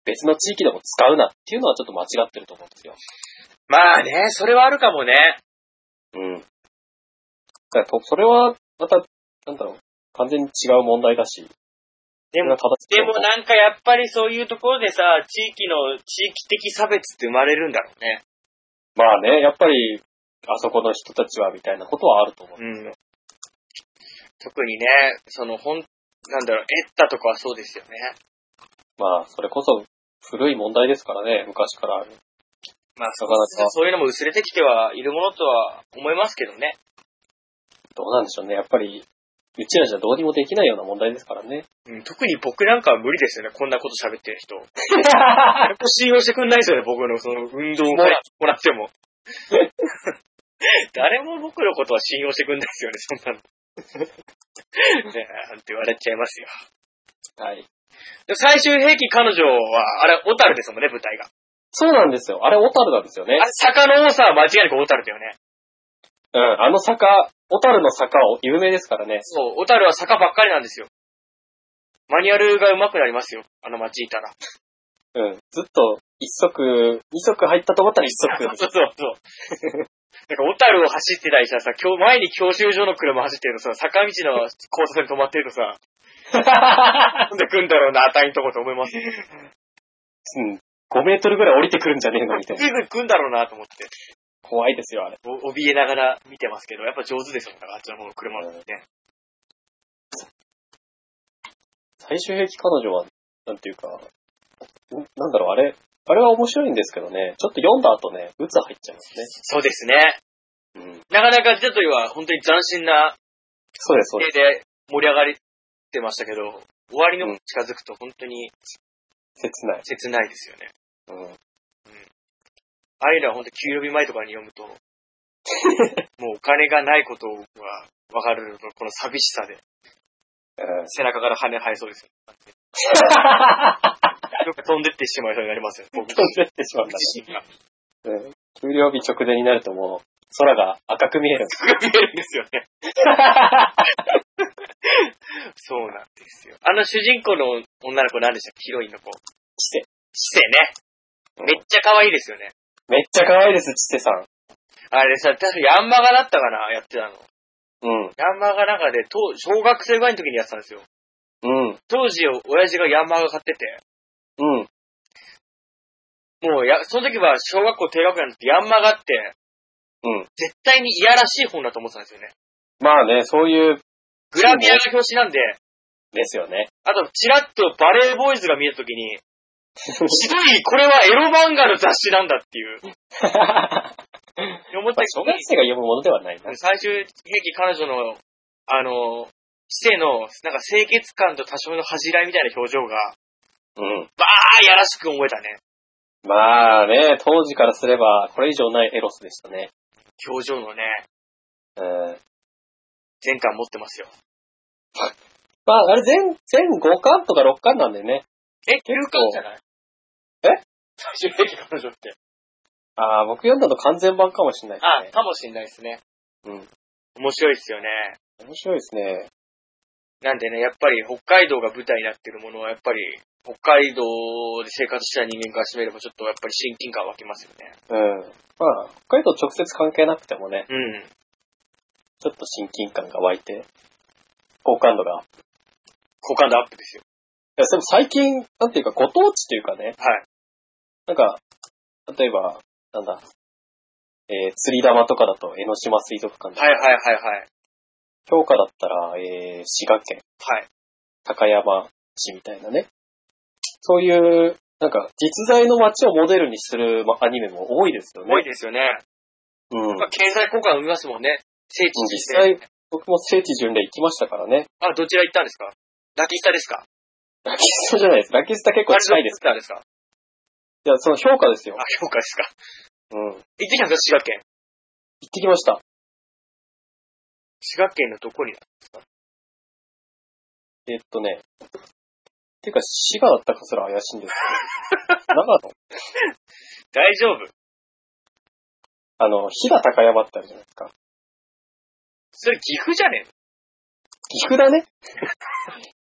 S1: 別の地域でも使うなっていうのはちょっと間違ってると思うんですよ。
S2: まあね、それはあるかもね。
S1: うん。だからとそれは、また、なんだろう、完全に違う問題だし。
S2: でも、でも
S1: な、
S2: なんかやっぱりそういうところでさ、地域の、地域的差別って生まれるんだろうね。
S1: まあね、やっぱり、あそこの人たちはみたいなことはあると思う。
S2: うん。特にね、その、ほん、なんだろう、エッタとかはそうですよね。
S1: まあ、それこそ古い問題ですからね、昔からある。
S2: まあ、
S1: なかなか
S2: そういうのも薄れてきてはいるものとは思いますけどね。
S1: どうなんでしょうね。やっぱり、うちらじゃどうにもできないような問題ですからね。
S2: うん、特に僕なんかは無理ですよね、こんなこと喋ってる 人。誰も信用してくんないですよね、僕のその運動を
S1: もら
S2: もらっても。 誰も僕のことは信用してくんないですよね、そんなの。 ねえ、なんて笑っちゃいますよ。
S1: はい。
S2: でも最終兵器彼女は、あれ、小樽ですもんね、舞台が。
S1: そうなんですよ。あれ、小樽なんですよね
S2: あ。れ、坂の多さは間違いなく小樽だよね。
S1: うん、あの坂、小樽の坂は有名ですからね。
S2: そう、小樽は坂ばっかりなんですよ。マニュアルが上手くなりますよ、あの街いたら。
S1: うん。ずっと、一足、二足入ったと思ったら一足。
S2: そうそうそう。なんか、小樽を走ってたりしたらさ、今日前に教習所の車走ってるとさ、坂道の交差点止まってると さ、なんで来んだろうな、あたいんとこと思 います。
S1: うん。5メートルぐらい降りてくるんじゃねえのみたいな。
S2: すぐ来んだろうなと思って、
S1: 怖いですよ、あれ。
S2: お怯えながら見てますけど、やっぱ上手ですよ、だからあっちの方の車のね。
S1: 最終兵器彼女は、なんていうか、んなんだろう、あれ、あれは面白いんですけどね、ちょっと読んだ後ね、鬱入っちゃいます
S2: そうですね。
S1: ね。うん。
S2: なかなか、ジェットリは本当に斬新な
S1: そうです、そうで
S2: 絵
S1: す。
S2: で盛り上がってましたけど、終わりの方に近づくと本当に
S1: 切ない。
S2: 切ないですよね。
S1: うん。
S2: ああいうのは本当給料日前とかに読むと、もうお金がないことが分かるのと、この寂しさで、
S1: うん
S2: 背中から羽生えそうですよ。どっか飛んでってしまいそうになりますよ、僕
S1: 飛んでってしまった
S2: 自身が。
S1: ね。うん給料日直前になるともう、空が赤く見える。
S2: 見えるんですよね。そうなんですよ。あの主人公の女の子何でしたっけヒロインの子。
S1: 知性。
S2: 知性ね。めっちゃ可愛いですよね。
S1: めっちゃ可愛いです、知性さん。
S2: あれさ、確かヤンマガだったかなやってたの。
S1: うん。
S2: ヤンマガなんかで、当小学生ぐらいの時にやってたんですよ。
S1: うん。
S2: 当時、親父がヤンマガ買ってて、
S1: うん。
S2: もうや、その時は小学校低学年だってヤンマガって、
S1: うん。
S2: 絶対にいやらしい本だと思ってたんですよね。
S1: まあね、そういう
S2: グラビアの表紙なんで、
S1: ですよね。
S2: あと、チラッとバレーボーイズが見えたときに、ひどい、これはエロ漫画の雑誌なんだっていう。思っ
S1: まあ
S2: たけ
S1: 小
S2: ど
S1: 学生が読むものではないな。
S2: 最終兵器彼女の、あの、知性の、なんか清潔感と多少の恥じらいみたいな表情が、
S1: うん。
S2: ああ、やらしく思えたね。
S1: まあね、当時からすれば、これ以上ないエロスでしたね。
S2: 表情のね、
S1: うん。
S2: 全巻持ってますよ。
S1: まあ、あれ全、全5巻とか6巻なんでね。
S2: え、9巻じゃないえ最終兵器彼女って。
S1: ああ、僕読んだの完全版かもしれない
S2: あ
S1: で
S2: かもしんないですね。
S1: すね。
S2: 面白いですよね。
S1: うん。面白いですね。
S2: なんでね、やっぱり北海道が舞台になってるものは、やっぱり北海道で生活した人間からしてみれば、ちょっとやっぱり親近感湧きますよね。
S1: うん。まあ、北海道直接関係なくてもね、
S2: うん。
S1: ちょっと親近感が湧いて、好感度が。い
S2: 好感度アップですよ。
S1: や、でも最近、なんていうか、ご当地というかね、
S2: はい。
S1: なんか、例えば、なんだ、えー、釣り玉とかだと江ノ島水族館で、
S2: はいはいはいはい。
S1: 評価だったら、えー、滋賀県、
S2: はい。
S1: 高山市みたいなね、そういう、なんか、実在の街をモデルにするまアニメも多いですよね。
S2: 多いですよね。
S1: うん
S2: ま。あ、経済効果を生みますもんね。聖地
S1: 実
S2: 実践。
S1: 際、僕も聖地巡礼行きましたからね。
S2: あ、どちら行ったんですかラキスタですか
S1: ラキスタじゃないです。ラキスタ結構近いです。
S2: ラキスタですか
S1: いや、その評価ですよ
S2: あ。、評価ですか。
S1: うん。行っ
S2: 行ってきたんですか滋賀県。
S1: てきました。
S2: 滋賀県のどこに
S1: えっとね。ていうか、滋賀だったかすら怪しいんですけ ど。長野
S2: 大丈夫。
S1: あの、飛騨高山ってあるじゃないですか。
S2: それ岐阜じゃね
S1: 岐阜だ ね。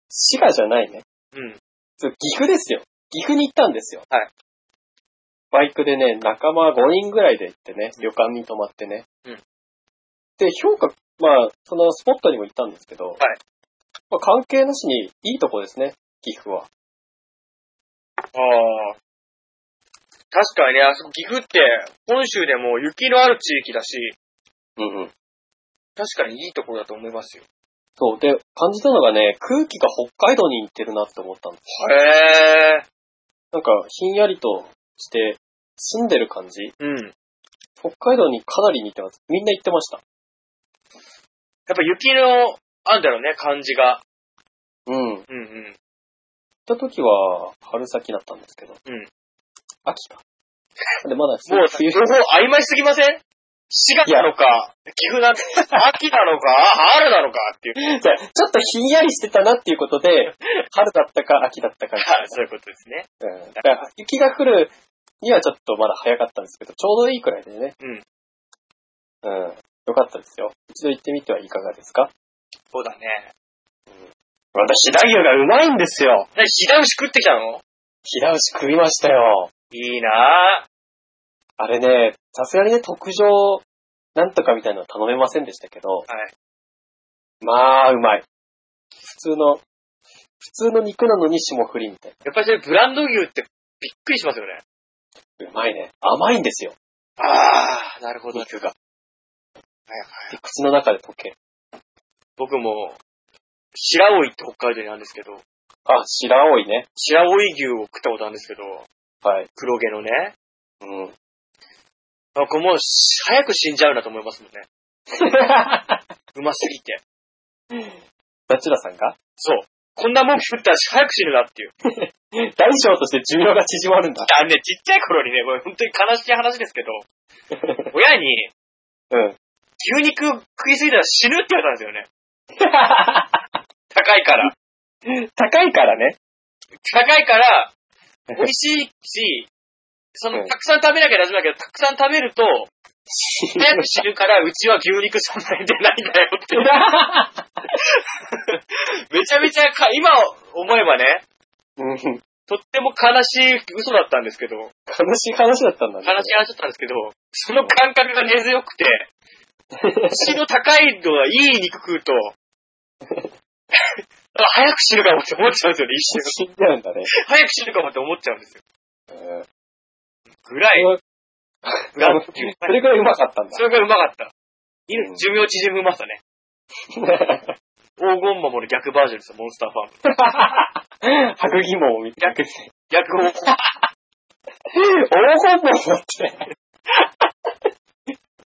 S1: 滋賀じゃないね。
S2: うん。
S1: そう岐阜ですよ。岐阜に行ったんですよ。
S2: はい。
S1: バイクでね、仲間5人ぐらいで行ってね、旅館に泊まってね。
S2: うん。
S1: で、評価、まあ、そのスポットにも行ったんですけど、はいまあ、関係なしにいいとこですね、岐阜は。
S2: ああ。確かにね、あそこ岐阜って、本州でも雪のある地域だし、
S1: うんうん。
S2: 確かにいいところだと思いますよ。
S1: そう。で、感じたのがね、空気が北海道に似てるなって思ったんです。
S2: へえ。
S1: なんか、ひんやりとして、住んでる感じ。
S2: うん。やっ
S1: 北海道にかなり似てます。みんな言ってました。
S2: ぱ雪の、あんだろうね、感じが。
S1: うん。行っ
S2: うんうん。
S1: た時は、春先だったんですけど。
S2: うん。
S1: 秋か。で、まだ
S2: もう、
S1: 冬。
S2: 両方曖昧すぎません滋賀なのか、岐阜なのか、秋なのか、春なのかっていう。
S1: じゃあちょっとひんやりしてたなっていうことで、春だったか秋だったか。
S2: そういうことですね。
S1: うん。だから雪が降るにはちょっとまだ早かったんですけど、ちょうどいいくらいでね。
S2: うん。
S1: うん。よかったですよ。一度行ってみてはいかがですか
S2: そうだね。
S1: 私、飛騨牛がうまいんですよ。
S2: なに、ひだ牛食ってきたの
S1: 飛騨牛食いましたよ。
S2: いいなぁ。
S1: あれね、さすがにね、特上、なんとかみたいなの頼めませんでしたけど、まあ、うまい。普通の、普通の肉なのに霜降りみたい
S2: やっぱりそれブランド牛ってびっくりしますよね。
S1: な。うまいね。甘いんですよ。
S2: ああ、なるほど。
S1: 肉が。
S2: はいはい。
S1: で口の中で溶ける。
S2: 僕も、白老って北海道にあるんですけど、
S1: あ、白多いね。
S2: 白老牛を食ったことあるんですけど、
S1: はい。
S2: 黒毛のね。
S1: うん。
S2: あ、これもうし、早く死んじゃうなと思いますも んね。うますぎて。
S1: ダチュラさんが
S2: そう。こんなもん食ったら早く死ぬなっていう。
S1: 大将として寿命が縮まるんだ。
S2: あのね、ちっちゃい頃にね、これ本当に悲しい話ですけど、 親に、
S1: うん。
S2: 牛肉食いすぎたら死ぬって言われたんですよね。高いから。
S1: 高いからね。
S2: 高 いから、美味しいし、そ
S1: う
S2: の、
S1: ん
S2: たくさん食べなきゃ大丈夫だけど、たくさん食べると、 早く死ぬから、うちは牛肉そんなに出ないんだよって。 めちゃめちゃか、今思えばね、
S1: うん。悲し
S2: とっても悲しい嘘だったんですけど、悲
S1: い話だったんだね。
S2: しい話だったんですけど、その感覚が根強くて、死の高いのがいい肉食うと、 あ早く死ぬかもって思っちゃうんですよね、一瞬。
S1: 死んじゃうんだね。
S2: 早く死ぬかもって思っちゃうんですよ。
S1: うん
S2: ぐらい、ぐらい。
S1: それくらいうまかったんだ
S2: そ。れがうまかった。
S1: うん
S2: 寿命縮むうまさね。黄金守る逆バージョンですよ、モンスターファーム。
S1: 白疑問みたいな。
S2: 逆を。
S1: 黄金棒って。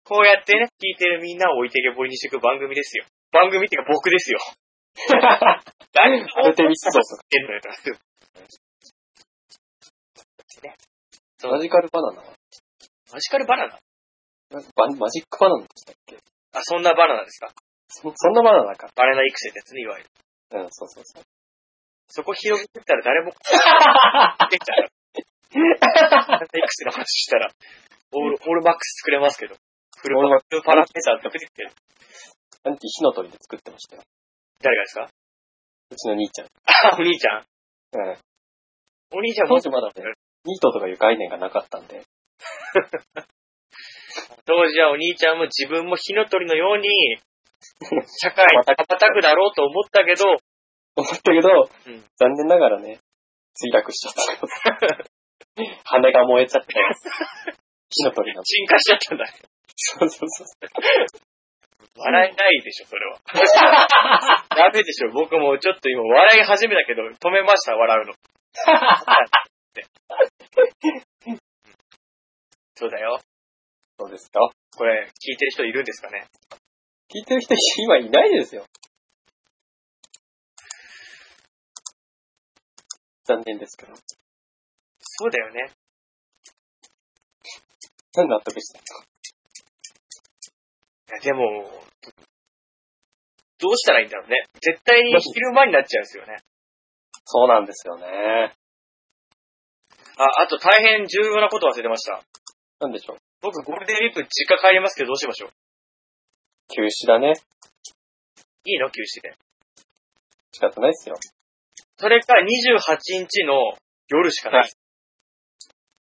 S2: こうやってね、聞いてるみんなを置いてけぼりにしていく番組ですよ。番組っていうか僕で すよ。誰が
S1: 当てみそうそう。
S2: てんのよとかって。
S1: マジカルバナナ
S2: マジカルバナナ
S1: バマジックバナナでしたっけ
S2: あ、そんなバナナですか
S1: そそんなバナナか。
S2: バナナ育成ってやつね、いわゆる。
S1: うん、そうそうそう。
S2: そこ広げてったら 誰も、できたら、バナナ育成の話したら、オール、オールマックス作れますけど。フル
S1: オールマッ
S2: パフルパラメーター作ってきてる。
S1: なんて火の鳥で作ってましたよ。
S2: 誰がですか
S1: うちの兄ちゃん。
S2: あお兄ちゃん。
S1: うん。
S2: お兄ちゃんも
S1: 当、時まだね、ニートとかいう概念がなかったんで。
S2: 当時はお兄ちゃんも自分も火の鳥の ように、社会に羽ばたくだろうと思ったけど、
S1: 思ったけど、
S2: うん
S1: 残念ながらね、墜落しちゃった。羽が燃えちゃったやつ。火の鳥の。
S2: 進化しちゃったんだ。
S1: そうそうそう。
S2: 笑えないでしょ、それは。 ダメでしょ、僕もちょっと今笑い始めたけど、止めました、笑うの。 そうだよ。
S1: そうですか
S2: これ、聞いてる人いるんですかね
S1: 聞いてる人今いないですよ。残念ですけど。
S2: そうだよね。
S1: 納得した。
S2: いや、でも、どうしたらいいんだろうね。絶対に昼間になっちゃうんですよね。
S1: そうなんですよね。
S2: あ、あと大変重要なこと忘れてました。
S1: なんでしょう。
S2: 僕、ゴールデンウィーク実家帰りますけど、どうしましょう
S1: 休止だね。
S2: いいの休止で。
S1: 仕方ないですよ。
S2: それか、28日の夜しかない。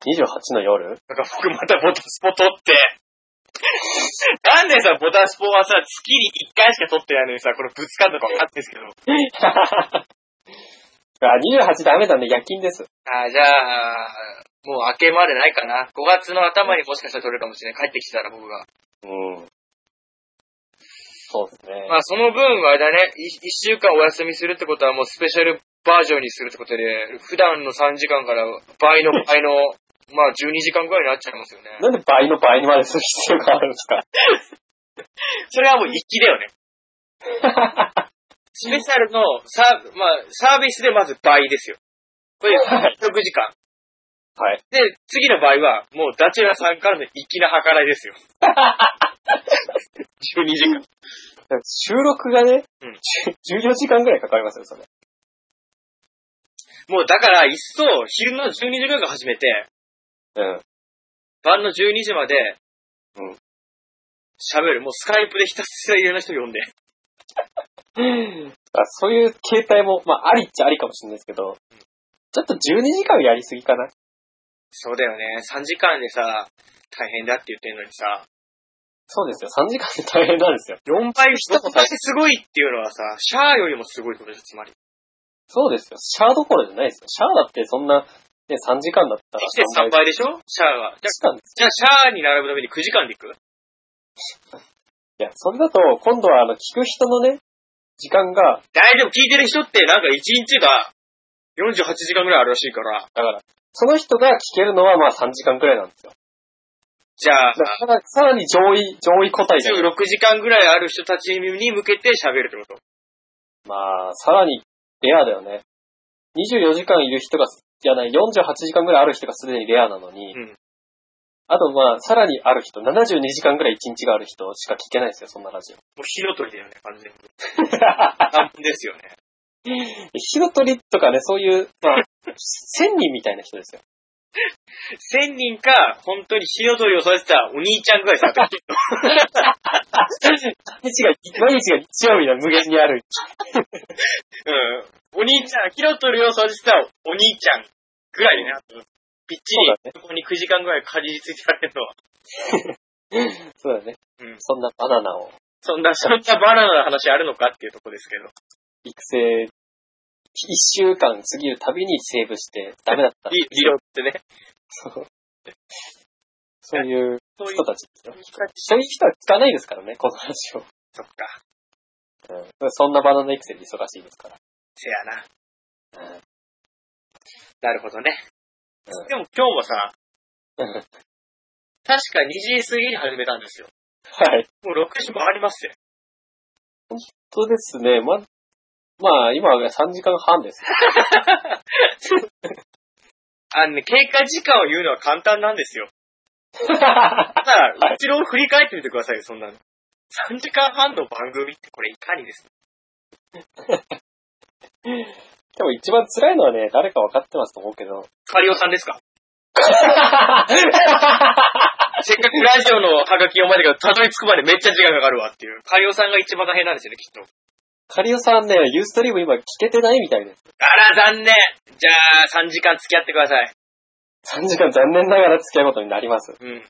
S1: 28の夜
S2: なんか僕またボタスポ撮って。なんでさ、ボタスポはさ、月に1回しか撮ってないのにさ、これぶつかるのか分かってんですけど。
S1: あ、28ダメだね。夜勤です。
S2: あーじゃあ、もう明けまでないかな。5月の頭にもしかしたら撮れるかもしれない。帰ってきたら僕が。
S1: うん。そうですね。
S2: まあその分はあれだね、1週間お休みするってことはもうスペシャルバージョンにするってことで、普段の3時間から倍の倍の、まあ12時間ぐらいになっちゃいますよね。
S1: なんで倍の倍にまでする必要があるんですか
S2: それはもう一気だよね。スペシャルのサー,、まあ、サービスでまず倍ですよ。これ、
S1: はい
S2: 食時間。
S1: はい。
S2: で、次の場合は、もうダチュラさんからの粋な計らいですよ。12時間。
S1: 収録がね、
S2: うん
S1: 14時間ぐらいかかりますよ、それ。
S2: もうだから、いっそ、昼の12時ぐらいから始めて、
S1: うん。
S2: 晩の12時まで、
S1: うん
S2: 喋る。もうスカイプでひたすらいろんな人呼んで。
S1: あそういう携帯も、まあ、ありっちゃありかもしれないですけど、ちょっと12時間やりすぎかな。
S2: そうだよね。3時間でさ、大変だって言ってんのにさ、
S1: そうですよ。3時間で大変なんですよ。
S2: 4倍人としてすごいっていうのはさ、シャーよりもすごいってことですつまり。
S1: そうですよ。シャアどころじゃないですよ。シャアだってそんな、ね、3時間だったら
S2: 1.3倍でしょシャアが。じゃあ、
S1: したんです。
S2: じゃあシャアに並ぶために9時間で行く
S1: いや、それだと、今度は、あの、聞く人のね、時間が、
S2: 大丈夫、聞いてる人ってなんか1日が48時間ぐらいあるらしいから、
S1: だから、その人が聞けるのは、まあ、3時間くらいなんですよ。
S2: じゃあ、
S1: だから、さらに上位、上位個体で、
S2: 26時間ぐらいある人たちに向けて喋るってこと。
S1: まあ、さらに、レアだよね。24時間いる人が、じゃない、48時間くらいある人がすでにレアなのに、
S2: うん
S1: あと、まあ、さらにある人、72時間くらい1日がある人しか聞けないですよ、そんなラジオ。
S2: もう火の鳥だよね、完全に。単純ですよね。
S1: 火の鳥とかね、そういう、まあ、千人みたいな人ですよ。
S2: 1000人か、本当に火の鳥を育てたお兄ちゃんぐらいさ、
S1: 毎日が、毎日が日曜日の無限にある。
S2: うん。お兄ちゃん、火の鳥を育てたお兄ちゃんぐらいね、ぴっち
S1: そうだね
S2: り、そこに9時間ぐらいかじりついてられるのは。
S1: そうだね。
S2: うん
S1: そんなバナナを
S2: そんな、そんなバナナの話あるのかっていうとこですけど。
S1: 育成、一週間過ぎるたびにセーブしてダメだった。
S2: いい、色ってね。
S1: そうそういう
S2: そういう
S1: 人たちですよ。
S2: 人たち
S1: そういう人は聞かないですからね、この話を。
S2: そっか。
S1: うん。そんなバナナ育成で忙しいですから。
S2: せやな。
S1: うん
S2: なるほどね
S1: う。ん
S2: でも今日もさ、
S1: うん
S2: 確か2時過ぎに始めたんですよ。
S1: はい。
S2: もう6時もありますよ。
S1: そうですね。ま、まあ、今は3時間半です。
S2: あのね、経過時間を言うのは簡単なんですよ。
S1: は
S2: ただ、
S1: はいう
S2: ちのを振り返ってみてくださいよ、そんなの。3時間半の番組ってこれいかにです
S1: でも一番辛いのはね、誰か分かってますと思うけど。
S2: カリオさんです かせっかくラジオのハガキ読まれたけど、たどり着くまでめっちゃ時間かかるわっていう。カリオさんが一番大変なんですよね、きっと。
S1: カリオさんね、ユーストリーム今聞けてないみたいです。
S2: あら、残念。じゃあ、3時間付き合ってください。
S1: 3時間残念ながら付き合うことになります。
S2: うん。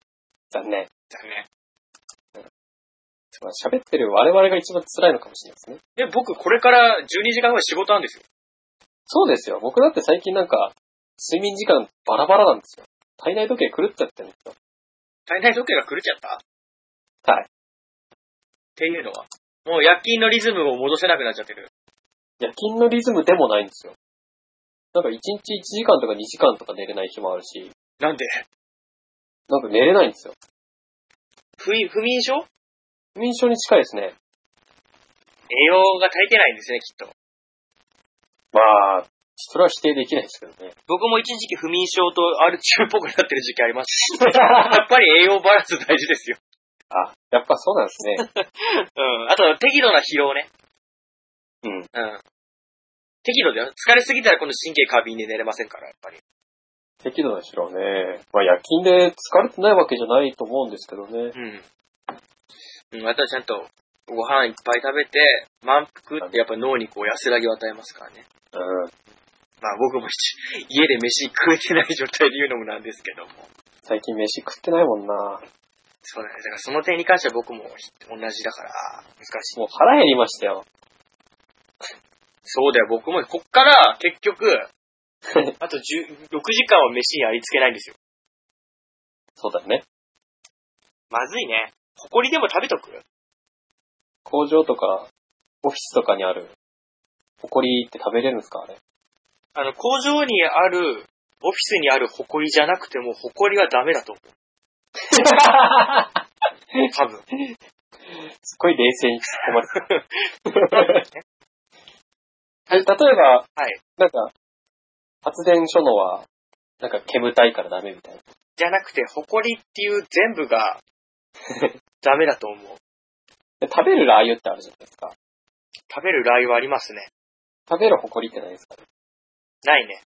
S1: 残念。
S2: 残念。
S1: まあ喋ってる我々が一番辛いのかもしれないですね。
S2: で、僕、これから12時間ぐらい仕事なんですよ。
S1: そうですよ。僕だって最近なんか、睡眠時間バラバラなんですよ。体内時計狂っちゃってるんですよ。
S2: 体内時計が狂っちゃった
S1: はい
S2: っていうのはもう夜勤のリズムを戻せなくなっちゃってる。
S1: 夜勤のリズムでもないんですよ。なんか1日1時間とか2時間とか寝れない日もあるし、
S2: なんで
S1: なんか寝れないんですよ。
S2: 不眠、不眠症
S1: 不眠症に近いですね。
S2: 栄養が足りてないんですね、きっと。
S1: まあ、それは否定できないですけどね。
S2: 僕も一時期不眠症と R 中っぽくなってる時期ありました。やっぱり栄養バランス大事ですよ。
S1: あ、やっぱそうなんですね。
S2: うん。あと、適度な疲労ね。
S1: うん。
S2: うん。適度だよ。疲れすぎたら今度神経過敏で寝れませんから、やっぱり。
S1: 適度なしろね。まあ夜勤で疲れてないわけじゃないと思うんですけどね。
S2: うん。うん、あとはちゃんとご飯いっぱい食べて、満腹ってやっぱ脳にこう安らぎを与えますからね。
S1: うん。
S2: まあ僕も一応家で飯食えてない状態で言うのもなんですけども。
S1: 最近飯食ってないもんな。
S2: そうだね。だからその点に関しては僕も同じだから、難しい。
S1: もう腹減りましたよ。
S2: そうだよ、僕も。こっから結 局、あと10 6時間は飯にありつけないんですよ。
S1: そうだね。
S2: まずいね。埃でも食べとく
S1: 工場とか、オフィスとかにある、ホコリって食べれるんです かあれ。
S2: あの、工場にある、オフィスにある埃じゃなくても、埃はダメだと思う。多分。
S1: すっごい冷静に突っ込まれてえ例えば、
S2: はい
S1: なんか、発電所のは、なんか煙たいからダメみたいな。
S2: じゃなくて、埃っていう全部 が、ダメだと思う。
S1: で食べるラー油ってあるじゃないですか。
S2: 食べるラー油はありますね。
S1: 食べるホコリってないですか
S2: ないね。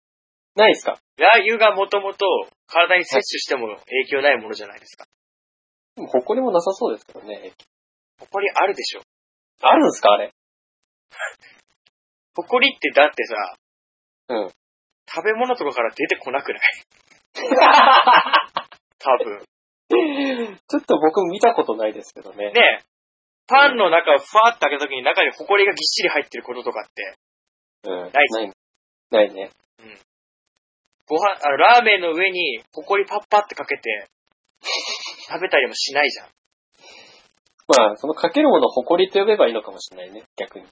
S1: ないですか
S2: ラー油がもともと体に摂取しても影響ないものじゃないですか。
S1: でもホコリもなさそうですけどね。
S2: 埃あるでしょ。
S1: あるんですかあれ。
S2: 埃ってだってさ、
S1: うん。
S2: 食べ物とかから出てこ なくない多分。
S1: ちょっと僕見たことないですけどね。
S2: ねえ、パンの中をふわっと開けた時に中に埃がぎっしり入ってることとかって、
S1: うん。ない
S2: です
S1: ない。ないね。
S2: ご飯、あの、ラーメンの上に埃パッパってかけて、食べたりもしないじゃん。
S1: まあ、そのかけるものをホコリと呼べばいいのかもしれないね。逆に。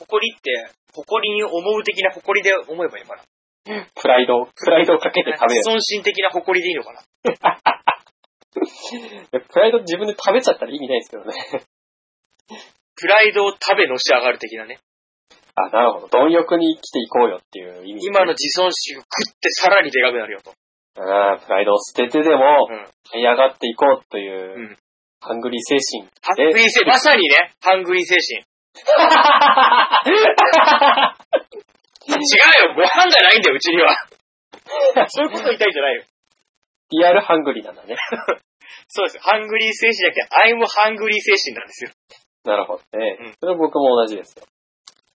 S2: 埃って、埃に思う的な埃で思えばいいのかな。
S1: プライドを、プライドをかけて食べる。
S2: 尊心的な埃でいいのかな。
S1: プライド自分で食べちゃったら意味ないですけどね。
S2: プライドを食べのし上がる的なね。
S1: あ、なるほど。貪欲に生きていこうよっていう意味、
S2: 今の。自尊心を食ってさらにでかくなるよと。
S1: あプライドを捨ててでも
S2: うん、
S1: 這い上がっていこうというう、
S2: ん
S1: ハングリー精神。
S2: ハングリー精神。まさにね、ハングリー精神。違うよ、ご飯がないんだよ、うち には。そういうこと言いたいんじゃないよ。
S1: リアルハングリーなんだね。
S2: そうです。ハングリー精神じゃなくて、アイムハングリー精神なんですよ。
S1: なるほどね。
S2: うん
S1: それは僕も同じですよ。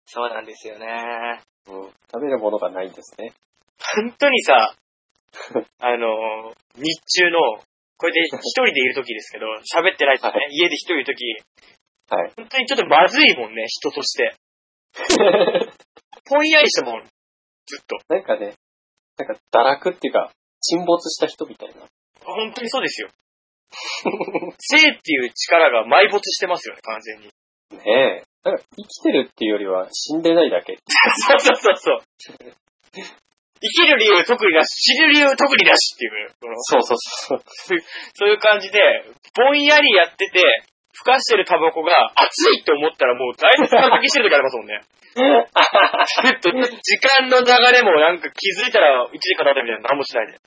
S2: そうなんですよね。
S1: うん、食べるものがないんです ね。
S2: 本当にさ、あのー、日中の、これで一人でいる時ですけど、喋ってないとね、
S1: は
S2: 家で一人いる時、
S1: はい。
S2: 本当にちょっとまずいもんね、人として。ぽんやりしたもん。ずっと。
S1: なんかね、なんか堕落っていうか、沈没した人みたいな。
S2: 本当にそうですよ。性っていう力が埋没してますよね、完全に。
S1: ねえ。なんか生きてるっていうよりは死んでないだけ。
S2: そうそうそうそう。生きる理由特になし、死ぬ理由特になしっていう、この
S1: そうそうそう。
S2: そういう感じで、ぼんやりやってて、ふかしてるタバコが熱いって思ったらもうだいぶ深きしてる時ありますもんね。えっと、時間の流れもなんか気づいたら1時間経ったみたいな何もしないで。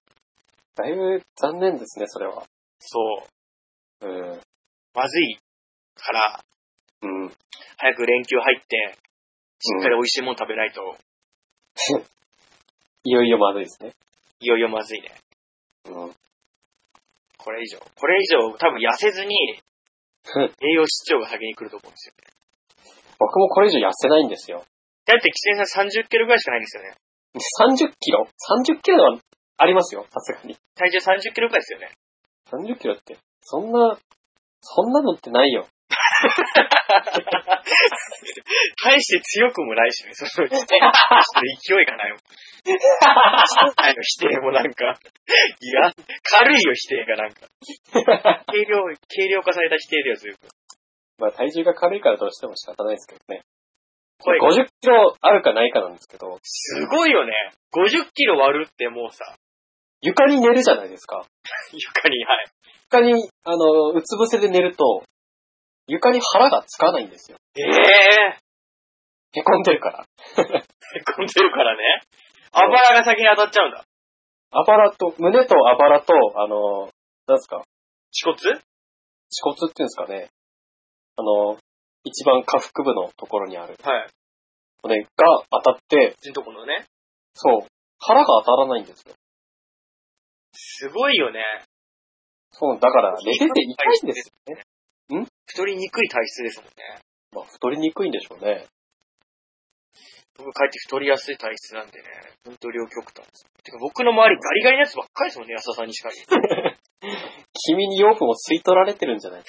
S1: だいぶ残念ですね、それは。
S2: そう。
S1: うん。
S2: まずいから、
S1: うん。
S2: 早く連休入って、しっかり美味しいもの食べないと、
S1: いよいよまずいですね。
S2: いよいよまずいね。
S1: うん。
S2: これ以上。これ以上多分痩せずに、栄養失調が先に来ると思うんですよ。
S1: 僕もこれ以上痩せないんですよ。
S2: だって、喫煙さん30キロぐらいしかないんですよね。
S1: 30キロ ?30 キロはありますよ、さすがに。
S2: 体重30キロぐらいですよね。
S1: 30キロって、そんな、そんなのってないよ。
S2: 大して強くもないしね、その、勢いがないもん。社会の否定もなんか、いや、軽いよ、否定がなんか。軽量、軽量化された否定だよ、随分。
S1: まあ体重が軽いからどうしても仕方ないですけどね。
S2: 声が。
S1: 50キロあるかないかなんですけど、
S2: すごいよね。50キロ割るってもうさ、
S1: 床に寝るじゃないですか。
S2: 床に、はい。
S1: 床に、あの、うつ伏せで寝ると、床に腹がつかないんですよ。
S2: ええ
S1: へこんでるから。
S2: ー、へこんでるからね。あばらが先に当たっちゃうんだ。
S1: あばらと、胸とあばらと、あの、なんですか、
S2: 恥骨
S1: 恥骨っていうんですかね。あの、一番下腹部のところにある
S2: はい。
S1: 骨が当たって、
S2: ちんとこのね。
S1: そう、腹が当たらないんですよ。
S2: すごいよね。
S1: そう、だから寝てて痛いんですよ。
S2: 太りにくい体質ですもんね。
S1: まあ、太りにくいんでしょうね。
S2: 僕帰って太りやすい体質なんでね、本当両極端です。てか僕の周りガリガリのやつばっかりですもんね、安田さんにしかり。
S1: 君に養分を吸い取られてるんじ ゃない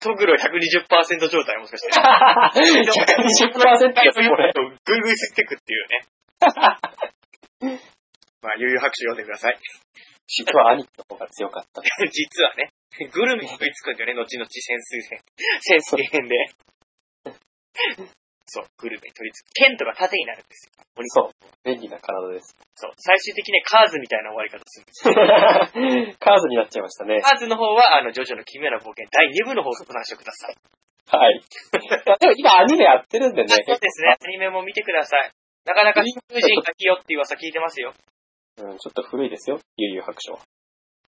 S2: トグロ120%状態もしかして。120%
S1: ?120% です、こ れ。
S2: ぐいぐい吸ってくっていうね。 まあ、悠々拍手読んでください。
S1: 実は兄貴の方が強かった。
S2: 実はね、グルメに食いつくんだよね、後々潜水編。 潜水編で。 そう、グルメに取り付く。剣とか盾になるんですよ。
S1: そう、便利な体です。
S2: そう。最終的にカーズみたいな終わり方するんですよ
S1: カーズになっちゃいましたね。
S2: カーズの方は、あの、ジョジョの奇妙な冒険第2部の方をご覧してください。
S1: はい。でも今アニメやってるんでね。
S2: そうですね。アニメも見てください。なかなか宇宙人が来よっていう噂聞いてますよ。
S1: うん、ちょっと古いですよ、悠々白書は。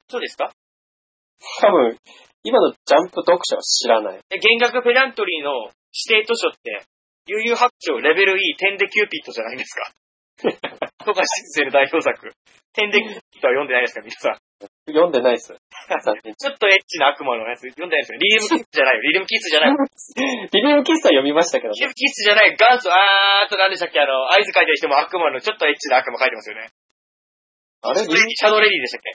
S2: そうですか
S1: 多分、今のジャンプ読者は知らない。
S2: で弦楽ペダントリーの指定図書って、悠々白鳥レベル E 点でキューピットじゃないですか。とか、出世の代表作。点でキューピットは読んでないですか、皆さん。
S1: 読んでないっす。残 念
S2: ちょっとエッチな悪魔のやつ読んでないですよ。リリムキッズじゃないよ。リリムキッズじゃない。
S1: ビデオ喫茶読みましたけど
S2: リ
S1: ね。
S2: リムキッズじゃない。元祖、あーっと、なんでしたっけ、あの、合図書いたりしても悪魔のちょっとエッチな悪魔書いてますよね。
S1: あれ
S2: シャドウレディでしたっけ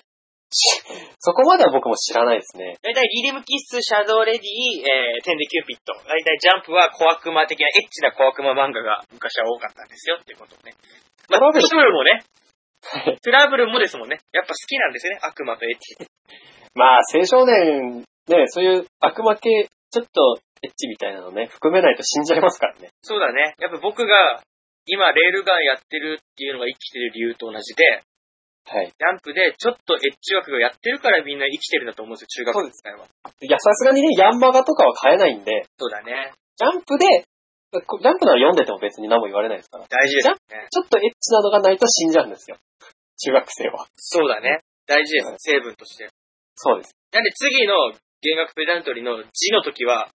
S1: そこまでは僕も知らないですね。
S2: 大体、リリムキッス、シャドウレディ、えー、テンデキューピット。大体、ジャンプは小悪魔的な、エッチな小悪魔漫画が昔は多かったんですよっていうことをね。ま
S1: ト
S2: あ、
S1: ラブ
S2: ト
S1: ル
S2: ラブルもね。トラブルもですもんね。やっぱ好きなんですよね、悪魔とエッチ。
S1: まあ、青少年、ね、そういう悪魔系、ちょっとエッチみたいなのね、含めないと死んじゃいますからね。
S2: そうだね。やっぱ僕が、今、レールガンやってるっていうのが生きてる理由と同じで、
S1: はい。
S2: ジャンプでちょっとエッチ枠がやってるからみんな生きてるんだと思うんですよ、中学生時代は。
S1: いや、さすがにね、ヤンマガとかは買えないんで、
S2: そうだね。
S1: ジャンプで、こジャンプなら読んでても別に何も言われないですから。
S2: 大事ですね。
S1: ちょっとエッチなのがないと死んじゃうんですよ。中学生は。
S2: そうだね。大事です、成分として。
S1: そう です。
S2: なんで次の弦楽ペダントリーの字の時は、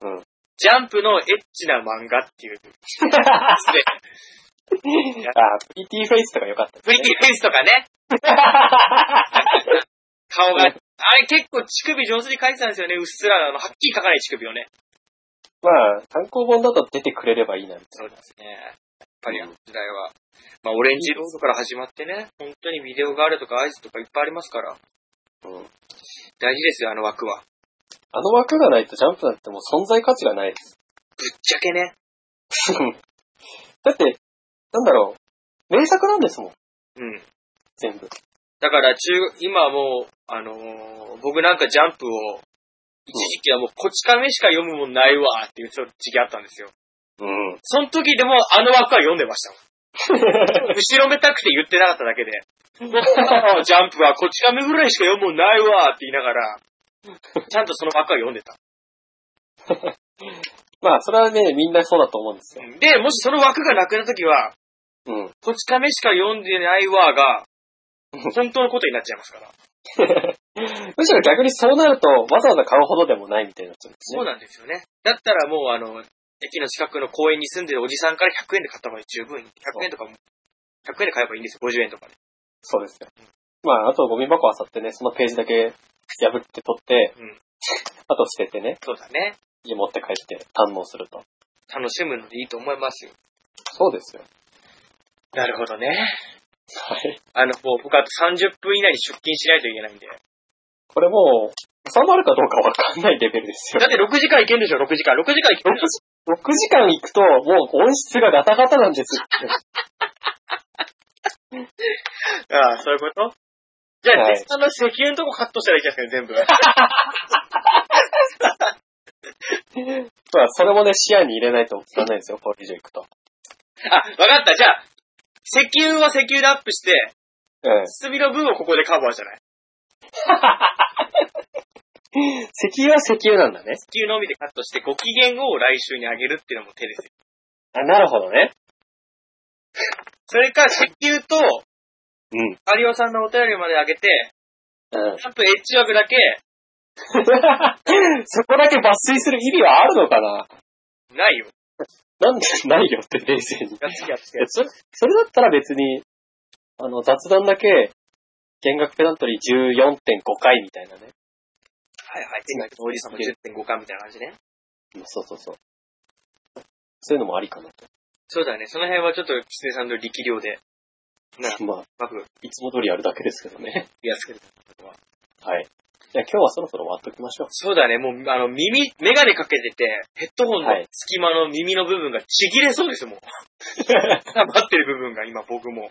S1: うん
S2: ジャンプのエッチな漫画ってい
S1: あ
S2: う。失礼
S1: プリティフェイスとか良かった
S2: プリティフェイスと かね、顔が。あれ結構乳首上手に描いてたんですよね、うっすらあの、はっきり描かない乳首をね。
S1: まあ、単行本だと出てくれればいいな、みた
S2: そ
S1: いうな。
S2: ですね。やっぱりあの時代は。まあ、オレンジロードから始まってね、本当にビデオがあるとかアイスとかいっぱいありますから、
S1: うん
S2: 大事ですよ、あの枠は。
S1: あの枠がないとジャンプなんてもう存在価値がないです。
S2: ぶっちゃけね。
S1: だって、なんだろう。名作なんですもん、
S2: うん。
S1: 全部。
S2: だから中、今はもう、あのー僕なんかジャンプを一時期はもう、こち亀しか読むもんないわーっていう時期あったんですよ。
S1: うん。
S2: その時でもあの枠は読んでましたもん。 後ろめたくて言ってなかっただけで。僕のジャンプはこち亀ぐらいしか読むもんないわーって言いながら、ちゃんとその枠は読んでた。
S1: まあ、それはね、みんなそうだと思うんですよ。
S2: で、もしその枠がなくなった時は、
S1: うん。
S2: こち亀しか読んでないわーが、本当のことになっちゃいますから。
S1: むしろ逆にそうなると、わざわざ買うほどでもないみたいになっちゃうんです
S2: そう
S1: ね。
S2: なんですよね。だったらもう、あの、駅の近くの公園に住んでるおじさんから100円で買った場合十分、100円とかも、100円で買えばいいんですよ、50円とかで。
S1: そうですよ。まあ、あとゴミ箱あさってね、そのページだけ破って取って、
S2: うん
S1: あと捨ててね、
S2: そうだね。
S1: 家持って帰って堪能すると。
S2: 楽しむのでいいと思いますよ。
S1: そうですよ。
S2: なるほどね。
S1: はい。
S2: あの、もう僕あと30分以内に出勤しないといけないんで。
S1: これもう、収まるかどうかわかんないレベルですよ
S2: だ。って6時間行けるでしょ、6時間。6時間行け
S1: 6
S2: る
S1: 時間行くと、もう音質がガタガタなんです。
S2: ああ、そういうことじゃあ、
S1: はい
S2: 絶賛の石油のとこカットしたらいいじゃないですか、全部。
S1: まあ、それもね、視野に入れないと聞かないですよ、これ以上行くと。
S2: あ、わかった。じゃあ、石油は石油でアップして、
S1: うん。
S2: 炭の分をここでカバーじゃない。
S1: 石油は石油なんだ ね。
S2: 石油のみでカットして、ご機嫌を来週にあげるっていうのも手ですよ。
S1: あ、なるほどね。
S2: それから石油と、
S1: うん。
S2: マリオさんのお便りまであげて、
S1: うん。
S2: あとエッジ枠だけ、
S1: そこだけ抜粋する意味はあるのかな
S2: ないよ。
S1: なんでないよって冷静に。
S2: やつやって
S1: いや。それ、それだったら別に、あの、雑談だけ、見学ペダントリー14.5回みたいなね。
S2: はいはい。天外のおじさんも10.5巻みたいな感じね。
S1: うんそうそうそう。そういうのもありかなと。
S2: そうだね。その辺はちょっと、キツネさんの力量で、
S1: まあ、
S2: うまく
S1: いつも通りやるだけですけどね。
S2: やっつけて。
S1: はい。じゃあ今日はそろそろ終わっときましょ う。
S2: そうだね。もう、あの、耳、メガネかけてて、ヘッドホンの
S1: はい
S2: 隙間の耳の部分がちぎれそうです、 もう。待ってる部分が今、僕も。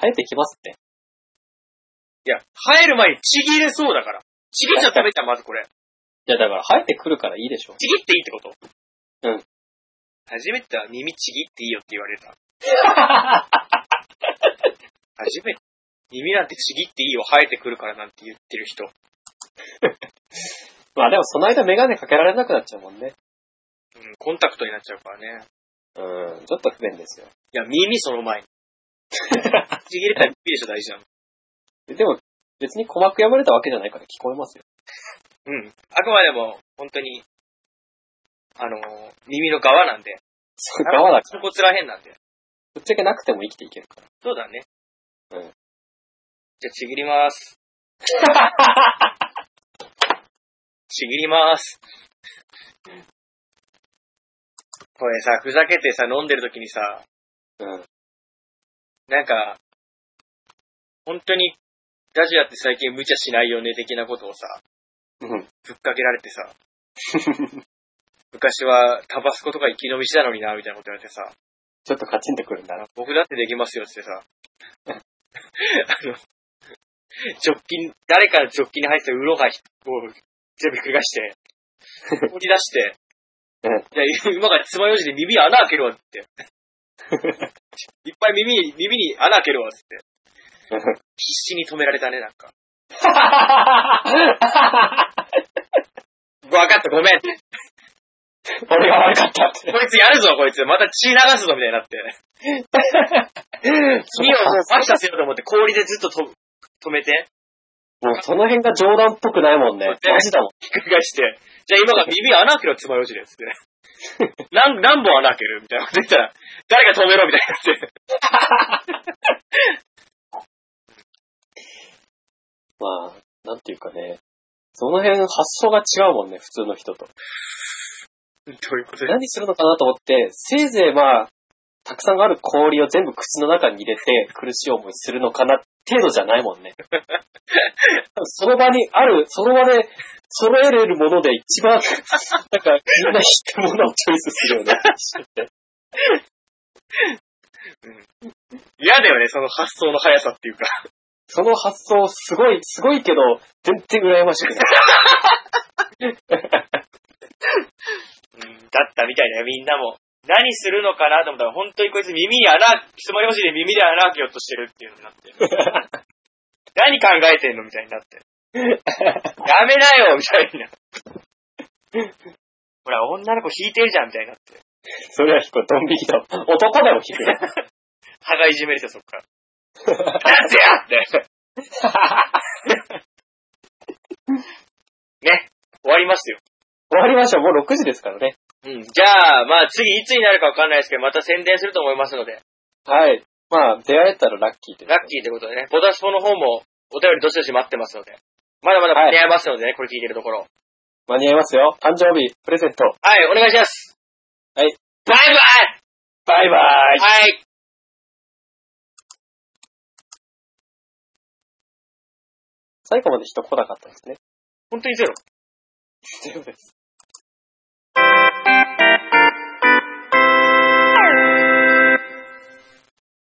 S1: 生えてきますね。
S2: いや、生える前にちぎれそうだから。ちぎっちゃダメ だ、まずこれ。
S1: いやだから生えてくるからいいでしょ。
S2: ちぎっていいってこと
S1: うん。
S2: 初めては耳ちぎっていいよって言われ た。初めて。耳なんてちぎっていいよ、生えてくるからなんて言ってる人。
S1: まあでもその間メガネかけられなくなっちゃうもんね。
S2: うん、コンタクトになっちゃうからね。
S1: うん、ちょっと不便ですよ。
S2: いや、耳その前に。ちぎれたら耳でしょ、大事なの。
S1: でも、別に鼓膜破れたわけじゃないから聞こえますよ。
S2: うん。あくまでも、本当に、あのー耳の側なんで。
S1: そう、側だから。
S2: そこつらへんなんで。
S1: ぶっちゃけなくても生きていけるから。
S2: そうだね。
S1: うん。
S2: じゃあ、ちぎ ります。ちぎります。これさ、ふざけてさ、飲んでる時にさ、
S1: うん。
S2: なんか、本当に、ラジオやって最近無茶しないよね、的なことをさ、
S1: うん。
S2: ぶっかけられて さ、昔はタバスコとか生き延びしたのにな、みたいなこと言われてさ、
S1: ちょっとカチンとくるんだ な。
S2: 僕だってできますよっつってさ、 あの、ジョッキに、誰かのジョッキに入ってたウロがを全部ひっくり返して、掘り出して、
S1: うん
S2: いや今から爪楊枝で耳穴開けるわ っつって。いっぱい耳に、耳に穴開けるわっつって。必死に止められたね、な んか。わかった、ごめん。
S1: 俺が悪かったって。
S2: こいつやるぞ、こいつ。また血流すぞ、みたいにな って。
S1: そ
S2: 君をもう麻痺させようと思って氷でずっとと止めて、
S1: もうその辺が冗談っぽくないもんね。
S2: そう
S1: マ
S2: ね
S1: ジだもん。
S2: ひっくり返して、じゃあ今から耳穴開けろ、つまようじで、つ ってね。何、何本穴開けるみたいなこと言ったら、誰か止めろ、みたいになって。
S1: まあ、なんていうかね。その辺発想が違うもんね、普通の人と。
S2: どういうことだ
S1: 何するのかなと思って、せいぜいまあ、たくさんある氷を全部口の中に入れて苦しい思いするのかな程度じゃないもんね。 その場にある、その場で揃えれるもので一番、なん かみんな知ってるものをチョイスするよね。
S2: 嫌だよね、その発想の速さっていうか。
S1: その発想すごい、すごいけど、全然羨ましくない。
S2: うんだったみたいだよ、みんなも。何するのかなと思ったら、本当にこいつ耳に穴、つまようじで耳で穴開けようとしてるっていうのになって。何考えてんのみたいになって。やめなよみたいな。ほら、女の子引いてるじゃんみたいになって。
S1: それは引く、ドン引きだ。男でも引くよ。
S2: 歯がいじめるてそっから。なんでやって。ね、終わりますよ。
S1: 終わりましょう。もう6時ですからね。
S2: うん。じゃあ、まあ次いつになるかわかんないですけど、また宣伝すると思いますので。
S1: はい。まあ、出会えたらラッキーです、
S2: ラッキーってことでね、ボダスポの方もお便りどしどし待ってますので、まだまだ間に合いますのでね、これ聞いてるところ。
S1: 間に合いますよ。誕生日、プレゼント。
S2: はい、お願いします。
S1: はい。
S2: バイ
S1: バイバ
S2: バイはい。
S1: 最後まで人来なかったですね。
S2: 本当にゼロ。
S1: ゼロです。